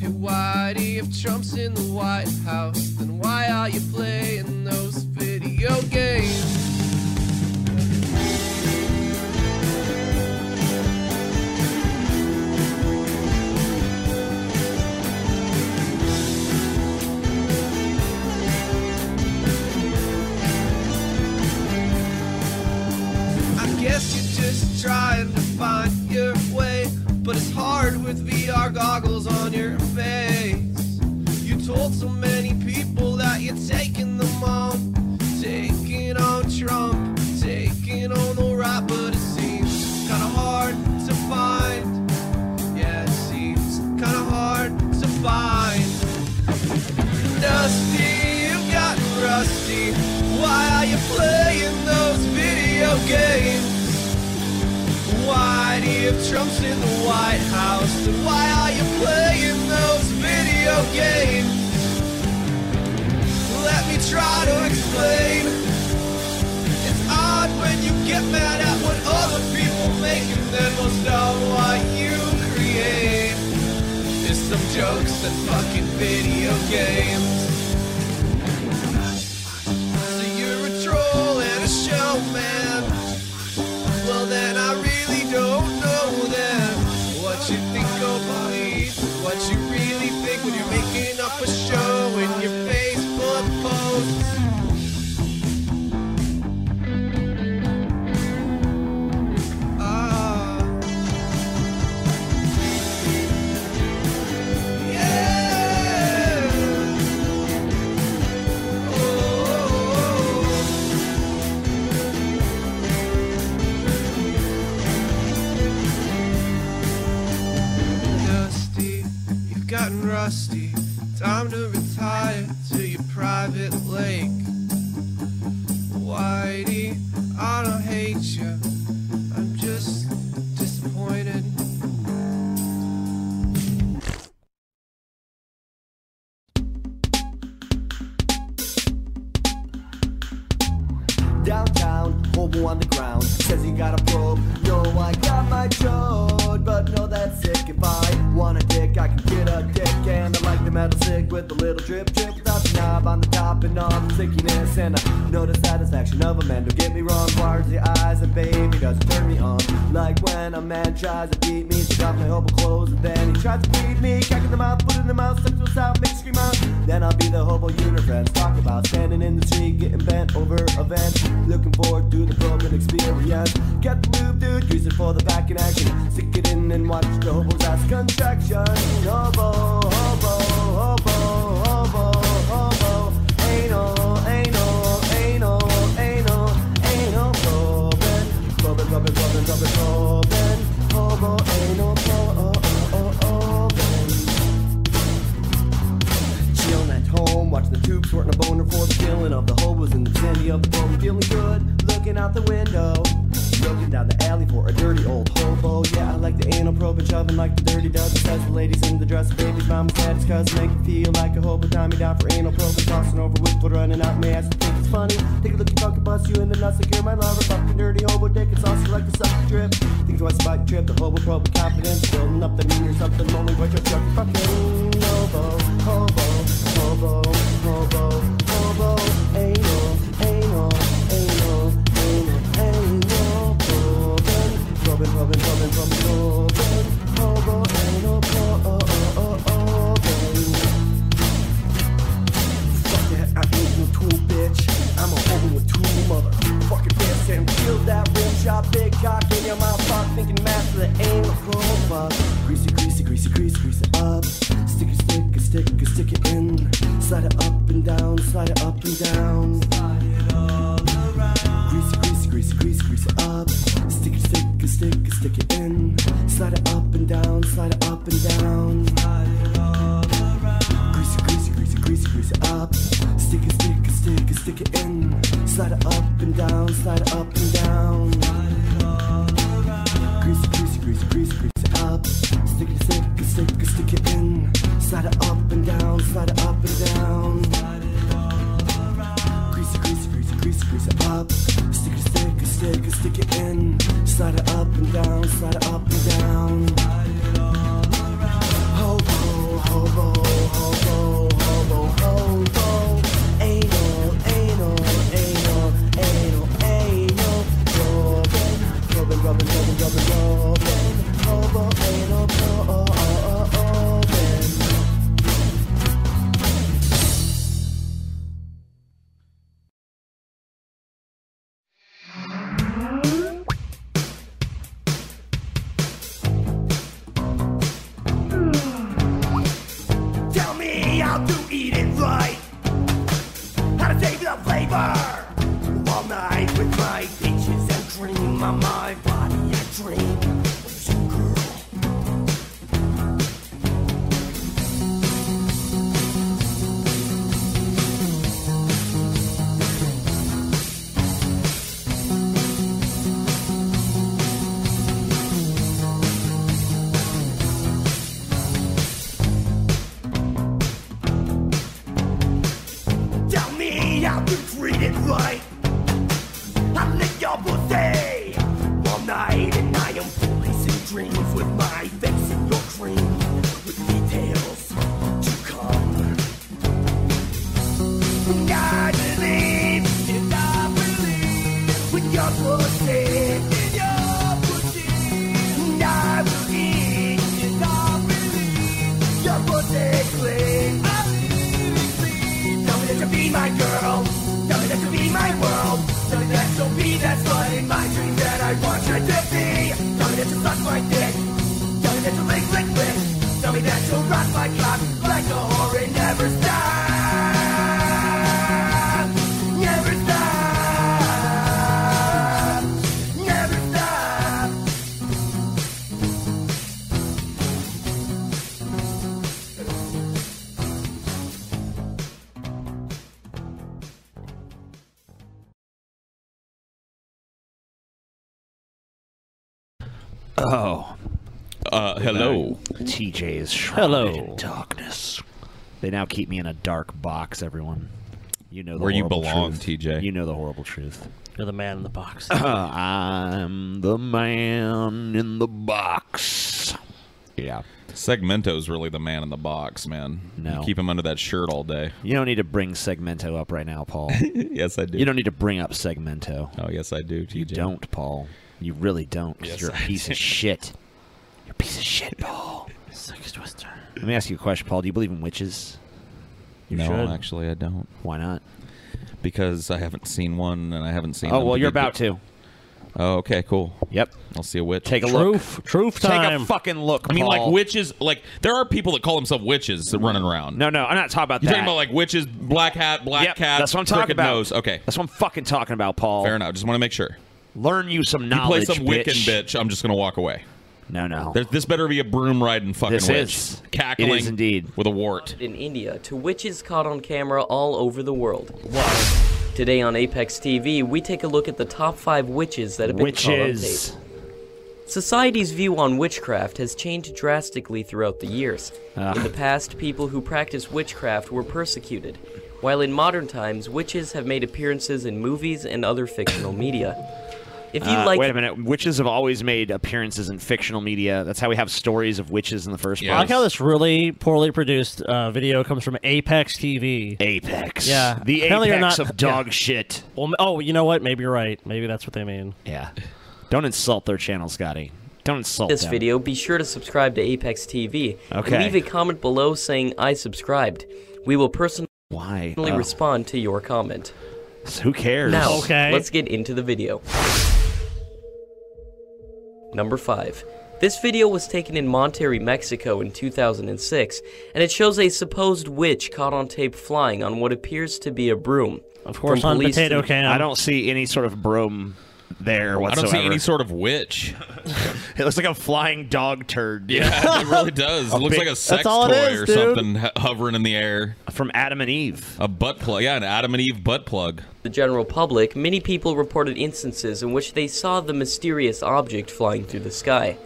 [SPEAKER 15] Hey, Whitey, if Trump's in the White House, then why are you playing those video games? I guess you're just trying to find your way, but it's hard with VR goggles on your face. You told so many people that you're taking them on, taking on Trump, taking on the right, but it seems kinda hard to find. Yeah, it seems kinda hard to find. Dusty, you've gotten rusty. Why are you playing those video games? Why do you have Trump's in the White House? Then why are you playing those video games? Let me try to explain. It's odd when you get mad at what other people make and then will stop what you create. There's some jokes and fucking video games. rusty. Time to retire to your private lake. Whitey, I don't hate you. I'm just disappointed.
[SPEAKER 31] Downtown, hobo on the ground, says he got a probe. Yo, I got my chode, but no, that's sick. If I want a dick, I can get a dick. And I like the metal sick with a little drip drip. Without the knob on the top and all the stickiness. And I know the satisfaction of a man. Don't get me wrong, wires the eyes, and baby doesn't turn me on. Like when a man tries to beat me, take off my hobo clothes, and then he tries to beat me. Cock in the mouth, put in the mouth, suck to the south, make scream out. Then I'll be the hobo universe. Talk about standing in the street, getting bent over a vent. Looking forward to the broken experience. Get the lube, dude, use it for the back in action. Stick it in and watch the hobo's ass contraction. Hobo, hobo, hobo, hobo, hobo. Anal, anal, anal, anal, anal. Robin, Robin, Robin, Robin, Robin, Robin. Hobo, anal, oh, oh, oh, oh, Chillin' at home, watching the tube, sorting a boner for the killing of the hobos in the sandy of the bone. Feeling good, looking out the window. Looking down the alley for a dirty old hobo. Yeah, I like the anal probe and shoving like the dirty dozen. Says the ladies in the dress, babies, mama's daddy's cousin. Make me feel like a hobo, tie me down for anal probe. and Tossing over with blood running out my ass. You think it's funny? Take a look, you fucking bust you in the nuts. Like you're my lover, fucking dirty hobo dick. It's also like a sucker drip. Think twice about your trip, the hobo probe with confidence. Building up the mean or something, lonely, what you're fucking fucking hobo, hobo. Hobo, hobo, hobo, anal, anal, anal, anal, anal, Robin, Robin, Robin, Robin, Robin, Robin, hobo, anal, oh, oh, oh, oh, Fuck that, I ain't no tool, bitch. I'm a hobo with two motherfucking bits and kill that rim shot, big cock in your mouth, fuck thinking master the anal chroma. Greasy, greasy, greasy, greasy, greasy up. Stick it, stick it, stick it, stick it in. Slide it up and down, slide it up and down. Slide it all around. Greasy, greasy, greasy, greasy, greasy up. Stick it, stick it, stick it, stick it in. Slide it up and down, slide it up and down. Slide it all around. Greasy, greasy, greasy, greasy, greasy up. Stick it, stick it, stick it, stick it in. Slide it up and down, slide it up and down. Slide it all around. Greasy, greasy, greasy, greasy, greasy up. Stick it, stick it, stick it, stick it in. Slide it up and down, slide it up and down. Slide it all around. Greasy, greasy, greasy, greasy, greasy up. Stick it, stick it, stick it, stick it in. Slide it up and down, slide it up and down. Slide it all around. Hobo, hobo, hobo, hobo, hobo. Anal, anal, anal, anal, anal. Robin, Robin, Robin, Robin, Robin, Robin. Hobo, anal, oh, oh, oh, oh, Robin.
[SPEAKER 4] Tell me how to eat it right. How to save the flavor. All night with my peaches and cream on my body a dream. There's a girl. Tell me how to treat it right. I lick your pussy all night, and I am policing dreams with my face in your cream, with details to come. God believe, and I believe with your pussy. in your pussy. And I will eat, and I believe your pussy clean. I Tell me that you'll be my girl. Tell me that you'll be my world. Tell me that you'll be that slut in my dream that I want you to be. Tell me that you'll suck my dick. Tell me that you'll lick, lick, lick. Tell me that you'll rock my cock like a whore and never stop. Never stop. Never stop.
[SPEAKER 1] Oh.
[SPEAKER 6] Uh, hello.
[SPEAKER 1] TJ is shrouded hello. in darkness. They now keep me in a dark box, everyone. You know the
[SPEAKER 6] Where you
[SPEAKER 1] horrible
[SPEAKER 6] belong,
[SPEAKER 1] truth.
[SPEAKER 6] TJ.
[SPEAKER 1] You know the horrible truth.
[SPEAKER 5] You're the man in the box.
[SPEAKER 1] I'm the man in the box. Yeah.
[SPEAKER 6] Segmento's really the man in the box, man.
[SPEAKER 1] No.
[SPEAKER 6] You keep him under that shirt all day.
[SPEAKER 1] You don't need to bring Segmento up right now, Paul.
[SPEAKER 6] yes, I do.
[SPEAKER 1] You don't need to bring up Segmento.
[SPEAKER 6] Oh, yes, I do, TJ.
[SPEAKER 1] You don't, Paul. You really don't. 'cause
[SPEAKER 6] Yes,
[SPEAKER 1] you're a
[SPEAKER 6] I
[SPEAKER 1] piece
[SPEAKER 6] do.
[SPEAKER 1] of shit. You're a piece of shit, Paul.
[SPEAKER 5] Circus Twister.
[SPEAKER 1] Let me ask you a question, Paul. Do you believe in witches? You
[SPEAKER 6] no,
[SPEAKER 1] should.
[SPEAKER 6] actually, I don't.
[SPEAKER 1] Why not?
[SPEAKER 6] Because I haven't seen one, and I haven't seen.
[SPEAKER 1] Oh,
[SPEAKER 6] them
[SPEAKER 1] well, you're
[SPEAKER 6] get
[SPEAKER 1] about
[SPEAKER 6] the-
[SPEAKER 1] to.
[SPEAKER 6] Oh, okay, cool.
[SPEAKER 1] Yep.
[SPEAKER 6] I'll see a witch.
[SPEAKER 1] Take a look. Take a fucking look.
[SPEAKER 6] I mean, like
[SPEAKER 1] Paul.
[SPEAKER 6] witches. Like there are people that call themselves witches that running around.
[SPEAKER 1] No, no, I'm not talking about
[SPEAKER 6] You're
[SPEAKER 1] that.
[SPEAKER 6] talking about like witches, black hat, black
[SPEAKER 1] Yep,
[SPEAKER 6] cat.
[SPEAKER 1] that's what I'm talking
[SPEAKER 6] crooked
[SPEAKER 1] about.
[SPEAKER 6] Nose. Okay,
[SPEAKER 1] that's what I'm fucking talking about, Paul.
[SPEAKER 6] Fair enough. Just want to make sure.
[SPEAKER 1] Learn you some
[SPEAKER 6] You play
[SPEAKER 1] knowledge,
[SPEAKER 6] some Wiccan
[SPEAKER 1] bitch.
[SPEAKER 6] bitch. I'm just gonna walk away.
[SPEAKER 1] No, no.
[SPEAKER 6] There, this better be a broom riding fucking
[SPEAKER 1] This
[SPEAKER 6] witch.
[SPEAKER 1] is.
[SPEAKER 6] Cackling.
[SPEAKER 1] It is indeed.
[SPEAKER 6] With a wart.
[SPEAKER 32] in India to witches caught on camera all over the world. Today on Apex TV, we take a look at the top five witches that have been
[SPEAKER 1] Witches.
[SPEAKER 32] caught on tape. Society's view on witchcraft has changed drastically throughout the years.
[SPEAKER 1] Ah.
[SPEAKER 32] In the past, people who practiced witchcraft were persecuted, while in modern times, witches have made appearances in movies and other fictional media. If you
[SPEAKER 1] Uh,
[SPEAKER 32] like
[SPEAKER 1] wait a minute. Witches have always made appearances in fictional media. That's how we have stories of witches in the first
[SPEAKER 5] I like
[SPEAKER 1] place.
[SPEAKER 5] how this really poorly produced uh, video comes from Apex TV.
[SPEAKER 1] Apex.
[SPEAKER 5] Yeah.
[SPEAKER 1] The
[SPEAKER 5] Apparently you're
[SPEAKER 1] apex
[SPEAKER 5] not-
[SPEAKER 1] of dog
[SPEAKER 5] yeah.
[SPEAKER 1] shit.
[SPEAKER 5] Well, m- oh, you know what? Maybe you're right. Maybe that's what they mean.
[SPEAKER 1] Yeah. Don't insult their channel, Scotty. Don't insult
[SPEAKER 32] this
[SPEAKER 1] them.
[SPEAKER 32] video, be sure to subscribe to Apex TV. and
[SPEAKER 1] Okay.
[SPEAKER 32] leave a comment below saying I subscribed. We will personally
[SPEAKER 1] Why?
[SPEAKER 32] personally
[SPEAKER 1] Oh.
[SPEAKER 32] respond to your comment.
[SPEAKER 1] who cares?
[SPEAKER 32] Now,
[SPEAKER 1] Okay.
[SPEAKER 32] let's get into the video. Number 5. This video was taken in Monterrey, Mexico in 2006, and it shows a supposed witch caught on tape flying on what appears to be a broom. Of
[SPEAKER 5] course, on potato can.
[SPEAKER 1] I don't see any sort of broom there
[SPEAKER 6] I don't
[SPEAKER 1] whatsoever.
[SPEAKER 6] see any sort of witch.
[SPEAKER 1] It looks like a flying dog turd. dude.
[SPEAKER 6] Yeah, it really does.
[SPEAKER 1] A
[SPEAKER 6] It looks
[SPEAKER 1] big-
[SPEAKER 6] like a sex
[SPEAKER 1] That's all
[SPEAKER 6] toy
[SPEAKER 1] it is,
[SPEAKER 6] or
[SPEAKER 1] dude.
[SPEAKER 6] something ho- hovering in the air.
[SPEAKER 1] From Adam and Eve.
[SPEAKER 6] A butt plug. Yeah, an Adam and Eve butt plug.
[SPEAKER 32] The general public, many people reported instances in which they saw the mysterious object flying through the sky.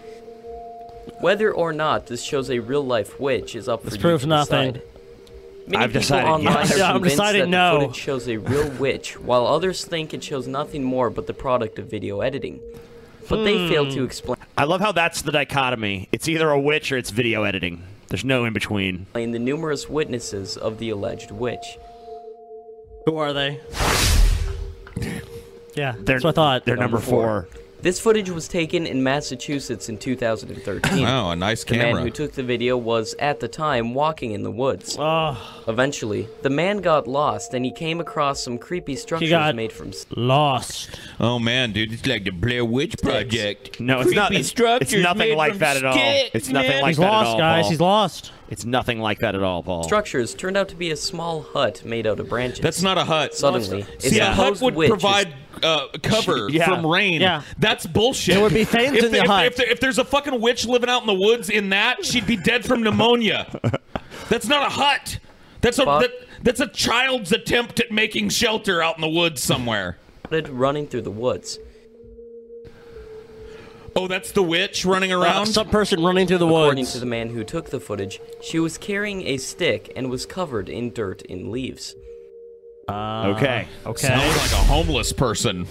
[SPEAKER 32] Whether or not this shows a real-life witch is up
[SPEAKER 5] This
[SPEAKER 32] for
[SPEAKER 5] proves
[SPEAKER 32] you to
[SPEAKER 5] nothing.
[SPEAKER 32] decide. Many
[SPEAKER 5] I've
[SPEAKER 32] people
[SPEAKER 5] decided
[SPEAKER 32] online
[SPEAKER 5] yes.
[SPEAKER 32] are
[SPEAKER 5] I'm
[SPEAKER 32] convinced
[SPEAKER 5] deciding
[SPEAKER 32] that
[SPEAKER 5] no.
[SPEAKER 32] the footage shows a real witch, while others think it shows nothing more but the product of video editing. But they fail to
[SPEAKER 1] Hmm.
[SPEAKER 32] explain
[SPEAKER 1] I love how that's the dichotomy. It's either a witch or it's video editing. There's no in between.
[SPEAKER 32] the numerous witnesses of the alleged witch.
[SPEAKER 5] Who are they? yeah,
[SPEAKER 1] They're-
[SPEAKER 5] that's what I thought.
[SPEAKER 1] they're number four.
[SPEAKER 32] This footage was taken in Massachusetts in 2013.
[SPEAKER 6] Wow, a nice
[SPEAKER 32] the
[SPEAKER 6] camera.
[SPEAKER 32] man who took the video was, at the time, walking in the woods.
[SPEAKER 5] Oh.
[SPEAKER 32] Eventually, the man got lost and he came across some creepy structures
[SPEAKER 5] got
[SPEAKER 32] made from s-
[SPEAKER 5] Lost.
[SPEAKER 6] Oh man, dude, it's like the Blair Witch Project.
[SPEAKER 1] No, it's not. It's, it's nothing like that at all. it's nothing like
[SPEAKER 5] He's
[SPEAKER 1] that
[SPEAKER 5] lost,
[SPEAKER 1] at all.
[SPEAKER 5] guys.
[SPEAKER 1] Paul.
[SPEAKER 5] He's lost.
[SPEAKER 1] It's nothing like that at all, Paul.
[SPEAKER 32] structures turned out to be a small hut made out of branches.
[SPEAKER 6] Oh. That's not a hut.
[SPEAKER 32] Suddenly, a
[SPEAKER 6] See, a hut
[SPEAKER 32] supposed
[SPEAKER 6] would
[SPEAKER 32] witch is-
[SPEAKER 6] provide uh, cover
[SPEAKER 32] Yeah.
[SPEAKER 6] from rain.
[SPEAKER 32] Yeah.
[SPEAKER 6] That's bullshit.
[SPEAKER 32] There would be fans
[SPEAKER 6] if,
[SPEAKER 32] in the
[SPEAKER 6] if,
[SPEAKER 32] hut.
[SPEAKER 6] If, if there's a fucking witch living out in the woods in that, she'd be dead from pneumonia. That's not a hut. That's a that, that's a child's attempt at making shelter out in the woods somewhere.
[SPEAKER 32] started running through the woods.
[SPEAKER 6] Oh, that's the witch running
[SPEAKER 5] Uh,
[SPEAKER 6] around.
[SPEAKER 5] some person running through the
[SPEAKER 32] According
[SPEAKER 5] woods.
[SPEAKER 32] to the man who took the footage, she was carrying a stick and was covered in dirt and leaves. Uh,
[SPEAKER 1] okay.
[SPEAKER 5] Uh, Okay.
[SPEAKER 6] Sounds like a homeless person.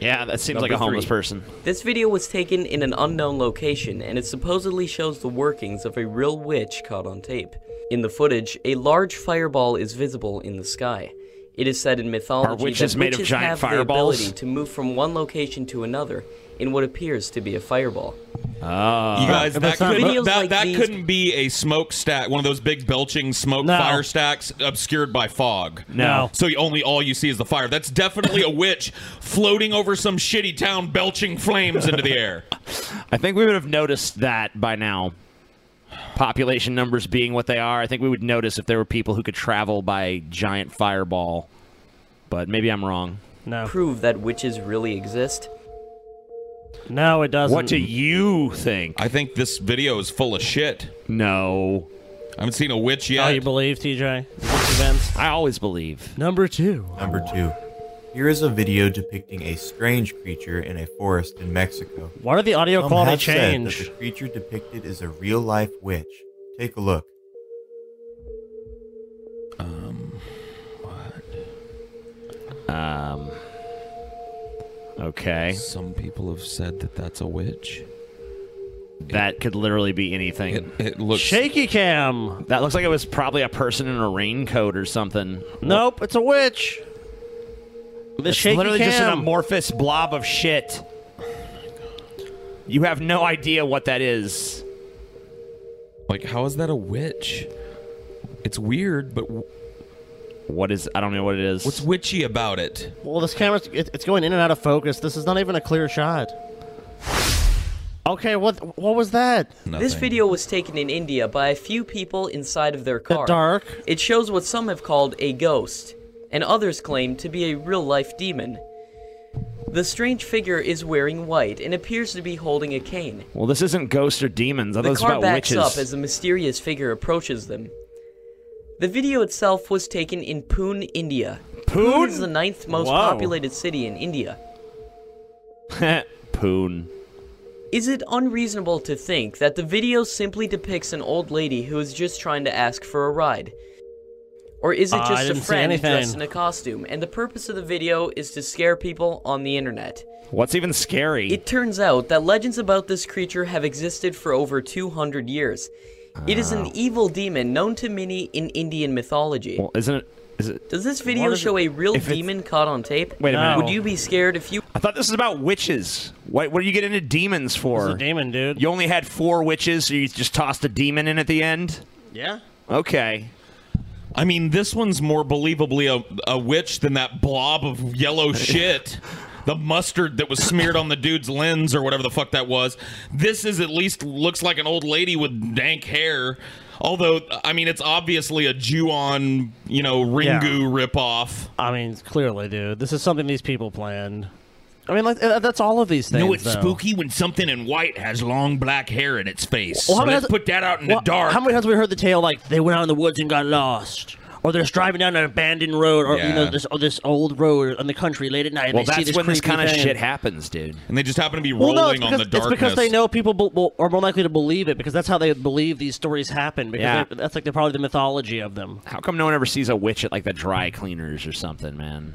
[SPEAKER 1] Yeah, that seems
[SPEAKER 32] Number
[SPEAKER 1] like a homeless
[SPEAKER 32] three.
[SPEAKER 1] person.
[SPEAKER 32] This video was taken in an unknown location and it supposedly shows the workings of a real witch caught on tape. In the footage, a large fireball is visible in the sky. It is said in mythology
[SPEAKER 1] Are witches
[SPEAKER 32] that
[SPEAKER 1] made of
[SPEAKER 32] witches
[SPEAKER 1] giant
[SPEAKER 32] have
[SPEAKER 1] fireballs?
[SPEAKER 32] the ability to move from one location to another in what appears to be a fireball.
[SPEAKER 1] Ah.
[SPEAKER 6] You guys,
[SPEAKER 32] But
[SPEAKER 6] that,
[SPEAKER 32] that's not-
[SPEAKER 6] could,
[SPEAKER 32] Videos
[SPEAKER 6] that,
[SPEAKER 32] like
[SPEAKER 6] that
[SPEAKER 32] these-
[SPEAKER 6] couldn't be a smoke stack, one of those big belching smoke
[SPEAKER 32] No.
[SPEAKER 6] fire stacks obscured by fog.
[SPEAKER 1] No.
[SPEAKER 6] So you only all you see is the fire. That's definitely a witch floating over some shitty town belching flames into the air.
[SPEAKER 1] I think we would have noticed that by now. Population numbers being what they are, I think we would notice if there were people who could travel by giant fireball. But maybe I'm wrong.
[SPEAKER 32] Prove that witches really exist.
[SPEAKER 5] No, it doesn't.
[SPEAKER 1] What do you think?
[SPEAKER 6] I think this video is full of shit.
[SPEAKER 1] No.
[SPEAKER 6] I haven't seen a witch yet.
[SPEAKER 5] Oh, you believe, TJ? Events.
[SPEAKER 1] I always believe.
[SPEAKER 5] Number two.
[SPEAKER 2] Number two. Here is a video depicting a strange creature in a forest in Mexico.
[SPEAKER 5] Why did the audio
[SPEAKER 2] Some
[SPEAKER 5] quality
[SPEAKER 2] have said that
[SPEAKER 5] change?
[SPEAKER 2] the creature depicted is a real life witch. Take a look.
[SPEAKER 1] Um. Okay.
[SPEAKER 6] Some people have said that that's a witch.
[SPEAKER 1] That could literally be anything. It,
[SPEAKER 6] looks
[SPEAKER 1] shaky cam. That looks like it was probably a person in a raincoat or something.
[SPEAKER 5] Nope, it's a witch. The
[SPEAKER 1] it's
[SPEAKER 5] shaky
[SPEAKER 1] literally just an
[SPEAKER 5] cam.
[SPEAKER 1] amorphous blob of shit. You have no idea what that is.
[SPEAKER 6] Like, how is that a witch? It's weird, but
[SPEAKER 1] what is? I don't know what it is.
[SPEAKER 6] What's witchy about it?
[SPEAKER 5] Well, this camera's it, it's going in and out of focus. This is not even a clear shot. Okay, what what was that?
[SPEAKER 32] This video was taken in India by a few people inside of their car.
[SPEAKER 5] dark?
[SPEAKER 32] It shows what some have called a ghost, and others claim to be a real life demon. The strange figure is wearing white and appears to be holding a cane.
[SPEAKER 1] Well, this isn't ghosts or demons. I thought
[SPEAKER 32] The
[SPEAKER 1] this was
[SPEAKER 32] car
[SPEAKER 1] about
[SPEAKER 32] backs
[SPEAKER 1] witches.
[SPEAKER 32] up as the mysterious figure approaches them. The video itself was taken in Pune, India.
[SPEAKER 1] Pune?
[SPEAKER 32] is the ninth most
[SPEAKER 1] Whoa.
[SPEAKER 32] populated city in India.
[SPEAKER 1] Poon.
[SPEAKER 32] Is it unreasonable to think that the video simply depicts an old lady who is just trying to ask for a ride? Or is it
[SPEAKER 1] Uh,
[SPEAKER 5] Ah, I
[SPEAKER 32] just a
[SPEAKER 5] didn't see
[SPEAKER 32] friend
[SPEAKER 5] anything.
[SPEAKER 32] dressed in a costume, and the purpose of the video is to scare people on the internet?
[SPEAKER 1] What's even scary?
[SPEAKER 32] It turns out that legends about this creature have existed for over 200 years. It is an
[SPEAKER 1] Oh.
[SPEAKER 32] evil demon known to many in Indian mythology.
[SPEAKER 1] Well, isn't it? Is it?
[SPEAKER 32] Does this
[SPEAKER 1] What
[SPEAKER 32] video
[SPEAKER 1] is
[SPEAKER 32] show
[SPEAKER 1] it-
[SPEAKER 32] a real
[SPEAKER 1] if it's-
[SPEAKER 32] demon caught on tape?
[SPEAKER 1] Wait a minute.
[SPEAKER 32] Would you be scared if you?
[SPEAKER 1] I thought this was about witches. What, what are you getting into demons for?
[SPEAKER 5] It's a demon, dude.
[SPEAKER 1] You only had four witches, so you just tossed a demon in at the end?
[SPEAKER 5] Yeah.
[SPEAKER 1] Okay.
[SPEAKER 6] I mean, this one's more believably a, a witch than that blob of yellow shit. The mustard that was smeared on the dude's lens or whatever the fuck that was. This is at least looks like an old lady with dank hair. Although, I mean, it's obviously a Ju-on, you know,
[SPEAKER 5] Yeah.
[SPEAKER 6] Ringu ripoff.
[SPEAKER 5] I mean, clearly, dude, this is something these people planned. I mean, like uh, that's all of these things.
[SPEAKER 33] know it's
[SPEAKER 5] though.
[SPEAKER 33] spooky when something in white has long black hair in its face.
[SPEAKER 5] Well, how
[SPEAKER 33] so
[SPEAKER 5] many
[SPEAKER 33] let's
[SPEAKER 5] times-
[SPEAKER 33] put that out in
[SPEAKER 5] well,
[SPEAKER 33] the dark.
[SPEAKER 5] How many times have we heard the tale like they went out in the woods and got lost, or they're just driving down an abandoned road, or you know
[SPEAKER 6] Yeah.
[SPEAKER 5] this or this old road in the country late at night? and
[SPEAKER 1] Well,
[SPEAKER 5] they see
[SPEAKER 1] that's
[SPEAKER 5] this
[SPEAKER 1] when this
[SPEAKER 5] creepy
[SPEAKER 1] kind of
[SPEAKER 5] thing.
[SPEAKER 1] shit happens, dude.
[SPEAKER 6] And they just happen to be
[SPEAKER 5] Well,
[SPEAKER 6] rolling
[SPEAKER 5] no, it's
[SPEAKER 6] on
[SPEAKER 5] because,
[SPEAKER 6] the
[SPEAKER 5] it's
[SPEAKER 6] darkness.
[SPEAKER 5] because they know people be- will- are more likely to believe it because that's how they believe these stories happen. Because
[SPEAKER 1] Yeah.
[SPEAKER 5] they're- that's like they're probably the mythology of them.
[SPEAKER 1] How come no one ever sees a witch at like the dry cleaners or something, man?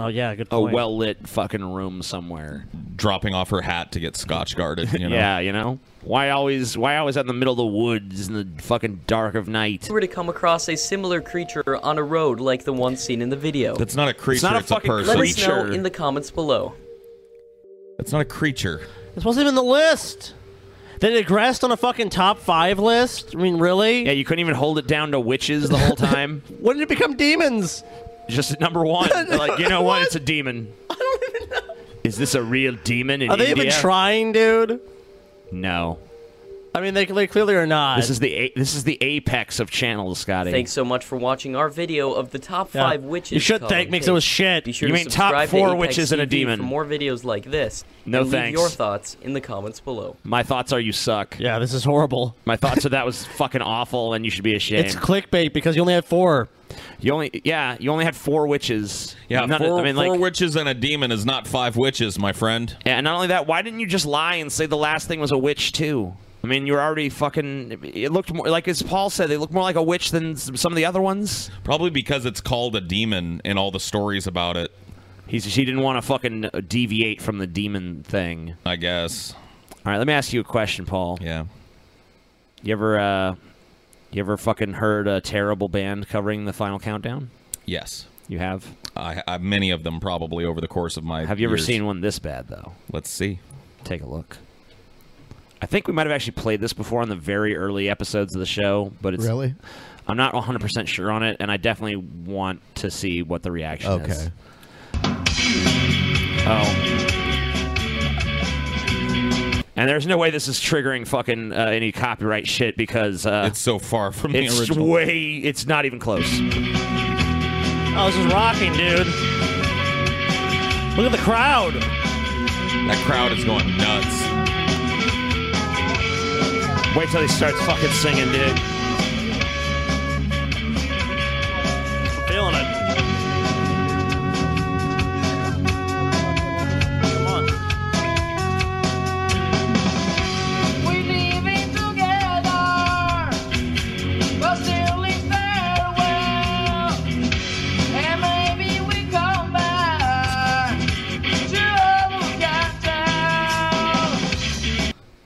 [SPEAKER 5] Oh yeah, good
[SPEAKER 1] A
[SPEAKER 5] point.
[SPEAKER 1] well lit fucking room somewhere.
[SPEAKER 6] Dropping off her hat to get scotch guarded. You know?
[SPEAKER 1] Yeah, you know? Why always why always out in the middle of the woods in the fucking dark of night?
[SPEAKER 32] were to come across a similar creature on a road like the one seen in the video.
[SPEAKER 6] That's not a creature. It's
[SPEAKER 1] not a
[SPEAKER 6] it's a
[SPEAKER 1] fucking
[SPEAKER 6] person.
[SPEAKER 32] Let us know in the comments below.
[SPEAKER 6] It's not a creature.
[SPEAKER 5] This wasn't even the list. They digressed on a fucking top five list. I mean, really?
[SPEAKER 1] Yeah, you couldn't even hold it down to witches the whole time.
[SPEAKER 5] when did it become demons?
[SPEAKER 1] Just at number one. They're like, you know what? It's a demon. I don't even know. Is this a real demon in
[SPEAKER 5] Are they
[SPEAKER 1] India?
[SPEAKER 5] even trying, dude?
[SPEAKER 1] No.
[SPEAKER 5] I mean, they, they clearly are not.
[SPEAKER 1] This is the a- this is the apex of channels, Scotty.
[SPEAKER 32] Thanks so much for watching our video of the top
[SPEAKER 1] Yeah.
[SPEAKER 32] five witches.
[SPEAKER 1] You should
[SPEAKER 32] caught
[SPEAKER 1] thank
[SPEAKER 32] on
[SPEAKER 1] me 'cause
[SPEAKER 32] tape.
[SPEAKER 1] it was shit.
[SPEAKER 32] Be sure
[SPEAKER 1] You
[SPEAKER 32] to
[SPEAKER 1] mean top
[SPEAKER 32] subscribe to
[SPEAKER 1] four
[SPEAKER 32] Apex
[SPEAKER 1] witches and a
[SPEAKER 32] TV
[SPEAKER 1] demon.
[SPEAKER 32] For more videos like this,
[SPEAKER 1] No
[SPEAKER 32] and
[SPEAKER 1] thanks.
[SPEAKER 32] Leave your thoughts in the comments below.
[SPEAKER 1] My thoughts are you suck.
[SPEAKER 5] Yeah, this is horrible.
[SPEAKER 1] My thoughts are that was fucking awful, and you should be ashamed.
[SPEAKER 5] It's clickbait because you only had four.
[SPEAKER 1] you only yeah, you only had four witches.
[SPEAKER 6] Yeah,
[SPEAKER 1] None-
[SPEAKER 6] four,
[SPEAKER 1] I mean,
[SPEAKER 6] four
[SPEAKER 1] like,
[SPEAKER 6] witches and a demon is not five witches, my friend.
[SPEAKER 1] yeah, and not only that, why didn't you just lie and say the last thing was a witch too? I mean, you were already fucking. It looked more like as Paul said, they looked more like a witch than s- some of the other ones.
[SPEAKER 6] Probably because it's called a demon in all the stories about it.
[SPEAKER 1] He's she didn't want to fucking uh, deviate from the demon thing.
[SPEAKER 6] I guess.
[SPEAKER 1] All right, let me ask you a question, Paul.
[SPEAKER 6] Yeah.
[SPEAKER 1] You ever uh you ever fucking heard a terrible band covering the final countdown?
[SPEAKER 6] Yes.
[SPEAKER 1] You have?
[SPEAKER 6] I, I many of them probably over the course of my
[SPEAKER 1] Have you ever
[SPEAKER 6] years.
[SPEAKER 1] seen one this bad though?
[SPEAKER 6] Let's see.
[SPEAKER 1] Take a look. I think we might have actually played this before on the very early episodes of the show, but it's
[SPEAKER 34] Really?
[SPEAKER 1] I'm not 100% sure on it and I definitely want to see what the reaction is.
[SPEAKER 34] Okay.
[SPEAKER 1] Oh. And there's no way this is triggering fucking uh, any copyright shit because uh, it's
[SPEAKER 6] so far from
[SPEAKER 5] the
[SPEAKER 1] it's
[SPEAKER 5] original.
[SPEAKER 1] Way, it's not even close.
[SPEAKER 5] Oh, this is rocking, dude. Look at the crowd.
[SPEAKER 6] That crowd is going nuts.
[SPEAKER 1] Wait till he starts fucking singing, dude.
[SPEAKER 5] Feeling it.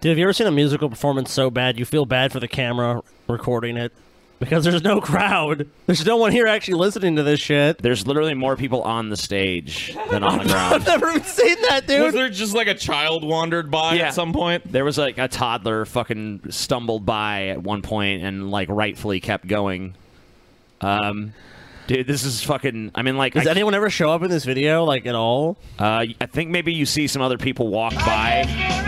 [SPEAKER 5] Dude, have you ever seen a musical performance so bad you feel bad for the camera recording it? Because there's no crowd. There's no one here actually listening to this shit.
[SPEAKER 1] There's literally more people on the stage than on the ground.
[SPEAKER 5] I've never seen that, dude.
[SPEAKER 6] Was there just like a child wandered by
[SPEAKER 1] Yeah.
[SPEAKER 6] at some point?
[SPEAKER 1] There was like a toddler fucking stumbled by at one point and like rightfully kept going. Um, dude, this is fucking. I mean, like,
[SPEAKER 5] Does
[SPEAKER 1] I,
[SPEAKER 5] anyone ever show up in this video, like at all?
[SPEAKER 1] uh, I think maybe you see some other people walk by.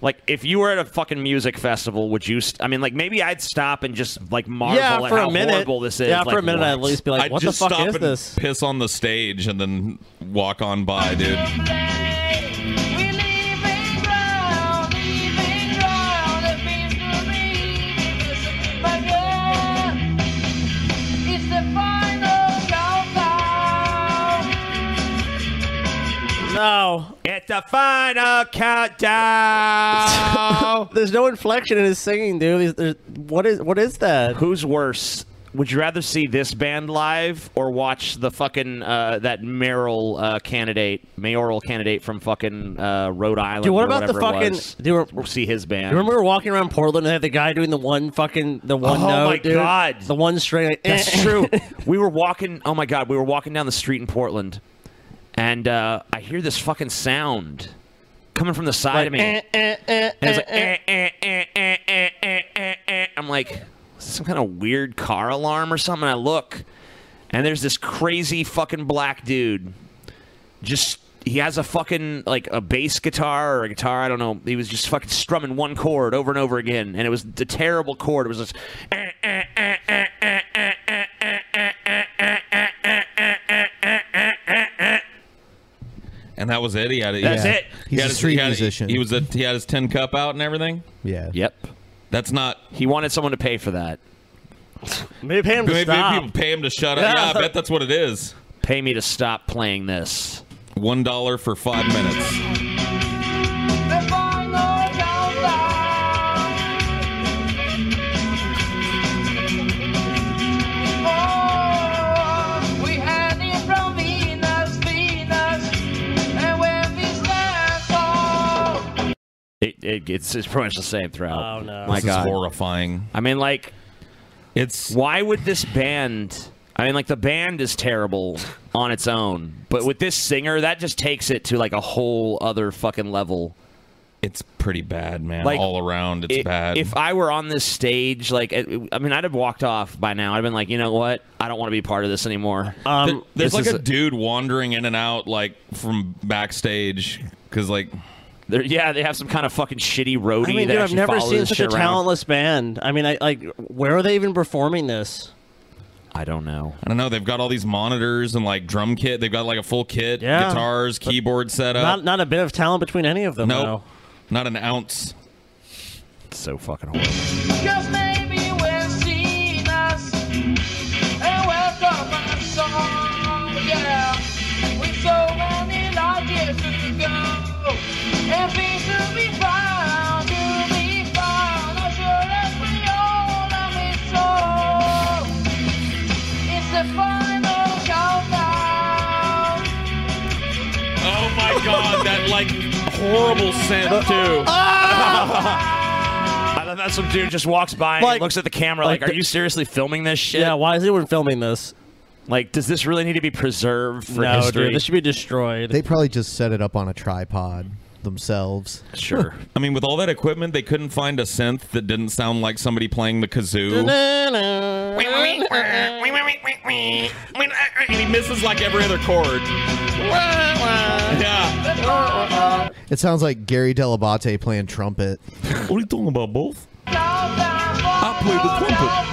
[SPEAKER 1] Like, if you were at a fucking music festival, would you? St- I mean, like, maybe I'd stop and just like marvel
[SPEAKER 5] Yeah,
[SPEAKER 1] at
[SPEAKER 5] for a
[SPEAKER 1] how
[SPEAKER 5] minute.
[SPEAKER 1] horrible this is.
[SPEAKER 5] Yeah,
[SPEAKER 1] like,
[SPEAKER 5] for a minute,
[SPEAKER 1] what?
[SPEAKER 5] I'd at least be like,
[SPEAKER 6] I'd
[SPEAKER 5] what the
[SPEAKER 6] just
[SPEAKER 5] fuck
[SPEAKER 6] stop
[SPEAKER 5] is
[SPEAKER 6] and
[SPEAKER 5] this?
[SPEAKER 6] piss on the stage and then walk on by, dude.
[SPEAKER 5] No.
[SPEAKER 1] It's the final countdown.
[SPEAKER 5] there's no inflection in his singing, dude. There's- there's- what is what is that?
[SPEAKER 1] Who's worse? Would you rather see this band live or watch the fucking uh, that mayoral uh, candidate, mayoral candidate from fucking uh, Rhode Island?
[SPEAKER 5] Dude, what
[SPEAKER 1] or
[SPEAKER 5] about the
[SPEAKER 1] whatever
[SPEAKER 5] fucking-
[SPEAKER 1] it was,
[SPEAKER 5] dude,
[SPEAKER 1] see his
[SPEAKER 5] You
[SPEAKER 1] band?
[SPEAKER 5] remember we were walking around Portland and they had the guy doing the one fucking the one
[SPEAKER 1] Oh
[SPEAKER 5] note,
[SPEAKER 1] my
[SPEAKER 5] dude?
[SPEAKER 1] God.
[SPEAKER 5] the one string. Like, eh.
[SPEAKER 1] That's true. we were walking. Oh my god, we were walking down the street in Portland, and uh, I hear this fucking sound coming from the side of me.
[SPEAKER 5] eh,
[SPEAKER 1] And it's like, eh, eh, eh, eh, eh, eh, eh, eh. I'm like, is this some kind of weird car alarm or something? I look, and there's this crazy fucking black dude. Just, he has a fucking, like, a bass guitar or a guitar, I don't know. He was just fucking strumming one chord over and over again, and it was the terrible chord. It was just, eh, eh, eh, eh, eh, eh, eh, eh, eh, eh, eh, eh, eh, eh, eh, eh, eh, eh, eh.
[SPEAKER 6] And that was it. He had it.
[SPEAKER 1] That's it.
[SPEAKER 6] He
[SPEAKER 1] He's
[SPEAKER 6] had
[SPEAKER 1] a
[SPEAKER 6] his-
[SPEAKER 1] street
[SPEAKER 6] he had-
[SPEAKER 1] musician.
[SPEAKER 6] He was a, he had his tin cup out and everything.
[SPEAKER 2] Yeah.
[SPEAKER 1] Yep.
[SPEAKER 6] That's not.
[SPEAKER 1] He wanted someone to pay for that.
[SPEAKER 5] Maybe pay him to
[SPEAKER 6] Maybe
[SPEAKER 5] stop.
[SPEAKER 6] people pay him to shut up. Yeah, I
[SPEAKER 1] Yeah.
[SPEAKER 6] bet that's what it is.
[SPEAKER 1] Pay me to stop playing this.
[SPEAKER 6] One dollar for five minutes.
[SPEAKER 1] It, it it's, it's pretty much the same throughout.
[SPEAKER 5] Oh, no.
[SPEAKER 1] My
[SPEAKER 6] This is
[SPEAKER 1] God.
[SPEAKER 6] horrifying.
[SPEAKER 1] I mean, like,
[SPEAKER 6] it's
[SPEAKER 1] why would this band? I mean, like, the band is terrible on its own, but with this singer, that just takes it to like a whole other fucking level.
[SPEAKER 6] It's pretty bad, man.
[SPEAKER 1] Like,
[SPEAKER 6] All around, it's
[SPEAKER 1] i-
[SPEAKER 6] bad.
[SPEAKER 1] If I were on this stage, like, it, I mean, I'd have walked off by now. I'd have been like, you know what? I don't want to be part of this anymore.
[SPEAKER 6] There- there's like a, dude wandering in and out, like from backstage, because like,
[SPEAKER 1] They're, yeah, they have some kind of fucking shitty roadie
[SPEAKER 5] I mean,
[SPEAKER 1] that
[SPEAKER 5] dude, I've
[SPEAKER 1] actually
[SPEAKER 5] never
[SPEAKER 1] follows
[SPEAKER 5] seen
[SPEAKER 1] this
[SPEAKER 5] such
[SPEAKER 1] shit
[SPEAKER 5] a
[SPEAKER 1] around.
[SPEAKER 5] talentless band. I mean, I like where are they even performing this?
[SPEAKER 1] I don't know.
[SPEAKER 6] I don't know. They've got all these monitors and like drum kit. They've got like a full kit,
[SPEAKER 5] Yeah.
[SPEAKER 6] guitars, keyboard set
[SPEAKER 5] Not
[SPEAKER 6] up.
[SPEAKER 5] not a bit of talent between any of them.
[SPEAKER 6] nope, not an ounce.
[SPEAKER 1] So fucking horrible.
[SPEAKER 6] Oh my god, that like horrible synth too.
[SPEAKER 1] Ah! I thought that some dude just walks by and
[SPEAKER 5] Like-
[SPEAKER 1] looks at the camera
[SPEAKER 5] like
[SPEAKER 1] like,
[SPEAKER 5] the-
[SPEAKER 1] "Are you seriously filming this shit?
[SPEAKER 5] Yeah, why is anyone filming this?
[SPEAKER 1] Like, does this really need to be preserved for
[SPEAKER 5] no,
[SPEAKER 1] history?"
[SPEAKER 5] dude, this should be destroyed.
[SPEAKER 2] They probably just set it up on a tripod themselves.
[SPEAKER 1] Sure.
[SPEAKER 6] I mean, with all that equipment, they couldn't find a synth that didn't sound like somebody playing the kazoo. And he misses like every other chord. Yeah.
[SPEAKER 2] It sounds like Gary Delabate playing trumpet.
[SPEAKER 6] what are you talking about, both? I play the trumpet.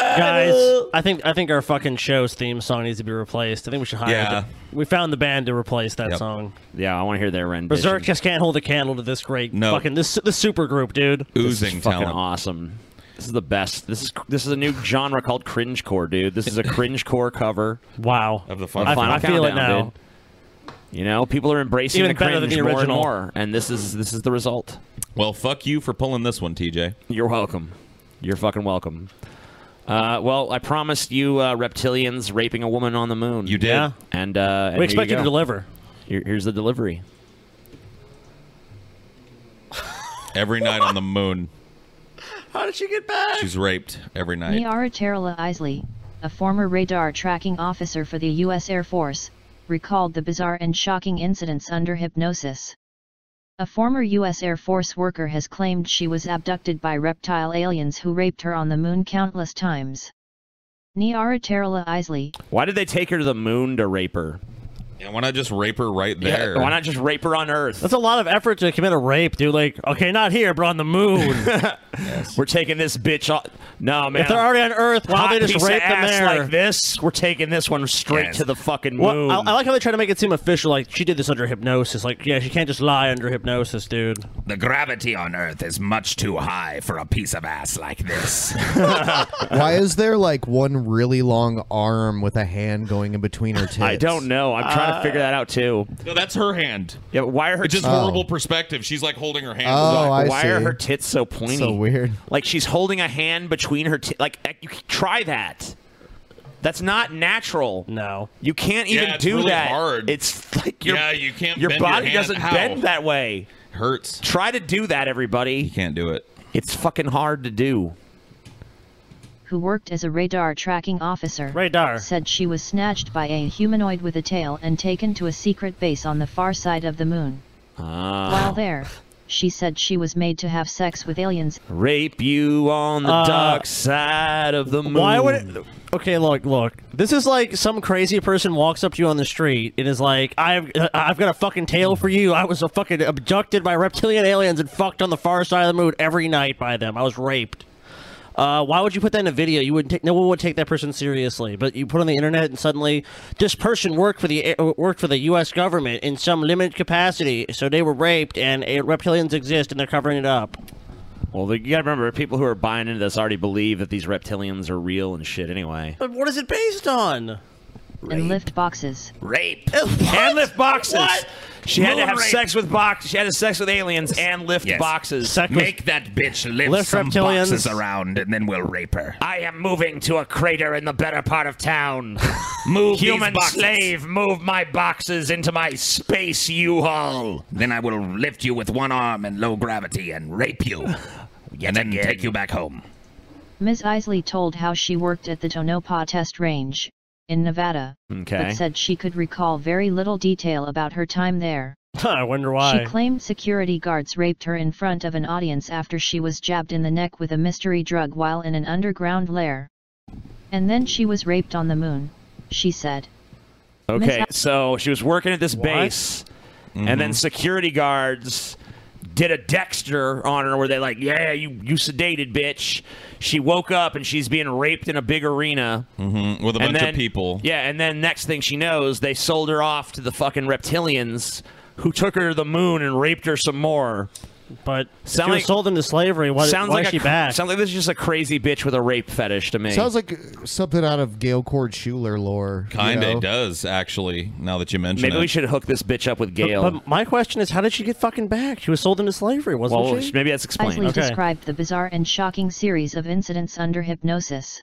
[SPEAKER 5] Guys, I think I think our fucking show's theme song needs to be replaced. I think we should hire.
[SPEAKER 1] Yeah.
[SPEAKER 5] the- we found the band to replace that
[SPEAKER 1] Yep.
[SPEAKER 5] song.
[SPEAKER 1] yeah, I want to hear their rendition.
[SPEAKER 5] Berserk just can't hold a candle to this great
[SPEAKER 1] No.
[SPEAKER 5] fucking this this super group, dude.
[SPEAKER 1] this is fucking awesome. This is the best. This is this is a new genre called cringecore, dude. This is a cringecore cover.
[SPEAKER 5] Wow.
[SPEAKER 1] Of
[SPEAKER 6] the
[SPEAKER 5] I- I feel it now.
[SPEAKER 1] You know, people are embracing
[SPEAKER 5] Even
[SPEAKER 1] the
[SPEAKER 5] better
[SPEAKER 1] cringe
[SPEAKER 5] than the
[SPEAKER 1] more and
[SPEAKER 5] original.
[SPEAKER 1] more, and this is this is the result.
[SPEAKER 6] Well, fuck you for pulling this one, TJ.
[SPEAKER 1] You're welcome. You're fucking welcome. Uh, Uh, well, I promised you uh, reptilians raping a woman on the moon. You
[SPEAKER 6] did. Yeah.
[SPEAKER 1] And, uh, and
[SPEAKER 5] We expect
[SPEAKER 1] here
[SPEAKER 5] you to
[SPEAKER 1] go.
[SPEAKER 5] deliver.
[SPEAKER 1] Here- here's the delivery.
[SPEAKER 6] Every night on the moon,
[SPEAKER 1] How did she get back?
[SPEAKER 6] she's raped every night.
[SPEAKER 26] Niara Terla Isley, a former radar tracking officer for the U.S. Air Force, recalled the bizarre and shocking incidents under hypnosis. A former U.S. Air Force worker has claimed she was abducted by reptile aliens who raped her on the moon countless times. Niara Terla Isley,
[SPEAKER 1] Why did they take her to the moon to rape her?
[SPEAKER 6] Yeah, why not just rape her right
[SPEAKER 1] Yeah,
[SPEAKER 6] there?
[SPEAKER 1] why not just rape her on Earth?
[SPEAKER 5] That's a lot of effort to commit a rape, dude. Like, okay, not here, but on the moon.
[SPEAKER 1] We're taking this bitch off. No, Oh, man.
[SPEAKER 5] If they're already on Earth, why
[SPEAKER 1] Hot
[SPEAKER 5] don't they just
[SPEAKER 1] piece of
[SPEAKER 5] rape them
[SPEAKER 1] ass
[SPEAKER 5] there?
[SPEAKER 1] like this? We're taking this one straight to the fucking
[SPEAKER 5] Well,
[SPEAKER 1] moon.
[SPEAKER 5] I, I like how they try to make it seem official. Like she did this under hypnosis. Like, yeah, she can't just lie under hypnosis, dude.
[SPEAKER 20] The gravity on Earth is much too high for a piece of ass like this.
[SPEAKER 2] Why is there like one really long arm with a hand going in between her tits?
[SPEAKER 1] I don't know. I'm trying
[SPEAKER 5] Uh,
[SPEAKER 1] to figure that out too.
[SPEAKER 6] No, that's her hand.
[SPEAKER 1] Yeah, why are her
[SPEAKER 6] It's just
[SPEAKER 2] Oh.
[SPEAKER 6] horrible perspective. She's like holding her hand.
[SPEAKER 2] Oh,
[SPEAKER 6] Like,
[SPEAKER 2] I
[SPEAKER 1] why are
[SPEAKER 2] see.
[SPEAKER 1] her tits so pointy?
[SPEAKER 2] So weird.
[SPEAKER 1] Like she's holding a hand between her t- like eh, you c- try that. That's not natural.
[SPEAKER 5] No.
[SPEAKER 1] You can't
[SPEAKER 6] Yeah,
[SPEAKER 1] even
[SPEAKER 6] it's
[SPEAKER 1] do
[SPEAKER 6] really
[SPEAKER 1] that.
[SPEAKER 6] hard.
[SPEAKER 1] It's like your,
[SPEAKER 6] Yeah, you can't
[SPEAKER 1] Your
[SPEAKER 6] bend your
[SPEAKER 1] body
[SPEAKER 6] hand.
[SPEAKER 1] doesn't
[SPEAKER 6] How?
[SPEAKER 1] bend that way.
[SPEAKER 6] Hurts.
[SPEAKER 1] Try to do that everybody. You
[SPEAKER 6] can't do it.
[SPEAKER 1] It's fucking hard to do.
[SPEAKER 26] who worked as a radar tracking officer, radar. said she was snatched by a humanoid with a tail and taken to a secret base on the far side of the moon.
[SPEAKER 1] Ah.
[SPEAKER 26] While there, she said she was made to have sex with aliens
[SPEAKER 1] Rape you on the
[SPEAKER 26] Uh,
[SPEAKER 1] dark side of the moon.
[SPEAKER 5] Why would it? Okay, look, look. This is like some crazy person walks up to you on the street and is like, "I've, uh, I've got a fucking tale for you. I was uh, fucking abducted by reptilian aliens and fucked on the far side of the moon every night by them. I was raped." Uh, why would you put that in a video? You would take no one would take that person seriously. But you put on the internet, and suddenly this person worked for the uh, worked for the U.S. government in some limited capacity, so they were raped, and uh, reptilians exist, and they're covering it up.
[SPEAKER 1] Well, the- you gotta remember, people who are buying into this already believe that these reptilians are real and shit anyway.
[SPEAKER 5] But what is it based on?
[SPEAKER 26] and lift boxes.
[SPEAKER 1] Rape. And lift boxes. She had to
[SPEAKER 26] Moon
[SPEAKER 1] have
[SPEAKER 26] rape.
[SPEAKER 1] sex with box. She had to have sex with aliens and lift
[SPEAKER 20] Yes.
[SPEAKER 1] boxes.
[SPEAKER 20] Make that bitch lift,
[SPEAKER 1] Lift
[SPEAKER 20] some
[SPEAKER 1] reptilians.
[SPEAKER 20] boxes around, and then we'll rape her.
[SPEAKER 1] I am moving to a crater in the better part of town.
[SPEAKER 20] Move these
[SPEAKER 1] Human
[SPEAKER 20] boxes.
[SPEAKER 1] slave, move my boxes into my space U-Haul.
[SPEAKER 20] Then I will lift you with one arm in low gravity and rape you, and then take you back home.
[SPEAKER 26] Ms. Isley told how she worked at the Tonopah Test Range in Nevada, but said she could recall very little detail about her time there.
[SPEAKER 5] I wonder why.
[SPEAKER 26] She claimed security guards raped her in front of an audience after she was jabbed in the neck with a mystery drug while in an underground lair. And then she was raped on the moon, she said.
[SPEAKER 1] Okay,
[SPEAKER 26] Miss-
[SPEAKER 1] so she was working at this base, and
[SPEAKER 5] Mm-hmm.
[SPEAKER 1] then security guards did a Dexter on her where they like, yeah, you you sedated bitch. She woke up and she's being raped in a big arena
[SPEAKER 5] Mm,
[SPEAKER 6] Mhm, with a
[SPEAKER 1] And
[SPEAKER 6] bunch
[SPEAKER 1] then-
[SPEAKER 6] of people.
[SPEAKER 1] Yeah, and then next thing she knows, they sold her off to the fucking reptilians, who took her to the moon and raped her some more.
[SPEAKER 5] But
[SPEAKER 1] sounds
[SPEAKER 5] she was
[SPEAKER 1] like
[SPEAKER 5] sold into slavery. Why,
[SPEAKER 1] sounds
[SPEAKER 5] why
[SPEAKER 1] like
[SPEAKER 5] is
[SPEAKER 1] a
[SPEAKER 5] she
[SPEAKER 1] cr-
[SPEAKER 5] back?
[SPEAKER 1] Sounds like this is just a crazy bitch with a rape fetish to me.
[SPEAKER 2] Sounds like uh, something out of Gail Cord Schuler lore. you
[SPEAKER 6] Kinda
[SPEAKER 2] know?
[SPEAKER 6] does actually. Now that you mention
[SPEAKER 1] maybe
[SPEAKER 6] it,
[SPEAKER 1] we should hook this bitch up with Gail.
[SPEAKER 5] But my question is, how did she get fucking back? She was sold into slavery, wasn't
[SPEAKER 1] well,
[SPEAKER 5] she?
[SPEAKER 1] maybe that's explained.
[SPEAKER 26] Isley described the bizarre and shocking series of incidents under hypnosis.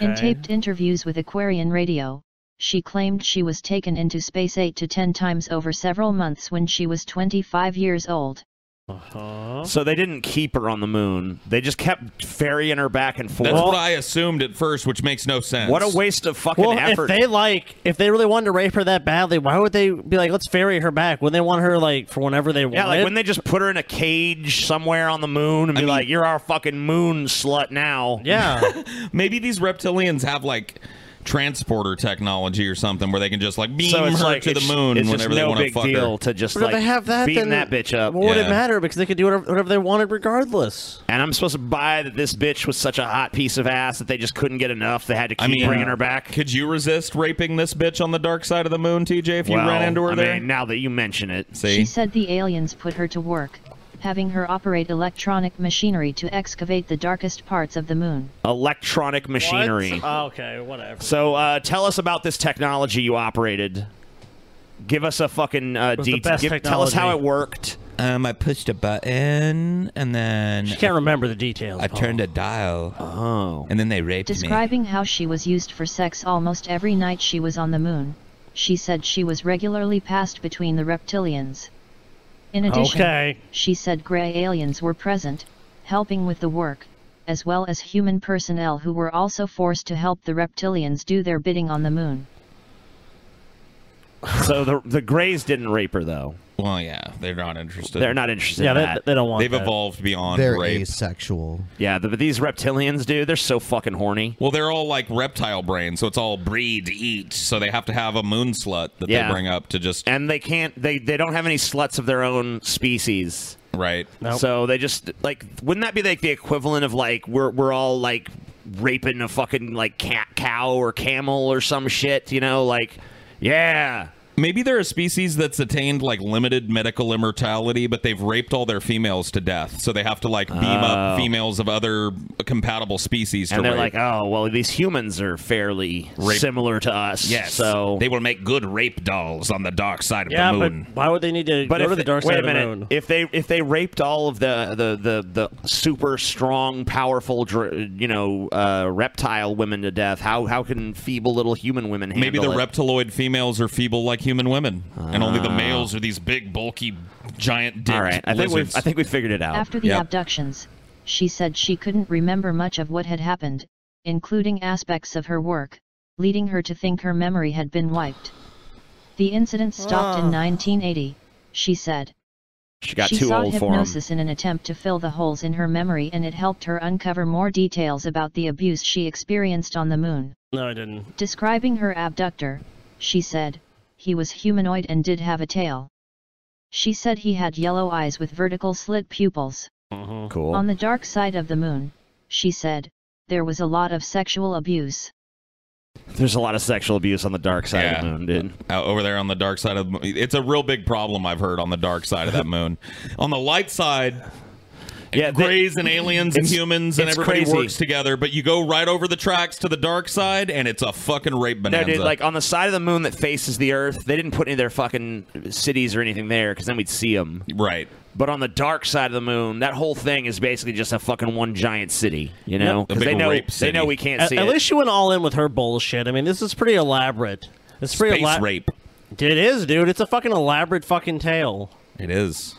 [SPEAKER 26] In
[SPEAKER 1] Okay.
[SPEAKER 26] taped interviews with Aquarian Radio, she claimed she was taken into space 8 to 10 times over several months when she was 25 years old.
[SPEAKER 5] Uh-huh.
[SPEAKER 1] So they didn't keep her on the moon. They just kept ferrying her back and forth.
[SPEAKER 6] that's what I assumed at first, which makes no sense.
[SPEAKER 1] What a waste of fucking
[SPEAKER 5] well,
[SPEAKER 1] effort.
[SPEAKER 5] if they like, if they really wanted to rape her that badly, why would they be like, let's ferry her back? Would they want her like for whenever they
[SPEAKER 1] yeah,
[SPEAKER 5] wanted?
[SPEAKER 1] like when they just put her in a cage somewhere on the moon and be like, "You're our fucking moon slut now."
[SPEAKER 5] Yeah.
[SPEAKER 6] Maybe these reptilians have like transporter technology or something where they can just like beam
[SPEAKER 1] so it's
[SPEAKER 6] her
[SPEAKER 1] like
[SPEAKER 6] to the
[SPEAKER 1] it's-
[SPEAKER 6] moon
[SPEAKER 1] it's just
[SPEAKER 6] whenever they
[SPEAKER 1] no
[SPEAKER 6] want to
[SPEAKER 1] big
[SPEAKER 6] fuck
[SPEAKER 1] deal
[SPEAKER 6] her.
[SPEAKER 1] to just
[SPEAKER 5] but
[SPEAKER 1] like
[SPEAKER 5] if they have that,
[SPEAKER 1] beating
[SPEAKER 5] then
[SPEAKER 1] that bitch up.
[SPEAKER 5] What would it matter? Because they could do whatever, whatever they wanted, regardless.
[SPEAKER 1] And I'm supposed to buy that this bitch was such a hot piece of ass that they just couldn't get enough. They had to keep
[SPEAKER 6] I mean,
[SPEAKER 1] bringing her back.
[SPEAKER 6] Could you resist raping this bitch on the dark side of the moon, TJ? If you
[SPEAKER 1] Well,
[SPEAKER 6] ran into her
[SPEAKER 1] I
[SPEAKER 6] there,
[SPEAKER 1] mean, now that you mention it,
[SPEAKER 6] see,
[SPEAKER 26] She said the aliens put her to work, having her operate electronic machinery to excavate the darkest parts of the moon.
[SPEAKER 1] electronic machinery.
[SPEAKER 5] Oh, okay, whatever.
[SPEAKER 1] So uh, tell us about this technology you operated. Give us a fucking uh,
[SPEAKER 5] It was the
[SPEAKER 1] detail.
[SPEAKER 5] best
[SPEAKER 1] Give- Tell us how it
[SPEAKER 5] technology.
[SPEAKER 1] worked.
[SPEAKER 35] Um, I pushed a button and then
[SPEAKER 5] She can't remember the details.
[SPEAKER 35] I
[SPEAKER 5] Paul.
[SPEAKER 35] turned a dial. Oh. And then they raped me.
[SPEAKER 26] Describing how she was used for sex almost every night she was on the moon, she said she was regularly passed between the reptilians. In addition,
[SPEAKER 5] Okay.
[SPEAKER 26] she said gray aliens were present, helping with the work, as well as human personnel who were also forced to help the reptilians do their bidding on the moon.
[SPEAKER 1] So the the Greys didn't rape her though.
[SPEAKER 6] Well, yeah, they're not interested.
[SPEAKER 1] They're not interested. in that.
[SPEAKER 6] They've evolved beyond
[SPEAKER 2] They're
[SPEAKER 6] rape.
[SPEAKER 2] asexual.
[SPEAKER 1] Yeah, the, but these reptilians, dude, they're so fucking horny.
[SPEAKER 6] Well, they're all like reptile brains, so it's all breed, eat. So they have to have a moon slut that
[SPEAKER 1] Yeah.
[SPEAKER 6] they bring up to just.
[SPEAKER 1] And they can't. They they don't have any sluts of their own species.
[SPEAKER 6] Right.
[SPEAKER 5] Nope.
[SPEAKER 1] So they just like wouldn't that be like the equivalent of like we're we're all like raping a fucking like cat cow or camel or some shit, you know, like yeah.
[SPEAKER 6] Maybe they're a species that's attained like limited medical immortality, but they've raped all their females to death, so they have to like beam up
[SPEAKER 1] Oh.
[SPEAKER 6] females of other compatible species. to
[SPEAKER 1] And they're like,
[SPEAKER 6] rape.
[SPEAKER 1] oh well, these humans are fairly
[SPEAKER 6] Rape-
[SPEAKER 1] similar to us.
[SPEAKER 6] Yes.
[SPEAKER 1] So
[SPEAKER 6] They will make good rape dolls on the dark side of
[SPEAKER 1] Yeah,
[SPEAKER 6] the
[SPEAKER 1] but-
[SPEAKER 6] moon.
[SPEAKER 5] Why would they need to
[SPEAKER 1] But
[SPEAKER 5] go
[SPEAKER 1] if
[SPEAKER 5] to the
[SPEAKER 1] they-
[SPEAKER 5] dark
[SPEAKER 1] wait
[SPEAKER 5] side of
[SPEAKER 1] a
[SPEAKER 5] the
[SPEAKER 1] minute.
[SPEAKER 5] moon?
[SPEAKER 1] If they if they raped all of the the the, the super strong, powerful, dr- you know, uh, reptile women to death, how how can feeble little human women handle
[SPEAKER 6] Maybe the
[SPEAKER 1] it?
[SPEAKER 6] reptiloid females are feeble like human women, and only the
[SPEAKER 1] Ah.
[SPEAKER 6] males are these big, bulky, giant dicks.
[SPEAKER 1] All right, I think we've I think we figured it out.
[SPEAKER 26] After the abductions, she said she couldn't remember much of what had happened, including aspects of her work, leading her to think her memory had been wiped. The incident stopped in 1980, she said.
[SPEAKER 1] she got
[SPEAKER 26] she
[SPEAKER 1] too
[SPEAKER 26] sought
[SPEAKER 1] old for him.
[SPEAKER 26] hypnosis in an attempt to fill the holes in her memory and it helped her uncover more details about the abuse she experienced on the moon.
[SPEAKER 5] No, I didn't.
[SPEAKER 26] Describing her abductor, she said, he was humanoid and did have a tail. She said he had yellow eyes with vertical slit pupils.
[SPEAKER 1] Cool.
[SPEAKER 26] On the dark side of the moon, she said, there was a lot of sexual abuse.
[SPEAKER 1] There's a lot of sexual abuse on the dark side of the moon, dude.
[SPEAKER 6] Out Uh, over there on the dark side of the moon. It's a real big problem I've heard on the dark side of that moon. on the light side, yeah, grays and aliens and
[SPEAKER 1] it's-
[SPEAKER 6] humans and
[SPEAKER 1] it's
[SPEAKER 6] everybody
[SPEAKER 1] crazy.
[SPEAKER 6] works together, but you go right over the tracks to the dark side, and it's a fucking rape
[SPEAKER 1] No,
[SPEAKER 6] bonanza.
[SPEAKER 1] dude, like on the side of the moon that faces the Earth, they didn't put any of their fucking cities or anything there because then we'd see them.
[SPEAKER 6] Right.
[SPEAKER 1] But on the dark side of the moon, that whole thing is basically just a fucking one giant city, you know?
[SPEAKER 5] Yep. A
[SPEAKER 1] 'Cause they
[SPEAKER 5] big
[SPEAKER 1] know
[SPEAKER 5] rape
[SPEAKER 1] they know we can't
[SPEAKER 5] At,
[SPEAKER 1] see
[SPEAKER 5] at
[SPEAKER 1] it.
[SPEAKER 5] least she went all in with her bullshit. I mean, this is pretty elaborate. It's pretty
[SPEAKER 6] Space
[SPEAKER 5] elab-
[SPEAKER 6] rape.
[SPEAKER 5] It is, dude. It's a fucking elaborate fucking tale.
[SPEAKER 6] It is.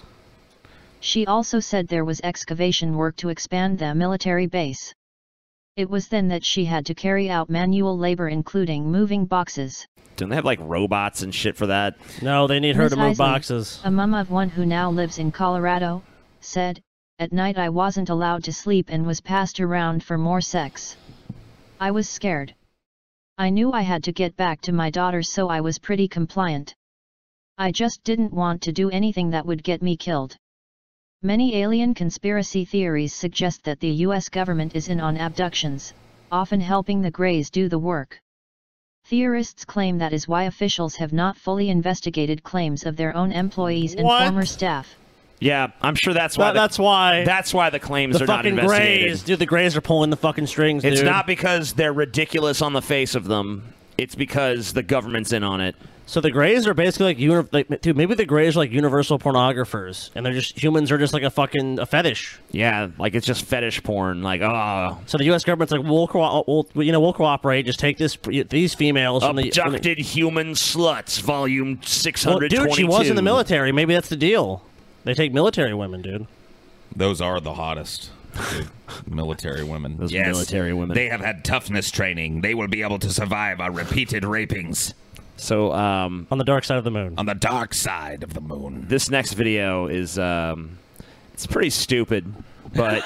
[SPEAKER 26] She also said there was excavation work to expand the military base. It was then that she had to carry out manual labor including moving boxes.
[SPEAKER 1] Don't they have like robots and shit for that?
[SPEAKER 5] No, they need her
[SPEAKER 26] Miss
[SPEAKER 5] to move
[SPEAKER 26] Isley,
[SPEAKER 5] boxes.
[SPEAKER 26] A mum of one who now lives in Colorado, said, At night I wasn't allowed to sleep and was passed around for more sex. I was scared. I knew I had to get back to my daughter so I was pretty compliant. I just didn't want to do anything that would get me killed. Many alien conspiracy theories suggest that the US government is in on abductions, often helping the Greys do the work. Theorists claim that is why officials have not fully investigated claims of their own employees and
[SPEAKER 5] What?
[SPEAKER 26] former staff.
[SPEAKER 1] Yeah, I'm sure that's why.
[SPEAKER 5] That- that's why.
[SPEAKER 1] That's why the claims
[SPEAKER 5] The
[SPEAKER 1] are not
[SPEAKER 5] fucking
[SPEAKER 1] investigated.
[SPEAKER 5] Greys, dude. The Greys are pulling the fucking strings,
[SPEAKER 1] It's
[SPEAKER 5] dude.
[SPEAKER 1] not because they're ridiculous on the face of them. It's because the government's in on it.
[SPEAKER 5] So the Greys are basically like, uni- like, dude. Maybe the Greys are like universal pornographers, and they're just humans are just like a fucking a fetish.
[SPEAKER 1] Yeah, like it's just fetish porn. Like, oh,
[SPEAKER 5] So the U.S. government's like, we'll, co- we'll you know, we'll cooperate. Just take this these females from the. From the
[SPEAKER 1] abducted human sluts, volume six
[SPEAKER 5] well,
[SPEAKER 1] hundred twenty-two.
[SPEAKER 5] dude, she was in the military. Maybe that's the deal. They take military women, dude.
[SPEAKER 6] Those are the hottest. dude. military women. Those
[SPEAKER 5] Yes. military women.
[SPEAKER 20] They have had toughness training. They will be able to survive our repeated rapings.
[SPEAKER 1] So, um,
[SPEAKER 5] on the dark side of the moon.
[SPEAKER 1] On the dark side of the moon. This next video is, um, it's pretty stupid, but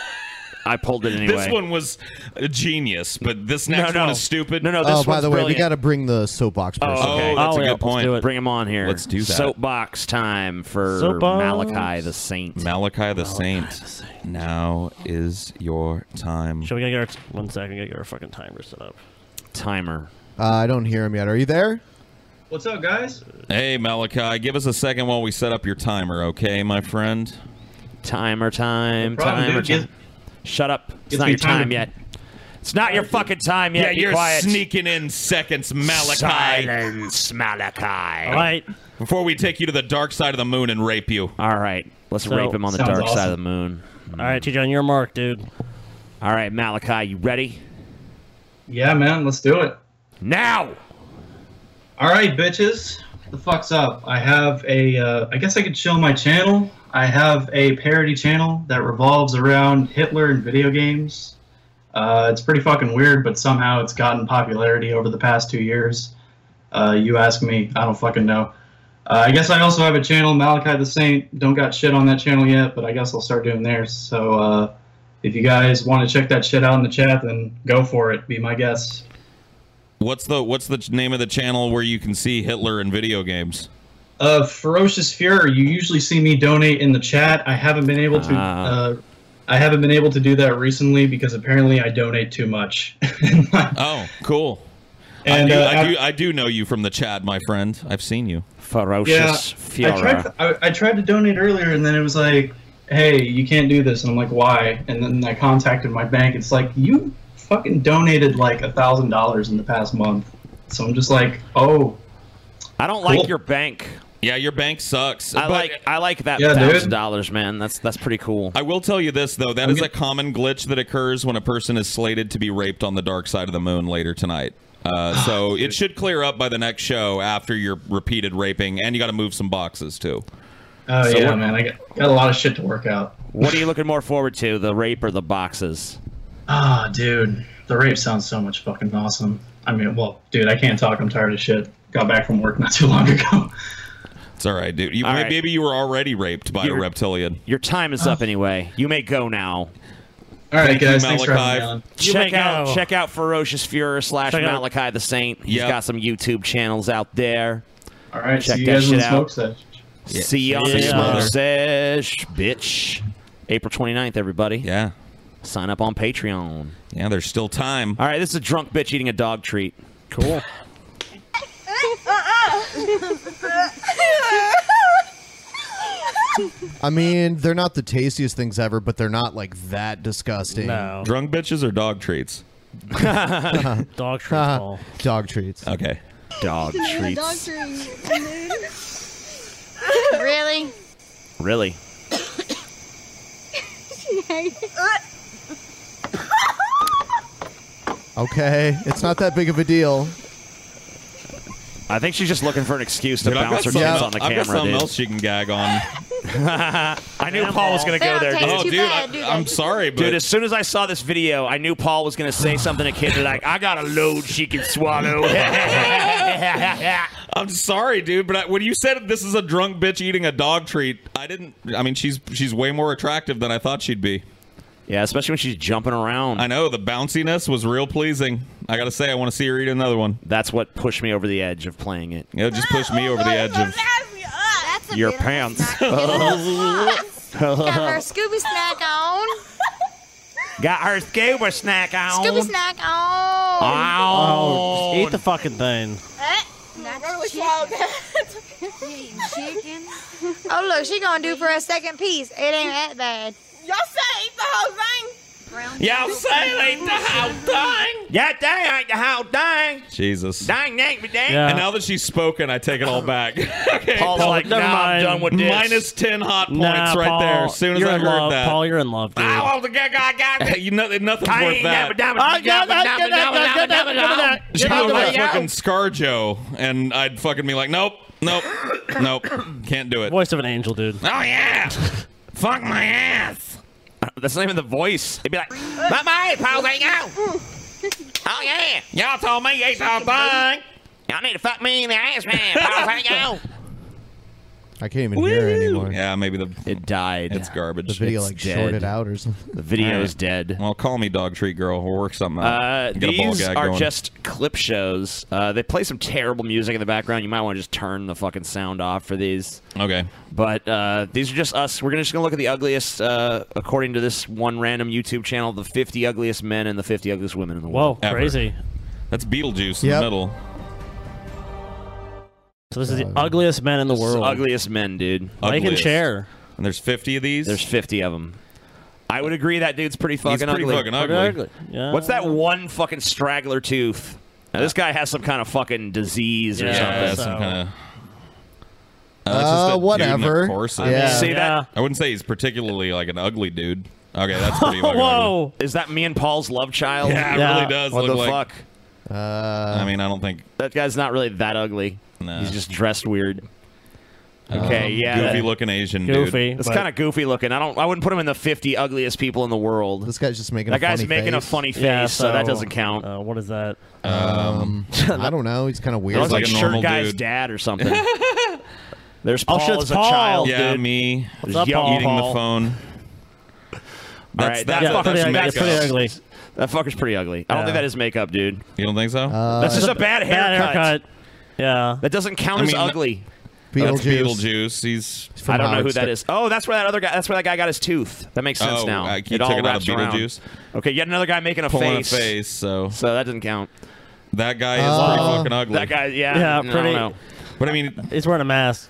[SPEAKER 1] I pulled it anyway.
[SPEAKER 6] This one was a genius, but this next
[SPEAKER 1] No, no.
[SPEAKER 6] one is stupid.
[SPEAKER 1] No, no,
[SPEAKER 2] oh, by the way, we got to bring the soapbox person.
[SPEAKER 1] Oh, okay.
[SPEAKER 6] that's a good
[SPEAKER 1] point. Bring him on here.
[SPEAKER 6] Let's do that.
[SPEAKER 1] Soapbox time for
[SPEAKER 6] Soapbox.
[SPEAKER 1] Malachi the Saint.
[SPEAKER 6] Malachi the Saint. Now is your time.
[SPEAKER 5] Should we gotta get our one second? Gotta get our fucking timer set up.
[SPEAKER 1] Timer.
[SPEAKER 2] Uh, I don't hear him yet. Are you there?
[SPEAKER 29] What's up, guys?
[SPEAKER 6] Hey, Malachi, give us a second while we set up your timer, okay, my friend?
[SPEAKER 1] Timer time, timer
[SPEAKER 6] Timer
[SPEAKER 1] time. Shut up. It's
[SPEAKER 6] Gives
[SPEAKER 1] not
[SPEAKER 6] me
[SPEAKER 1] your time,
[SPEAKER 6] time to-
[SPEAKER 1] yet. It's not your fucking time yet.
[SPEAKER 6] Yeah,
[SPEAKER 1] Be
[SPEAKER 6] you're
[SPEAKER 1] quiet.
[SPEAKER 6] sneaking in seconds, Malachi.
[SPEAKER 1] Silence, Malachi.
[SPEAKER 6] Before we take you to the dark side of the moon and rape you.
[SPEAKER 1] All right. Let's
[SPEAKER 5] So-
[SPEAKER 1] rape him on the
[SPEAKER 5] Sounds
[SPEAKER 1] dark side
[SPEAKER 5] awesome.
[SPEAKER 1] of the moon.
[SPEAKER 5] All right, T John, your mark, dude.
[SPEAKER 1] Hmm. All right, Malachi, you ready?
[SPEAKER 9] Yeah, man, let's do it.
[SPEAKER 1] Now!
[SPEAKER 9] Alright, bitches. The fuck's up? I have a. Uh, I guess I could show my channel. I have a parody channel that revolves around Hitler and video games. Uh, it's pretty fucking weird, but somehow it's gotten popularity over the past two years. Uh, you ask me, I don't fucking know. Uh, I guess I also have a channel, Malachi the Saint. Don't got shit on that channel yet, but I guess I'll start doing theirs. So uh, if you guys want to check that shit out in the chat, then go for it. Be my guest.
[SPEAKER 6] What's the what's the ch- name of the channel where you can see Hitler in video games?
[SPEAKER 9] Uh, ferocious fury. You usually see me donate in the chat. I haven't been able to.
[SPEAKER 6] Ah.
[SPEAKER 9] Uh, I haven't been able to do that recently because apparently I donate too much.
[SPEAKER 6] Oh, cool.
[SPEAKER 9] And,
[SPEAKER 6] I, do,
[SPEAKER 9] uh,
[SPEAKER 6] I,
[SPEAKER 9] I've-
[SPEAKER 6] do, I do know you from the chat, my friend. I've seen you.
[SPEAKER 9] Ferocious Yeah, I tried. To, I, I tried to donate earlier, and then it was like, "Hey, you can't do this." And I'm like, "Why?" And then I contacted my bank. It's like you fucking donated like a thousand dollars in the past month. So I'm just like, "Oh."
[SPEAKER 1] I don't
[SPEAKER 9] Cool.
[SPEAKER 1] like your bank.
[SPEAKER 6] Yeah, your bank sucks.
[SPEAKER 1] I
[SPEAKER 6] but-
[SPEAKER 1] like I like that
[SPEAKER 6] Yeah, dude.
[SPEAKER 1] thousand dollars, man. That's that's pretty cool.
[SPEAKER 6] I will tell you this though, that
[SPEAKER 1] I'm
[SPEAKER 6] is
[SPEAKER 1] get-
[SPEAKER 6] a common glitch that occurs when a person is slated to be raped on the dark side of the moon later tonight. Uh, so it should clear up by the next show after your repeated raping, and you got to move some boxes too.
[SPEAKER 9] Oh
[SPEAKER 6] So
[SPEAKER 9] yeah,
[SPEAKER 6] what-
[SPEAKER 9] man. I got, got a lot of shit to work out.
[SPEAKER 1] What are you looking more forward to, the rape or the boxes?
[SPEAKER 9] Ah, dude, the rape sounds so much fucking awesome. I mean, well, dude, I can't talk. I'm tired of shit. Got back from work not too long ago.
[SPEAKER 6] It's all right, dude. You,
[SPEAKER 1] All
[SPEAKER 6] may-
[SPEAKER 1] right.
[SPEAKER 6] Maybe you were already raped by a
[SPEAKER 1] You're-
[SPEAKER 6] reptilian.
[SPEAKER 1] Your time is up anyway. You may go now.
[SPEAKER 9] All right, Thank you, guys. Thanks for having me Malachi. on. You
[SPEAKER 1] Check
[SPEAKER 9] may
[SPEAKER 1] out
[SPEAKER 9] go.
[SPEAKER 1] check out Ferocious Fury slash
[SPEAKER 9] Check out-
[SPEAKER 1] Malachi the Saint. He's
[SPEAKER 9] Yep.
[SPEAKER 1] got some YouTube channels out there.
[SPEAKER 9] All right,
[SPEAKER 1] check
[SPEAKER 9] see you
[SPEAKER 1] that
[SPEAKER 9] guys on
[SPEAKER 1] shit
[SPEAKER 9] the smoke
[SPEAKER 1] out.
[SPEAKER 9] session. Yeah.
[SPEAKER 1] See you on the
[SPEAKER 9] See ya.
[SPEAKER 1] smoke sesh, bitch. April 29th, everybody.
[SPEAKER 6] Yeah.
[SPEAKER 1] Sign up on Patreon.
[SPEAKER 6] Yeah, there's still time.
[SPEAKER 1] All right, this is a drunk bitch eating a dog treat.
[SPEAKER 6] Cool.
[SPEAKER 2] I mean, they're not the tastiest things ever, but they're not like that disgusting.
[SPEAKER 6] No. Drunk bitches or dog treats?
[SPEAKER 2] dog treats. Uh-huh. dog treats.
[SPEAKER 6] Okay.
[SPEAKER 1] Dog
[SPEAKER 29] really?
[SPEAKER 1] Really?
[SPEAKER 2] Okay, it's not that big of a deal.
[SPEAKER 1] I think she's just looking for an excuse to
[SPEAKER 6] Dude, I've got
[SPEAKER 1] bounce her
[SPEAKER 6] something
[SPEAKER 1] tits
[SPEAKER 6] el-
[SPEAKER 1] on the
[SPEAKER 6] I've
[SPEAKER 1] camera.
[SPEAKER 6] got something
[SPEAKER 1] dude.
[SPEAKER 6] else you can gag on.
[SPEAKER 1] I knew Paul was going to go there, dude.
[SPEAKER 6] Oh, dude, I, am sorry, but
[SPEAKER 1] Dude, as soon as I saw this video, I knew Paul was going to say something to Kendra like, I got a load she can swallow.
[SPEAKER 6] I'm sorry, dude, but I, when you said this is a drunk bitch eating a dog treat, I didn't. I mean, she's she's way more attractive than I thought she'd be.
[SPEAKER 1] Yeah, especially when she's jumping around.
[SPEAKER 6] I know the bounciness was real pleasing. I gotta say, I want to see her eat another one.
[SPEAKER 1] That's what pushed me over the edge of playing it.
[SPEAKER 6] Yeah, just pushed me over the edge of
[SPEAKER 1] Your pants.
[SPEAKER 29] Got our Scooby snack on.
[SPEAKER 1] Got her scuba snack on.
[SPEAKER 29] Scooby snack on.
[SPEAKER 5] Oh, eat the fucking thing.
[SPEAKER 29] Eh? Not the chicken. chicken. Oh look, she gonna do for a second piece. It ain't that bad. Y'all say eat the whole thing.
[SPEAKER 1] Y'all say eat the whole thing. Yeah, dang, ain't the whole thing.
[SPEAKER 6] Jesus.
[SPEAKER 1] Dang, dang, dang.
[SPEAKER 6] And now that she's spoken, I take it all back. okay,
[SPEAKER 1] Paul's like,
[SPEAKER 6] never
[SPEAKER 1] "Nah, I'm
[SPEAKER 6] mind.
[SPEAKER 1] done with this."
[SPEAKER 6] Minus ten hot points
[SPEAKER 5] Nah,
[SPEAKER 6] right there.
[SPEAKER 5] Paul,
[SPEAKER 6] As soon as
[SPEAKER 5] you're
[SPEAKER 6] I
[SPEAKER 5] in
[SPEAKER 6] heard
[SPEAKER 5] love.
[SPEAKER 6] that,
[SPEAKER 5] Paul, you're in love, dude.
[SPEAKER 6] I want the gag I got. you know, nothing's
[SPEAKER 1] I
[SPEAKER 6] worth
[SPEAKER 1] ain't
[SPEAKER 6] that.
[SPEAKER 1] never done it. I got Oh, that, get that, get that, get that,
[SPEAKER 6] She
[SPEAKER 1] get that.
[SPEAKER 6] was like
[SPEAKER 1] Get out.
[SPEAKER 6] fucking ScarJo, and I'd fucking be like, nope, nope, nope, can't do it.
[SPEAKER 5] Voice of an angel, dude.
[SPEAKER 6] Oh yeah, fuck my ass.
[SPEAKER 1] That's not even the voice. It'd be like,
[SPEAKER 29] Not my pals ain't out.
[SPEAKER 1] oh yeah, y'all told me ate the whole thing. Y'all need to fuck me in the ass, man. Pals ain't out.
[SPEAKER 2] I can't even hear it anymore.
[SPEAKER 6] Yeah, maybe the
[SPEAKER 1] it died.
[SPEAKER 6] It's garbage.
[SPEAKER 2] The video like shorted out or something.
[SPEAKER 1] The video is
[SPEAKER 6] Alright.
[SPEAKER 1] dead.
[SPEAKER 6] Well, call me dog treat girl. We'll work something
[SPEAKER 1] Uh,
[SPEAKER 6] out. Get a ball
[SPEAKER 1] these
[SPEAKER 6] gag
[SPEAKER 1] are
[SPEAKER 6] going.
[SPEAKER 1] just clip shows. Uh, they play some terrible music in the background. You might want to just turn the fucking sound off for these.
[SPEAKER 6] Okay.
[SPEAKER 1] But uh, these are just us. We're gonna, just going to look at the ugliest, uh, according to this one random YouTube channel, the 50 ugliest men and the 50 ugliest women in the world.
[SPEAKER 5] Whoa, Ever. crazy.
[SPEAKER 6] That's Beetlejuice
[SPEAKER 5] Yep.
[SPEAKER 6] in the middle.
[SPEAKER 5] So this is
[SPEAKER 1] Uh,
[SPEAKER 5] the ugliest man in the world.
[SPEAKER 1] Ugliest men, dude.
[SPEAKER 5] Like in chair.
[SPEAKER 6] And there's 50 of these?
[SPEAKER 1] There's 50 of them. I would agree that dude's pretty fucking
[SPEAKER 6] pretty
[SPEAKER 1] ugly.
[SPEAKER 6] fucking Pretty ugly. ugly.
[SPEAKER 5] Yeah.
[SPEAKER 1] What's that one fucking straggler tooth? Now, this guy has some kind of fucking disease or
[SPEAKER 6] Yeah,
[SPEAKER 1] something.
[SPEAKER 6] some kinda- it's
[SPEAKER 2] Uh,
[SPEAKER 6] just a dude in a
[SPEAKER 2] whatever. I
[SPEAKER 6] corset.
[SPEAKER 2] mean, Yeah. see that-
[SPEAKER 6] I wouldn't say he's particularly like an ugly dude. Okay, that's pretty fucking ugly.
[SPEAKER 1] Whoa! Is that me and Paul's love child?
[SPEAKER 6] Yeah, it really does
[SPEAKER 1] What
[SPEAKER 6] look
[SPEAKER 1] the
[SPEAKER 6] like-
[SPEAKER 1] fuck?
[SPEAKER 2] Uh,
[SPEAKER 6] I mean, I don't think
[SPEAKER 1] that guy's not really that ugly. He's just dressed weird. Okay,
[SPEAKER 6] Um,
[SPEAKER 1] yeah,
[SPEAKER 6] goofy looking Asian dude. Goofy,
[SPEAKER 1] It's
[SPEAKER 6] but-
[SPEAKER 1] kind of goofy looking. I don't. I wouldn't put him in the 50 ugliest people in the world. This
[SPEAKER 2] guy's just making.
[SPEAKER 1] That
[SPEAKER 2] a
[SPEAKER 1] guy's
[SPEAKER 2] funny
[SPEAKER 1] making a
[SPEAKER 2] face.
[SPEAKER 1] funny face,
[SPEAKER 5] Yeah,
[SPEAKER 1] so, that
[SPEAKER 5] so,
[SPEAKER 1] doesn't count.
[SPEAKER 5] Uh, what is that?
[SPEAKER 2] Um, I don't know. He's kind of weird.
[SPEAKER 1] That was like, a shirt guy's dad or something. There's
[SPEAKER 2] Oh,
[SPEAKER 1] Paul
[SPEAKER 2] shit, it's
[SPEAKER 1] as a
[SPEAKER 2] Paul.
[SPEAKER 1] child.
[SPEAKER 6] Yeah,
[SPEAKER 1] dude.
[SPEAKER 6] me.
[SPEAKER 1] What's
[SPEAKER 6] Just
[SPEAKER 1] up, Paul?
[SPEAKER 6] eating the
[SPEAKER 1] Paul?
[SPEAKER 6] phone.
[SPEAKER 1] All
[SPEAKER 6] That's
[SPEAKER 1] right,
[SPEAKER 6] that's,
[SPEAKER 1] that
[SPEAKER 6] that's,
[SPEAKER 1] fucker's
[SPEAKER 6] makeup.
[SPEAKER 1] makeup. That fucker's pretty ugly. I don't
[SPEAKER 6] Yeah.
[SPEAKER 1] think that is makeup, dude.
[SPEAKER 6] You don't think so?
[SPEAKER 1] That's just a bad haircut.
[SPEAKER 5] Yeah,
[SPEAKER 1] that doesn't count
[SPEAKER 6] I
[SPEAKER 1] as
[SPEAKER 6] mean,
[SPEAKER 1] ugly.
[SPEAKER 6] That's Beetlejuice. He's.
[SPEAKER 1] I don't know who that is. Oh, that's where that other guy. That's where that guy got his tooth. That makes sense
[SPEAKER 6] Oh,
[SPEAKER 1] now.
[SPEAKER 6] I- he
[SPEAKER 1] it all
[SPEAKER 6] took it out of
[SPEAKER 1] wraps around.
[SPEAKER 6] Beetlejuice.
[SPEAKER 1] Okay, yet another guy making a
[SPEAKER 6] Pulling
[SPEAKER 1] face.
[SPEAKER 6] a face. So.
[SPEAKER 1] So that doesn't count.
[SPEAKER 6] That guy is
[SPEAKER 1] Oh.
[SPEAKER 6] pretty fucking ugly.
[SPEAKER 1] That guy- yeah, Yeah, no, pretty- no.
[SPEAKER 6] But I mean,
[SPEAKER 5] he's wearing a mask.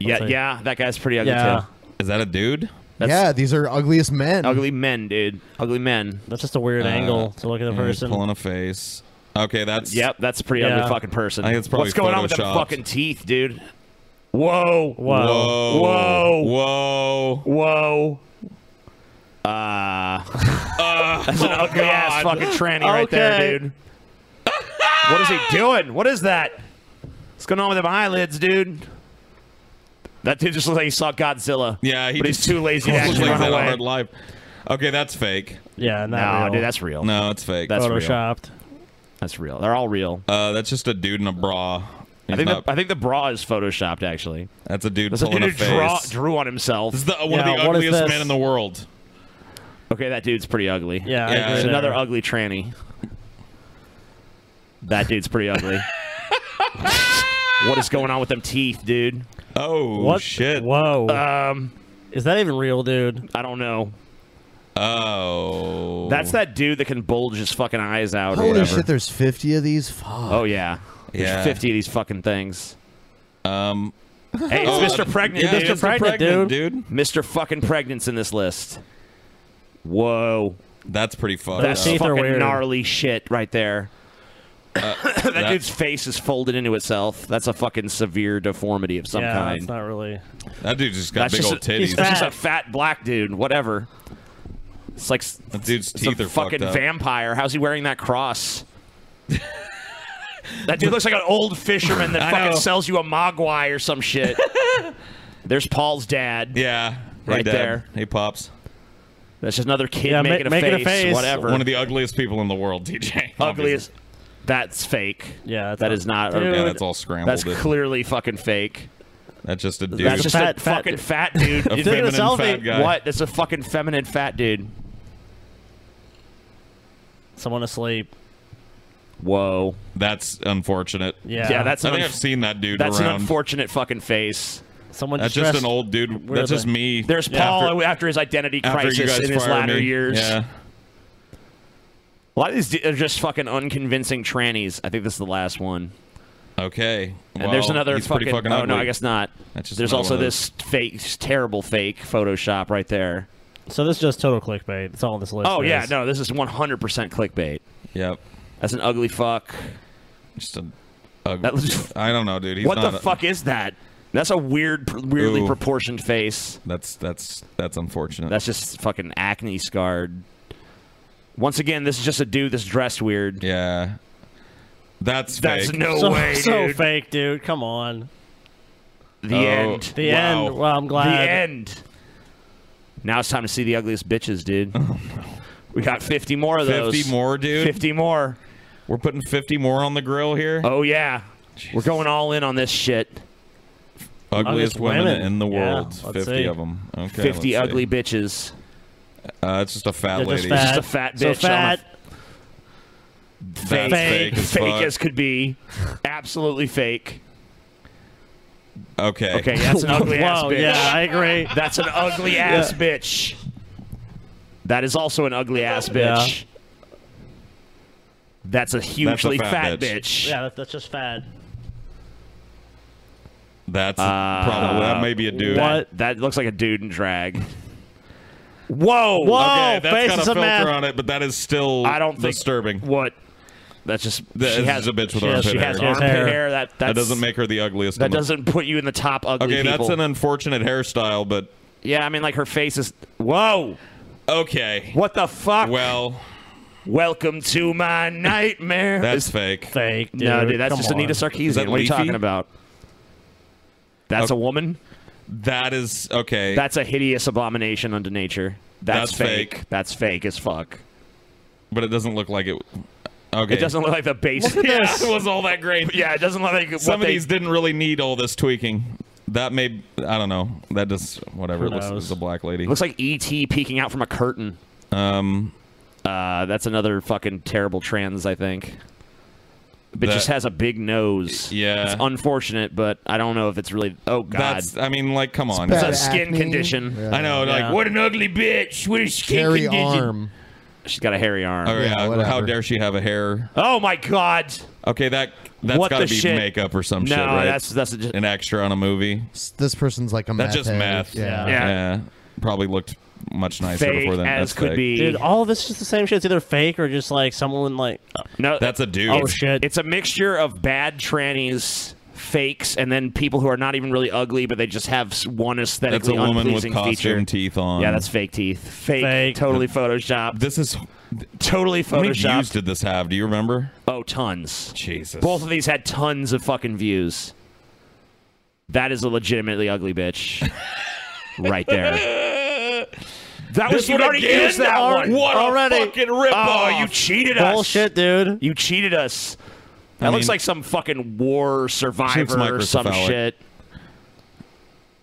[SPEAKER 1] Yeah, yeah, that guy's pretty ugly
[SPEAKER 2] Yeah.
[SPEAKER 1] too.
[SPEAKER 6] Is that a dude?
[SPEAKER 2] yeah, these are ugliest men.
[SPEAKER 1] Ugly men, dude. Ugly men.
[SPEAKER 5] That's just a weird angle to look at the
[SPEAKER 6] Uh, yeah, he's
[SPEAKER 5] person.
[SPEAKER 6] Pulling a face. Okay, that's.
[SPEAKER 1] Yep, that's a pretty ugly fucking person.
[SPEAKER 6] I think it's probably
[SPEAKER 1] What's going on with them
[SPEAKER 6] photoshopped.
[SPEAKER 1] fucking teeth, dude? Whoa!
[SPEAKER 6] Whoa.
[SPEAKER 1] Whoa!
[SPEAKER 6] Whoa!
[SPEAKER 1] Whoa! Uh, that's an ugly ass
[SPEAKER 6] Uh, oh, God.
[SPEAKER 1] fucking tranny right there,
[SPEAKER 6] Okay.
[SPEAKER 1] dude. what is he doing? What is that? What's going on with them eyelids, dude? That dude just looks like he saw Godzilla.
[SPEAKER 6] Yeah, he
[SPEAKER 1] but he's
[SPEAKER 6] just-
[SPEAKER 1] too lazy to
[SPEAKER 6] looks
[SPEAKER 1] actually run
[SPEAKER 6] like he's had a
[SPEAKER 1] away.
[SPEAKER 6] hard life. Okay, that's fake.
[SPEAKER 5] Yeah,
[SPEAKER 1] no, dude, that's real.
[SPEAKER 6] No, it's fake.
[SPEAKER 1] That's real.
[SPEAKER 5] photoshopped.
[SPEAKER 1] That's real. They're all real.
[SPEAKER 6] Uh, that's just a dude in a bra.
[SPEAKER 1] I think the, I think the bra is photoshopped actually.
[SPEAKER 6] That's a dude
[SPEAKER 1] That's a
[SPEAKER 6] pulling
[SPEAKER 1] dude
[SPEAKER 6] a
[SPEAKER 1] who
[SPEAKER 6] face.
[SPEAKER 1] draw- drew on himself.
[SPEAKER 6] This is the, one of the ugliest men in the world.
[SPEAKER 1] Okay, that dude's pretty ugly.
[SPEAKER 6] Yeah, I Yeah. agree
[SPEAKER 1] There's another
[SPEAKER 6] there.
[SPEAKER 1] ugly tranny. That dude's pretty ugly. what is going on with them teeth, dude?
[SPEAKER 6] Oh
[SPEAKER 5] What?
[SPEAKER 6] shit!
[SPEAKER 5] Whoa!
[SPEAKER 1] Um,
[SPEAKER 5] is that even real, dude?
[SPEAKER 1] I don't know.
[SPEAKER 6] Oh,
[SPEAKER 1] That's that dude that can bulge his fucking eyes out. or
[SPEAKER 2] Holy
[SPEAKER 1] whatever.
[SPEAKER 2] shit! There's fifty of these. Fuck.
[SPEAKER 1] Oh yeah. There's
[SPEAKER 6] Yeah.
[SPEAKER 1] 50 of these fucking things.
[SPEAKER 6] Um
[SPEAKER 1] Hey, it's
[SPEAKER 6] Oh,
[SPEAKER 1] Mr.
[SPEAKER 6] uh,
[SPEAKER 1] Pregnant,
[SPEAKER 6] yeah,
[SPEAKER 1] dude.
[SPEAKER 6] Mr. Pregnant, Pregnant, dude.
[SPEAKER 1] Mr. fucking Pregnant's in this list. Whoa.
[SPEAKER 6] That's pretty fucked
[SPEAKER 1] That's
[SPEAKER 6] up.
[SPEAKER 1] fucking
[SPEAKER 6] Teeth are weird.
[SPEAKER 1] gnarly shit right there. that,
[SPEAKER 6] that-
[SPEAKER 1] dude's face is folded into itself. That's a fucking severe deformity of some
[SPEAKER 5] yeah,
[SPEAKER 1] kind.
[SPEAKER 5] it's not really.
[SPEAKER 6] That dude just got
[SPEAKER 1] That's
[SPEAKER 6] big
[SPEAKER 1] just
[SPEAKER 6] old
[SPEAKER 1] a-
[SPEAKER 6] titties.
[SPEAKER 1] he's That's just a fat black dude. Whatever. It's like s-
[SPEAKER 6] That dude's
[SPEAKER 1] it's
[SPEAKER 6] teeth
[SPEAKER 1] a
[SPEAKER 6] are fucked
[SPEAKER 1] fucking
[SPEAKER 6] up.
[SPEAKER 1] vampire. How's he wearing that cross? that dude looks like an old fisherman that
[SPEAKER 6] I
[SPEAKER 1] fucking
[SPEAKER 6] know.
[SPEAKER 1] sells you a mogwai or some shit. There's Paul's dad.
[SPEAKER 6] Yeah, Hey,
[SPEAKER 1] right
[SPEAKER 6] Dad.
[SPEAKER 1] there.
[SPEAKER 6] Hey, pops.
[SPEAKER 1] That's just another kid
[SPEAKER 6] Yeah, ma-
[SPEAKER 1] making,
[SPEAKER 6] making
[SPEAKER 1] a,
[SPEAKER 6] a
[SPEAKER 1] face,
[SPEAKER 6] face.
[SPEAKER 1] Whatever.
[SPEAKER 6] One of the ugliest people in the world, DJ.
[SPEAKER 1] Ugliest. That's fake.
[SPEAKER 5] Yeah,
[SPEAKER 1] that is not.
[SPEAKER 6] Dude. Yeah, that's all scrambled,
[SPEAKER 1] That's
[SPEAKER 6] dude.
[SPEAKER 1] clearly fucking fake.
[SPEAKER 6] That's just a dude.
[SPEAKER 1] That's just a fucking fat dude.
[SPEAKER 6] A
[SPEAKER 1] You're taking
[SPEAKER 6] feminine
[SPEAKER 1] a selfie.
[SPEAKER 6] fat guy.
[SPEAKER 1] What? That's a fucking feminine fat dude.
[SPEAKER 5] Someone asleep.
[SPEAKER 1] Whoa.
[SPEAKER 6] That's unfortunate.
[SPEAKER 5] Yeah. Yeah, that's
[SPEAKER 6] I
[SPEAKER 5] an
[SPEAKER 6] think
[SPEAKER 5] unf-
[SPEAKER 6] I've seen that dude
[SPEAKER 1] That's an
[SPEAKER 6] around.
[SPEAKER 1] unfortunate fucking face.
[SPEAKER 5] Someone
[SPEAKER 6] that's just an old dude. That's just me.
[SPEAKER 1] There's
[SPEAKER 6] Yeah.
[SPEAKER 1] Paul after, his identity
[SPEAKER 6] after you
[SPEAKER 1] crisis
[SPEAKER 6] guys
[SPEAKER 1] in his
[SPEAKER 6] fired
[SPEAKER 1] latter
[SPEAKER 6] me.
[SPEAKER 1] years.
[SPEAKER 6] Yeah.
[SPEAKER 1] A lot of these d- are just fucking unconvincing trannies. I think this is the last one.
[SPEAKER 6] Okay.
[SPEAKER 1] And
[SPEAKER 6] Well,
[SPEAKER 1] there's another
[SPEAKER 6] he's pretty
[SPEAKER 1] fucking.
[SPEAKER 6] fucking
[SPEAKER 1] oh no,
[SPEAKER 6] ugly.
[SPEAKER 1] I guess not.
[SPEAKER 6] That's just
[SPEAKER 1] there's
[SPEAKER 6] another
[SPEAKER 1] also
[SPEAKER 6] one of those.
[SPEAKER 1] this fake, terrible fake Photoshop right there.
[SPEAKER 5] So this is just total clickbait. It's all on this list.
[SPEAKER 1] oh yeah,
[SPEAKER 5] is.
[SPEAKER 1] no, this is 100% clickbait.
[SPEAKER 6] Yep.
[SPEAKER 1] That's an ugly fuck.
[SPEAKER 6] Just an ugly. I don't know, dude. He's
[SPEAKER 1] what
[SPEAKER 6] not
[SPEAKER 1] the
[SPEAKER 6] a-
[SPEAKER 1] fuck is that? That's a weird, pr- weirdly
[SPEAKER 6] Ooh.
[SPEAKER 1] proportioned face.
[SPEAKER 6] That's that's that's unfortunate.
[SPEAKER 1] That's just fucking acne scarred. Once again, this is just a dude that's dressed weird.
[SPEAKER 6] Yeah, that's
[SPEAKER 1] that's
[SPEAKER 6] fake.
[SPEAKER 1] no
[SPEAKER 5] so,
[SPEAKER 1] way,
[SPEAKER 5] so
[SPEAKER 1] dude.
[SPEAKER 5] fake, dude. Come on.
[SPEAKER 1] The
[SPEAKER 6] Oh,
[SPEAKER 1] end.
[SPEAKER 5] The wow. end. Well, I'm glad.
[SPEAKER 1] The end. Now it's time to see the ugliest bitches, dude. We got 50 more of those.
[SPEAKER 6] 50 Oh, more, dude.
[SPEAKER 1] 50 more.
[SPEAKER 6] We're putting 50 more on the grill here.
[SPEAKER 1] Oh yeah, we're going all in on this shit.
[SPEAKER 6] Ugliest women, in the world.
[SPEAKER 1] Yeah, let's
[SPEAKER 6] 50
[SPEAKER 1] see.
[SPEAKER 6] of them. Okay.
[SPEAKER 1] 50
[SPEAKER 6] let's see.
[SPEAKER 1] ugly bitches.
[SPEAKER 6] Uh, it's just a fat
[SPEAKER 1] They're just
[SPEAKER 6] lady.
[SPEAKER 1] fat. Just a fat bitch So on a fat.
[SPEAKER 6] That's
[SPEAKER 1] Fake,
[SPEAKER 6] fake as fuck.
[SPEAKER 1] could be. Absolutely fake.
[SPEAKER 6] Okay.
[SPEAKER 1] Okay, that's an ugly ass
[SPEAKER 5] Whoa,
[SPEAKER 1] bitch.
[SPEAKER 5] yeah, I agree.
[SPEAKER 1] That's an ugly ass
[SPEAKER 5] Yeah.
[SPEAKER 1] bitch. That is also an ugly ass bitch. That's a hugely
[SPEAKER 6] fat
[SPEAKER 1] fat,
[SPEAKER 6] bitch.
[SPEAKER 1] bitch.
[SPEAKER 5] Yeah, that, that's just fat.
[SPEAKER 6] That's probably that may be a dude.
[SPEAKER 1] Uh, That, that looks like a dude in drag. Whoa!
[SPEAKER 6] okay, that's got a filter on it, but that is still
[SPEAKER 1] I don't think
[SPEAKER 6] disturbing.
[SPEAKER 1] What? That's just
[SPEAKER 6] That
[SPEAKER 1] she
[SPEAKER 6] is
[SPEAKER 1] has
[SPEAKER 6] a bitch with
[SPEAKER 1] she has-
[SPEAKER 6] armpit
[SPEAKER 1] she
[SPEAKER 6] hair.
[SPEAKER 1] has armpit hair. That
[SPEAKER 6] That
[SPEAKER 1] that's,
[SPEAKER 6] doesn't make her the ugliest. in
[SPEAKER 1] That
[SPEAKER 6] the-
[SPEAKER 1] doesn't put you in the top ugly
[SPEAKER 6] Okay,
[SPEAKER 1] people.
[SPEAKER 6] that's an unfortunate hairstyle, but
[SPEAKER 1] yeah, I mean, like her face is. Whoa.
[SPEAKER 6] Okay.
[SPEAKER 1] What the fuck?
[SPEAKER 6] Well.
[SPEAKER 1] Welcome to my nightmare.
[SPEAKER 6] That's
[SPEAKER 1] It's-
[SPEAKER 6] fake.
[SPEAKER 5] Fake,
[SPEAKER 1] No,
[SPEAKER 5] dude.
[SPEAKER 1] dude, that's
[SPEAKER 5] Come
[SPEAKER 1] just Anita
[SPEAKER 5] on.
[SPEAKER 1] Sarkeesian.
[SPEAKER 6] Is that
[SPEAKER 1] what are you
[SPEAKER 6] leafy?
[SPEAKER 1] talking about? That's a woman.
[SPEAKER 6] That is okay.
[SPEAKER 1] That's a hideous abomination unto nature. That's,
[SPEAKER 6] That's
[SPEAKER 1] fake.
[SPEAKER 6] fake.
[SPEAKER 1] That's fake as fuck.
[SPEAKER 6] But it doesn't look like it. Okay.
[SPEAKER 1] It doesn't look like the base.
[SPEAKER 6] Look at
[SPEAKER 1] Yeah,
[SPEAKER 6] this.
[SPEAKER 1] it was all that great. Yeah, it doesn't look like what
[SPEAKER 6] Some of
[SPEAKER 1] they-
[SPEAKER 6] these didn't really need all this tweaking. That may. I don't know. That just whatever.
[SPEAKER 1] Who
[SPEAKER 6] It looks
[SPEAKER 1] knows?
[SPEAKER 6] it's a black lady.
[SPEAKER 1] Looks like E.T. peeking out from a curtain.
[SPEAKER 6] Um,
[SPEAKER 1] uh, that's another fucking terrible trans, I think. But
[SPEAKER 6] That-
[SPEAKER 1] just has a big nose.
[SPEAKER 6] Yeah.
[SPEAKER 1] it's unfortunate, but I don't know if it's really. Oh God,
[SPEAKER 6] That's. I mean, like, come on.
[SPEAKER 1] it's a skin condition.
[SPEAKER 6] I know. Like, what an ugly bitch. What a skin
[SPEAKER 1] Hairy
[SPEAKER 6] condition.
[SPEAKER 1] arm. She's got a hairy arm.
[SPEAKER 6] Oh, yeah, how dare she have a hair?
[SPEAKER 1] Oh my God.
[SPEAKER 6] Okay, that that's
[SPEAKER 1] What
[SPEAKER 6] got to
[SPEAKER 1] the
[SPEAKER 6] be
[SPEAKER 1] shit?
[SPEAKER 6] makeup or some
[SPEAKER 1] No,
[SPEAKER 6] shit, right?
[SPEAKER 1] that's- that's just-
[SPEAKER 6] an extra on a movie.
[SPEAKER 2] This person's like a meth
[SPEAKER 6] That's just
[SPEAKER 2] head.
[SPEAKER 6] math.
[SPEAKER 2] Yeah.
[SPEAKER 1] Yeah.
[SPEAKER 6] probably looked much nicer
[SPEAKER 1] Fake
[SPEAKER 6] before then.
[SPEAKER 1] as
[SPEAKER 6] that's
[SPEAKER 1] could
[SPEAKER 6] fake.
[SPEAKER 1] be.
[SPEAKER 5] Dude, all of this is the same shit. It's either fake or just like someone like.
[SPEAKER 1] No,
[SPEAKER 6] that's a dude.
[SPEAKER 5] Oh shit!
[SPEAKER 1] It's a mixture of bad trannies, fakes, and then people who are not even really ugly, but they just have s- one
[SPEAKER 6] That's
[SPEAKER 1] aesthetically
[SPEAKER 6] a woman with
[SPEAKER 1] unpleasing
[SPEAKER 6] costume
[SPEAKER 1] feature.
[SPEAKER 6] teeth on.
[SPEAKER 1] Yeah, that's fake teeth. Fake, totally photoshopped.
[SPEAKER 6] This is
[SPEAKER 1] totally
[SPEAKER 6] How many views
[SPEAKER 1] photoshopped.
[SPEAKER 6] did this have? Do you remember?
[SPEAKER 1] Oh, tons.
[SPEAKER 6] Jesus.
[SPEAKER 1] Both of these had tons of fucking views. That is a legitimately ugly bitch, right there. That was
[SPEAKER 6] This
[SPEAKER 1] you
[SPEAKER 6] one
[SPEAKER 1] already
[SPEAKER 6] again?
[SPEAKER 1] used that
[SPEAKER 6] What
[SPEAKER 1] one.
[SPEAKER 6] a
[SPEAKER 1] already.
[SPEAKER 6] fucking ripoff.
[SPEAKER 1] Oh, you cheated us.
[SPEAKER 5] Bullshit, dude.
[SPEAKER 1] You cheated us. That
[SPEAKER 6] I
[SPEAKER 1] looks
[SPEAKER 6] mean-
[SPEAKER 1] like some fucking war survivor or some
[SPEAKER 6] microcephalic.
[SPEAKER 1] shit.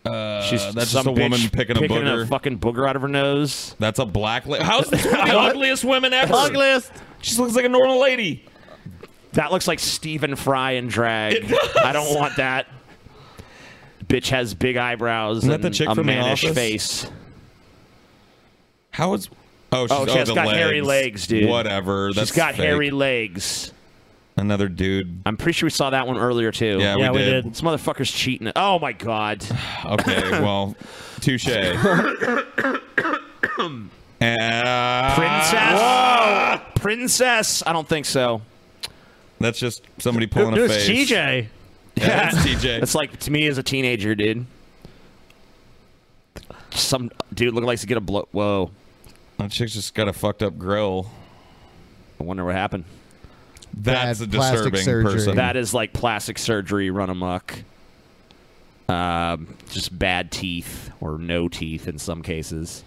[SPEAKER 6] Uh,
[SPEAKER 1] She's
[SPEAKER 6] that's
[SPEAKER 1] some
[SPEAKER 6] just a woman
[SPEAKER 1] bitch
[SPEAKER 6] picking a booger.
[SPEAKER 1] fucking booger out of her nose.
[SPEAKER 6] That's a black lady. How's this one of the
[SPEAKER 1] What?
[SPEAKER 6] ugliest women ever?
[SPEAKER 1] Ugliest.
[SPEAKER 6] She just looks like a normal lady.
[SPEAKER 1] That looks like Stephen Fry in drag. I don't want that. Bitch has big eyebrows
[SPEAKER 6] Isn't that
[SPEAKER 1] and
[SPEAKER 6] the chick
[SPEAKER 1] a
[SPEAKER 6] from The
[SPEAKER 1] mannish
[SPEAKER 6] Office?
[SPEAKER 1] face.
[SPEAKER 6] How is? Oh, she's,
[SPEAKER 1] oh, she has
[SPEAKER 6] the
[SPEAKER 1] got hairy legs, dude.
[SPEAKER 6] Whatever.
[SPEAKER 1] She's
[SPEAKER 6] That's
[SPEAKER 1] got
[SPEAKER 6] fake.
[SPEAKER 1] hairy legs.
[SPEAKER 6] Another dude.
[SPEAKER 1] I'm pretty sure we saw that one earlier too.
[SPEAKER 6] Yeah, we did.
[SPEAKER 1] This motherfucker's cheating. Oh my god.
[SPEAKER 6] Okay, well, touche. And-
[SPEAKER 1] Princess. Princess. I don't think so.
[SPEAKER 6] That's just somebody pulling a face.
[SPEAKER 1] TJ.
[SPEAKER 6] Yeah, it's TJ.
[SPEAKER 1] It's like to me as a teenager, dude. Some dude look likes to get a blow. Whoa.
[SPEAKER 6] That chick's just got a fucked up grill.
[SPEAKER 1] I wonder what happened.
[SPEAKER 6] That's a disturbing person.
[SPEAKER 1] That is like plastic surgery run amok. Um, just bad teeth or no teeth in some cases.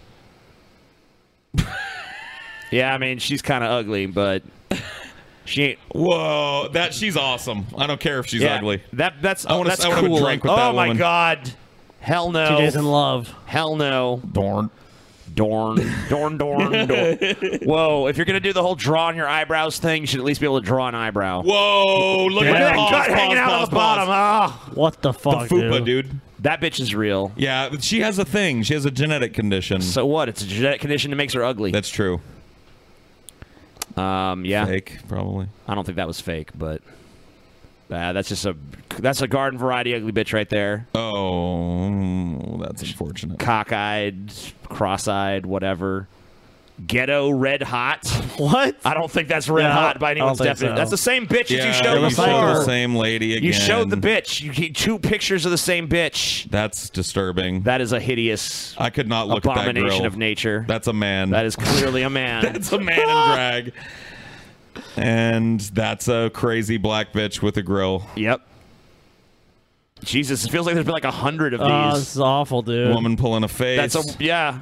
[SPEAKER 1] yeah, I mean she's kind of ugly, but she ain't.
[SPEAKER 6] Whoa, that she's awesome. I don't care if she's
[SPEAKER 1] Yeah,
[SPEAKER 6] ugly.
[SPEAKER 1] That that's
[SPEAKER 6] I wanna-
[SPEAKER 1] that's
[SPEAKER 6] I wanna
[SPEAKER 1] cool.
[SPEAKER 6] drink with
[SPEAKER 1] oh
[SPEAKER 6] that
[SPEAKER 1] my
[SPEAKER 6] woman.
[SPEAKER 1] god, hell no.
[SPEAKER 5] TJ's in love.
[SPEAKER 1] Hell no.
[SPEAKER 6] Dorn.
[SPEAKER 1] Dorn. Dorn. Dorn. Dorn. Whoa! If you're gonna do the whole draw on your eyebrows thing, you should at least be able to draw an eyebrow.
[SPEAKER 6] Whoa! Look
[SPEAKER 1] Yeah.
[SPEAKER 6] at that
[SPEAKER 1] Gut hanging out on the bottom. Ah.
[SPEAKER 5] What the fuck,
[SPEAKER 6] The fupa,
[SPEAKER 5] dude?
[SPEAKER 6] dude.
[SPEAKER 1] That bitch is real.
[SPEAKER 6] Yeah, but she has a thing. She has a genetic condition.
[SPEAKER 1] So what? It's a genetic condition that makes her ugly.
[SPEAKER 6] That's true.
[SPEAKER 1] Um, yeah.
[SPEAKER 6] Fake, probably.
[SPEAKER 1] I don't think that was fake, but uh, that's just a that's a garden variety ugly bitch right there.
[SPEAKER 6] Oh, that's unfortunate.
[SPEAKER 1] Cockeyed, cross-eyed, whatever. Ghetto red hot.
[SPEAKER 5] What?
[SPEAKER 1] I don't think that's red
[SPEAKER 5] Yeah, I
[SPEAKER 1] hot
[SPEAKER 5] don't-
[SPEAKER 1] by
[SPEAKER 5] I don't
[SPEAKER 1] anyone's
[SPEAKER 5] think so.
[SPEAKER 1] definition. That's the same bitch
[SPEAKER 6] yeah,
[SPEAKER 1] that you showed
[SPEAKER 6] you
[SPEAKER 1] before.
[SPEAKER 6] showed the same lady again.
[SPEAKER 1] You showed the bitch. You get two pictures of the same bitch.
[SPEAKER 6] That's disturbing.
[SPEAKER 1] That is a hideous.
[SPEAKER 6] I could not look at that
[SPEAKER 1] abomination
[SPEAKER 6] grill.
[SPEAKER 1] of nature.
[SPEAKER 6] That's a man.
[SPEAKER 1] That is clearly a man.
[SPEAKER 6] that's a man in drag. And that's a crazy black bitch with a grill.
[SPEAKER 1] Yep. Jesus, it feels like there's been like a hundred of
[SPEAKER 5] Oh,
[SPEAKER 1] these.
[SPEAKER 5] this is awful, dude.
[SPEAKER 6] Woman pulling a face.
[SPEAKER 1] That's a yeah.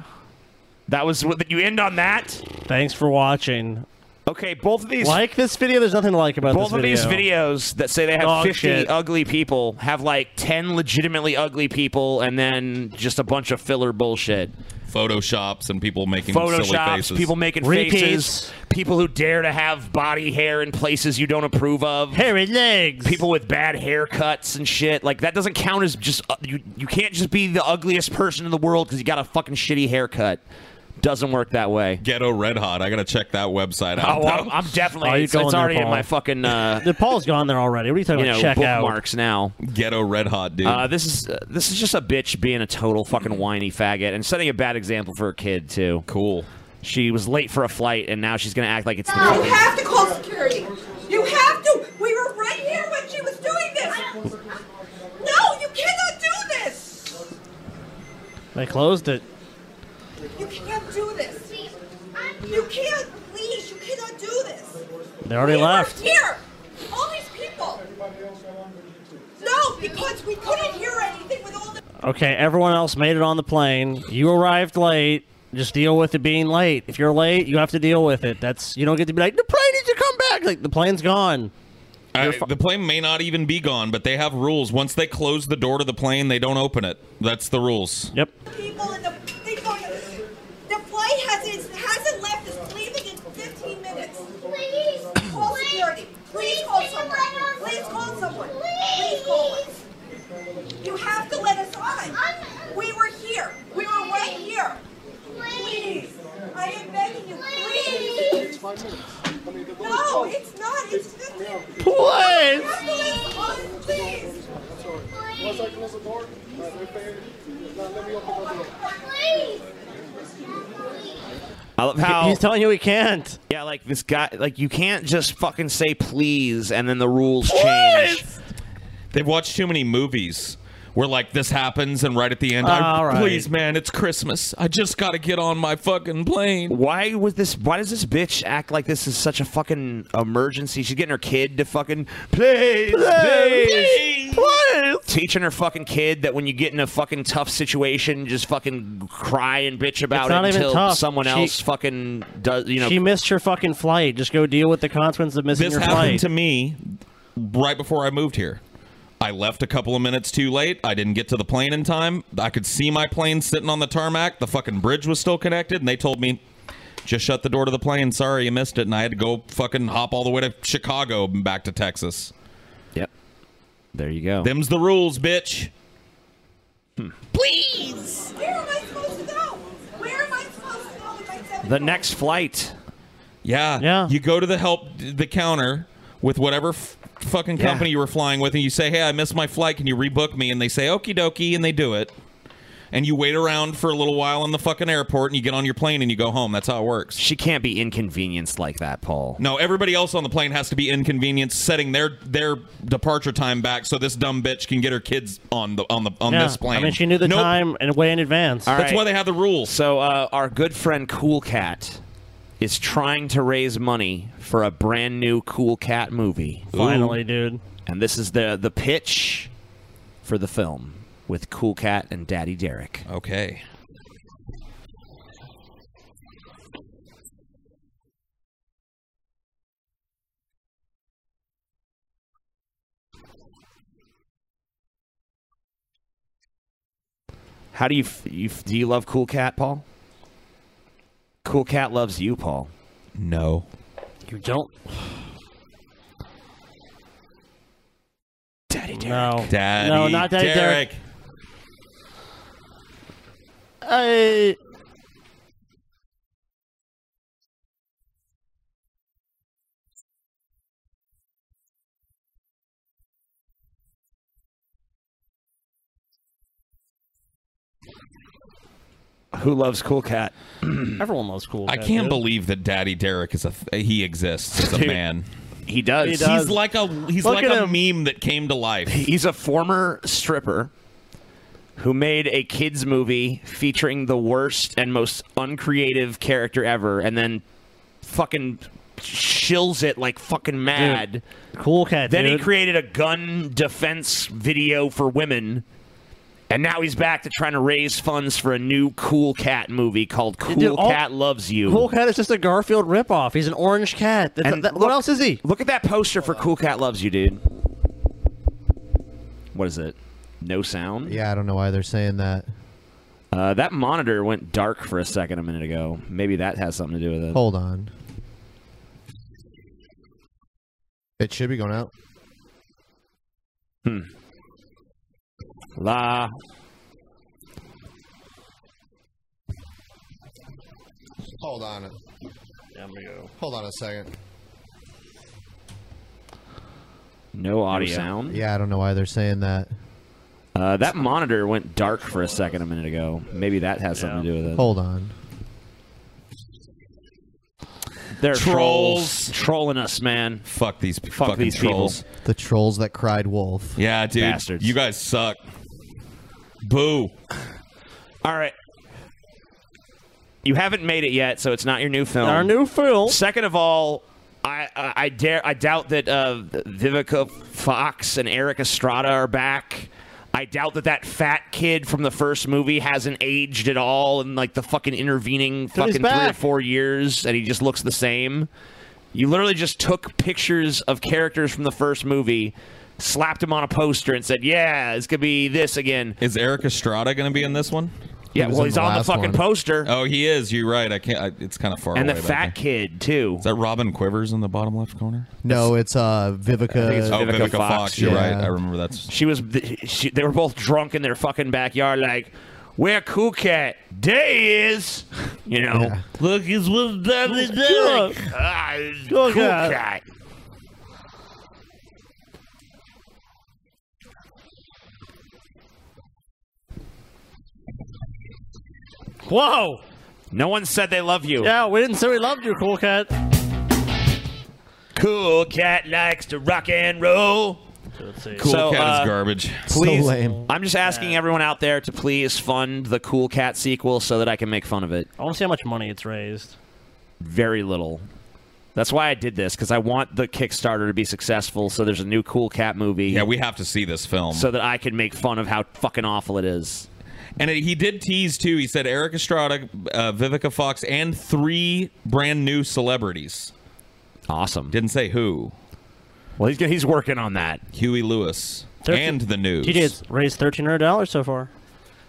[SPEAKER 1] That was what you end on that.
[SPEAKER 5] Thanks for watching.
[SPEAKER 1] Okay, both of these
[SPEAKER 5] Like this video. There's nothing to like about
[SPEAKER 1] both
[SPEAKER 5] this
[SPEAKER 1] of
[SPEAKER 5] video.
[SPEAKER 1] these videos that say they have
[SPEAKER 5] Dog
[SPEAKER 1] 50
[SPEAKER 5] shit.
[SPEAKER 1] ugly people have like 10 legitimately ugly people and then just a bunch of filler bullshit.
[SPEAKER 6] Photoshops and people making silly
[SPEAKER 1] Photoshops,
[SPEAKER 6] faces.
[SPEAKER 1] people making faces,
[SPEAKER 5] Repeats.
[SPEAKER 1] people who dare to have body hair in places you don't approve of,
[SPEAKER 5] hairy legs,
[SPEAKER 1] people with bad haircuts and shit. Like that doesn't count as just uh, you. You can't just be the ugliest person in the world because you got a fucking shitty haircut. Doesn't work that way.
[SPEAKER 6] Ghetto Red Hot. I gotta check that website out.
[SPEAKER 1] Oh, I'm, I'm definitely.
[SPEAKER 5] Oh, you're
[SPEAKER 1] it's, it's
[SPEAKER 5] going there,
[SPEAKER 1] already in
[SPEAKER 5] Paul.
[SPEAKER 1] my fucking uh,
[SPEAKER 5] The Paul's gone there already. What are you talking
[SPEAKER 1] you
[SPEAKER 5] about?
[SPEAKER 1] know
[SPEAKER 5] Check out.
[SPEAKER 1] bookmarks now.
[SPEAKER 6] Ghetto Red Hot, dude.
[SPEAKER 1] Uh, this is uh, this is just a bitch being a total fucking whiny faggot and setting a bad example for a kid too.
[SPEAKER 6] Cool.
[SPEAKER 1] She was late for a flight and now she's gonna act like it's the
[SPEAKER 29] You have to call security. You
[SPEAKER 4] No, you cannot do this!
[SPEAKER 5] They closed it.
[SPEAKER 4] You can't do this! You can't, please, you cannot do this!
[SPEAKER 5] They already
[SPEAKER 4] We were
[SPEAKER 5] left.
[SPEAKER 4] here! All these people! No, because we couldn't hear anything with all the.
[SPEAKER 5] Okay, everyone else made it on the plane. You arrived late. Just deal with it being late. If you're late, you have to deal with it. That's you don't get to be like the plane needs to come back. Like the plane's gone.
[SPEAKER 6] I- the plane may not even be gone, but they have rules. Once they close the door to the plane, they don't open it. That's the rules.
[SPEAKER 5] Yep.
[SPEAKER 4] people in the they fucking the flight hasn't hasn't left. It's leaving in 15 minutes. Please call security. Please, call someone. Please call someone. Please call us. You have to let us on. We were here. We were right here. Please. I am begging you. Please. No, it's not. It's 15.
[SPEAKER 5] Please.
[SPEAKER 4] You have to let us on. Please.
[SPEAKER 16] Once I close the door, let me open the door.
[SPEAKER 1] I love how
[SPEAKER 5] he's telling you he can't.
[SPEAKER 1] Yeah, like this guy, like you can't just fucking say please and then the rules change.
[SPEAKER 6] They've watched too many movies where like this happens, and right at the end, I-
[SPEAKER 1] All right.
[SPEAKER 6] please, man, it's Christmas. I just got to get on my fucking plane.
[SPEAKER 1] Why was this? Why does this bitch act like this is such a fucking emergency? She's getting her kid to fucking please, please, please, teaching her fucking kid that when you get in a fucking tough situation, just fucking cry and bitch about
[SPEAKER 5] It's not
[SPEAKER 1] it
[SPEAKER 5] even
[SPEAKER 1] until
[SPEAKER 5] tough.
[SPEAKER 1] someone
[SPEAKER 5] She-
[SPEAKER 1] else fucking does. You know,
[SPEAKER 5] she missed your fucking flight. Just go deal with the consequences of missing
[SPEAKER 6] This
[SPEAKER 5] your
[SPEAKER 6] happened
[SPEAKER 5] flight.
[SPEAKER 6] to me right before I moved here. I left a couple of minutes too late. I didn't get to the plane in time. I could see my plane sitting on the tarmac. The fucking bridge was still connected, and they told me, just shut the door to the plane. Sorry, you missed it. And I had to go fucking hop all the way to Chicago and back to Texas.
[SPEAKER 1] Yep. There you go.
[SPEAKER 6] Them's the rules, bitch.
[SPEAKER 4] Please! Where am I supposed to go? Where am I supposed to go if I said
[SPEAKER 6] The
[SPEAKER 1] next flight.
[SPEAKER 6] Yeah. Yeah. You go to the help, the counter with whatever f- fucking
[SPEAKER 1] Yeah.
[SPEAKER 6] company you were flying with, and you say, hey, I missed my flight. Can you rebook me? And they say, okie dokie, and they do it. And you wait around for a little while in the fucking airport, and you get on your plane and you go home. That's how it works.
[SPEAKER 1] She can't be inconvenienced like that, Paul.
[SPEAKER 6] No, everybody else on the plane has to be inconvenienced, setting their their departure time back so this dumb bitch can get her kids on the on the on
[SPEAKER 5] Yeah,
[SPEAKER 6] this plane.
[SPEAKER 5] I mean, she knew the
[SPEAKER 6] Nope.
[SPEAKER 5] time and way in advance.
[SPEAKER 6] That's why they have the rules.
[SPEAKER 1] So uh, our good friend Cool Cat is trying to raise money for a brand new Cool Cat movie.
[SPEAKER 5] Finally, dude.
[SPEAKER 1] And this is the the pitch for the film with Cool Cat and Daddy Derek.
[SPEAKER 6] Okay.
[SPEAKER 1] How do you, f- you f- do you love Cool Cat, Paul? Cool Cat loves you, Paul.
[SPEAKER 6] No.
[SPEAKER 5] You don't.
[SPEAKER 1] Daddy
[SPEAKER 5] Derek. No.
[SPEAKER 6] Daddy
[SPEAKER 5] no, not Daddy Derek. I.
[SPEAKER 1] Who loves Cool Cat?
[SPEAKER 5] Everyone loves Cool
[SPEAKER 6] I
[SPEAKER 5] Cat,
[SPEAKER 6] can't
[SPEAKER 5] dude.
[SPEAKER 6] believe that Daddy Derek is a th- he exists as a
[SPEAKER 1] Dude,
[SPEAKER 6] man.
[SPEAKER 1] He does.
[SPEAKER 6] He's like a he's
[SPEAKER 1] Look
[SPEAKER 6] like
[SPEAKER 1] at
[SPEAKER 6] a
[SPEAKER 1] him.
[SPEAKER 6] meme that came to life.
[SPEAKER 1] He's a former stripper who made a kids movie featuring the worst and most uncreative character ever, and then fucking shills it like fucking mad.
[SPEAKER 5] Cool Cat.
[SPEAKER 1] then
[SPEAKER 5] dude.
[SPEAKER 1] he created a gun defense video for women. And now he's back to trying to raise funds for a new Cool Cat movie called Cool
[SPEAKER 5] Dude, all-
[SPEAKER 1] Cat Loves You.
[SPEAKER 5] Cool Cat is just a Garfield ripoff. He's an orange cat. That's-
[SPEAKER 1] And
[SPEAKER 5] that-
[SPEAKER 1] look-
[SPEAKER 5] what else is he?
[SPEAKER 1] Look at that poster for Cool Cat Loves You, dude. What is it? No sound?
[SPEAKER 2] Yeah, I don't know why they're saying that.
[SPEAKER 1] Uh, that monitor went dark for a second a minute ago. Maybe that has something to do with it.
[SPEAKER 2] Hold on. It should be going out.
[SPEAKER 1] Hmm. La.
[SPEAKER 2] Hold on. a- Hold on a second.
[SPEAKER 1] No audio. sound.
[SPEAKER 2] Yeah, I don't know why they're saying that.
[SPEAKER 1] Uh, that monitor went dark for a second a minute ago. Maybe that has something to do with it.
[SPEAKER 2] Hold on.
[SPEAKER 1] They're
[SPEAKER 6] Trolls.
[SPEAKER 1] trolls trolling us, man.
[SPEAKER 6] Fuck these
[SPEAKER 1] fuck
[SPEAKER 6] fucking
[SPEAKER 1] these
[SPEAKER 6] trolls.
[SPEAKER 1] People.
[SPEAKER 2] The trolls that cried wolf.
[SPEAKER 6] Yeah, dude.
[SPEAKER 1] Bastards.
[SPEAKER 6] You guys suck. Boo.
[SPEAKER 1] All right. You haven't made it yet, so it's not your new film.
[SPEAKER 5] Our new film.
[SPEAKER 1] Second of all, I I, I dare I doubt that uh, Vivica Fox and Eric Estrada are back. I doubt that that fat kid from the first movie hasn't aged at all in like the fucking intervening
[SPEAKER 5] he's
[SPEAKER 1] fucking three or
[SPEAKER 5] back.
[SPEAKER 1] four years, and he just looks the same. You literally just took pictures of characters from the first movie, slapped them on a poster, and said, "Yeah, it's gonna be this again."
[SPEAKER 6] Is Eric Estrada going to be in this one?
[SPEAKER 1] Yeah, well, he's on the fucking poster.
[SPEAKER 6] Oh, he is. You're right. I can't. I, it's kind of far
[SPEAKER 1] And the
[SPEAKER 6] away. but I
[SPEAKER 1] fat
[SPEAKER 6] can't-
[SPEAKER 1] kid too.
[SPEAKER 6] Is that Robin Quivers in the bottom left corner?
[SPEAKER 2] No, it's uh Vivica.
[SPEAKER 6] oh, Vivica, Fox. You're right.
[SPEAKER 2] Yeah.
[SPEAKER 6] I remember that's.
[SPEAKER 1] She was. th- She, they were both drunk in their fucking backyard. Like, where Cool Cat Day is, you know. Look, it's what Daddy
[SPEAKER 18] Cool.
[SPEAKER 1] Ah, Cool
[SPEAKER 18] Cool
[SPEAKER 1] Cat.
[SPEAKER 18] Cat.
[SPEAKER 1] Whoa! No one said they love you.
[SPEAKER 5] Yeah, we didn't say we loved you, Cool Cat.
[SPEAKER 1] Cool Cat likes to rock and roll.
[SPEAKER 6] Cool
[SPEAKER 1] So,
[SPEAKER 6] Cat
[SPEAKER 1] uh,
[SPEAKER 6] is garbage.
[SPEAKER 1] Please, I'm just asking everyone out there to please fund the Cool Cat sequel so that I can make fun of it.
[SPEAKER 5] I want to see how much money it's raised.
[SPEAKER 1] Very little. That's why I did this because I want the Kickstarter to be successful. So there's a new Cool Cat movie.
[SPEAKER 6] Yeah, we have to see this film.
[SPEAKER 1] So that I can make fun of how fucking awful it is.
[SPEAKER 6] And he did tease too. He said Eric Estrada, uh, Vivica Fox, and three brand new celebrities.
[SPEAKER 1] Awesome.
[SPEAKER 6] Didn't say who.
[SPEAKER 1] Well, he's he's working on that.
[SPEAKER 6] Huey Lewis
[SPEAKER 5] Thirteen-
[SPEAKER 6] and the news.
[SPEAKER 5] TJ has raised thirteen hundred dollars so far.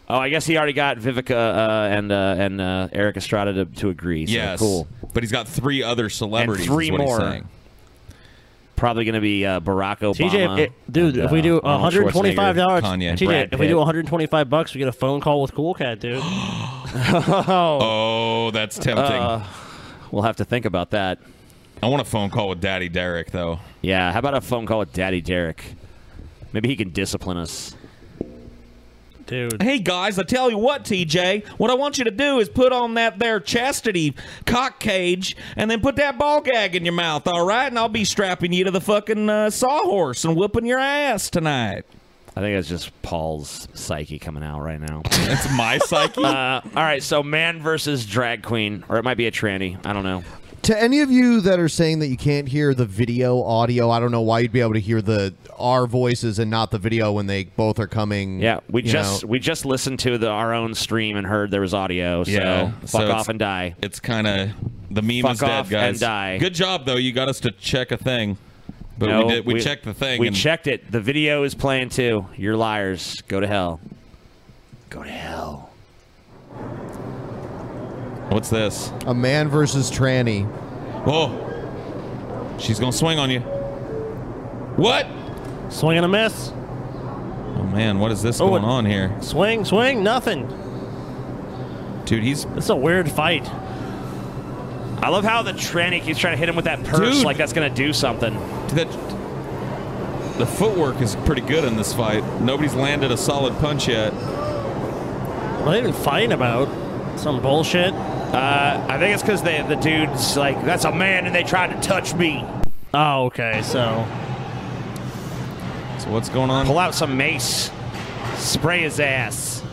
[SPEAKER 1] Oh, I guess he already got Vivica uh, and uh, and uh, Eric Estrada to, to agree. So
[SPEAKER 6] Yes.
[SPEAKER 1] cool.
[SPEAKER 6] But he's got three other celebrities.
[SPEAKER 1] three
[SPEAKER 6] is what he's
[SPEAKER 1] more.
[SPEAKER 6] saying.
[SPEAKER 1] Probably going to be uh, Barack Obama.
[SPEAKER 5] TJ, if- dude,
[SPEAKER 1] and,
[SPEAKER 5] if we
[SPEAKER 1] uh,
[SPEAKER 5] do
[SPEAKER 1] Arnold
[SPEAKER 5] hundred twenty-five dollars,
[SPEAKER 1] Schwarzenegger,
[SPEAKER 5] TJ,
[SPEAKER 1] Brad
[SPEAKER 5] if we do
[SPEAKER 1] Pitt.
[SPEAKER 5] one hundred twenty-five bucks, we get a phone call with Cool Cat, dude.
[SPEAKER 6] Oh, that's tempting.
[SPEAKER 1] Uh, we'll have to think about that.
[SPEAKER 6] I want a phone call with Daddy Derek, though.
[SPEAKER 1] Yeah, how about a phone call with Daddy Derek? Maybe he can discipline us.
[SPEAKER 5] Dude.
[SPEAKER 6] Hey guys, I tell you what, TJ, what I want you to do is put on that there chastity cock cage and then put that ball gag in your mouth, all right? And I'll be strapping you to the fucking uh, sawhorse and whooping your ass tonight.
[SPEAKER 1] I think that's just Paul's psyche coming out right now.
[SPEAKER 6] That's my psyche.
[SPEAKER 1] uh, all right, so man versus drag queen, or it might be a tranny. I don't know.
[SPEAKER 2] To any of you that are saying that you can't hear the video audio, I don't know why you'd be able to hear the our voices and not the video when they both are coming.
[SPEAKER 1] Yeah, we
[SPEAKER 2] you
[SPEAKER 1] just
[SPEAKER 2] know.
[SPEAKER 1] we just listened to the, our own stream and heard there was audio. So
[SPEAKER 6] Yeah,
[SPEAKER 1] fuck
[SPEAKER 6] so it's-
[SPEAKER 1] off and die.
[SPEAKER 6] It's kind of the meme
[SPEAKER 1] Fuck
[SPEAKER 6] is dead,
[SPEAKER 1] off
[SPEAKER 6] guys.
[SPEAKER 1] and die.
[SPEAKER 6] Good job though. You got us to check a thing, but
[SPEAKER 1] No,
[SPEAKER 6] we did. We, checked the thing.
[SPEAKER 1] We
[SPEAKER 6] and
[SPEAKER 1] checked it. The video is playing too. You're liars. Go to hell. Go to hell.
[SPEAKER 6] What's this?
[SPEAKER 2] a man versus tranny.
[SPEAKER 6] Oh, she's gonna swing on you. What?
[SPEAKER 5] Swing and a miss.
[SPEAKER 6] Oh man, what is this
[SPEAKER 5] Oh,
[SPEAKER 6] going
[SPEAKER 5] it-
[SPEAKER 6] on here,
[SPEAKER 5] Swing, swing, nothing.
[SPEAKER 6] dude? He's
[SPEAKER 5] It's a weird fight.
[SPEAKER 1] I love how the tranny keeps trying to hit him with that purse,
[SPEAKER 6] Dude.
[SPEAKER 1] like that's gonna do something.
[SPEAKER 6] that. The footwork is pretty good in this fight. Nobody's landed a solid punch yet.
[SPEAKER 5] What are they even fighting about? Some bullshit.
[SPEAKER 1] Uh, I think it's because the the dude's like, "That's a man," and they tried to touch me.
[SPEAKER 5] Oh, okay. So
[SPEAKER 6] So what's going on?
[SPEAKER 1] Pull out some mace, spray his ass.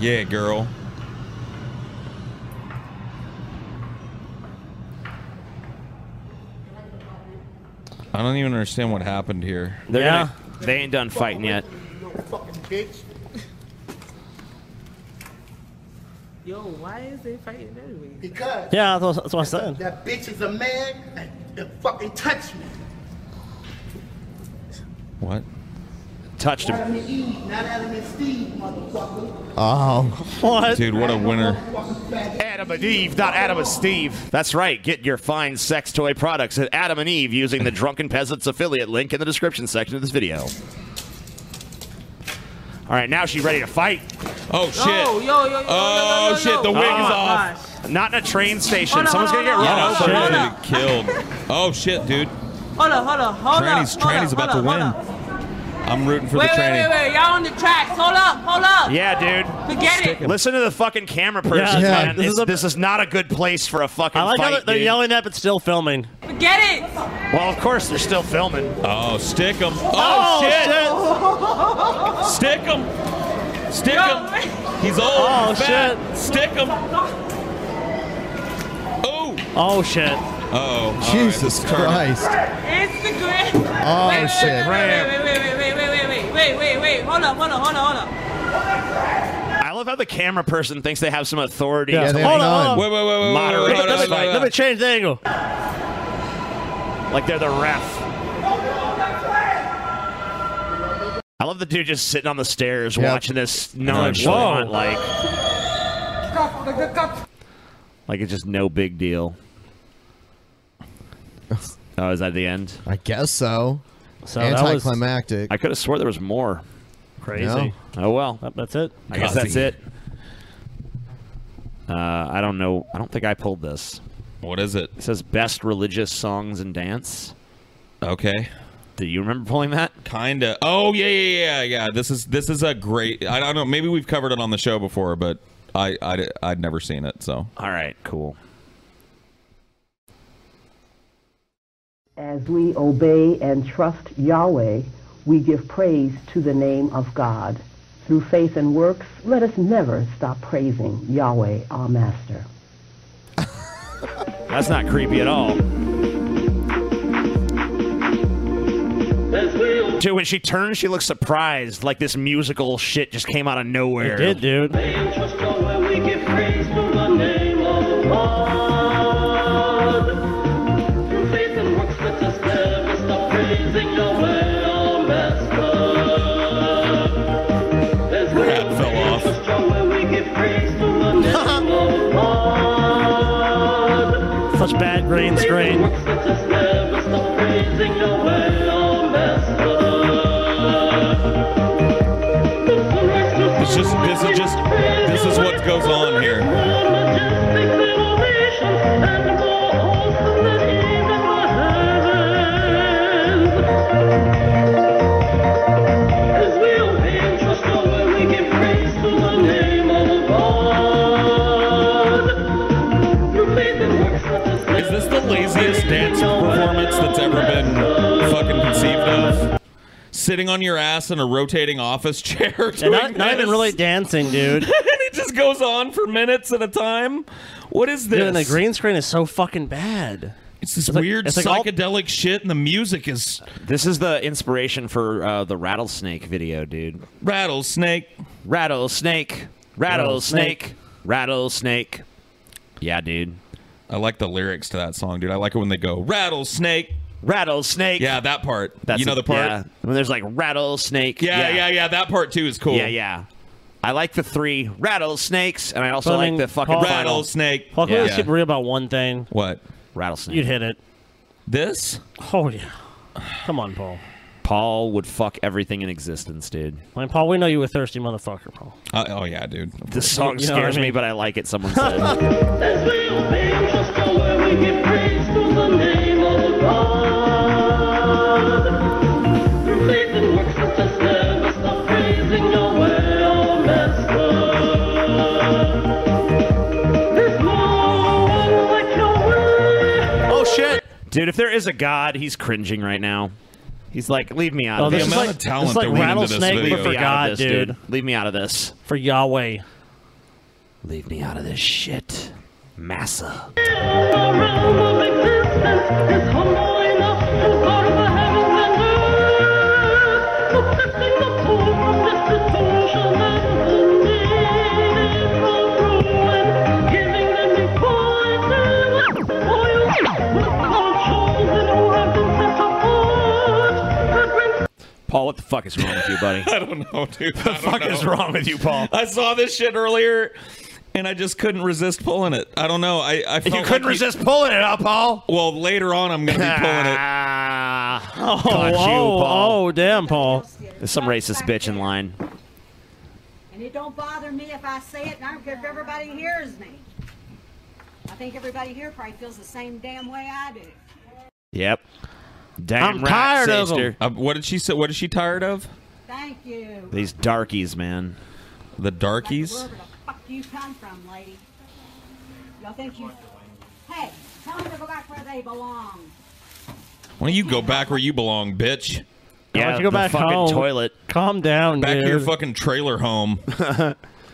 [SPEAKER 6] Yeah, girl. I don't even understand what happened here.
[SPEAKER 1] They're gonna- they ain't done fighting yet.
[SPEAKER 30] Yo, why is they fighting anyway?
[SPEAKER 17] Because
[SPEAKER 5] yeah, that's, that's what I said.
[SPEAKER 17] that bitch is a man and the fucking touch me.
[SPEAKER 6] What?
[SPEAKER 1] Touched him.
[SPEAKER 17] Adam and Eve, not Adam and Steve, motherfucker.
[SPEAKER 2] Oh,
[SPEAKER 1] What?
[SPEAKER 6] Dude, what a winner.
[SPEAKER 1] Adam and Eve, not Adam and Steve. That's right. Get your fine sex toy products at Adam and Eve using the Drunken Peasants affiliate link in the description section of this video. All right, now she's ready to fight.
[SPEAKER 6] Oh
[SPEAKER 30] shit. yo, yo, yo, yo, Oh, yo, yo, shit, the yo. wig is
[SPEAKER 1] Ah.
[SPEAKER 30] off.
[SPEAKER 1] Not in a train station.
[SPEAKER 30] Hold on,
[SPEAKER 1] Someone's gonna get
[SPEAKER 30] hold
[SPEAKER 1] run
[SPEAKER 30] on, hold on,
[SPEAKER 1] over.
[SPEAKER 30] hold on,
[SPEAKER 6] Killed. Oh shit, dude.
[SPEAKER 30] Hold up, hold up, hold
[SPEAKER 6] Tranny's
[SPEAKER 30] up. hold
[SPEAKER 6] tranny's
[SPEAKER 30] up,
[SPEAKER 6] about to
[SPEAKER 30] hold
[SPEAKER 6] win.
[SPEAKER 30] up, hold
[SPEAKER 6] I'm rooting for
[SPEAKER 4] wait,
[SPEAKER 6] the
[SPEAKER 4] wait,
[SPEAKER 6] training.
[SPEAKER 4] wait, wait, Y'all on the tracks. Hold up, hold up.
[SPEAKER 1] Yeah, dude.
[SPEAKER 4] Forget it.
[SPEAKER 1] Listen to the fucking camera person,
[SPEAKER 35] Yeah,
[SPEAKER 1] man.
[SPEAKER 35] this
[SPEAKER 1] This,
[SPEAKER 35] is
[SPEAKER 1] is
[SPEAKER 35] a-
[SPEAKER 1] this is not a good place for a fucking
[SPEAKER 35] I like
[SPEAKER 1] fight,
[SPEAKER 35] how they're
[SPEAKER 1] dude.
[SPEAKER 35] yelling at, but still filming.
[SPEAKER 4] Forget it.
[SPEAKER 1] Well, of course they're still filming.
[SPEAKER 6] Oh, stick them. Oh,
[SPEAKER 4] shit.
[SPEAKER 6] Stick him. Oh, Stick him. He's old.
[SPEAKER 4] Oh,
[SPEAKER 6] and fat. Stick him. Oh.
[SPEAKER 35] Oh shit.
[SPEAKER 6] Oh.
[SPEAKER 5] Jesus Christ.
[SPEAKER 4] It's the grid.
[SPEAKER 5] Oh,
[SPEAKER 4] wait, wait,
[SPEAKER 5] shit.
[SPEAKER 4] Wait, wait, wait, wait, wait, wait, wait, wait, wait, wait, wait. Hold up, hold up, hold up, hold up.
[SPEAKER 1] I love how the camera person thinks they have some authority.
[SPEAKER 35] Yeah,
[SPEAKER 1] to
[SPEAKER 35] they
[SPEAKER 1] like,
[SPEAKER 35] have Hold on, none. hold on. Wait, wait, wait, wait, wait,
[SPEAKER 1] moderate
[SPEAKER 35] wait, wait,
[SPEAKER 1] this
[SPEAKER 35] wait,
[SPEAKER 1] fight.
[SPEAKER 35] Let me change the angle.
[SPEAKER 1] Like they're the ref. I love the dude just sitting on the stairs
[SPEAKER 4] Yeah.
[SPEAKER 1] watching this
[SPEAKER 4] Whoa.
[SPEAKER 1] nonchalant, like, like it's just no big deal. Oh, is that the end?
[SPEAKER 5] I guess so.
[SPEAKER 1] So that was-
[SPEAKER 5] Anticlimactic.
[SPEAKER 1] I could have swore there was more.
[SPEAKER 5] Crazy. No.
[SPEAKER 1] Oh well.
[SPEAKER 35] that's it.
[SPEAKER 1] I guess that's it. Uh, I don't know. I don't think I pulled this.
[SPEAKER 6] What is it?
[SPEAKER 1] It says best religious songs and dance.
[SPEAKER 6] Okay.
[SPEAKER 1] Do you remember pulling that?
[SPEAKER 6] Kinda. Oh yeah, yeah, yeah, yeah. This is this is a great. I don't know. Maybe we've covered it on the show before, but I I I'd never seen it. So.
[SPEAKER 1] All right. Cool.
[SPEAKER 36] As we obey and trust Yahweh, we give praise to the name of God. Through faith and works, let us never stop praising Yahweh, our Master.
[SPEAKER 1] That's not creepy at all. Dude, when she turns, she looks surprised, like this musical shit just came out of nowhere.
[SPEAKER 35] It did, dude. Such bad green screen.
[SPEAKER 6] It's just this is just this is what goes on here. Is this the laziest dance performance that's ever been fucking conceived of? Sitting on your ass in a rotating office chair,
[SPEAKER 35] And
[SPEAKER 6] doing
[SPEAKER 35] not, not even
[SPEAKER 6] this?
[SPEAKER 35] really dancing, dude.
[SPEAKER 6] and it just goes on for minutes at a time. What is
[SPEAKER 35] Dude,
[SPEAKER 6] this?
[SPEAKER 35] and the green screen is so fucking bad.
[SPEAKER 6] It's this
[SPEAKER 35] like-
[SPEAKER 6] weird
[SPEAKER 35] it's like all-
[SPEAKER 6] psychedelic shit, and the music is
[SPEAKER 1] This is the inspiration for uh, the rattlesnake video, dude.
[SPEAKER 6] rattlesnake,
[SPEAKER 1] rattlesnake, rattlesnake, rattlesnake. Yeah, dude.
[SPEAKER 6] I like the lyrics to that song, dude. I like it when they go rattlesnake,
[SPEAKER 1] rattlesnake.
[SPEAKER 6] Yeah, that part.
[SPEAKER 1] That's
[SPEAKER 6] you know
[SPEAKER 1] it,
[SPEAKER 6] the part.
[SPEAKER 1] yeah. When there's like rattlesnake.
[SPEAKER 6] Yeah, yeah, yeah. That part too is cool.
[SPEAKER 1] Yeah, yeah. I like the three rattlesnakes, and I also
[SPEAKER 35] But, I
[SPEAKER 1] like
[SPEAKER 35] mean,
[SPEAKER 1] the fucking
[SPEAKER 35] Paul-
[SPEAKER 1] final-
[SPEAKER 35] Paul, can we just keep real about one thing?
[SPEAKER 6] What?
[SPEAKER 1] Rattlesnake.
[SPEAKER 35] You'd hit it.
[SPEAKER 6] This?
[SPEAKER 35] Oh yeah. Come on, Paul.
[SPEAKER 1] Paul would fuck everything in existence, dude.
[SPEAKER 35] I mean, Paul, we know you a thirsty motherfucker, Paul.
[SPEAKER 6] Uh, oh yeah, dude.
[SPEAKER 1] This song
[SPEAKER 35] You know what I
[SPEAKER 1] scares me,
[SPEAKER 35] mean?
[SPEAKER 1] but I like it. Someone said. oh shit, dude! If there is a god, he's cringing right now. He's like, leave me out
[SPEAKER 35] Oh,
[SPEAKER 1] of this.
[SPEAKER 35] this is like- this is like rattlesnake, but for
[SPEAKER 1] Leave me out
[SPEAKER 35] God,
[SPEAKER 1] of this,
[SPEAKER 35] dude.
[SPEAKER 1] Leave me out of this.
[SPEAKER 35] For Yahweh.
[SPEAKER 1] Leave me out of this shit. Massa. Paul, what the fuck is wrong with you, buddy?
[SPEAKER 6] I don't know, dude. The
[SPEAKER 1] fuck is wrong with you, Paul?
[SPEAKER 6] I saw this shit earlier, and I just couldn't resist pulling it. I don't know. I, I felt
[SPEAKER 1] couldn't resist pulling it, huh, Paul?
[SPEAKER 6] Well, later on, I'm gonna be pulling it.
[SPEAKER 1] oh,
[SPEAKER 35] oh, oh, damn, Paul.
[SPEAKER 1] There's some racist bitch in line.
[SPEAKER 29] And it don't bother me if I say it, and I don't care if everybody hears me. I think everybody here probably feels the same damn way I do.
[SPEAKER 1] Yep. Damn I'm right, tired of 'em. sister.
[SPEAKER 6] Uh, what did she say? What is she tired of?
[SPEAKER 29] Thank you.
[SPEAKER 1] These darkies, man.
[SPEAKER 6] The darkies.
[SPEAKER 29] Where the fuck you come from, lady? Y'all think you... Hey, tell them to go back where they belong.
[SPEAKER 6] Why don't you go back where you belong, bitch?
[SPEAKER 5] Why don't Yeah, you go the back fucking home? toilet.
[SPEAKER 6] Calm down, back to your
[SPEAKER 5] dude.
[SPEAKER 6] fucking trailer home.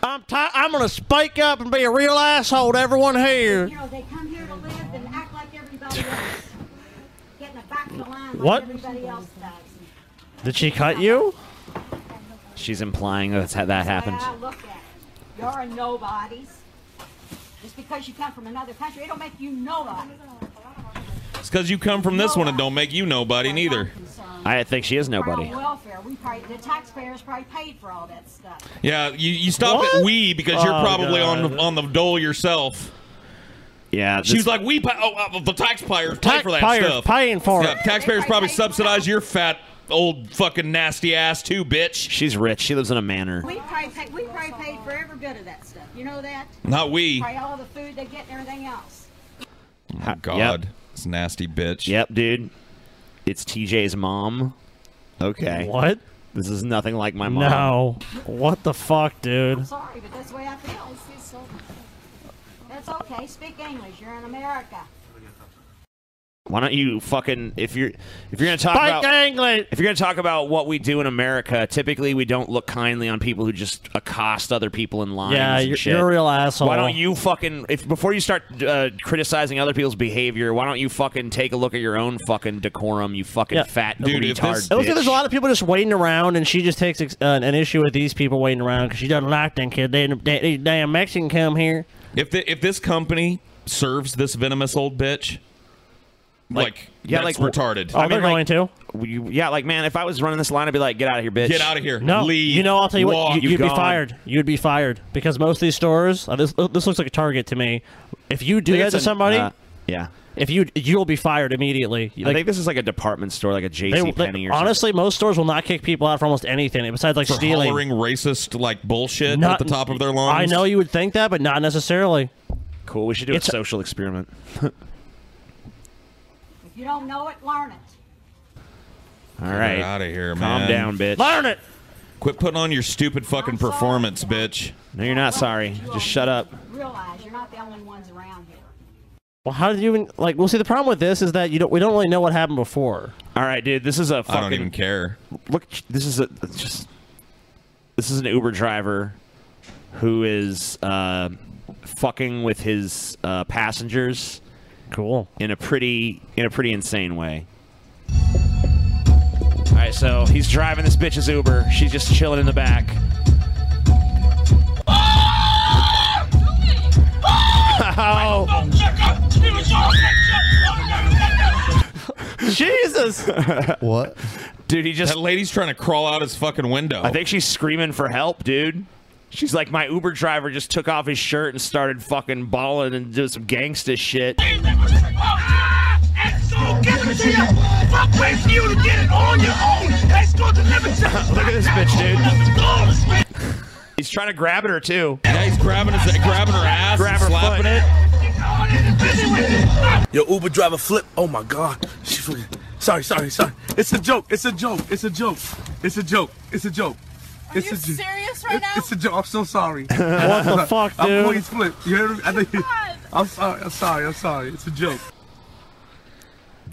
[SPEAKER 5] I'm ti I'm gonna spike up and be a real asshole to everyone here.
[SPEAKER 29] You know, they come here to live and act like everybody else. Get in the back of the line
[SPEAKER 5] What?
[SPEAKER 29] like everybody else does.
[SPEAKER 1] Did she cut you? She's implying that's how that happened.
[SPEAKER 29] Yeah, uh, look at it. You're a nobodies. Just because you come from another country, it don't make you nobody.
[SPEAKER 6] it's because you come from this one and don't make you nobody neither.
[SPEAKER 1] I think she is
[SPEAKER 29] We're on welfare. We probably, the taxpayers probably paid for all that stuff.
[SPEAKER 6] Yeah, you, you stopped at we because you're
[SPEAKER 1] Oh,
[SPEAKER 6] probably
[SPEAKER 1] God.
[SPEAKER 6] on on the dole yourself.
[SPEAKER 1] Yeah,
[SPEAKER 6] She was like, "We pa oh, uh, the taxpayers pay for that
[SPEAKER 5] Taxpayers
[SPEAKER 6] stuff.
[SPEAKER 5] paying for
[SPEAKER 6] yeah,
[SPEAKER 5] it.
[SPEAKER 6] Taxpayers probably subsidize your fat old fucking nasty ass too, bitch."
[SPEAKER 1] She's rich. She lives in a manor.
[SPEAKER 29] We probably, pay, we probably paid for every bit of that stuff. You know that?
[SPEAKER 6] Not we.
[SPEAKER 29] Probably all the food they get and everything else.
[SPEAKER 6] Oh, God, it's nasty, bitch.
[SPEAKER 1] Yep, dude. It's TJ's mom. Okay.
[SPEAKER 5] What?
[SPEAKER 1] This is nothing like my mom.
[SPEAKER 5] No. What the fuck, dude?
[SPEAKER 29] Sorry, but that's the way I feel. That's okay. Speak English. You're in America.
[SPEAKER 1] Why don't you fucking if you're if you're gonna talk
[SPEAKER 5] Spike
[SPEAKER 1] about if you're gonna talk about what we do in America, typically we don't look kindly on people who just accost other people in lines.
[SPEAKER 5] Yeah,
[SPEAKER 1] and
[SPEAKER 5] you're-
[SPEAKER 1] shit.
[SPEAKER 5] you're a real asshole.
[SPEAKER 1] Why don't you fucking if before you start uh, criticizing other people's behavior, why don't you fucking take a look at your own fucking decorum, you fucking fat retard?
[SPEAKER 5] it looks like there's a
[SPEAKER 1] bitch.
[SPEAKER 5] lot of people just waiting around, and she just takes ex- uh, an issue with these people waiting around because she doesn't like them kid. They, they, they damn Mexican come here.
[SPEAKER 6] If the, if this company serves this venomous old bitch, like,
[SPEAKER 1] yeah,
[SPEAKER 6] that's
[SPEAKER 1] like-
[SPEAKER 6] retarded.
[SPEAKER 1] I mean, like,
[SPEAKER 5] Oh, going
[SPEAKER 1] you- yeah, like man, if I was running this line, I'd be like, get out of here, bitch.
[SPEAKER 6] Get outta here.
[SPEAKER 5] No, you know I'll tell you what, you, would be
[SPEAKER 1] gone.
[SPEAKER 5] fired. You'd be fired because most of these stores. Uh, this this looks like a target to me. If you do
[SPEAKER 1] think
[SPEAKER 5] that
[SPEAKER 1] it's
[SPEAKER 5] to
[SPEAKER 1] an-
[SPEAKER 5] somebody,
[SPEAKER 1] uh, yeah.
[SPEAKER 5] if you you'll be fired immediately.
[SPEAKER 1] I think this is like a department store, like a
[SPEAKER 5] they-
[SPEAKER 1] JC
[SPEAKER 5] they-
[SPEAKER 1] Penney or something.
[SPEAKER 5] honestly, most stores will not kick people out for almost anything besides like
[SPEAKER 6] for
[SPEAKER 5] stealing.
[SPEAKER 6] hollering racist like bullshit
[SPEAKER 5] Not-
[SPEAKER 6] at the top of their lungs.
[SPEAKER 5] I know you would think that, but not necessarily.
[SPEAKER 1] Cool. We should do a social experiment.
[SPEAKER 29] If you don't know it, learn it.
[SPEAKER 1] All right,
[SPEAKER 6] out of here,
[SPEAKER 1] Calm
[SPEAKER 6] man.
[SPEAKER 1] down, bitch.
[SPEAKER 5] Learn it.
[SPEAKER 6] Quit putting on your stupid fucking performance, bitch.
[SPEAKER 1] No, you're not sorry. Just shut up.
[SPEAKER 29] Realize you're not the only ones around here.
[SPEAKER 5] Well, how did you even like? Well, see, the problem with this is that you don't. We don't really know what happened before.
[SPEAKER 1] All right, dude. This is a. Fucking,
[SPEAKER 6] even care.
[SPEAKER 1] Look, this is a it's just. This is an Uber driver, who is uh, fucking with his uh, passengers.
[SPEAKER 5] Cool.
[SPEAKER 1] In a pretty in a pretty insane way. All right, so he's driving this bitch's Uber. She's just chilling in the back.
[SPEAKER 35] Oh, check out. Give us all
[SPEAKER 1] Jesus.
[SPEAKER 2] what?
[SPEAKER 1] Dude, he just
[SPEAKER 6] that lady's trying to crawl out his fucking window.
[SPEAKER 1] I think she's screaming for help, dude. She's like, my Uber driver just took off his shirt and started fucking balling and doing some gangsta shit.
[SPEAKER 35] And so give it to you. Fuck wait for you to get it on your own. Let's go deliver to Look at this bitch, dude.
[SPEAKER 1] He's trying to grab at her too.
[SPEAKER 6] Yeah, he's grabbing his grabbing her ass, and
[SPEAKER 35] Grab her
[SPEAKER 6] slapping
[SPEAKER 35] foot.
[SPEAKER 6] it.
[SPEAKER 4] Your Uber driver flip. Oh my god. She fucking- Sorry, sorry, sorry. It's a joke. It's a joke. It's a joke. It's a joke. It's a joke. Are it's you a serious right now? It's a joke. I'm so sorry.
[SPEAKER 5] What the fuck,
[SPEAKER 4] I'm
[SPEAKER 5] dude?
[SPEAKER 4] always flip. You heard me? I think I'm sorry. I'm sorry. I'm sorry. It's a joke.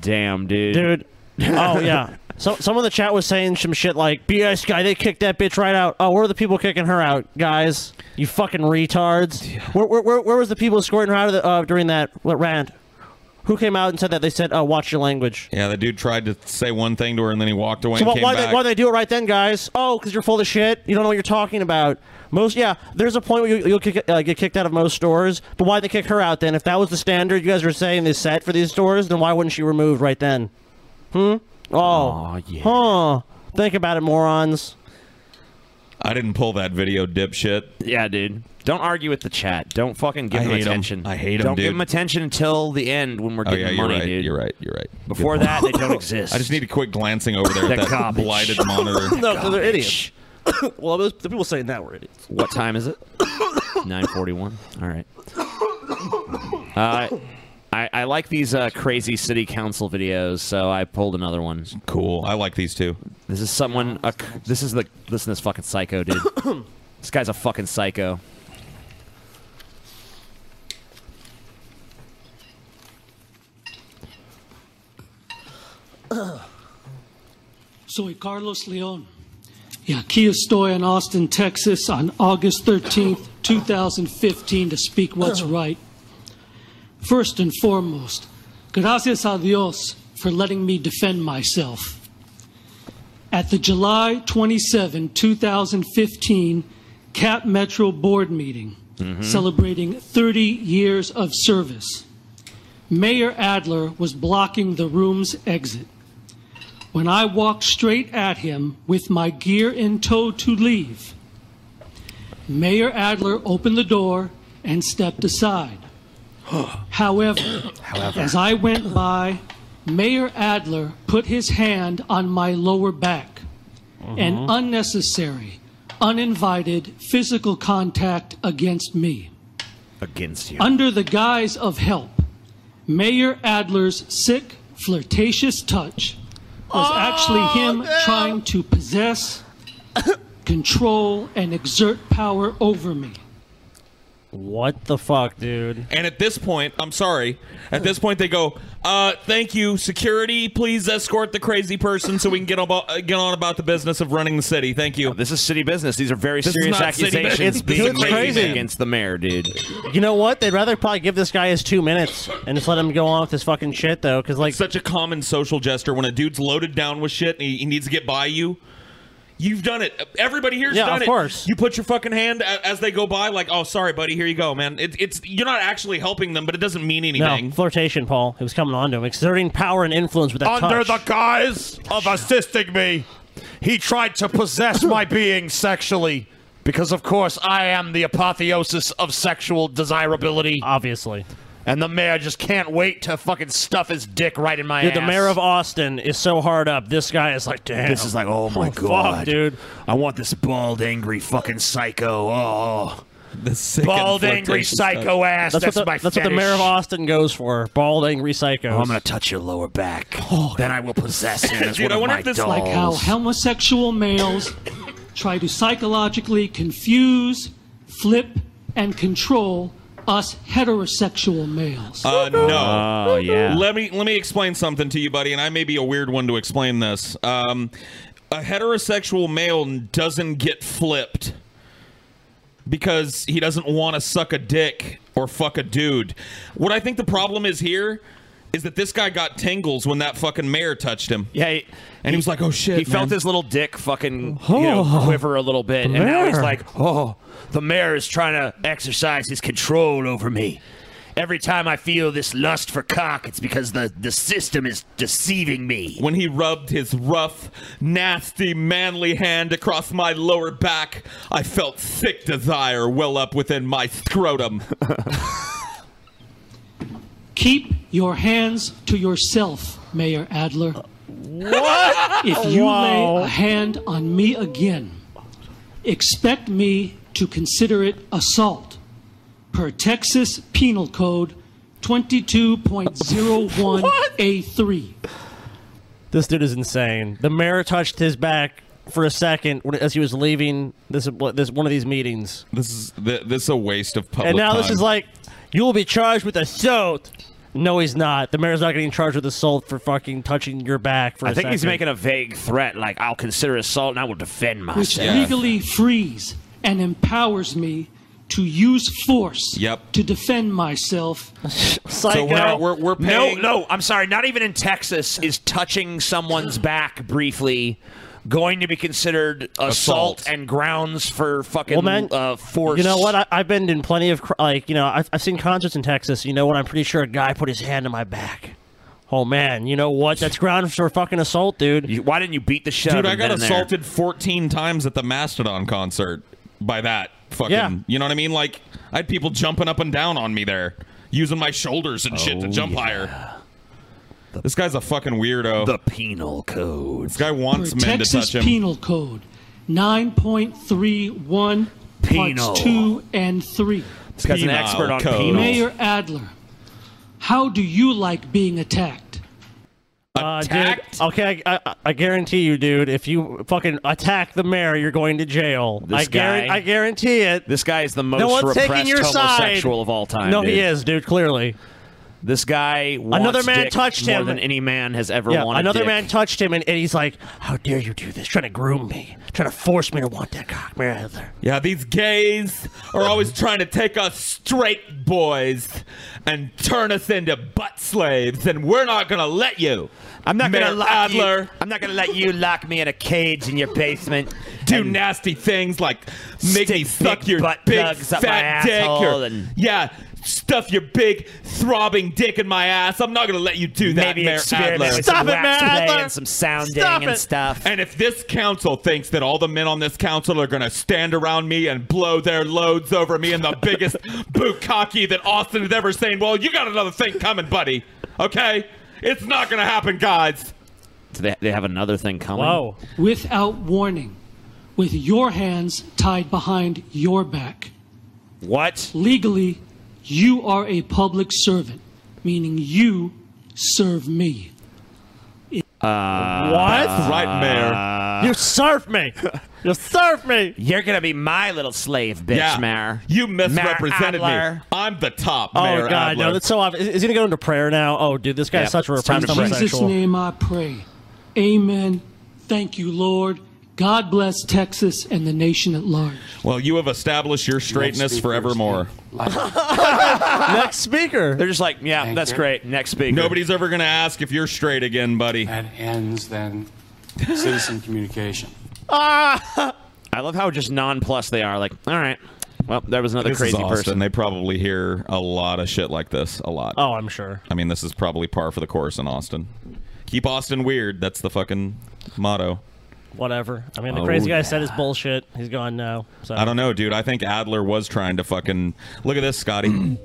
[SPEAKER 1] Damn, dude.
[SPEAKER 5] dude. oh yeah. So some of the chat was saying some shit like BS guy. They kicked that bitch right out. Oh, where are the people kicking her out, guys? You fucking retards. Where, where, where, where was the people escorting her out of the, uh, during that what rant? Who came out and said that? They said,
[SPEAKER 1] Uh,
[SPEAKER 5] "Oh, watch your language."
[SPEAKER 6] Yeah, that dude tried to say one thing to her and then he walked away
[SPEAKER 5] So
[SPEAKER 6] and
[SPEAKER 5] why
[SPEAKER 6] came
[SPEAKER 5] why
[SPEAKER 6] back.
[SPEAKER 5] they, why they do it right then, guys? Oh, because you're full of shit. You don't know what you're talking about. Most yeah, there's a point where you, you'll kick, uh, get kicked out of most stores. But why they kick her out then? If that was the standard you guys were saying is set for these stores, then why wouldn't she remove right then? Hmm. Oh. yeah. Huh. Think about it, morons.
[SPEAKER 6] I didn't pull that video, dipshit.
[SPEAKER 1] Yeah, dude. Don't argue with the chat. Don't fucking give
[SPEAKER 6] I
[SPEAKER 1] him
[SPEAKER 6] hate 'em.
[SPEAKER 1] attention.
[SPEAKER 6] I hate 'em,
[SPEAKER 1] Don't give
[SPEAKER 6] dude.
[SPEAKER 1] him attention until the end when we're
[SPEAKER 6] Oh
[SPEAKER 1] getting
[SPEAKER 6] yeah,
[SPEAKER 1] the
[SPEAKER 6] you're
[SPEAKER 1] money,
[SPEAKER 6] right.
[SPEAKER 1] dude.
[SPEAKER 6] You're right. You're right. Good
[SPEAKER 1] Before
[SPEAKER 6] point.
[SPEAKER 1] that, they don't exist.
[SPEAKER 6] I just need to quit glancing over there at
[SPEAKER 1] That
[SPEAKER 6] that
[SPEAKER 1] garbage.
[SPEAKER 6] blighted monitor.
[SPEAKER 5] no, 'cause they're idiots. well, those, the people saying that were idiots.
[SPEAKER 1] What time is it? 9:41. All right. Uh,
[SPEAKER 37] I, I like these uh, crazy city council videos, so I pulled another one.
[SPEAKER 6] Cool. I like these too.
[SPEAKER 37] This is someone. A, c- this is the. Listen to this fucking psycho, dude. this guy's a fucking psycho.
[SPEAKER 38] Soy Carlos Leon. Y aquí estoy in Austin, Texas on August 13th, 2015 to speak what's
[SPEAKER 6] Uh-huh.
[SPEAKER 38] right. First and foremost, gracias a Dios for letting me defend myself. At the July 27, 2015 CAP Metro Board meeting, celebrating 30 years of service, Mayor Adler was blocking the room's exit. When I walked straight at him with my gear in tow to leave, Mayor Adler opened the door and stepped aside. However,
[SPEAKER 19] However.
[SPEAKER 38] as I went by, Mayor Adler put his hand on my lower back. An
[SPEAKER 19] Mhm.
[SPEAKER 38] unnecessary, uninvited physical contact against me.
[SPEAKER 37] Against you.
[SPEAKER 38] Under the guise of help, Mayor Adler's sick, flirtatious touch
[SPEAKER 1] Oh,
[SPEAKER 38] was actually him trying to possess, control, and exert power over me.
[SPEAKER 5] What the fuck, dude?
[SPEAKER 6] And at this point, I'm sorry. At this point, they go, uh, "Thank you, security. Please escort the crazy person so we can get on about, uh, get on about the business of running the city. Thank you."
[SPEAKER 37] this is city business. These are very
[SPEAKER 6] This is
[SPEAKER 37] serious
[SPEAKER 6] not city
[SPEAKER 37] accusations
[SPEAKER 6] business. This
[SPEAKER 37] being
[SPEAKER 6] is
[SPEAKER 37] made
[SPEAKER 6] crazy.
[SPEAKER 37] against the mayor, dude.
[SPEAKER 5] You know what? They'd rather probably give this guy his two minutes and just let him go on with his fucking shit, though, because like
[SPEAKER 6] such a common social gesture when a dude's loaded down with shit and he, he needs to get by you. You've done it. Everybody here's
[SPEAKER 5] Yeah,
[SPEAKER 6] done
[SPEAKER 5] of
[SPEAKER 6] it.
[SPEAKER 5] course.
[SPEAKER 6] You put your fucking hand a- as they go by, like, "Oh, sorry, buddy. Here you go, man." It, it's you're not actually helping them, but it doesn't mean anything.
[SPEAKER 5] no flirtation, Paul. It was coming on to him, exerting power and influence with that
[SPEAKER 1] Under
[SPEAKER 5] touch.
[SPEAKER 1] the guise of assisting me, he tried to possess my being sexually. Because, of course, I am the apotheosis of sexual desirability.
[SPEAKER 5] Obviously.
[SPEAKER 1] And the mayor just can't wait to fucking stuff his dick right in my
[SPEAKER 5] Dude,
[SPEAKER 1] ass.
[SPEAKER 5] the mayor of Austin is so hard up. This guy is like, damn.
[SPEAKER 1] This is like, oh my
[SPEAKER 5] fuck,
[SPEAKER 1] god,
[SPEAKER 5] dude.
[SPEAKER 1] I want this bald, angry fucking psycho. Oh,
[SPEAKER 6] the
[SPEAKER 1] bald, angry psycho ass. That's,
[SPEAKER 5] what the,
[SPEAKER 1] my.
[SPEAKER 5] That's what the mayor of
[SPEAKER 1] fetish.
[SPEAKER 5] Austin goes for. Bald, angry Oh, psycho.
[SPEAKER 1] Oh, I'm gonna touch your lower back. then I will possess him as one of my dolls.
[SPEAKER 38] like how homosexual males try to psychologically confuse, flip, and control us heterosexual males.
[SPEAKER 6] Uh, no.
[SPEAKER 37] Oh yeah.
[SPEAKER 6] Let me let me explain something to you, buddy, and I may be a weird one to explain this. Um, a heterosexual male doesn't get flipped because he doesn't want to suck a dick or fuck a dude. What I think the problem is here is that this guy got tingles when that fucking mayor touched him.
[SPEAKER 37] Yeah,
[SPEAKER 6] and he, was like, "Oh shit!"
[SPEAKER 37] He felt
[SPEAKER 6] man." Oh.
[SPEAKER 37] his little dick fucking you know, quiver a little bit, and now he's
[SPEAKER 1] Mayor.
[SPEAKER 37] like,
[SPEAKER 1] oh, the mayor is trying to exercise his control over me. Every time I feel this lust for cock, it's because the, the system is deceiving me.
[SPEAKER 6] when he rubbed his rough, nasty, manly hand across my lower back, I felt thick desire well up within my scrotum.
[SPEAKER 38] Keep your hands to yourself, Mayor Adler.
[SPEAKER 19] What?
[SPEAKER 38] If you
[SPEAKER 19] Wow.
[SPEAKER 38] lay a hand on me again, expect me to consider it assault per Texas Penal Code 22.01A3.
[SPEAKER 5] This dude is insane. The mayor touched his back for a second when, as he was leaving this this one of these meetings.
[SPEAKER 6] This is th- this is a waste of public.
[SPEAKER 5] and now this
[SPEAKER 6] time.
[SPEAKER 5] is like, you will be charged with assault. No, he's not. The mayor's not getting charged with assault for fucking touching your back for a
[SPEAKER 1] I think he's
[SPEAKER 5] second.
[SPEAKER 1] making a vague threat, like, I'll consider assault and I will defend
[SPEAKER 38] which
[SPEAKER 1] myself.
[SPEAKER 38] legally frees and empowers me to use force
[SPEAKER 6] Yep.
[SPEAKER 38] to defend myself.
[SPEAKER 5] Psycho.
[SPEAKER 1] No, no, I'm sorry. Not even in Texas is touching someone's back briefly going to be considered assault, and grounds for fucking
[SPEAKER 5] Well, man,
[SPEAKER 1] uh, force.
[SPEAKER 5] You know what? I, I've been in plenty of cr- like you know I've, I've seen concerts in Texas. You know what? I'm pretty sure a guy put his hand on my back. Oh man, you know what? That's ground for fucking assault, dude.
[SPEAKER 37] why didn't you beat the shit
[SPEAKER 6] Dude, I got assaulted 14 times at the Mastodon concert by that fucking.
[SPEAKER 5] Yeah.
[SPEAKER 6] You know what I mean? Like, I had people jumping up and down on me there, using my shoulders and shit to
[SPEAKER 1] Oh,
[SPEAKER 6] jump higher. this guy's a fucking weirdo. The
[SPEAKER 1] penal code.
[SPEAKER 6] This guy wants
[SPEAKER 38] per
[SPEAKER 6] men to
[SPEAKER 38] Texas
[SPEAKER 6] touch him.
[SPEAKER 38] Penal Code 9.31
[SPEAKER 6] Penal.
[SPEAKER 38] parts 2 and 3.
[SPEAKER 6] This guy's an Penal expert on code. penals.
[SPEAKER 38] Mayor Adler,
[SPEAKER 15] How do you like being attacked?
[SPEAKER 5] Uh, dude, okay, I, I, I guarantee you, dude. If you fucking attack the mayor, you're going to jail.
[SPEAKER 1] This
[SPEAKER 5] I guarantee.
[SPEAKER 1] guy-
[SPEAKER 5] I guarantee it.
[SPEAKER 1] This guy is the most
[SPEAKER 5] no one's
[SPEAKER 1] repressed
[SPEAKER 5] taking your
[SPEAKER 1] homosexual
[SPEAKER 5] side.
[SPEAKER 1] of all time.
[SPEAKER 5] No,
[SPEAKER 1] dude.
[SPEAKER 5] he is, dude. Clearly,
[SPEAKER 1] This guy. Wants
[SPEAKER 5] Another man
[SPEAKER 1] dick
[SPEAKER 5] touched
[SPEAKER 1] more
[SPEAKER 5] him.
[SPEAKER 1] than any man has ever
[SPEAKER 5] yeah.
[SPEAKER 1] wanted.
[SPEAKER 5] Another
[SPEAKER 1] dick.
[SPEAKER 5] man touched him, and, and he's like, "How dare you do this? Trying to groom me? Trying to force me to want that cock, man?"
[SPEAKER 20] Yeah, these gays are always trying to take us straight boys and turn us into butt slaves, and we're not gonna let you.
[SPEAKER 1] I'm not
[SPEAKER 20] Mayor
[SPEAKER 1] gonna lock
[SPEAKER 20] Adler.
[SPEAKER 1] you. I'm not gonna let you lock me in a cage in your basement.
[SPEAKER 20] Do nasty things like make me suck your
[SPEAKER 1] butt
[SPEAKER 20] big
[SPEAKER 1] plugs up
[SPEAKER 20] fat
[SPEAKER 1] my
[SPEAKER 20] dick,
[SPEAKER 1] asshole
[SPEAKER 20] or
[SPEAKER 1] and-
[SPEAKER 20] yeah, stuff your big throbbing dick in my ass. I'm not gonna let you do that,
[SPEAKER 1] Maybe
[SPEAKER 20] Mayor
[SPEAKER 1] experiment
[SPEAKER 20] Adler.
[SPEAKER 1] with some Stop it, wax Mayor play Adler. and some sounding Stop and it. stuff.
[SPEAKER 20] And if this council thinks that all the men on this council are gonna stand around me and blow their loads over me in the biggest bukkake that Austin has ever seen, well, you got another thing coming, buddy. Okay, it's not gonna happen, guys.
[SPEAKER 1] Do they, they have another thing coming?
[SPEAKER 15] Without warning, with your hands tied behind your back.
[SPEAKER 1] What?
[SPEAKER 15] Legally, you are a public servant, meaning you serve me.
[SPEAKER 1] Uh,
[SPEAKER 15] What?
[SPEAKER 20] Right, Mayor.
[SPEAKER 5] you serve me. you serve me.
[SPEAKER 1] You're gonna be my little slave, bitch,
[SPEAKER 20] Yeah.
[SPEAKER 1] Mayor.
[SPEAKER 20] You
[SPEAKER 1] Mayor
[SPEAKER 20] misrepresented me.
[SPEAKER 1] Adler.
[SPEAKER 20] I'm the top,
[SPEAKER 5] Oh
[SPEAKER 20] Mayor
[SPEAKER 5] god,
[SPEAKER 20] Adler.
[SPEAKER 5] no, that's so obvious. Is, is he gonna go into prayer now? Oh, dude, this guy's
[SPEAKER 20] Yeah,
[SPEAKER 5] such a
[SPEAKER 20] it's time to
[SPEAKER 5] repressed
[SPEAKER 20] pray.
[SPEAKER 15] In Jesus'
[SPEAKER 5] homosexual.
[SPEAKER 15] name I pray. Amen. Thank you, Lord. God bless Texas and the nation at large.
[SPEAKER 6] Well, you have established your straightness forevermore.
[SPEAKER 5] Next speaker.
[SPEAKER 1] They're just like, yeah, that's
[SPEAKER 6] you.
[SPEAKER 1] great. Next speaker.
[SPEAKER 6] Nobody's ever going to ask if you're straight again, buddy.
[SPEAKER 22] That ends then citizen communication.
[SPEAKER 5] Ah!
[SPEAKER 1] I love how just nonplussed they are. Like, all right, well, there was another
[SPEAKER 6] This is
[SPEAKER 1] crazy
[SPEAKER 6] Austin.
[SPEAKER 1] person.
[SPEAKER 6] They probably hear a lot of shit like this. A lot.
[SPEAKER 5] Oh, I'm sure.
[SPEAKER 6] I mean, this is probably par for the course in Austin. Keep Austin weird. That's the fucking motto.
[SPEAKER 5] Whatever. I mean, the
[SPEAKER 6] Oh,
[SPEAKER 5] crazy guy said his bullshit. He's gone now. So
[SPEAKER 6] I don't know, dude. I think Adler was trying to fucking look at this, Scotty.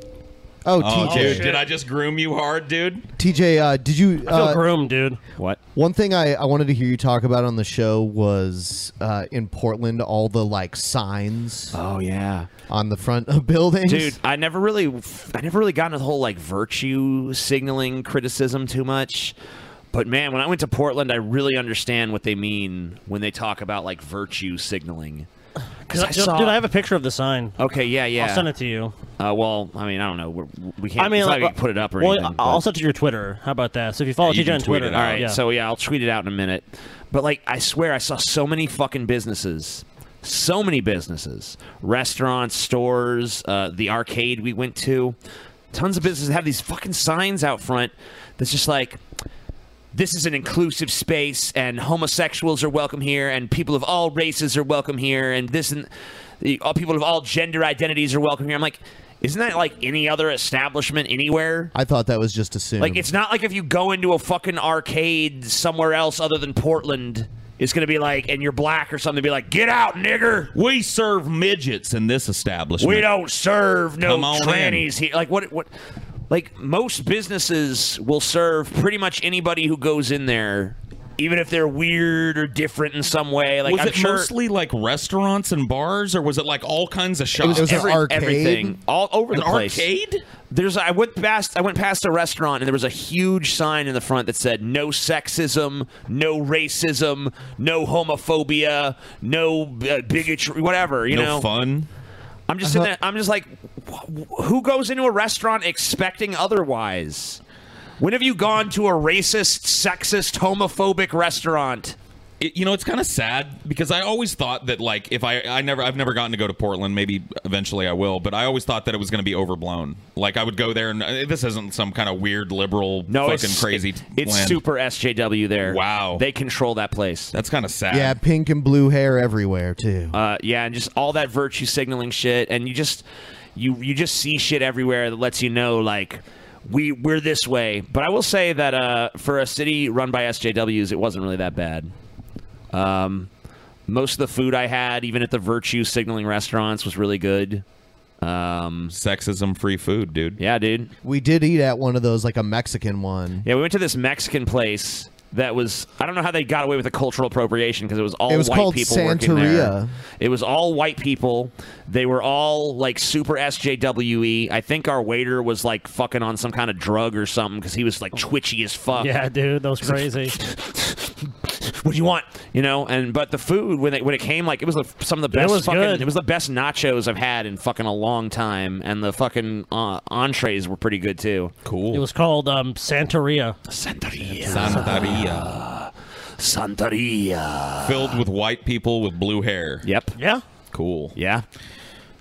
[SPEAKER 2] Oh, TJ.
[SPEAKER 6] dude, did I just groom you hard, dude?
[SPEAKER 2] TJ, uh, did you?
[SPEAKER 6] I feel
[SPEAKER 2] uh,
[SPEAKER 5] groomed, dude.
[SPEAKER 1] What?
[SPEAKER 2] One thing I, I wanted to hear you talk about on the show was uh, in Portland, all the like signs.
[SPEAKER 1] Oh yeah,
[SPEAKER 2] on the front of buildings.
[SPEAKER 1] Dude, I never really, I never really got into the whole like virtue signaling criticism too much. But man, when I went to Portland, I really understand what they mean when they talk about like virtue signaling. Because I
[SPEAKER 5] Dude,
[SPEAKER 1] saw. Oh,
[SPEAKER 5] dude, I have a picture of the sign.
[SPEAKER 1] okay, yeah, yeah.
[SPEAKER 5] I'll send it to you.
[SPEAKER 1] Uh, well, I mean, I don't know. We're, we can't.
[SPEAKER 5] I mean,
[SPEAKER 1] it's not
[SPEAKER 5] like,
[SPEAKER 1] like, we can put it up or
[SPEAKER 5] well,
[SPEAKER 1] anything. but-
[SPEAKER 5] I'll send it to your Twitter. How about that? So if you follow
[SPEAKER 1] you
[SPEAKER 5] TJ
[SPEAKER 1] can
[SPEAKER 5] on
[SPEAKER 1] tweet
[SPEAKER 5] Twitter,
[SPEAKER 1] it. All right,
[SPEAKER 5] yeah.
[SPEAKER 1] so yeah, I'll tweet it out in a minute. But like, I swear, I saw so many fucking businesses, so many businesses, restaurants, stores, uh, the arcade we went to, tons of businesses have these fucking signs out front that's just like. This is an inclusive space, and homosexuals are welcome here, and people of all races are welcome here, and this and the- all people of all gender identities are welcome here. I'm like, isn't that like any other establishment anywhere?
[SPEAKER 2] I thought that was just assumed.
[SPEAKER 1] Like it's not like if you go into a fucking arcade somewhere else other than Portland, it's gonna be like, and you're black or something, be like, get out, nigger.
[SPEAKER 6] We serve midgets in this establishment.
[SPEAKER 1] We don't serve no
[SPEAKER 6] Come on in.
[SPEAKER 1] trannies here. Like what? What? Like most businesses will serve pretty much anybody who goes in there, even if they're weird or different in some way. Like
[SPEAKER 6] was
[SPEAKER 1] I'm
[SPEAKER 6] it
[SPEAKER 1] sure
[SPEAKER 6] mostly like restaurants and bars, or was it like all kinds of shops?
[SPEAKER 1] It was every- everything all over
[SPEAKER 6] An
[SPEAKER 1] the place.
[SPEAKER 6] arcade?
[SPEAKER 1] There's I went past I went past a restaurant and there was a huge sign in the front that said no sexism, no racism, no homophobia, no uh, bigotry, whatever. You
[SPEAKER 6] No
[SPEAKER 1] know,
[SPEAKER 6] fun.
[SPEAKER 1] I'm just sitting there, I'm just like, wh- wh- who goes into a restaurant expecting otherwise? When have you gone to a racist, sexist, homophobic restaurant?
[SPEAKER 6] It- you know, it's kind of sad because I always thought that like if I I never I've never gotten to go to Portland. Maybe eventually I will, but I always thought that it was going to be overblown. Like I would go there and uh, this isn't some kind of weird liberal
[SPEAKER 1] No,
[SPEAKER 6] fucking
[SPEAKER 1] it's
[SPEAKER 6] crazy.
[SPEAKER 1] it- it's
[SPEAKER 6] land.
[SPEAKER 1] super SJW there. Wow, they control that place.
[SPEAKER 6] That's kind of sad.
[SPEAKER 2] yeah, pink and blue hair everywhere too.
[SPEAKER 1] Uh, yeah, and just all that virtue signaling shit, and you just you you just see shit everywhere that lets you know like we we're this way. But I will say that uh, for a city run by SJWs, it wasn't really that bad. Um, most of the food I had, even at the virtue signaling restaurants, was really good. Um,
[SPEAKER 6] Sexism free food, dude.
[SPEAKER 1] Yeah, dude.
[SPEAKER 2] We did eat at one of those, like a Mexican one.
[SPEAKER 1] Yeah, we went to this Mexican place, that was I don't know how they got away with the cultural appropriation because it was all
[SPEAKER 2] It was
[SPEAKER 1] white
[SPEAKER 2] called
[SPEAKER 1] people working there.
[SPEAKER 2] Santeria.
[SPEAKER 1] It was all white people. They were all like super SJWE. E. I think our waiter was like fucking on some kind of drug or something because he was like twitchy as
[SPEAKER 5] Oh.
[SPEAKER 1] fuck.
[SPEAKER 5] Yeah, dude, that was crazy.
[SPEAKER 1] What do you want? You know, and but the food when it when it came, like it was the, some of the
[SPEAKER 5] It
[SPEAKER 1] best.
[SPEAKER 5] was
[SPEAKER 1] fucking,
[SPEAKER 5] good.
[SPEAKER 1] It was the best nachos I've had in fucking a long time, and the fucking uh, entrees were pretty good too. Cool.
[SPEAKER 5] It was called um, Santeria.
[SPEAKER 1] Santeria. uh,
[SPEAKER 6] Santaria.
[SPEAKER 1] Santaria.
[SPEAKER 6] Filled with white people with blue hair.
[SPEAKER 1] Yep.
[SPEAKER 5] Yeah.
[SPEAKER 6] Cool.
[SPEAKER 1] Yeah.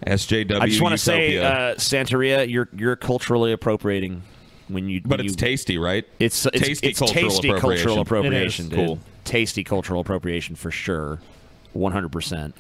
[SPEAKER 6] SJW.
[SPEAKER 1] I just want to say,
[SPEAKER 6] Utopia.
[SPEAKER 1] uh, Santeria, you're you're culturally appropriating when you. But
[SPEAKER 6] it's tasty, right?
[SPEAKER 1] It's it's
[SPEAKER 6] Tasty
[SPEAKER 1] it's
[SPEAKER 6] cultural
[SPEAKER 1] tasty cultural
[SPEAKER 6] appropriation.
[SPEAKER 1] appropriation.
[SPEAKER 6] It is.
[SPEAKER 1] dude.
[SPEAKER 6] Cool.
[SPEAKER 1] Tasty cultural appropriation for sure, one hundred percent.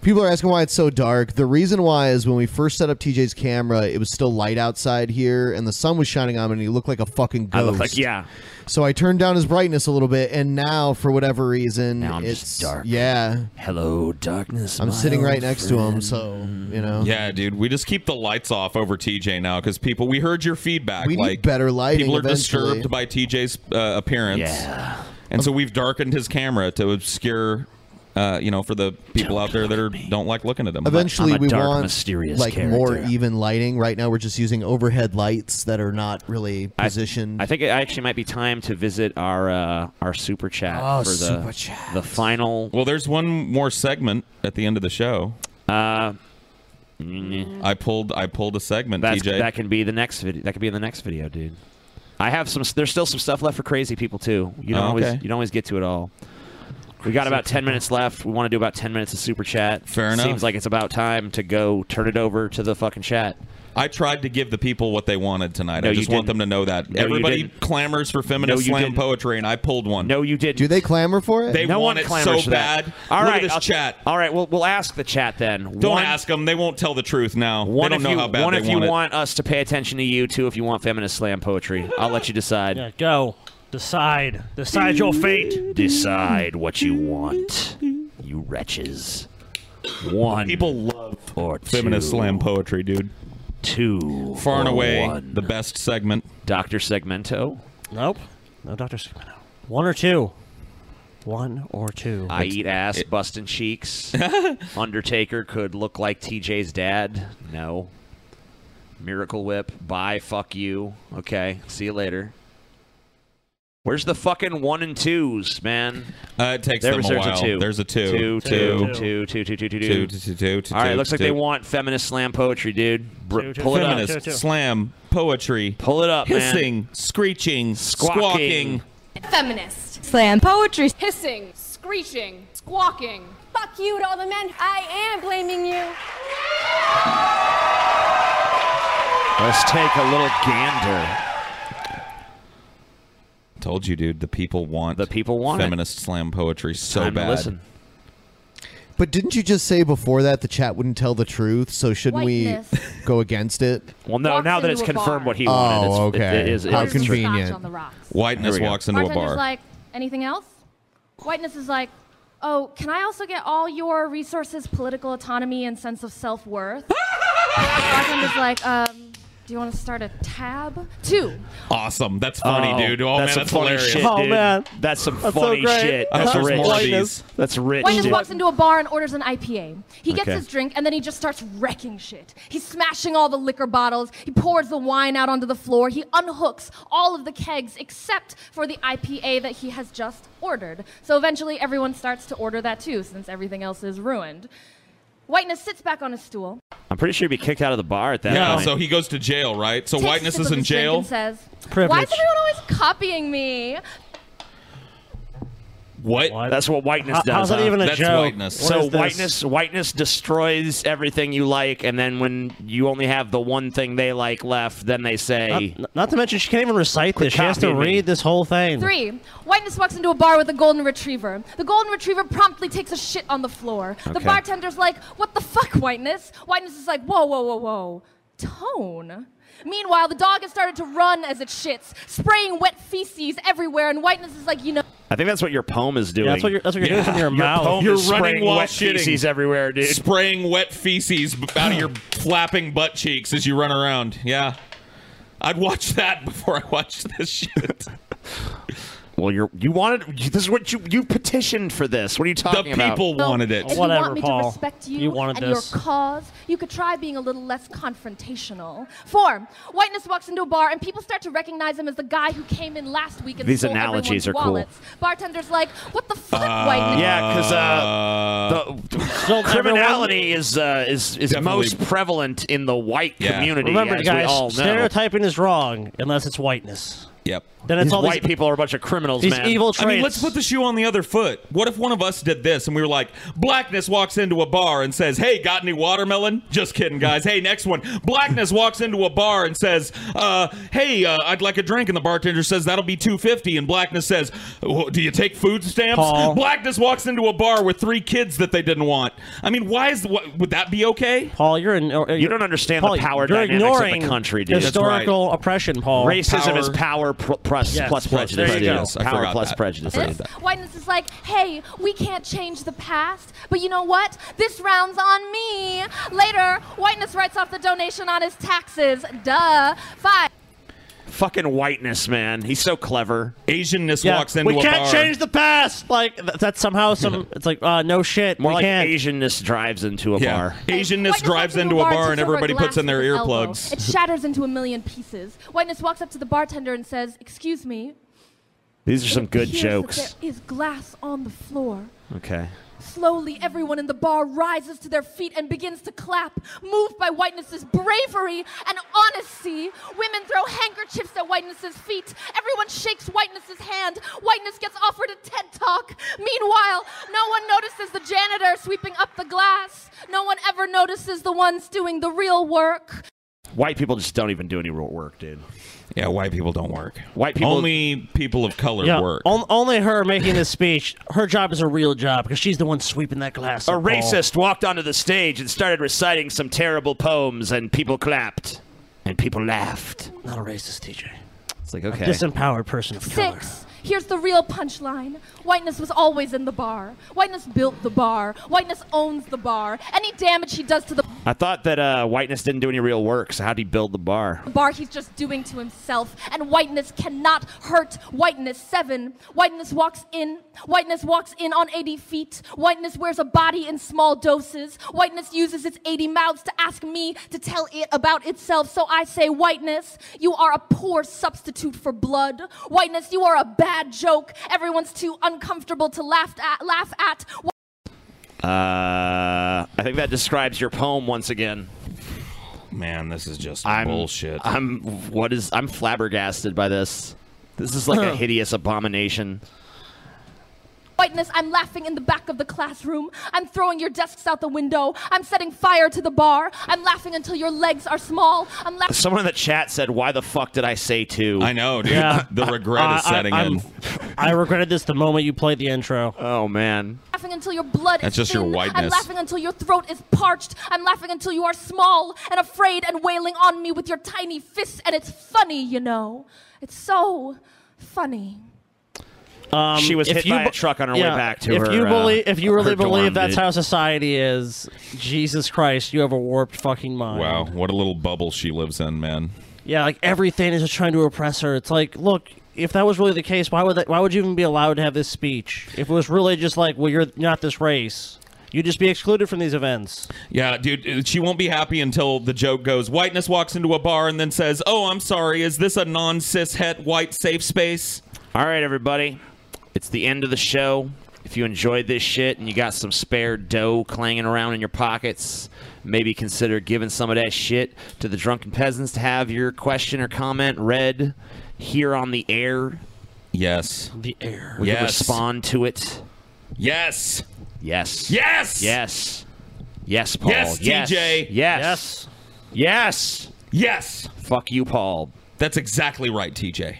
[SPEAKER 2] People are asking why it's so dark. The reason why is when we first set up TJ's camera, it was still light outside here, and the sun was shining on him, and he looked like a fucking ghost.
[SPEAKER 1] I look like yeah.
[SPEAKER 2] So I turned down his brightness a little bit, and now for whatever reason,
[SPEAKER 1] Now I'm
[SPEAKER 2] it's
[SPEAKER 1] just dark.
[SPEAKER 2] Yeah.
[SPEAKER 1] Hello, darkness.
[SPEAKER 2] I'm
[SPEAKER 1] my
[SPEAKER 2] sitting right
[SPEAKER 1] old
[SPEAKER 2] next to him, so you know.
[SPEAKER 6] Yeah, dude. We just keep the lights off over TJ now because people. We heard your feedback.
[SPEAKER 2] We need
[SPEAKER 6] like
[SPEAKER 2] better lighting
[SPEAKER 6] People are
[SPEAKER 2] eventually.
[SPEAKER 6] disturbed by TJ's uh, appearance.
[SPEAKER 2] Yeah.
[SPEAKER 6] And so we've darkened his camera to obscure, uh, you know, for the people out there that are, don't like looking at him.
[SPEAKER 2] Eventually, we want like more even lighting. Right now, we're just using overhead lights that are not really positioned.
[SPEAKER 1] I think it actually might be time to visit our uh, our super chat
[SPEAKER 2] Oh,
[SPEAKER 1] for the
[SPEAKER 2] super
[SPEAKER 1] the final.
[SPEAKER 6] Well, there's one more segment at the end of the show.
[SPEAKER 1] Uh,
[SPEAKER 6] I pulled I pulled a segment.
[SPEAKER 1] That's,
[SPEAKER 6] TJ.
[SPEAKER 1] that can be the next video. That could be in the next video, dude. I have some. There's still some stuff left for crazy people too. You don't
[SPEAKER 6] Oh,
[SPEAKER 1] always
[SPEAKER 6] okay.
[SPEAKER 1] you don't always get to it all. We got about ten minutes left. We want to do about ten minutes of super chat. Fair
[SPEAKER 6] enough.
[SPEAKER 1] Seems like it's about time to go turn it over to the fucking chat.
[SPEAKER 6] I tried to give the people what they wanted tonight.
[SPEAKER 1] No,
[SPEAKER 6] I
[SPEAKER 1] you
[SPEAKER 6] just want them
[SPEAKER 1] didn't.
[SPEAKER 6] to know that
[SPEAKER 1] No, you
[SPEAKER 6] everybody
[SPEAKER 1] didn't.
[SPEAKER 6] clamors for feminist
[SPEAKER 1] No, you
[SPEAKER 6] slam
[SPEAKER 1] didn't.
[SPEAKER 6] poetry, and I pulled one.
[SPEAKER 1] No, you did.
[SPEAKER 2] Do they clamor for it?
[SPEAKER 6] They
[SPEAKER 1] no
[SPEAKER 6] want
[SPEAKER 1] one
[SPEAKER 6] it
[SPEAKER 1] clamors
[SPEAKER 6] so
[SPEAKER 1] for that.
[SPEAKER 6] bad.
[SPEAKER 1] All
[SPEAKER 6] Look at
[SPEAKER 1] right,
[SPEAKER 6] this
[SPEAKER 1] I'll-
[SPEAKER 6] chat.
[SPEAKER 1] All right, we'll we'll ask the chat then.
[SPEAKER 6] Don't
[SPEAKER 1] One-
[SPEAKER 6] ask them; they won't tell the truth now.
[SPEAKER 1] One
[SPEAKER 6] they
[SPEAKER 1] if
[SPEAKER 6] don't know
[SPEAKER 1] you
[SPEAKER 6] how bad
[SPEAKER 1] one
[SPEAKER 6] they
[SPEAKER 1] if
[SPEAKER 6] want
[SPEAKER 1] you
[SPEAKER 6] it.
[SPEAKER 1] want us to pay attention to you, two if you want feminist slam poetry. I'll let you decide.
[SPEAKER 5] Yeah, go. Decide. Decide your fate.
[SPEAKER 1] Decide what you want, you wretches. One. People
[SPEAKER 6] love
[SPEAKER 1] or
[SPEAKER 6] feminist
[SPEAKER 1] two.
[SPEAKER 6] slam poetry, dude.
[SPEAKER 1] Two
[SPEAKER 6] far and
[SPEAKER 1] or
[SPEAKER 6] away
[SPEAKER 1] one.
[SPEAKER 6] the best segment.
[SPEAKER 1] Doctor Segmento.
[SPEAKER 5] Nope. No, Dr. Segmento. One or two. One or two.
[SPEAKER 1] I eat ass, busting cheeks. Undertaker could look like TJ's dad. No. Miracle Whip. Bye. Fuck you. Okay. See you later. Where's the fucking one and twos, man?
[SPEAKER 6] Uh, it takes
[SPEAKER 1] There
[SPEAKER 6] them
[SPEAKER 1] was-
[SPEAKER 6] a
[SPEAKER 1] there's
[SPEAKER 6] while.
[SPEAKER 1] two.
[SPEAKER 6] There's a
[SPEAKER 1] Two,
[SPEAKER 6] two.
[SPEAKER 1] two, two,
[SPEAKER 6] Two.
[SPEAKER 1] two, two, two, two,
[SPEAKER 6] Two, two, two, two,
[SPEAKER 1] All right,
[SPEAKER 6] two,
[SPEAKER 1] looks like
[SPEAKER 6] two.
[SPEAKER 1] they want feminist slam poetry, dude. Br-
[SPEAKER 6] Two, two,
[SPEAKER 1] pull it up.
[SPEAKER 6] Feminist slam poetry.
[SPEAKER 1] Pull it up, man.
[SPEAKER 6] Hissing, screeching,
[SPEAKER 1] Squawking.
[SPEAKER 6] squawking.
[SPEAKER 23] Feminist. Slam poetry. Hissing, screeching, squawking. Fuck you to all the men. I am blaming you.
[SPEAKER 1] Let's take a little gander.
[SPEAKER 6] Told you, dude. The people want the
[SPEAKER 1] people want
[SPEAKER 2] it.
[SPEAKER 6] feminist slam poetry so
[SPEAKER 1] Time to
[SPEAKER 6] bad.
[SPEAKER 1] listen.
[SPEAKER 2] But didn't you just say before that the chat wouldn't tell the truth? So shouldn't we go against it?
[SPEAKER 1] Well, no. now that it's
[SPEAKER 23] into a
[SPEAKER 1] confirmed
[SPEAKER 23] bar.
[SPEAKER 1] what he
[SPEAKER 2] Oh,
[SPEAKER 1] wanted, it's,
[SPEAKER 2] okay.
[SPEAKER 1] it, it is. it
[SPEAKER 2] How
[SPEAKER 1] is true.
[SPEAKER 2] convenient.
[SPEAKER 23] Scotch on the rocks.
[SPEAKER 6] Whiteness
[SPEAKER 1] Here we go.
[SPEAKER 6] walks into a
[SPEAKER 23] Bartender's
[SPEAKER 6] bar.
[SPEAKER 23] like, anything else? Whiteness is like, oh, can I also get all your resources, political autonomy, and sense of self worth? Bartender's like, um, do you want to start a tab? Two.
[SPEAKER 6] awesome. That's funny,
[SPEAKER 1] Oh,
[SPEAKER 6] dude. Oh
[SPEAKER 1] that's
[SPEAKER 6] man,
[SPEAKER 1] some
[SPEAKER 6] that's
[SPEAKER 1] funny
[SPEAKER 6] hilarious.
[SPEAKER 1] shit, dude. that's some
[SPEAKER 23] That's so
[SPEAKER 1] funny
[SPEAKER 23] great.
[SPEAKER 1] shit.
[SPEAKER 6] I
[SPEAKER 1] That's
[SPEAKER 6] hope there's
[SPEAKER 1] rich.
[SPEAKER 6] more of these.
[SPEAKER 1] That's rich.
[SPEAKER 23] Whiteness
[SPEAKER 1] dude.
[SPEAKER 23] walks into a bar and orders an IPA. He gets
[SPEAKER 1] Okay.
[SPEAKER 23] his drink and then he just starts wrecking shit. He's smashing all the liquor bottles. He pours the wine out onto the floor. He unhooks all of the kegs except for the IPA that he has just ordered. So eventually everyone starts to order that too since everything else is ruined. Whiteness sits back on his stool.
[SPEAKER 1] I'm pretty sure he'd be kicked out of the bar at that
[SPEAKER 6] yeah.
[SPEAKER 1] point.
[SPEAKER 6] So he goes to jail, right? So
[SPEAKER 23] takes a
[SPEAKER 6] whiteness
[SPEAKER 23] sip
[SPEAKER 6] is
[SPEAKER 23] of
[SPEAKER 6] in
[SPEAKER 23] his drink
[SPEAKER 6] jail.
[SPEAKER 23] And says, Why
[SPEAKER 6] Privilege.
[SPEAKER 23] is everyone always copying me?
[SPEAKER 6] What?
[SPEAKER 1] That's what whiteness
[SPEAKER 5] How-
[SPEAKER 1] does.
[SPEAKER 5] how's that
[SPEAKER 1] huh?
[SPEAKER 5] even a That's joke? whiteness. What
[SPEAKER 1] So
[SPEAKER 5] is this?
[SPEAKER 1] whiteness, whiteness destroys everything you like, and then when you only have the one thing they like left, then they say,
[SPEAKER 5] Not, not to mention, she can't even recite this. She has to
[SPEAKER 1] copying me.
[SPEAKER 5] read this whole thing.
[SPEAKER 23] Three, whiteness walks into a bar with a golden retriever. The golden retriever promptly takes a shit on the floor. The
[SPEAKER 5] Okay.
[SPEAKER 23] bartender's like, What the fuck, whiteness? Whiteness is like, Whoa, whoa, whoa, whoa. Tone. Meanwhile, the dog has started to run as it shits, spraying wet feces everywhere, and whiteness is like, You know.
[SPEAKER 1] "I think that's what your poem is doing."
[SPEAKER 5] that's what you're- that's what you're doing from your mouth.
[SPEAKER 1] poem
[SPEAKER 5] You're
[SPEAKER 1] is
[SPEAKER 5] running
[SPEAKER 1] spraying
[SPEAKER 5] while
[SPEAKER 1] wet
[SPEAKER 6] shitting.
[SPEAKER 1] feces everywhere, dude.
[SPEAKER 6] Spraying wet feces b- out of your flapping butt cheeks as you run around. Yeah. I'd watch that before I watched this shit.
[SPEAKER 1] Well, you're you wanted this is what you you petitioned for this. What are you talking about?
[SPEAKER 6] people
[SPEAKER 23] So, If you want me to respect you,
[SPEAKER 1] You wanted
[SPEAKER 23] and
[SPEAKER 1] this.
[SPEAKER 23] your cause, you could try being a little less confrontational. Four, whiteness walks into a bar and people start to recognize him as the guy who came in last week and
[SPEAKER 1] These
[SPEAKER 23] stole
[SPEAKER 1] analogies
[SPEAKER 23] everyone's
[SPEAKER 1] are cool.
[SPEAKER 23] wallets. Bartender's like, what the fuck,
[SPEAKER 1] Uh,
[SPEAKER 23] whiteness?
[SPEAKER 1] yeah, because uh, the criminality is uh, is is
[SPEAKER 5] Definitely.
[SPEAKER 1] most prevalent in the white community.
[SPEAKER 5] Remember,
[SPEAKER 1] as
[SPEAKER 5] guys,
[SPEAKER 1] we all know.
[SPEAKER 5] stereotyping is wrong unless it's whiteness.
[SPEAKER 6] Yep.
[SPEAKER 5] Then it's
[SPEAKER 1] These
[SPEAKER 5] all these-
[SPEAKER 1] white people are a bunch of criminals,
[SPEAKER 5] these
[SPEAKER 1] man.
[SPEAKER 5] evil
[SPEAKER 6] I mean, let's put the shoe on the other foot. What if one of us did this and we were like, Blackness walks into a bar and says, Hey, got any watermelon? Just kidding, guys. Hey, next one. Blackness walks into a bar and says, uh, Hey, uh, I'd like a drink. And the bartender says, That'll be 250 And Blackness says, "Wh- Do you take food stamps?
[SPEAKER 5] Paul.
[SPEAKER 6] Blackness walks into a bar with three kids that they didn't want. I mean, why is what, would that be okay?
[SPEAKER 5] Paul, you're in. Or,
[SPEAKER 6] don't understand
[SPEAKER 5] Paul, you're ignoring Historical oppression, Paul.
[SPEAKER 1] Racism is power pr- plus,
[SPEAKER 5] Yes.
[SPEAKER 1] plus
[SPEAKER 5] Plus,
[SPEAKER 1] prejudice.
[SPEAKER 5] there you go.
[SPEAKER 1] Yes,
[SPEAKER 5] I
[SPEAKER 1] power
[SPEAKER 5] forgot
[SPEAKER 1] plus
[SPEAKER 5] that.
[SPEAKER 1] prejudice.
[SPEAKER 23] This whiteness is like, hey, we can't change the past, but you know what? This round's on me. Later, whiteness writes off the donation on his taxes. Duh. Five.
[SPEAKER 1] Fucking whiteness, man. He's so clever.
[SPEAKER 6] Asianness
[SPEAKER 5] Yeah. we can't change the past. Like th- that's somehow some. It's like uh, no shit.
[SPEAKER 1] More
[SPEAKER 5] we
[SPEAKER 1] like
[SPEAKER 5] can't.
[SPEAKER 1] Asianness drives into a bar.
[SPEAKER 6] Asianness drives into a bar and everybody puts in their earplugs.
[SPEAKER 23] It shatters into a million pieces. Whiteness walks up to the bartender and says, "Excuse me."
[SPEAKER 1] These are some good
[SPEAKER 23] appears that
[SPEAKER 1] jokes.
[SPEAKER 23] There is glass on the floor.
[SPEAKER 1] Okay.
[SPEAKER 23] Slowly, everyone in the bar rises to their feet and begins to clap, moved by Whiteness's bravery and honesty. Women throw handkerchiefs at Whiteness's feet. Everyone shakes Whiteness's hand. Whiteness gets offered a TED Talk. Meanwhile, no one notices the janitor sweeping up the glass. No one ever notices the ones doing the real work.
[SPEAKER 1] White people just don't even do any real work, dude.
[SPEAKER 6] Yeah, white people don't work.
[SPEAKER 1] White people
[SPEAKER 6] Only people of color
[SPEAKER 5] Yeah,
[SPEAKER 6] work.
[SPEAKER 5] on- only her making this speech. Her job is a real job because she's the one sweeping that glass.
[SPEAKER 1] A
[SPEAKER 5] up, Paul.
[SPEAKER 1] racist walked onto the stage and started reciting some terrible poems, and people clapped, and people laughed.
[SPEAKER 5] Not a racist, TJ.
[SPEAKER 1] It's like okay,
[SPEAKER 5] Disempowered person of color.
[SPEAKER 23] Six. Here's the real punchline. Whiteness was always in the bar. Whiteness built the bar. Whiteness owns the bar. Any damage he does to the
[SPEAKER 1] I thought that uh, whiteness didn't do any real work, so how'd he build the bar?
[SPEAKER 23] bar he's just doing to himself and whiteness cannot hurt whiteness seven whiteness walks in whiteness walks in on 80 feet whiteness wears a body in small doses whiteness uses its 80 mouths to ask me to tell it about itself so i say whiteness you are a poor substitute for blood whiteness you are a bad joke everyone's too uncomfortable to laugh at laugh at
[SPEAKER 1] Uh, I think that describes your poem once again.
[SPEAKER 6] Man, this is just
[SPEAKER 1] I'm,
[SPEAKER 6] bullshit.
[SPEAKER 1] I'm what is I'm flabbergasted by this. This is like a hideous abomination.
[SPEAKER 23] Whiteness, I'm laughing in the back of the classroom. I'm throwing your desks out the window. I'm setting fire to the bar. I'm laughing until your legs are small. I'm laughing.
[SPEAKER 1] Someone in the chat said, "Why the fuck did I say two? I
[SPEAKER 6] know, dude.
[SPEAKER 5] Yeah. Uh,
[SPEAKER 6] The
[SPEAKER 1] Uh,
[SPEAKER 6] regret is
[SPEAKER 5] I- I-
[SPEAKER 6] setting
[SPEAKER 5] I'm-
[SPEAKER 6] in.
[SPEAKER 5] I regretted this the moment you played the intro.
[SPEAKER 1] Oh man.
[SPEAKER 23] laughing until your blood
[SPEAKER 5] That's
[SPEAKER 23] is
[SPEAKER 5] just your
[SPEAKER 23] thin. I'm
[SPEAKER 5] whiteness.
[SPEAKER 23] laughing until your throat is parched. I'm laughing until you are small and afraid and wailing on me with your tiny fists. And it's funny, you know. It's so funny.
[SPEAKER 5] Um,
[SPEAKER 1] She was
[SPEAKER 5] if
[SPEAKER 1] hit
[SPEAKER 5] you
[SPEAKER 1] by
[SPEAKER 5] bu-
[SPEAKER 1] a truck on her
[SPEAKER 5] yeah,
[SPEAKER 1] way back to
[SPEAKER 5] if
[SPEAKER 1] her.
[SPEAKER 5] You
[SPEAKER 1] uh,
[SPEAKER 5] believe, if you really
[SPEAKER 1] her dorm,
[SPEAKER 5] believe that's
[SPEAKER 1] dude.
[SPEAKER 5] how society is, Jesus Christ, you have a warped fucking mind.
[SPEAKER 6] Wow, what a little bubble she lives in, man.
[SPEAKER 5] Yeah, like everything is just trying to oppress her. It's like, look, if that was really the case, why would that, why would you even be allowed to have this speech? If it was really just like, well, you're not this race, you'd just be excluded from these events.
[SPEAKER 6] Yeah, dude, uh, she won't be happy until the joke goes. Whiteness walks into a bar and then says, "Oh, I'm sorry. Is this a non-cis het white safe space?"
[SPEAKER 1] All right, everybody. It's the end of the show. If you enjoyed this shit and you got some spare dough clanging around in your pockets, maybe consider giving some of that shit to the drunken peasants to have your question or comment read here on the air.
[SPEAKER 6] Yes.
[SPEAKER 5] The air.
[SPEAKER 1] We can
[SPEAKER 6] Yes.
[SPEAKER 1] respond to it.
[SPEAKER 6] Yes.
[SPEAKER 1] Yes.
[SPEAKER 6] Yes.
[SPEAKER 1] Yes. Yes, Paul.
[SPEAKER 6] Yes, TJ.
[SPEAKER 1] Yes. Yes. Yes.
[SPEAKER 6] Yes.
[SPEAKER 1] Fuck you, Paul.
[SPEAKER 6] That's exactly right, TJ.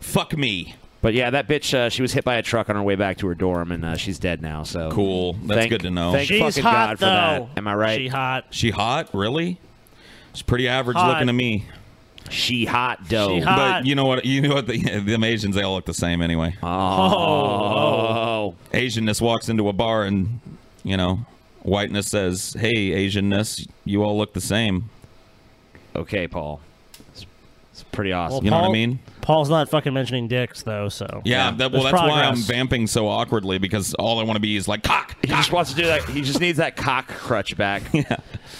[SPEAKER 6] Fuck me.
[SPEAKER 1] But yeah, that bitch, uh, she was hit by a truck on her way back to her dorm, and uh, she's dead now. So
[SPEAKER 6] Cool. That's
[SPEAKER 1] Thank-
[SPEAKER 6] good to know.
[SPEAKER 1] Thank
[SPEAKER 6] She's
[SPEAKER 1] fucking
[SPEAKER 6] hot,
[SPEAKER 1] God for that.
[SPEAKER 6] though.
[SPEAKER 1] Am I right?
[SPEAKER 5] She hot.
[SPEAKER 6] She hot? Really? She's pretty average
[SPEAKER 1] Hot.
[SPEAKER 6] looking to me.
[SPEAKER 1] She hot dough. She
[SPEAKER 6] But
[SPEAKER 1] hot.
[SPEAKER 6] you know what? You know what? The, the Asians they all look the same anyway.
[SPEAKER 1] Oh.
[SPEAKER 6] Asianness walks into a bar and you know whiteness says, "Hey, Asianness, you all look the same."
[SPEAKER 1] Okay, Paul. It's pretty awesome.
[SPEAKER 5] Well,
[SPEAKER 6] You know what I
[SPEAKER 5] Paul-
[SPEAKER 6] mean?
[SPEAKER 5] Paul's not fucking mentioning dicks though, so
[SPEAKER 6] Yeah, that, well,
[SPEAKER 5] there's
[SPEAKER 6] that's why I'm
[SPEAKER 5] progress.
[SPEAKER 6] vamping so awkwardly because all I want to be is like cock.
[SPEAKER 1] He just wants to do that. He just needs that cock crutch back.
[SPEAKER 6] Yeah.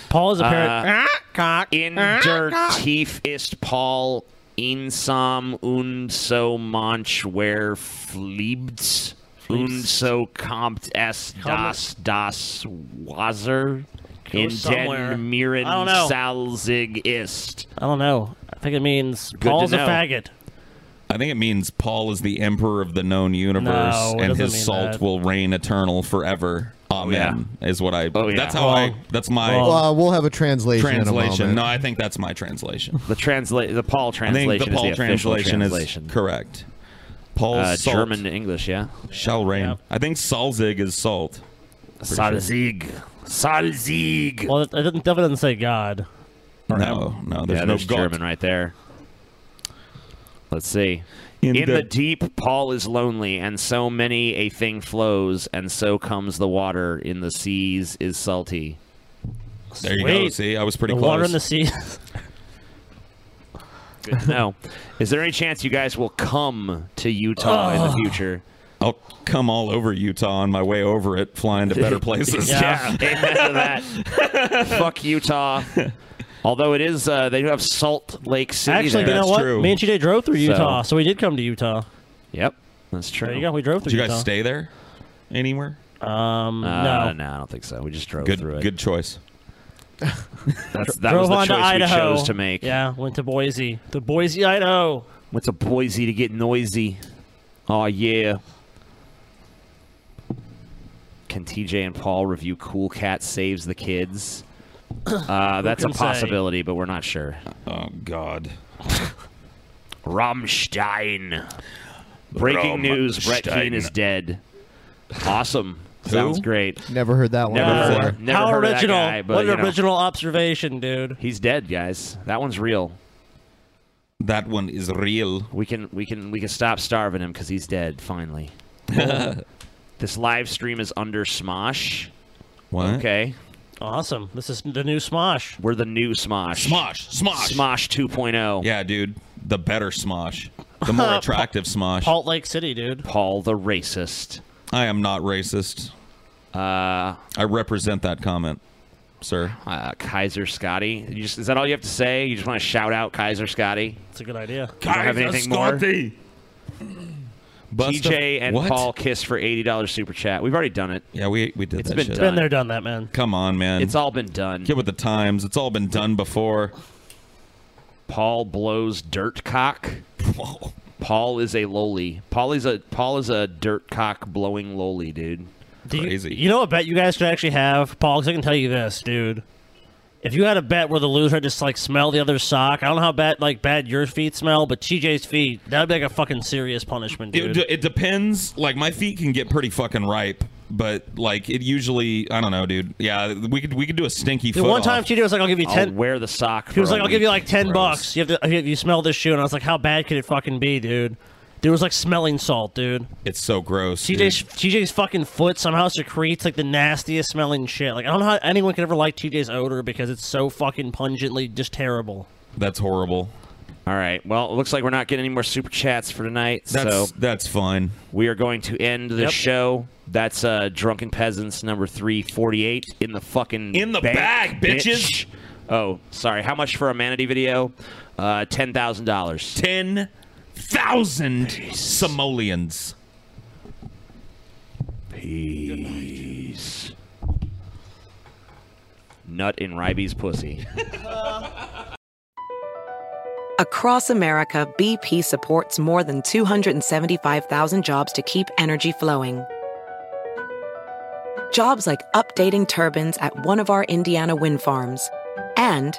[SPEAKER 5] Paul is a
[SPEAKER 1] Uh,
[SPEAKER 5] parent.
[SPEAKER 4] Ah!
[SPEAKER 5] cock.
[SPEAKER 1] In der Tief ist Paul insam und so manch wer fliebt und so kommt es das das Wasser in
[SPEAKER 5] somewhere.
[SPEAKER 1] den Miren
[SPEAKER 5] I don't know.
[SPEAKER 1] salzig ist.
[SPEAKER 5] I don't know. I think it means
[SPEAKER 1] to
[SPEAKER 5] Paul's a
[SPEAKER 1] know.
[SPEAKER 5] faggot.
[SPEAKER 6] I think it means Paul is the emperor of the known universe,
[SPEAKER 5] No, it
[SPEAKER 6] and
[SPEAKER 5] doesn't
[SPEAKER 6] his
[SPEAKER 5] mean
[SPEAKER 6] salt
[SPEAKER 5] that. Oh,
[SPEAKER 6] will reign eternal forever. Amen. Is what I.
[SPEAKER 1] Oh, yeah.
[SPEAKER 6] That's how I. That's my
[SPEAKER 2] Well, uh, we'll have a translation. In a
[SPEAKER 6] translation.
[SPEAKER 2] moment.
[SPEAKER 6] No, I think that's my translation.
[SPEAKER 1] The translate the Paul
[SPEAKER 6] I
[SPEAKER 1] translation
[SPEAKER 6] think the Paul
[SPEAKER 1] is the official
[SPEAKER 6] translation,
[SPEAKER 1] translation.
[SPEAKER 6] is correct. Paul's
[SPEAKER 1] Uh,
[SPEAKER 6] salt
[SPEAKER 1] German to English, yeah.
[SPEAKER 6] shall reign. I think Salzig is salt. Pretty sure.
[SPEAKER 1] Salzig. Salzig.
[SPEAKER 5] Well, it it doesn't, definitely doesn't say God.
[SPEAKER 6] No, no, there's
[SPEAKER 1] yeah,
[SPEAKER 6] no
[SPEAKER 1] there's
[SPEAKER 6] God.
[SPEAKER 1] German right there. Let's see.
[SPEAKER 6] In
[SPEAKER 1] In,
[SPEAKER 6] the-
[SPEAKER 1] the, deep, Paul is lonely, and so many a thing flows, and so comes the water in the seas is salty.
[SPEAKER 6] There you go. See, I was pretty close.
[SPEAKER 5] sea.
[SPEAKER 1] Good to know. is there any chance you guys will come to Utah in the
[SPEAKER 6] Ugh.
[SPEAKER 1] future?
[SPEAKER 6] I'll come all over Utah on my way over it, flying to better places.
[SPEAKER 1] yeah. Amen to that. Fuck Utah. Although it is, uh, they do have Salt Lake City.
[SPEAKER 5] Actually,
[SPEAKER 1] there.
[SPEAKER 5] you know what? Me and Chide drove through
[SPEAKER 1] So-
[SPEAKER 5] Utah, so, we did come to Utah.
[SPEAKER 1] Yep, that's true.
[SPEAKER 5] There you go. We drove through.
[SPEAKER 6] Did you guys
[SPEAKER 5] Utah.
[SPEAKER 6] stay there anywhere?
[SPEAKER 5] Um,
[SPEAKER 1] Uh,
[SPEAKER 5] no.
[SPEAKER 1] no, I don't think so. We just drove
[SPEAKER 6] Good,
[SPEAKER 1] through it.
[SPEAKER 6] good choice.
[SPEAKER 1] That's, that
[SPEAKER 5] drove
[SPEAKER 1] was the
[SPEAKER 5] on
[SPEAKER 1] choice
[SPEAKER 5] to Idaho.
[SPEAKER 1] we chose to make.
[SPEAKER 5] Yeah, went to Boise. To Boise, Idaho.
[SPEAKER 1] Went to Boise to get noisy. Oh yeah. Can TJ and Paul review Cool Cat Saves the Kids? Uh,
[SPEAKER 6] Who
[SPEAKER 1] that's a
[SPEAKER 6] can say?
[SPEAKER 1] possibility, but we're not sure.
[SPEAKER 6] Oh God.
[SPEAKER 1] Rammstein. Breaking news: Brett
[SPEAKER 2] Rammstein.
[SPEAKER 1] Keane is dead. Awesome. Sounds great.
[SPEAKER 2] Never heard that one.
[SPEAKER 1] Never,
[SPEAKER 2] before.
[SPEAKER 1] heard, never
[SPEAKER 5] How
[SPEAKER 1] heard of that
[SPEAKER 5] original.
[SPEAKER 1] guy, but,
[SPEAKER 5] what
[SPEAKER 1] you
[SPEAKER 5] an
[SPEAKER 1] know,
[SPEAKER 5] original observation, dude.
[SPEAKER 1] He's dead, guys. That one's real.
[SPEAKER 6] That one is real.
[SPEAKER 1] We can we can we can stop starving him because he's dead. Finally, this live stream is under Smosh.
[SPEAKER 6] What?
[SPEAKER 1] Okay,
[SPEAKER 5] Awesome. This is the new Smosh.
[SPEAKER 1] we're the new Smosh.
[SPEAKER 6] Smosh, Smosh.
[SPEAKER 1] Smosh oh. 2.0.
[SPEAKER 6] Yeah, dude. The better Smosh. The more attractive Smosh.
[SPEAKER 5] Salt Lake City, dude.
[SPEAKER 1] Paul the racist.
[SPEAKER 6] I am not racist.
[SPEAKER 1] Uh,
[SPEAKER 6] I represent that comment, sir.
[SPEAKER 1] Uh, Kaiser Scotty. You just, is that all you have to say? You just want to shout out Kaiser Scotty?
[SPEAKER 5] It's a good idea.
[SPEAKER 1] You don't have anything more?
[SPEAKER 6] Busta-
[SPEAKER 1] TJ and
[SPEAKER 6] What?
[SPEAKER 1] Paul kiss for eighty dollars super chat. We've already done it.
[SPEAKER 6] Yeah, we we did
[SPEAKER 1] It's
[SPEAKER 6] that
[SPEAKER 1] been
[SPEAKER 6] shit.
[SPEAKER 1] done.
[SPEAKER 5] Been there, done that, man.
[SPEAKER 6] Come on, man.
[SPEAKER 1] It's all been done.
[SPEAKER 6] Get with the times. It's all been done before.
[SPEAKER 1] Paul blows dirt cock. Paul is a loli. Paul is a Paul is a dirt cock blowing loli, dude.
[SPEAKER 5] Do you- You, know what bet you guys could actually have, Paul? 'Cause I can tell you this, dude. If you had a bet where the loser had to just like smell the other sock, I don't know how bad like bad your feet smell, but TJ's feet that'd be like a fucking serious punishment,
[SPEAKER 6] It,
[SPEAKER 5] dude.
[SPEAKER 6] d- it depends. Like my feet can get pretty fucking ripe, but like it usually. I don't know, dude. Yeah, we could we could do a stinky.
[SPEAKER 5] Dude,
[SPEAKER 6] foot
[SPEAKER 5] one time
[SPEAKER 6] off.
[SPEAKER 5] TJ was like, "I'll give you
[SPEAKER 6] I'll
[SPEAKER 5] ten.
[SPEAKER 1] Wear the sock.
[SPEAKER 5] He was
[SPEAKER 6] for
[SPEAKER 5] like,
[SPEAKER 6] a
[SPEAKER 5] "I'll give you
[SPEAKER 6] week.
[SPEAKER 5] like ten bucks. You have to if you smell this shoe." And I was like, "How bad could it fucking be, dude?" Dude it was like smelling salt, dude.
[SPEAKER 6] It's so gross. dude.
[SPEAKER 5] TJ's TJ's fucking foot somehow secretes like the nastiest smelling shit. Like I don't know how anyone could ever like TJ's odor because it's so fucking pungently just terrible.
[SPEAKER 6] That's horrible.
[SPEAKER 1] All right. Well, it looks like we're not getting any more super chats for tonight.
[SPEAKER 6] That's
[SPEAKER 1] so
[SPEAKER 6] that's fine.
[SPEAKER 1] we are going to end the
[SPEAKER 6] Yep.
[SPEAKER 1] show. That's uh, Drunken Peasants number 348 in the fucking
[SPEAKER 6] In the bag,
[SPEAKER 1] bitch.
[SPEAKER 6] bitches.
[SPEAKER 1] Oh, sorry. How much for a Manatee video? Uh, $10,000.
[SPEAKER 6] Ten thousand simoleons.
[SPEAKER 1] Peace. Nut in Ribe's pussy.
[SPEAKER 21] Across America, BP supports more than 275,000 jobs to keep energy flowing. Jobs like updating turbines at one of our Indiana wind farms and